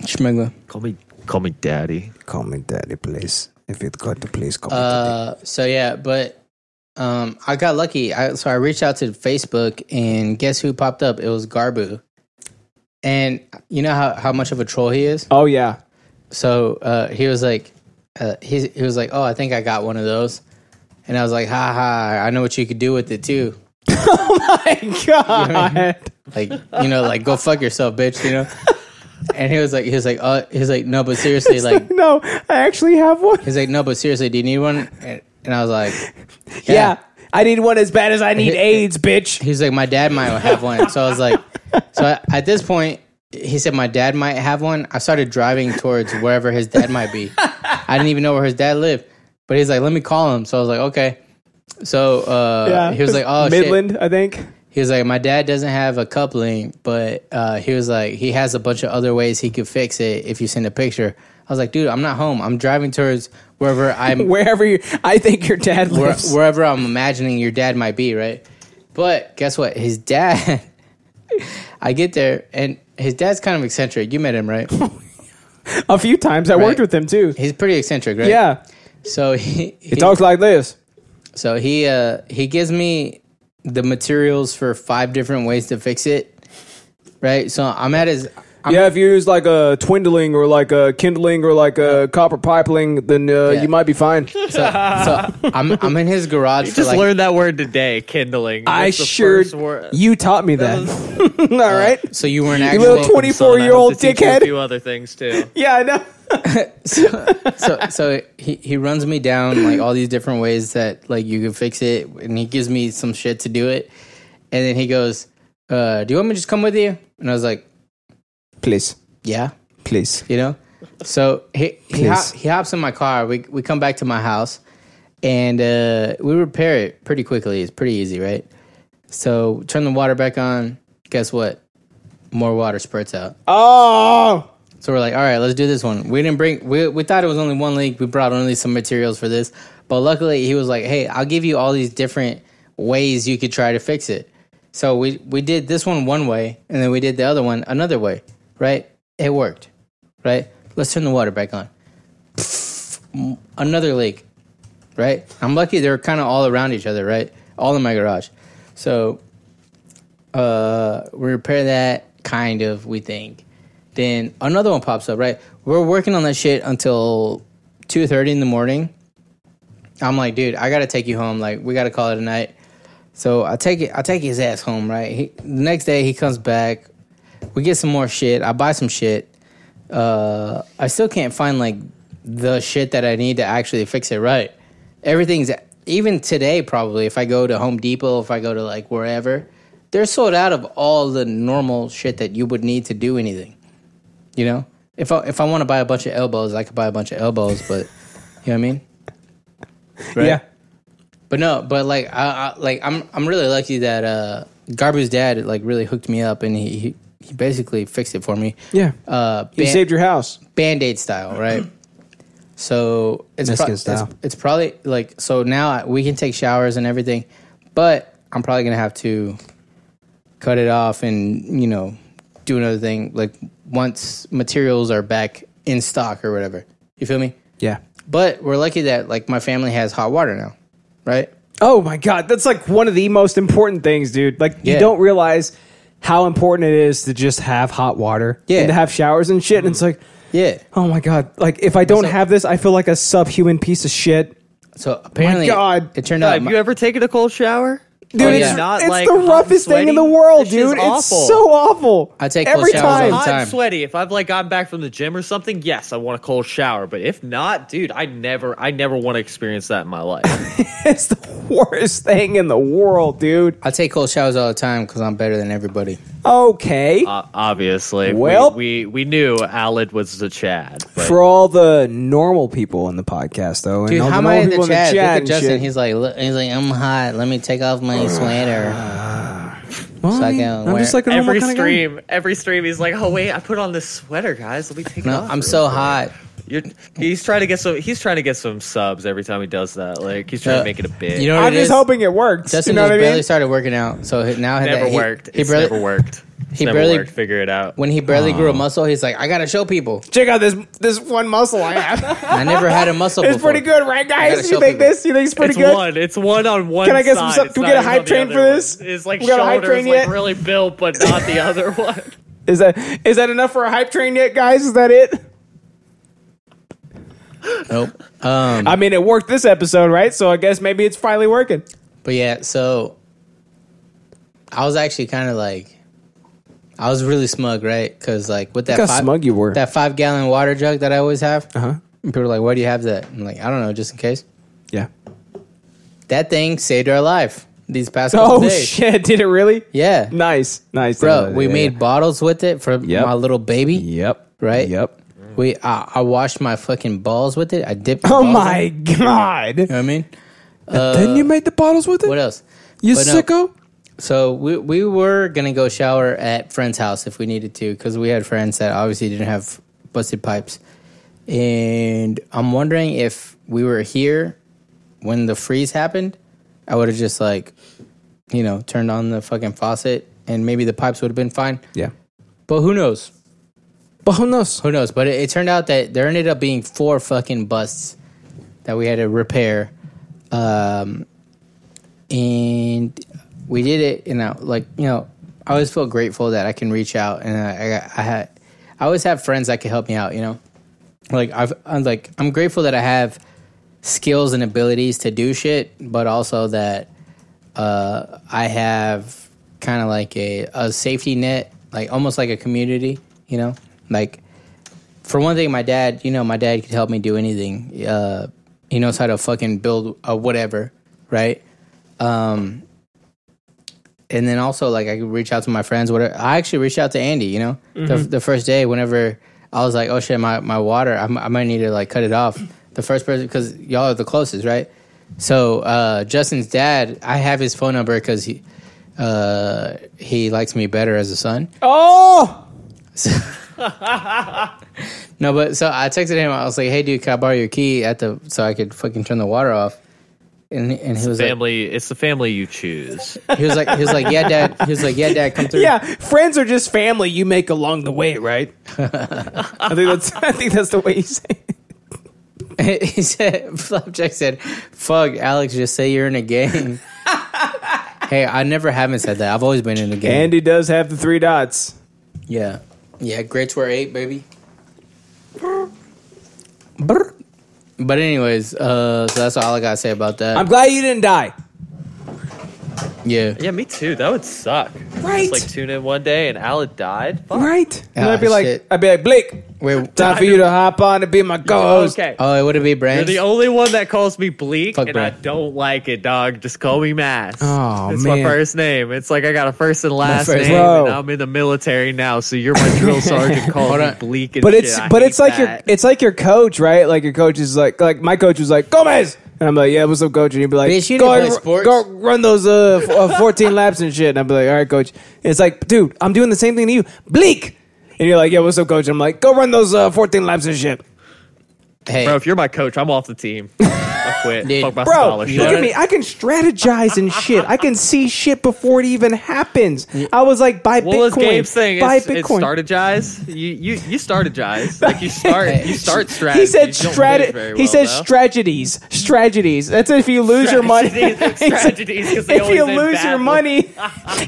B: Schmegma.
H: Call me. Call me daddy.
D: Call me daddy, please. If it got to please call
B: Uh, so yeah, but um, I got lucky. I, so I reached out to Facebook, and guess who popped up? It was Garbu. And you know how, how much of a troll he is.
A: Oh yeah.
B: So uh, he was like, uh, he he was like, oh, I think I got one of those, and I was like, ha ha, I know what you could do with it too.
A: Oh God.
B: like you know, like go fuck yourself, bitch. You know. And he was like, he was like, uh, he was like, no, but seriously, like,
A: no, I actually have one.
B: He's like, no, but seriously, do you need one? And, and I was like,
A: Yeah. I need one as bad as I need AIDS, bitch.
B: He's like, my dad might have one. So I was like, so I, at this point, he said my dad might have one. I started driving towards wherever his dad might be. I didn't even know where his dad lived, but he's like, let me call him. So I was like, okay. So uh,
A: yeah.
B: he was like, oh, shit.
A: Midland, I think.
B: He was like, my dad doesn't have a coupling, but uh, he was like, he has a bunch of other ways he could fix it if you send a picture. I was like, dude, I'm not home. I'm driving towards wherever I'm.
A: Wherever you, I think your dad
B: Where-
A: lives.
B: wherever I'm imagining your dad might be, right? But guess what? His dad. I get there, and his dad's kind of eccentric. You met him, right?
A: A few times I worked with him too.
B: He's pretty eccentric, right?
A: Yeah.
B: So he
A: He talks like this.
B: So he uh he gives me the materials for five different ways to fix it. Right? So I'm at his
A: yeah, if you use like a twindling or like a kindling or like a copper pipeling, then uh,
B: Yeah.
A: you might be fine.
B: so I'm I'm in his garage
H: You
B: for
H: just
B: like
H: learned that word today. Kindling.
A: I
H: That's the
A: sure
H: first word.
A: you taught me that. All right.
B: So you were an
A: You
B: Uh, actual
A: little 24-year-old
H: Teach you A
A: dickhead.
H: few other things too.
A: Yeah, I know.
B: so so he, he runs me down like all these different ways that like you can fix it and he gives me some shit to do it and then he goes uh do you want me to just come with you and i was like
A: Please.
B: Yeah.
A: Please.
B: You know? So he he,
A: Please.
B: hop, he hops in my car. We we come back to my house and uh, we repair it pretty quickly. It's pretty easy, right? So turn the water back on. Guess what? More water spurts out.
A: Oh.
B: So we're like, all right, let's do this one. We didn't bring. We we thought it was only one leak. We brought only some materials for this, but luckily he was like, hey, I'll give you all these different ways you could try to fix it. So we we did this one one way, and then we did the other one another way. Right? It worked. Right? Let's turn the water back on. Another leak. Right? I'm lucky they're kind of all around each other. Right? All in my garage. So uh, we repair that kind of. We think. Then another one pops up. Right? We're working on that shit until two thirty in the morning. I'm like, dude, I gotta take you home. Like, we gotta call it a night. So I take it. I take his ass home. Right. He, the next day he comes back. We get some more shit. I buy some shit. Uh, I still can't find like the shit that I need to actually fix it right. Everything's even today probably. If I go to Home Depot, if I go to like wherever, they're sold out of all the normal shit that you would need to do anything. You know, if I if I want to buy a bunch of elbows, I could buy a bunch of elbows. But you know what I mean?
A: Yeah.
B: But no, but like I, I like I'm I'm really lucky that uh Garbu's dad like really hooked me up and he he, he basically fixed it for me.
A: Yeah.
B: Uh
A: You saved your house.
B: Band-aid style, right? so it's,
A: Mexican
B: pro-
A: style.
B: it's it's probably like so now I- we can take showers and everything, but I'm probably going to have to cut it off and, you know, do another thing like once materials are back in stock or whatever. You feel me?
A: Yeah.
B: But we're lucky that like my family has hot water now, right?
A: Oh my god, that's like one of the most important things, dude. Like
B: Yeah.
A: you don't realize how important it is to just have hot water
B: Yeah.
A: and to have showers and shit. And it's like,
B: yeah,
A: oh my god, like if I don't
B: So-
A: have this, I feel like a subhuman piece of shit.
B: So apparently,
A: my god,
B: it turned
A: out.
H: Have you ever taken a cold shower?
A: Dude,
B: Oh,
H: Are you
A: it's,
H: not,
A: it's
H: like,
A: the
H: hot and
A: roughest thing in
H: sweaty?
A: the world,
H: This shit's
A: dude. It's
H: awful.
A: so awful.
B: I take
A: every
H: If
A: time.
H: I'm sweaty. If I've like gotten back from the gym or something, yes, I want a cold shower. But if not, dude, I never, I never want to experience that in my life.
A: it's the worst thing in the world, dude.
B: I take cold showers all the time because I'm better than everybody.
A: Okay.
H: Uh, obviously, We-
A: Well-
H: we, we knew Alid was the Chad. But
A: For all the normal people in the podcast, though, and
B: Dude,
A: all
B: how am
A: the
B: I
A: normal
B: in the
A: people
B: chat? Look at
A: and
B: Justin.
A: shit.
B: He's like, look, he's like, I'm hot. Let me take off my sweater. so I can wear-
H: every stream, every stream, he's like, "Oh wait, I put on this sweater, guys. Let me take it
B: No,
H: off."
B: I'm
H: real
B: so
H: quick."
B: hot.
H: You're, he's trying to get some. He's trying to get some subs every time he does that. Like he's trying
B: Uh,
H: to make it a bit.
B: You know what it is?
A: it works.
B: Justin
H: you know
B: just
H: what I mean?
B: barely started working out, so he- now
H: Never
B: that he,
H: worked.
B: He
H: It's
B: barely
H: never worked. It's
B: he
H: never
B: barely-
H: worked. Figure it out.
B: when he barely grew a muscle. He's like, I gotta show people.
A: Check out this this one muscle I have.
B: I never had a muscle.
A: It's
B: before.
A: pretty good, right,
B: gotta
A: guys?
B: show
A: You think
B: people.
A: this? You think it's pretty
H: it's
A: good?
H: one. It's one on one.
A: Can I get some
H: side.
A: sub-
H: It's
A: do we
H: not
A: get a
H: even
A: hype
H: on the
A: train
H: other
A: for
H: one.
A: this?
H: It's like
A: We got a hype
H: shoulders,
A: train
H: like
A: yet?
H: really built, but not the other one.
A: Is that is that enough for a hype train yet, guys? Is that it?
B: Nope. Um,
A: I mean, it worked this episode, right? So I guess maybe it's finally working.
B: But yeah, so I was actually kind of like, I was really smug, right? Because like with that
A: Look how smug you were. Uh-huh.
B: that five gallon water jug that I always have. Uh huh. People are like, "Why do you have that?" I'm like, "I don't know, just in case."
A: Yeah.
B: That thing saved our life these past couple
A: Oh
B: days.
A: shit! Did it really?
B: Yeah.
A: Nice, nice,
B: Bro, we
A: Yeah,
B: made bottles with it for my little baby.
A: Yep.
B: Right.
A: Yep.
B: We I, I washed my fucking balls with it. I dipped.
A: Oh
B: my balls in
A: my
B: it.
A: god! You know
B: what I mean?
A: then you made the bottles with it.
B: Uh, What else?
A: You
B: But no.
A: sicko!
B: So we we were gonna go shower at friends' house if we needed to because we had friends that obviously didn't have busted pipes, and I'm wondering if we were here when the freeze happened, I would have just like, you know, turned on the fucking faucet and maybe the pipes would have been fine.
A: Yeah.
B: But who knows?
A: But who knows?
B: Who knows? But it, it turned out that there ended up being four fucking busts that we had to repair. Um, and we did it, and I, like, you know, I always feel grateful that I can reach out and I, I, I had, I always have friends that can help me out, you know? Like, I've, I'm like, I'm grateful that I have skills and abilities to do shit, but also that, uh, I have kind of like a, a safety net, like almost like a community, you know? Like, for one thing, my dad, you know, my dad could help me do anything. Uh, he knows how to fucking build a whatever, right? Um, and then also like I could reach out to my friends. Whatever. I actually reached out to Andy. You know, the,
H: Mm-hmm.
N: Mhm.
B: the first day, whenever I was like, oh shit, my my water, I, m- I might need to like cut it off. The first person because y'all are the closest, right? So uh, Justin's dad, I have his phone number because he uh, he likes me better as a son.
A: Oh.
B: No, but so I texted him. I was like, "Hey, dude, can I borrow your key at the so I could fucking turn the water off?" And and he was like,
H: family. it's the family you choose.
B: he was like, he was like, yeah, dad. He was like, yeah, dad, come through.
A: Yeah, friends are just family you make along the way, right? I think that's I think that's the way you say. It.
B: he said, Flapjack said, fuck, Alex, just say you're in a gang. hey, I never haven't said that. I've always been in a gang.
A: Andy does have the three dots.
B: Yeah. Yeah, grades were eight, baby. But anyways, uh, so that's all I gotta say about that.
A: I'm glad you didn't die.
B: Yeah.
H: Yeah, me too. That would suck.
A: Right.
H: Just like tune in one day and Alec died.
A: Oh,
H: Fuck.
A: Right. And
B: Ah,
A: I'd be like,
B: shit.
A: I'd be like, Blake,
B: Wait,
A: time for you to hop on and be my co-host.
H: Okay.
B: Oh, it would have been
H: You're
B: Branch.
H: the only one that calls me Bleak,
B: Fuck
H: and I
B: Brad.
H: don't like it, dog. Just call me Mass.
B: Oh,
H: it's my
B: man.
H: first name. It's like I got a first and last
B: first-
H: name,
A: Bro.
H: and I'm in the military now. So you're my drill sergeant. Call
B: Hold
H: me
B: on.
H: Bleak, and
A: But
H: shit.
A: it's
H: I
A: but
H: hate
A: it's like
H: that.
A: your it's like your coach, right? Like your coach is like like my coach was like Gomez, and I'm like, yeah, what's up, coach? And he'd be like,
B: Bitch, you
A: go,
B: didn't
A: and
B: play
A: ru-
B: sports."
A: go run those uh, f- uh 14 laps and shit. And I'd be like, all right, coach. And it's like, dude, I'm doing the same thing to you, Bleak. And you're like, yeah, what's up, coach? And I'm like, go run those uh, 14 laps and shit.
B: Hey,
H: bro, if you're my coach, I'm off the team. I quit.
B: Dude.
H: Fuck my
A: Bro,
H: scholarship.
A: look at me. I can strategize and shit. I can see shit before it even happens. I was like, buy
H: What
A: Bitcoin.
H: was Gabe's thing?
A: Buy
H: It's, it's
A: Bitcoin.
H: strategize. You you you strategize. Like you start you start strategy.
A: He said
H: strategy.
A: strat. He said strategies. Strategies. That's if you lose your money.
H: Strategies,
A: He said,
H: strategies, 'cause they
A: if you
H: always end
A: lose your
H: badly."
A: money,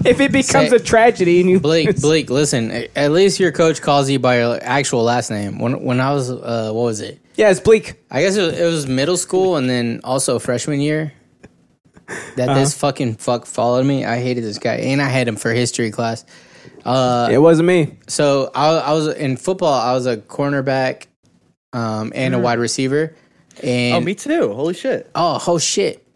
A: if it becomes
B: Say-
A: a tragedy and you
B: Blake, Blake, listen. a- At least your coach calls you by your actual last name. When when I was, uh, what was it?
A: yeah, it's Blake.
B: I guess it was, it was middle school and then also freshman year that this
H: Uh-huh.
B: fucking fuck followed me. I hated this guy and I had him for history class. Uh,
A: It wasn't me.
B: so I, I was in football. I was a cornerback um, and a wide receiver. And
H: Mm. Oh, me too. Holy shit.
B: Oh, oh shit.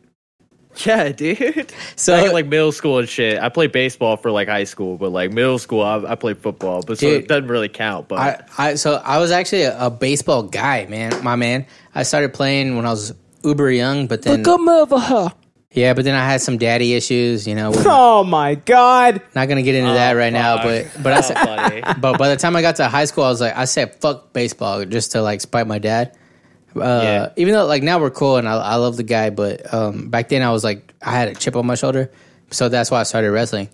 H: Yeah, dude.
B: So-
H: So like middle school and shit. I played baseball for like high school, but like middle school, I, I played football, but so
B: Dude.
H: it doesn't really count. But
B: I, I so I was actually a, a baseball guy, man. My man. I started playing when I was uber young, but then
A: mother, huh?
H: uh-huh.
B: yeah, but then I had some daddy issues. You know, with-
A: Oh my god.
B: Not gonna get into that right now, but but I
H: Oh,
B: said, but by the time I got to high school, I was like, I said fuck baseball just to like spite my dad. Uh, Even though like now we're cool and I, I love the guy, but um, back then I was like I had a chip on my shoulder, so that's why I started wrestling.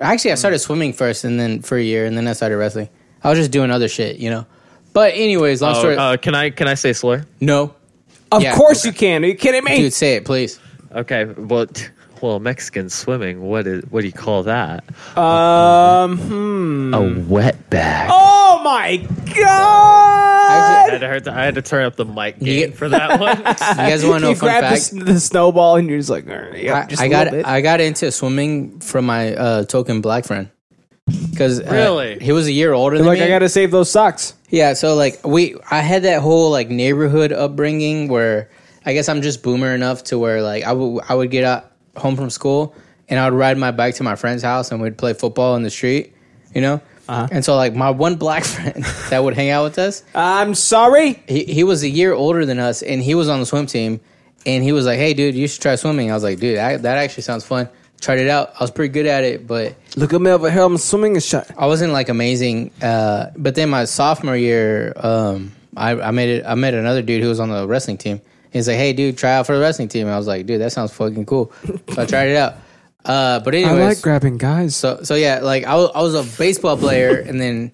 B: Actually, I started swimming first, and then for a year, and then I started wrestling. I was just doing other shit, you know. But anyways, long
H: Oh,
B: story.
H: uh, can I can I say slur?
B: no,
A: Of
B: Yeah.
A: course you can. Are you kidding me?
B: dude, say it, please.
H: Okay, well, t- well, Mexican swimming. What is what do you call that?
A: Um. hmm.
H: A wetback.
A: Oh my god.
H: I had, to, hurt the- I had to turn up the mic gain for that one.
B: You guys want to know
A: you
B: a fun
A: grab the
B: fact?
A: s- The, snowball and you're just like, all right, yeah,
B: I,
A: just
B: I
A: a
B: got
A: little bit.
B: I got into swimming from my uh, token black friend because
H: Really?
B: he was a year older than
A: like,
B: me.
A: I gotta save those socks.
B: yeah, so like we I had that whole like neighborhood upbringing where I guess I'm just boomer enough to where like I would I would get out home from school and I would ride my bike to my friend's house and we'd play football in the street, you know.
A: Uh-huh.
B: And so like my one black friend that would hang out with us,
A: I'm sorry.
B: he, he was a year older than us and he was on the swim team and he was like hey dude you should try swimming i was like dude I, that actually sounds fun tried it out i was pretty good at it but
A: Look at me over here. I'm swimming a shot.
B: i wasn't like amazing uh, but then my sophomore year um, I, I made it i met another dude who was on the wrestling team he's like hey dude try out for the wrestling team i was like dude that sounds fucking cool so i tried it out uh, but anyways
A: I like grabbing guys.
B: so so yeah, like I, wa- I was a baseball player, and then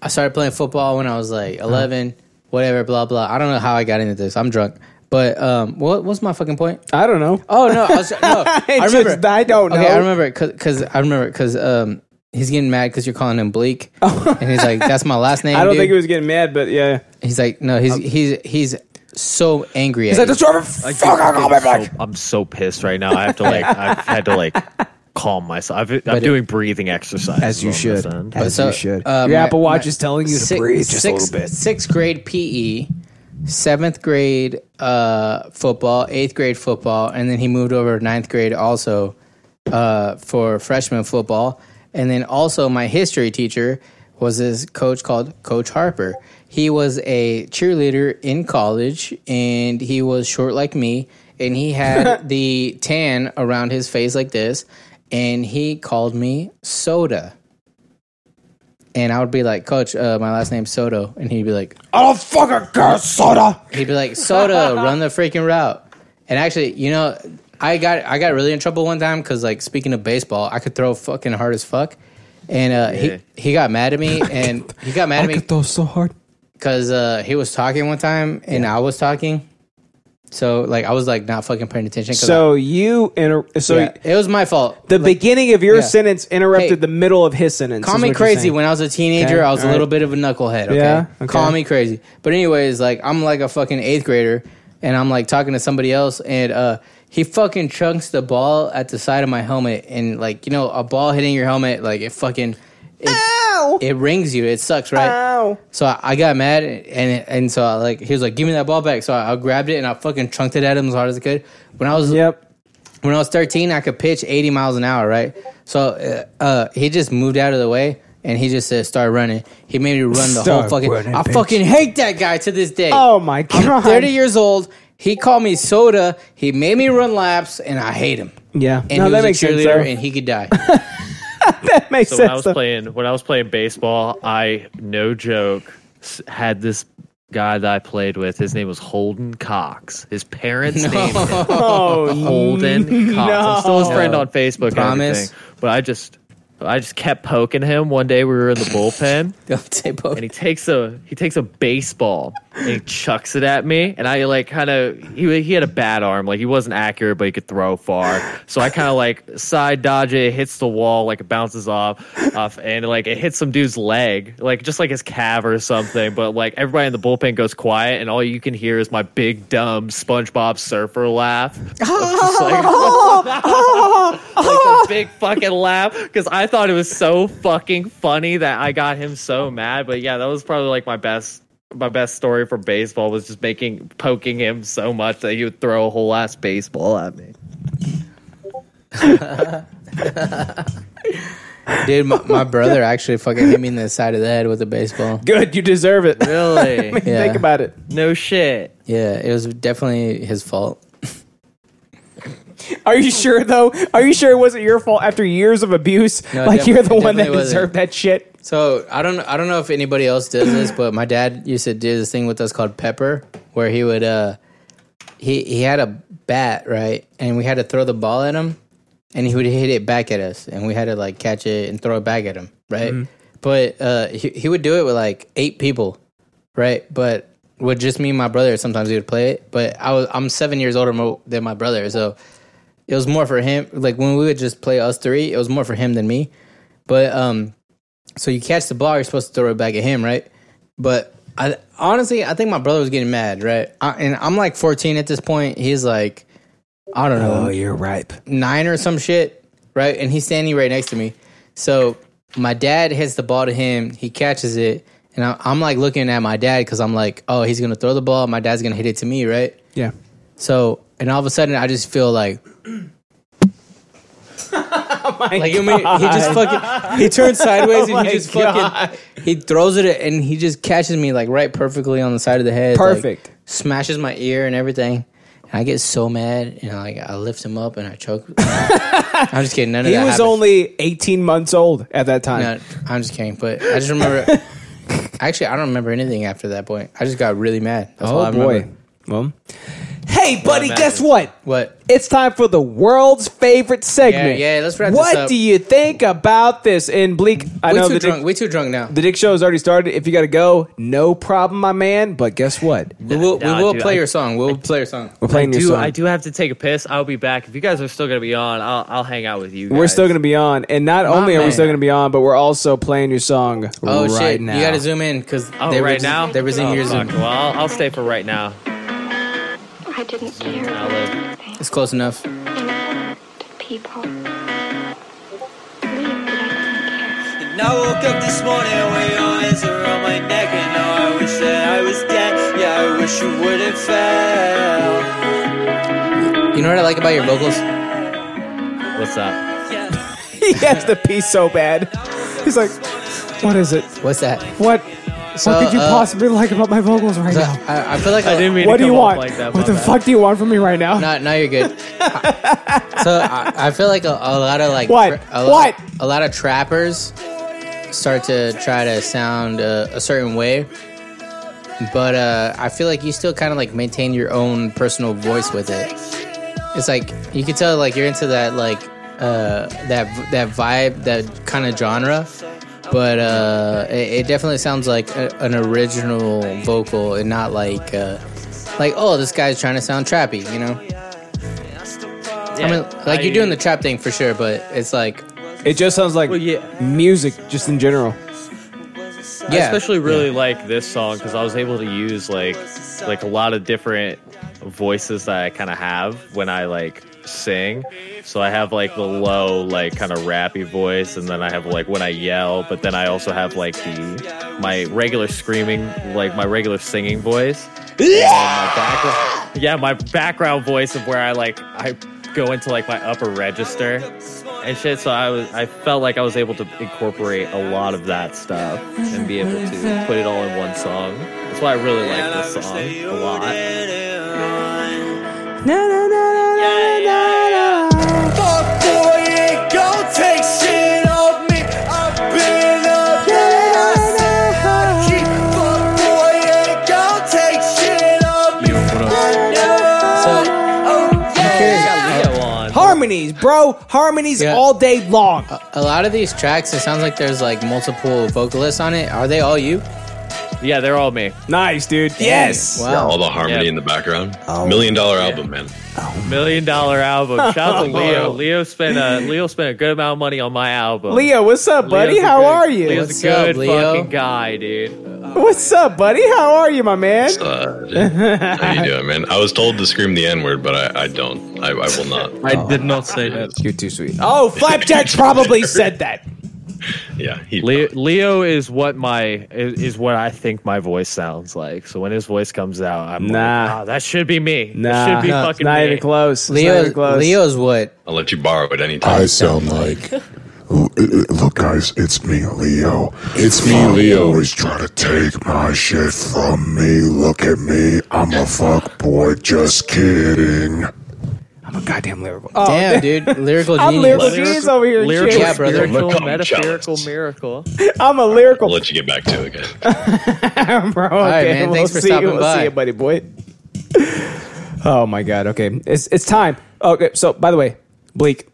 B: I started playing football when I was like eleven, whatever, blah blah. I don't know how I got into this. I'm drunk, but um, what what's my fucking point?
A: I don't know.
B: Oh no, I, was, no, I
A: It's
B: remember.
A: just- I don't
B: okay,
A: know.
B: I remember because I remember because um, he's getting mad because you're calling him Bleak, and he's like, "That's my last name."
A: I don't
B: dude."
A: think he was getting mad, but yeah.
B: He's like, "No, he's he's he's so angry."
A: He's
B: at
A: like,
B: you.
A: the driver,
H: Like,
A: fuck,
H: dude,
A: I'll call me
H: I'm,
A: back.
H: so, I'm so pissed right now. I have to like I've had to like calm myself. I've, I'm
B: But it-
H: doing breathing exercises. As you should.
B: But so, uh,
A: Your
B: my-
A: Apple Watch
B: my-
A: is telling you to
B: six-
A: breathe just a
B: sixth-
A: little bit.
B: Sixth grade PE, seventh grade uh, football, eighth grade football, and then he moved over to ninth grade also uh, for freshman football, and then also my history teacher was this coach called Coach Harper. He was a cheerleader in college, and he was short like me, and he had the tan around his face like this, and he called me Soda. And I would be like, Coach, uh, my last name's Soto. And he'd be like,
D: I don't fucking care, soda.
B: He'd be like, "Soda, run the freaking route." And actually, you know, I got I got really in trouble one time because like speaking of baseball, I could throw fucking hard as fuck, and uh,
A: Yeah.
B: he he got mad at me, and he got mad at
A: I
B: me
A: could throw Oh, so hard.
B: because uh, he was talking one time and I was talking, so like I was like not fucking paying attention. 'cause
A: So you inter-
B: I,
A: so
B: yeah, it was my fault.
A: the beginning of your
B: yeah.
A: sentence interrupted
B: Hey,
A: the middle of his sentence.
B: Call
A: is
B: me
A: what you're saying.
B: crazy. When I was a teenager,
A: Okay,
B: I was a
A: all
B: little
A: right.
B: bit of a knucklehead. Okay?
A: Yeah, okay.
B: Call me crazy. But anyways, like I'm like a fucking eighth grader, and I'm like talking to somebody else, and uh, he fucking chunks the ball at the side of my helmet, and like you know, a ball hitting your helmet, like it fucking. It, it rings you. It sucks, right? So I, I got mad, and and so I, like he was like, "Give me that ball back." So I, I grabbed it and I fucking chunked it at him as hard as I could. When I was
A: yep,
B: when I was 13, I could pitch 80 miles an hour, right? So uh, uh, he just moved out of the way and he just said, start running. He made me run the whole
A: Start
B: fucking.
A: running,
B: I
A: bitch.
B: fucking hate that guy to this day.
A: Oh my god!
B: I'm 30 years old. He called me soda. He made me run laps and I hate him.
A: Yeah,
B: And
A: no,
B: he was
A: that makes
B: a
A: sense.
B: cheerleader
A: though.
B: and he could die.
A: that makes
H: so
A: sense.
H: when I was
A: though.
H: playing when I was playing baseball, I no joke s- had this guy that I played with. His name was Holden Cox. His parents named him
A: Oh,
H: Holden Cox. I'm still his
B: no.
H: friend on Facebook. and
B: Promise?
H: everything, but I just. I just kept poking him. One day we were in the bullpen,
B: Don't say both.
H: and he takes a he takes a baseball and he chucks it at me, and I like kind of he he had a bad arm, like he wasn't accurate, but he could throw far. So I kind of like side dodge it, it hits the wall, like it bounces off, off, and like it hits some dude's leg, like just like his calf or something. But like everybody in the bullpen goes quiet, and all you can hear is my big dumb SpongeBob Surfer laugh. like a big fucking laugh because I thought it was so fucking funny that I got him so mad. But yeah, that was probably like my best my best story for baseball was just making poking him so much that he would throw a whole ass baseball at me.
B: Dude, my, my brother actually fucking hit me in the side of the head with a baseball.
A: Good, you deserve it.
H: Really?
A: I mean,
B: Yeah.
A: Think about it.
H: No shit.
B: Yeah, it was definitely his fault.
A: Are you sure though? Are you sure it wasn't your fault after years of abuse?
B: No, it
A: like you're
B: defi-
A: the
B: it
A: one that
B: definitely wasn't.
A: deserved that shit.
B: So I don't I don't know if anybody else does this, but my dad used to do this thing with us called pepper, where he would uh he he had a bat right, and we had to throw the ball at him, and he would hit it back at us, and we had to like catch it and throw it back at him, right?
A: Mhm.
B: But uh he he would do it with like eight people, right? But with just me and my brother, sometimes he would play it. But I was I'm seven years older mo- than my brother, so it was more for him. Like when we would just play us three, it was more for him than me. But um, so you catch the ball, you're supposed to throw it back at him, right? But I honestly, I think my brother was getting mad, right? I, and I'm like 14 at this point. He's like, I don't know.
A: Oh, you're ripe.
B: Nine or some shit, right? And he's standing right next to me. So my dad hits the ball to him. He catches it. And I, I'm like looking at my dad because I'm like, oh, he's going to throw the ball. My dad's going to hit it to me, right?
A: Yeah.
B: So, and all of a sudden, I just feel like, like I mean, he just fucking he turns sideways
A: Oh
B: and he
A: my
B: just
A: God.
B: fucking he throws it at- and he just catches me like right perfectly on the side of the head. like,
A: Perfect.
B: smashes my ear and everything. And I get so mad and like I lift him up and I choke. I'm just kidding. None of
A: He
B: that
A: was
B: happened.
A: only 18 months old at that time.
B: No, I'm just kidding. But I just remember. actually, I don't remember anything after that point. I just got really mad. That's
A: Oh,
B: all I
A: boy.
B: remember.
A: Well, Hey, buddy,
B: Well,
A: guess
B: imagine.
A: what?
B: What?
A: It's time for the world's favorite segment.
B: Yeah, yeah, let's wrap this
A: What
B: up.
A: do you think about this? And Bleak, I
B: we
A: know
B: too
A: the
B: drunk.
A: Dick,
B: we too drunk now.
A: the Dick Show has already started. If you got to go, no problem, my man. But guess what?
B: We will,
H: Nah,
B: we will
H: dude,
B: play
H: I-
B: your song. We'll play your song.
A: We're playing
H: I
A: your
H: do,
A: song.
H: I do have to take a piss. I'll be back. If you guys are still gonna be on, I'll I'll hang out with you.
A: We're
H: guys.
A: still going to be on. And not only are we
H: man.
A: still going to be on, but we're also playing your song
B: Oh
A: right
B: shit!
A: now.
B: You got to zoom in because
H: Oh,
B: they were
H: right
B: just-
H: now?
B: they was in
H: oh,
B: your
H: fuck.
B: zoom.
H: Well, I'll, I'll stay for right now.
N: I didn't care
H: I'll live.
B: It's close enough.
N: to people.
O: And I woke up this morning where your hands are on my neck And now I wish that I was dead Yeah, I wish you wouldn't fail
B: You know what I like about your vocals?
H: What's up?
A: he has to pee so bad. He's like, what is it?
B: What's that?
A: What?
B: So,
A: what could you
B: uh,
A: possibly like about my vocals right now?
B: I, I feel like
A: I didn't mean to What do come you off want? like that, What my the bad. fuck do you want from me right now?
B: No, no, you're good. I- so I, I feel like a, a lot of like
A: What?
B: tr- A, lo-
A: What?
B: A lot of trappers start to try to sound uh, a certain way, but uh, I feel like you still kind of like maintain your own personal voice with it. It's like you can tell like you're into that like uh, that that vibe, that kind of genre. But uh, it, it definitely sounds like a, an original vocal, and not like uh, like oh, this guy's trying to sound trappy, you know. I mean, like you're doing the trap thing for sure, but it's like
A: it just sounds like music just in general.
H: I especially really like this song because I was able to use like like a lot of different voices that I kind of have when I like sing. So I have like the low like kind of rappy voice, and then I have like when I yell, but then I also have like the my regular screaming, like my regular singing voice. And then my background- yeah, my background voice of where I like I go into like my upper register and shit. So I was I felt like I was able to incorporate a lot of that stuff and be able to put it all in one song. That's why I really like this song a lot.
O: Fuck boy, ain't gon' take shit off me. I've been up there. I said I keep fuck boy, ain't gon' take shit off me.
H: Oh,
B: uh,
A: Harmonies, bro. Harmonies all day long.
B: A, a lot of these tracks, it sounds like there's like multiple vocalists on it. Are they all you?
H: Yeah, they're all me.
A: Nice, dude.
H: Yes.
P: Yeah, all the harmony in the background.
C: Oh.
P: Million dollar album, man.
H: Million dollar album. Shout out to Leo.
P: Oh.
H: Leo spent a Leo spent a good amount of money on my album.
A: Leo, what's up, buddy?
H: Leo's a
A: How
H: good-
A: are you?
H: Leo's
A: What's
H: a good
A: up, Leo?
H: fucking guy, dude.
A: What's up, buddy? How are you, my man?
P: How you doing, man? I was told to scream the N word, but I, I don't. I, I will not.
M: I did not say that.
B: You're too sweet.
A: Oh, Flapjack probably said that.
P: Yeah,
H: Leo, Leo is what my is, is what I think my voice sounds like. So when his voice comes out, I'm
A: Nah.
H: like, "Ah, that should be me.
A: Nah.
H: that should be
A: No,
H: fucking
A: not
H: me.
A: even close.
B: Leo's what?
P: I'll let you borrow it anytime.
I: I sound like. L- uh, Look, guys, it's me, Leo. It's me, Leo. Always try to take my shit from me. Look at me. I'm a fuck boy. Just kidding.
A: I'm a goddamn lyrical.
B: Damn, dude, lyrical
A: Oh. I'm
B: genius.
A: lyrical genius over here.
H: Lyrical,
A: Yeah, brother.
H: spiritual,
A: Look, I'm
H: metaphorical miracle.
A: I'm a lyrical.
P: I'll let you get back to it, guys.
A: bro.
B: All right,
A: okay,
B: man,
A: We'll
B: thanks for
A: see
B: stopping
A: you. We'll
B: by.
A: see you, buddy boy. oh my god. Okay, it's it's time. Okay, so by the way, Bleak,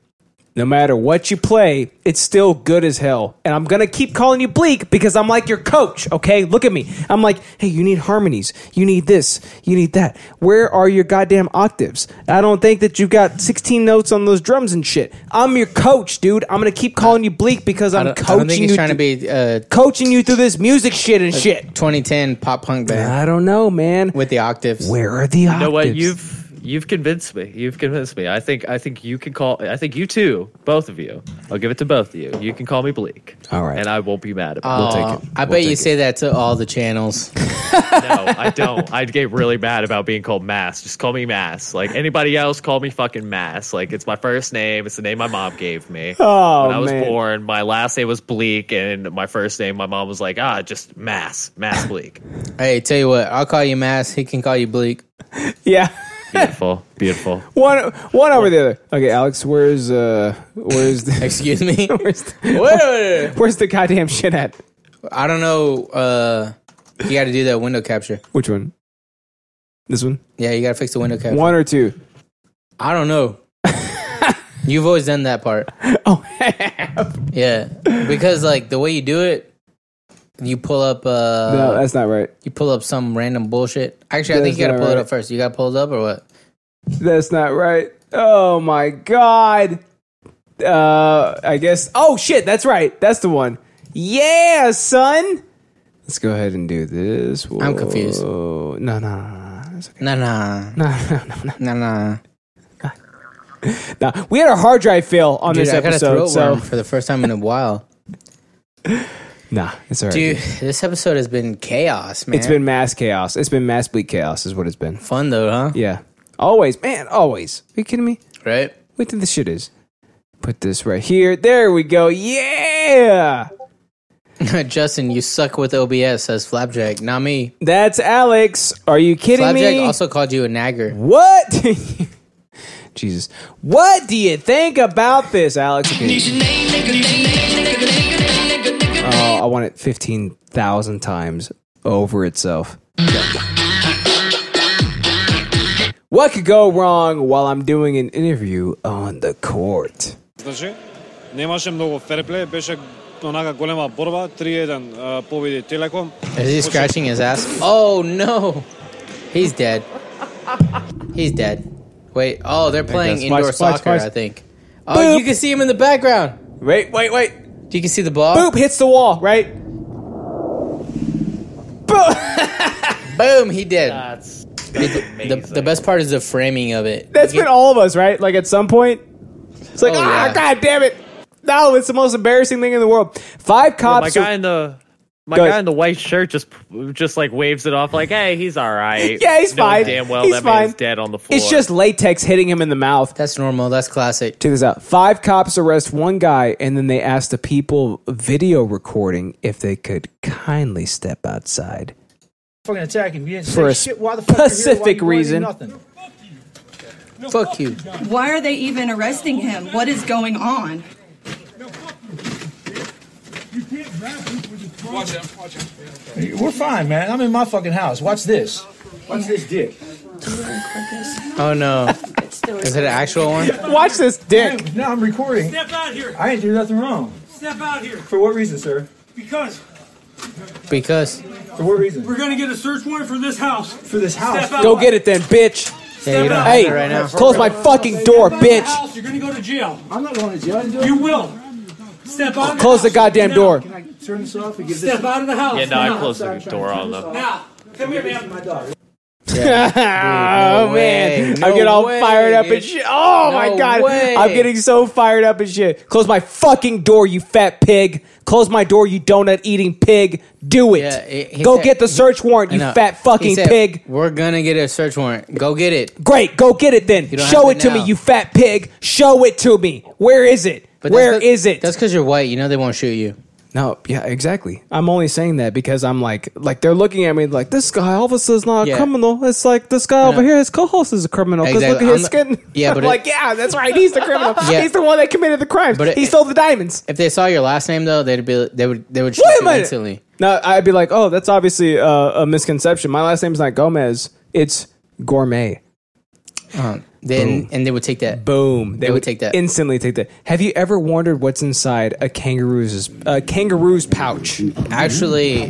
A: no matter what you play, it's still good as hell. And I'm gonna keep calling you Bleak because I'm like your coach. Okay, look at me. I'm like, hey, you need harmonies. You need this. You need that. Where are your goddamn octaves? I don't think that you've got 16 notes on those drums and shit. I'm your coach, dude. I'm gonna keep calling you Bleak because
B: I
A: I'm
B: don't,
A: coaching
B: I don't think he's
A: you
B: trying to
A: through-
B: be uh,
A: coaching you through this music shit and
B: a
A: shit.
B: 2010 pop punk band.
A: I don't know, man.
B: With the octaves,
A: where are the
H: You know what? You've you've convinced me. You've convinced me. I think I think you can call. I think you two, both of you. I'll give it to both of you. You can call me Bleak. All right, and I won't be mad about it.
B: I bet you say that to all the channels.
H: no, I don't. I'd get really mad about being called Mass. Just call me Mass. Like anybody else, call me fucking Mass. Like it's my first name. It's the name my mom gave me.
A: Oh,
H: when I was
A: man.
H: born, my last name was Bleak, and my first name, my mom was like, ah, just Mass, Mass Bleak.
B: Hey, tell you what, I'll call you Mass. He can call you Bleak.
A: Yeah.
H: Beautiful, beautiful.
A: One one over the other. Okay, Alex, where's uh where's the
B: Excuse me?
A: where's the,
B: Where?
A: where's the goddamn shit at?
B: I don't know. Uh, you got to do that window capture.
A: Which one? This one?
B: Yeah, you got to fix the window capture.
A: One or two.
B: I don't know. You've always done that part. Oh, yeah. Because like the way you do it, you pull up. Uh,
A: no, that's not right.
B: you pull up some random bullshit. Actually, I think
A: That's
B: you got to
A: not
B: pull it
A: right.
B: up first. You got to pull it up or what?
A: That's not right. Oh my god. Uh I guess Oh shit, that's right. That's the one. Yeah, son. Let's go ahead and do this.
B: I'm confused.
A: Whoa. No, no, no, no. no. It's okay.
B: Nah, nah,
A: No, no, no, no.
B: nah, nah.
A: Nah, we had a hard drive fail on
B: Dude,
A: this
B: I got a
A: episode.
B: throat
A: So
B: worm for the first time in a while.
A: nah, it's alright.
B: Dude, this episode has been chaos, man.
A: It's been mass chaos. It's been mass bleak chaos, is what it's been.
B: Fun though, huh?
A: Yeah, always, man, always. Are you kidding me?
B: Right?
A: Wait till this shit is. Put this right here. There we go. Yeah.
B: Justin, you suck with OBS, says Flapjack. Not me.
A: That's Alex. Are you kidding
B: Flapjack
A: me?
B: also called you a nagger.
A: What? Jesus. What do you think about this, Alex? Okay. Oh, I want it 15,000 times over itself. What could go wrong while I'm doing an interview on the court?
Q: Издържи. Немаше многу ферплей, беше онага голема борба, 3-1 а, победи Телеком.
B: Is he scratching his ass? Oh no, he's dead. He's dead. Wait. Oh, they're playing
A: Spice,
B: indoor
A: spice,
B: soccer,
A: spice.
B: I think. Oh,
A: Boop.
B: you can see him in the background.
A: Wait, wait, wait.
B: You can see the ball.
A: Boop hits the wall, right?
B: Boom. He did. The, the best part is the framing of it.
A: That's been all of us, right? Like at some point, it's like,
B: Oh,
A: ah,
B: yeah.
A: god damn it! No, it's the most embarrassing thing in the world. Five
H: Well, my
A: cops.
H: guy in the my
A: Go
H: guy
A: ahead.
H: in the white shirt just just like waves it off like, hey, he's all right.
A: Yeah, he's
H: Know
A: fine.
H: Damn well
A: He's
H: that
A: fine.
H: man's dead on the floor.
A: it's just latex hitting him in the mouth.
B: That's normal. That's classic.
A: Check this out. Five cops arrest one guy, and then they ask the people video recording if they could kindly step outside.
R: fucking attack him. You didn't
A: For
R: say
A: a
R: shit. Why the fuck
A: specific
R: you're here?
A: reason.
R: Why you doing nothing?
B: Fuck you.
S: Why are they even arresting him? What is going on?
R: Watch him. We're fine, man. I'm in my fucking house. Watch this. Watch this dick.
B: Oh no. Is it an actual one?
A: Watch this dick.
R: No, I'm recording.
T: Step out here.
R: I ain't do nothing wrong.
T: Step out here.
R: For what reason, sir?
T: Because
B: Because
R: For what reason?
T: we're going to get a search warrant for this house. For
R: this house?
T: Step out.
A: Go get it then, bitch.
T: Yeah, you don't have
A: hey,
T: it right now.
A: close my fucking door, bitch.
T: You're going to go to jail.
R: I'm not going to jail. I didn't do
T: You will. Step out. of
A: Close the
T: house.
A: goddamn
T: Now.
A: door.
R: Can I turn this off and give
T: Step
R: this?
T: out of the house.
H: Yeah, no, I
T: Now.
H: closed the door on them.
T: Now, come here, man. My daughter.
B: Ah,
A: oh man,
T: way.
A: I'm getting all
T: No
A: fired up
T: way,
A: and shit. Oh
T: dude.
A: my
T: No
A: god,
T: way.
A: I'm getting so fired up and shit. Close my fucking door, you fat pig. Close my door, you donut eating pig. Do it.
B: Yeah, he- he
A: Go
B: said-
A: get the search warrant, you
B: I know.
A: fat
B: He
A: fucking
B: said,
A: pig.
B: We're gonna get a search warrant. Go get it.
A: Great, go get it then.
B: don't
A: Show
B: have
A: it,
B: it
A: to me,
B: now.
A: you fat pig. Show it to me. Where is it? Where is it?
B: That's because you're white. You know they won't shoot you.
A: No, yeah, exactly. I'm only saying that because I'm like, like they're looking at me like this guy Elvis is not a
B: Yeah.
A: criminal. It's like this guy
B: I
A: over
B: know.
A: here, his co-host is a criminal because
B: Exactly.
A: look at his
B: I'm-
A: skin.
B: yeah, but it-
A: like yeah, that's right. He's the criminal.
B: Yeah.
A: He's the one that committed the crimes.
B: But it-
A: he stole the diamonds.
B: If they saw your last name though, they'd be they would they would shoot
A: Wait a
B: you
A: minute.
B: instantly.
A: No, I'd be like, oh, that's obviously uh, a misconception. My last name's not Gomez. It's Gourmet.
B: Um, then and they would take that.
A: Boom. They,
B: would
A: would
B: take that.
A: Instantly take that. Have you ever wondered what's inside a kangaroo's a kangaroo's pouch?
B: Actually,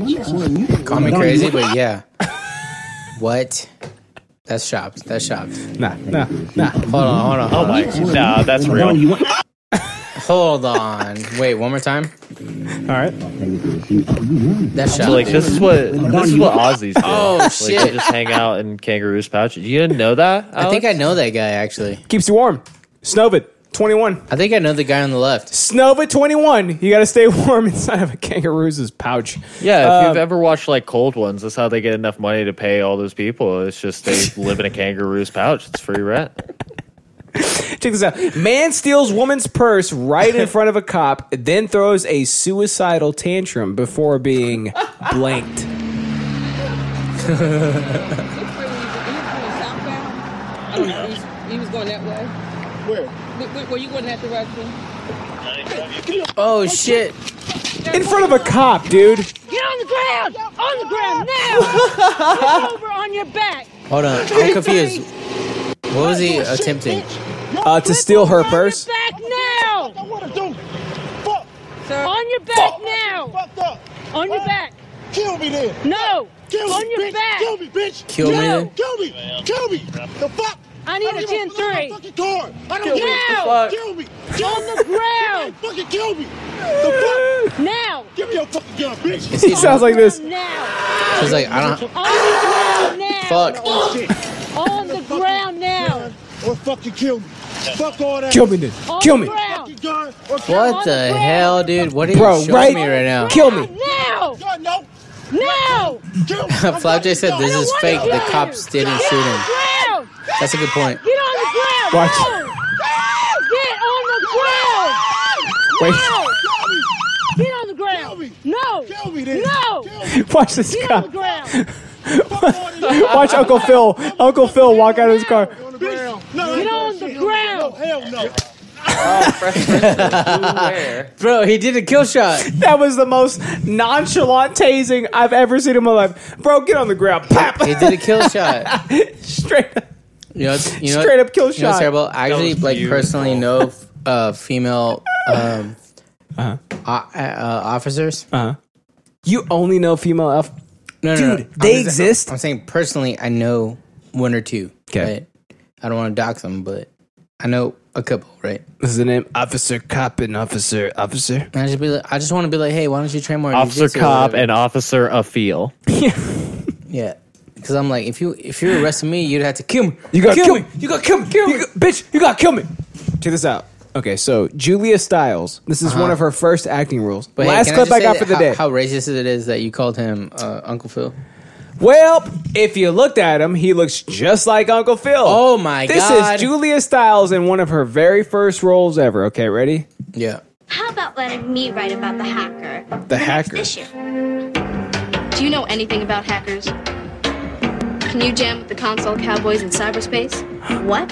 B: call me crazy, but yeah. what? That's shopped. That's shopped.
A: Nah, nah, nah. Hold
B: on, hold on. Hold
H: Oh my-
B: on.
H: nah, that's real.
B: Hold on. Wait, one more time.
A: All right.
B: That's shopped.
H: So like this is what this is what Aussies do.
B: Oh,
H: like, They
B: shit.
H: just hang out in kangaroo's pouch. You didn't know that?
B: I think I know that guy actually.
A: Keeps you warm. Snowvid, 21.
B: I think I know the guy on the left.
A: Snova 21. You got to stay warm inside of a kangaroo's pouch.
H: Yeah, if
A: Uh,
B: um,
H: you've ever watched like Cold Ones, that's how they get enough money to pay all those people. It's just they live in a kangaroo's pouch. It's free rent.
A: Check this out. Man steals woman's purse right in front of a cop, then throws a suicidal tantrum before being blanked.
U: I don't know. He was, he was going that way. Where? Were, you going that direction?
B: Oh shit!
A: In front of a cop, dude.
U: Get on the ground! On the ground now! Get over on your back!
B: Hold on. I'm confused. What was he attempting?
A: Uh, to steal her purse.
U: Back now! I want to do. Fuck. On your back now. Fucked up. On your back. Kill me then. No. Kill on your back. Kill me, bitch.
B: Kill me
U: no.
B: then.
U: Kill me. Kill me. The fuck. I need a 10 3. I Kill don't me. The now. fuck. Kill me. On the ground. fucking kill me. The fuck. Now. Give me your fucking gun, bitch.
A: He sounds like this.
B: She's like, I don't.
U: On the ground now.
B: Fuck.
U: On the ground now. Or fucking kill me. Fuck all that.
A: Kill me then.
U: On
A: Kill
U: the
A: me.
U: ground.
B: What the hell, dude? What are you
A: Bro,
B: showing
A: right-
B: me right now?
A: Kill me.
U: Now! No! No!
B: Flapjay said this is fake. The cops didn't shoot him. That's a good point.
U: Get on the ground!
B: Watch.
U: No! Get on the ground!
A: Wait.
U: Get on the ground! No! Kill me then! No!
A: Watch this guy.
U: ground!
A: Watch Uncle Phil. Uncle Phil walk out of his car.
U: No, Get on the ground! No, hell no!
A: Bro, he did a kill shot. That was the most nonchalant tasing I've ever seen in my life. Bro, get on the ground. Pap.
B: He did a kill shot.
A: Straight up.
B: You know, it's, you know
A: Straight up kill
B: you know what's
A: shot.
B: terrible. I
A: That
B: actually
A: was
B: like
A: beautiful.
B: personally know uh, female um, o- uh, uh, officers.
A: Uh-huh. You only know female off.
B: No, no,
A: Dude, they
B: exist. I'm saying personally, I know one or two.
A: Okay.
B: right? I don't want to dox them, but I know a couple. Right.
A: This is the name Officer Cop and Officer Officer.
B: And I just be like, I just want to be like, hey, why don't you train more
H: Officer
B: jiu-jitsu or
H: Cobb
A: eh.
B: whatever?
H: and Officer Afeel.
B: yeah. Because I'm like, if you if you arrested me, you'd have to kill me.
A: You gotta kill me.
B: You gotta kill me. Kill me.
A: bitch, you gotta kill me. Check this out. Okay, so Julia Stiles. This is
B: Uh-huh.
A: one of her first acting roles.
B: But hey,
A: Last
B: can
A: clip
B: just
A: I
B: say
A: got
B: that
A: for the
B: how,
A: day.
B: How racist it is that you called him uh, Uncle Phil.
A: Well, if you looked at him, he looks just like Uncle Phil.
B: Oh my
A: This
B: God.
A: is Julia Stiles in one of her very first roles ever. Okay, ready?
B: Yeah.
G: How about letting me write about the hacker?
A: The hacker.
G: Issue. Do you know anything about hackers? Can you jam with the console cowboys in cyberspace? What?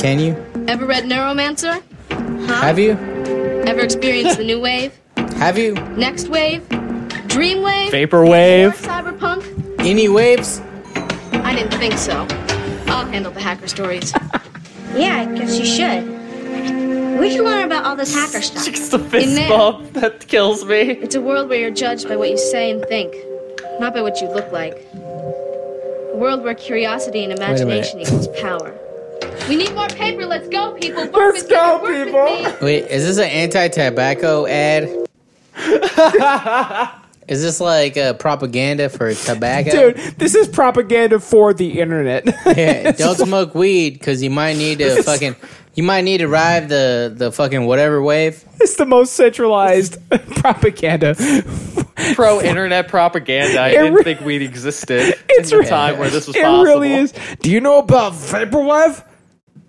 B: Can you?
G: Ever read Neuromancer? Huh?
B: Have you?
G: Ever experienced the new wave?
B: Have you?
G: Next wave? Dream wave?
H: Vaporwave.
G: Cyberpunk?
B: Any waves?
G: I didn't think so. I'll handle the hacker stories. yeah, I guess you should. Where'd you learn about all this hacker stuff? Just the
V: fist bump that kills me.
G: It's a world where you're judged by what you say and think, not by what you look like. A world where curiosity and
B: minute.
G: imagination equals power. We need more paper. Let's go, people. Work Let's with go, people.
B: Wait, is this an anti-tobacco ad? is this like uh, propaganda for tobacco?
A: Dude, this is propaganda for the internet.
B: yeah, don't smoke weed because you might need to fucking you might need to ride the the fucking whatever wave.
A: it's the most centralized propaganda.
H: Pro internet propaganda. I
A: It
H: didn't
A: re-
H: think weed existed
A: It's
H: in the
A: re-
H: time where this was
A: it
H: possible.
A: really is. Do you know about vaporwave?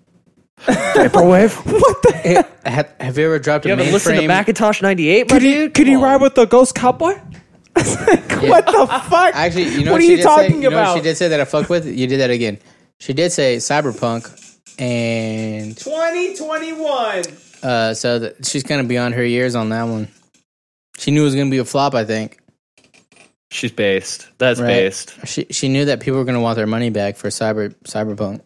B: Vaporwave. what the? Have, have you ever dropped
A: You
B: a
A: haven't listened to
B: mainframe?
A: Macintosh '98, could you could you ride with the Ghost Cowboy? What the fuck?
B: Actually, you know
A: What are
B: what, she
A: you
B: did
A: talking
B: say? You know what
A: about?
B: she did say that I fuck with. You did that again. She did say cyberpunk, and
A: 2021.
B: uh, so that she's kind of beyond her years on that one. She knew it was gonna be a flop. I think.
H: She's based. That's
B: Right.
H: based.
B: She she knew that people were gonna want their money back for cyber cyberpunk.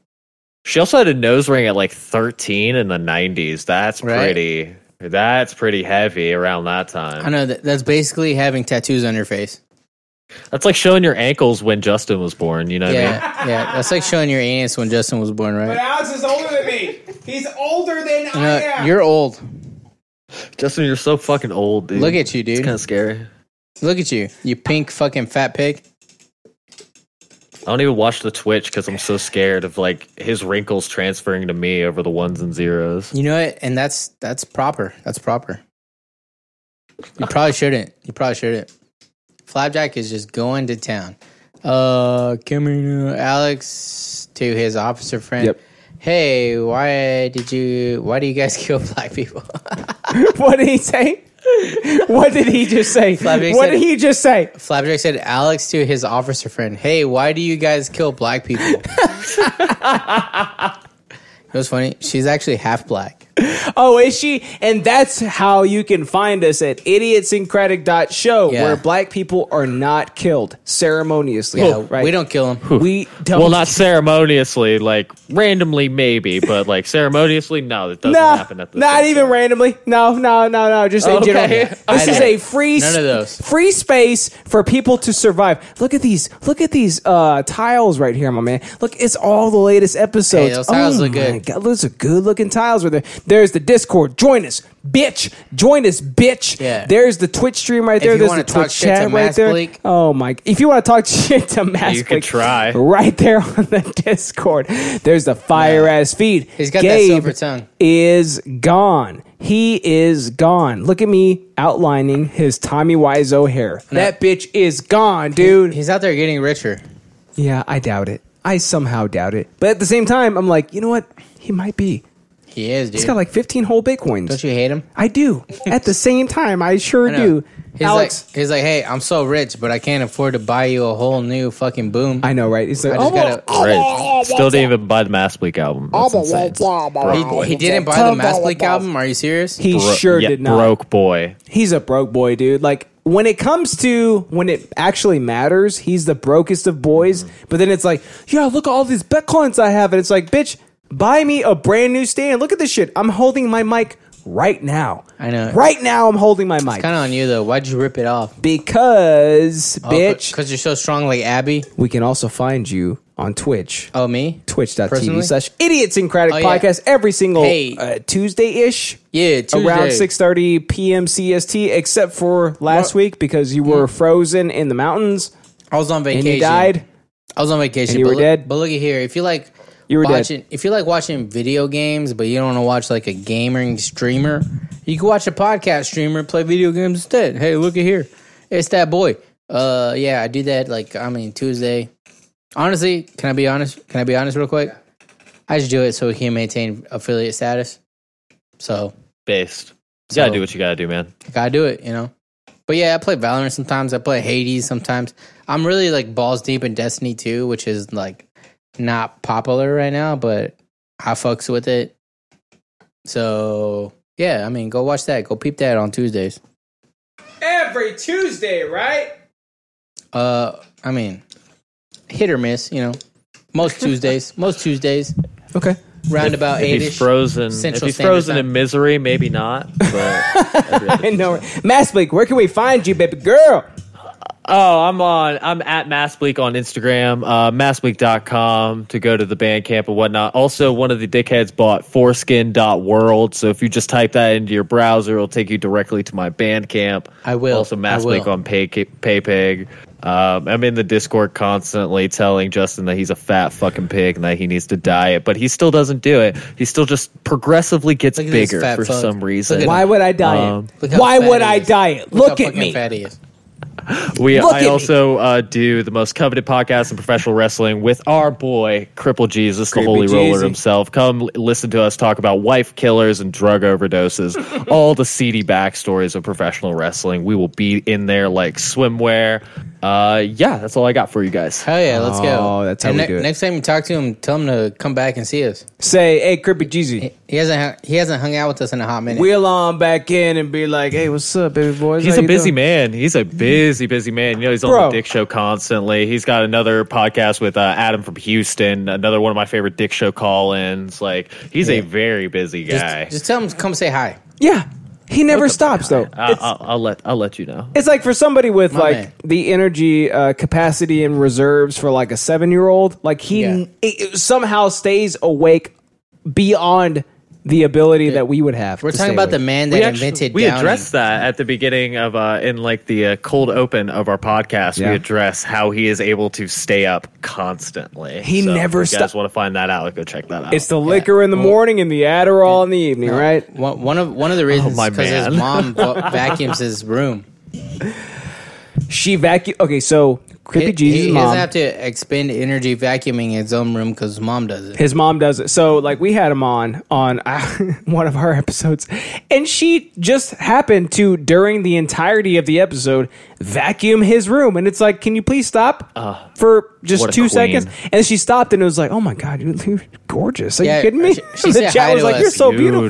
H: She also had a nose ring at like 13 in the 90s. That's
B: Right.
H: pretty. That's pretty heavy around that time.
B: I know that that's basically having tattoos on your face.
H: That's like showing your ankles when Justin was born. You know what I mean?
B: yeah, yeah. That's like showing your anus when Justin was born, right?
A: Alex is older than me. He's older than
B: You know, You're old.
H: Justin, you're so fucking old, dude.
B: Look at you, dude.
H: It's kind of scary.
B: Look at you, you pink fucking fat pig.
H: I don't even watch the Twitch because I'm so scared of like his wrinkles transferring to me over the ones and zeros.
B: You know what? And that's that's proper. That's proper. You probably shouldn't. You probably shouldn't. Flapjack is just going to town. Uh, come here, now, Alex, to his officer friend.
A: Yep.
B: Hey, why did you? Why do you guys kill black people?
A: what did he say? What did he just say?
B: Flapjack
A: what
B: said-
A: did he just say?
B: Flapjack said Alex to his officer friend, "Hey, why do you guys kill black people?" it was funny. She's actually half black.
A: Oh, is she? And that's how you can find us at idiotsyncratic.show,
B: Yeah.
A: where black people are not killed ceremoniously.
H: Yeah,
A: Oh, right?
H: we
B: Uh, don't kill them.
A: We don't.
H: well, not ceremoniously, like randomly, maybe, but like ceremoniously, no, it doesn't
A: no,
H: happen at the
A: not even randomly. No, no, no, no. Just in
H: Okay.
A: general.
H: I
A: This is
H: didn't-
A: a free
H: none of
B: those.
A: free space for people to survive. Look at these. Look at these uh, tiles right here, my man. Look, it's all the latest episodes.
B: Hey, those tiles
A: oh
B: look
A: my
B: good.
A: God, those are good looking tiles right there. There's the Discord. Join us, bitch. Join us, bitch.
B: Yeah.
A: There's the Twitch stream right
B: If
A: there.
B: you
A: There's
B: wanna
A: the
B: talk
A: Twitch
B: shit to
A: chat right
B: Mass
A: there.
B: Bleak.
A: Oh my! If you want to talk shit to Mass,
H: You could
A: Bleak,
H: try.
A: right there on the Discord. There's the fire ass feed. He's
B: got that silver tongue.
A: Is gone. He is gone. Look at me outlining his Tommy Wiseau hair. That bitch is gone, dude.
B: He's out there getting richer.
A: Yeah, I doubt it. I somehow doubt it. But at the same time, I'm like, you know what? He might be.
B: He is, dude.
A: He's got like 15 whole bitcoins. Don't
B: you hate him?
A: I do. At the same time, I sure
B: I know.
A: do.
B: He's
A: Alex,
B: like, he's like, hey, I'm so rich, but I can't afford to buy you a whole new fucking boom. I
A: know, right? He's like,
B: I just
A: "Oh,
B: gotta,
H: Right. Still didn't even buy the Mass Bleak album. That's insane.
B: He, he didn't buy the Mass Bleak album. Are you serious?
A: he sure
H: yeah,
A: did not.
H: Broke boy.
A: He's a broke boy, dude. Like when it comes to when it actually matters, he's the brokest of boys.
B: Mm-hmm.
A: But then it's like, yeah, look at all these bitcoins I have, and it's like, bitch, buy me a brand new stand. Look at this shit. I'm holding my mic right now.
B: I know.
A: Right now, I'm holding my mic.
B: Kind of on you though. Why'd you rip it off?
A: Because,
B: Oh,
A: bitch,
B: Because you're so strong, like Abby.
A: we can also find you on Twitch.
B: Oh, me? Personally?
A: Twitch.tv slash idiosyncratic
B: Oh, yeah.
A: podcast every single
B: Hey.
A: uh, Tuesday-ish.
B: Yeah, Tuesday.
A: Around 6.30 p.m. CST, except for last week because you
H: Hmm.
A: were frozen in the mountains.
B: I was on vacation.
A: And you died.
B: I was on vacation.
A: And you
B: but
A: were
B: look,
A: dead?
B: But look at here. If you like
A: You were dead.
B: watching, if you like watching video games, but you don't want to watch like a gaming streamer, you can watch a podcast streamer play video games instead. Hey, look at here. It's that boy. Uh, yeah, I do that. Like, I mean, Tuesday. Honestly, can I be honest? Can I be honest real quick? I just do it so we can maintain affiliate status. So
H: Based. You gotta
B: So-
H: do what you gotta do, man.
B: gotta do it, you know. But yeah, I play Valorant sometimes. I play Hades sometimes. I'm really like balls deep in Destiny 2, which is like not popular right now, but I fucks with it. So yeah, I mean, go watch that. Go peep that on Tuesdays.
A: Every Tuesday, right?
B: Uh, I mean, hit or miss, you know. Most Tuesdays, most Tuesdays,
A: Okay.
B: round about
H: If
B: eight.
H: he's frozen, if
B: Central
H: he's
B: Standard
H: frozen
B: Time.
H: in misery, maybe not. But
A: I know. Mass Bleak, where can we find you, baby girl?
H: oh, I'm on. I'm at Massbleak on Instagram, uh, massbleak.com to go to the Bandcamp and whatnot. Also, one of the dickheads bought foreskin.world. So if you just type that into your browser, it'll take you directly to my Bandcamp.
B: I will.
H: Also,
B: I
H: Massbleak
B: will.
H: on Pay- PayPig. Um, I'm in the Discord constantly telling Justin that he's a fat fucking pig and that he needs to diet, but he still doesn't do it. He still just progressively gets
B: Look at this
H: bigger
B: fat
H: for
B: fuck.
H: some reason.
A: Why would I diet?
H: Um,
B: Look how
A: Why
B: fat
A: would
B: he
A: I
B: is.
A: diet?
B: Look,
A: Look
B: how
A: at
B: fucking
A: me.
B: fat he is.
H: We
A: Look at
H: I
A: me.
H: also uh, do the most coveted podcast in professional wrestling with our boy Cripple Jesus, the
A: Creepy
H: Holy Roller
A: Jeezy.
H: himself. Come l- listen to us talk about wife killers and drug overdoses, all the seedy backstories of professional wrestling. We will be in there like swimwear. Uh, yeah, that's all I got for you guys.
B: Hell yeah, let's go.
A: Oh, that's how
B: And
A: we
B: ne-
A: do it.
B: Next time you talk to him, tell him to come back and see us.
A: Say, hey, Crippy Jeezy,
B: He hasn't hung- he hasn't hung out with us in a hot minute.
A: wheel on back in and be like, hey, what's up, baby boys?
H: He's
A: How
H: a
A: you
H: busy
A: doing?
H: man. He's a busy, busy man. You know, he's on
A: Bro.
H: the Dick Show constantly. He's got another podcast with uh, Adam from Houston, another one of my favorite Dick Show call ins. Like, he's a very busy guy.
B: Just tell him to come say hi.
A: Yeah. He never stops, though.
H: I, I'll, I'll let I'll let you know.
A: It's like for somebody with
B: My
A: like
B: man.
A: the energy uh, capacity and reserves for like a seven year old, like he
B: Yeah.
A: it, it somehow stays awake beyond the ability that we would have.
B: We're
A: to
B: talking
A: stay
B: about
A: awake.
B: the man that
H: we actually-
B: invented
H: we
B: Downy.
H: addressed that at the beginning of uh, in like the uh, cold open of our podcast.
A: Yeah.
H: We address how he is able to stay up constantly.
A: He
H: So
A: never
H: If you guys
A: stop-
H: want to find that out? Go check that out.
A: It's the liquor in the morning and the Adderall in the evening, right?
B: One, one of one of the reasons
H: Oh, my
B: because his
H: man.
B: mom va- vacuums his room.
A: She vacuum. Okay, so
B: He,
A: creepy
B: he-
A: Jesus
B: he
A: mom.
B: doesn't have to expend energy vacuuming his own room because his mom does it.
A: his mom does it. So like we had him on on uh, one of our episodes, and she just happened to during the entirety of the episode vacuum his room, and it's like, can you please stop
B: Uh,
A: for just
H: what a
A: two
H: queen.
A: seconds? And she stopped, and it was like, oh my god, you're, you're gorgeous. Are
B: Yeah,
A: you kidding me?
B: she- she
A: the
B: said
A: chat
B: hi
A: was
B: to
A: like,
B: us.
A: you're so beautiful.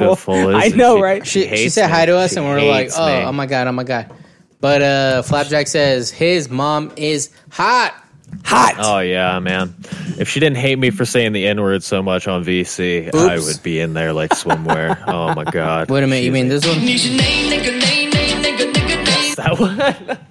H: Beautiful,
A: I
H: isn't
A: know,
H: she?
A: right?
B: She, she
H: hates
B: said hi
H: me.
B: to us,
H: She
B: and we're like,
H: hates
B: oh,
H: me.
B: oh my god, oh my god. But uh, Flapjack says his mom is hot.
A: Hot.
H: Oh yeah, man! If she didn't hate me for saying the n word so much on VC, I
B: Oops.
H: would be in there like swimwear. oh my god!
B: Wait a minute, you mean this one?
H: That one?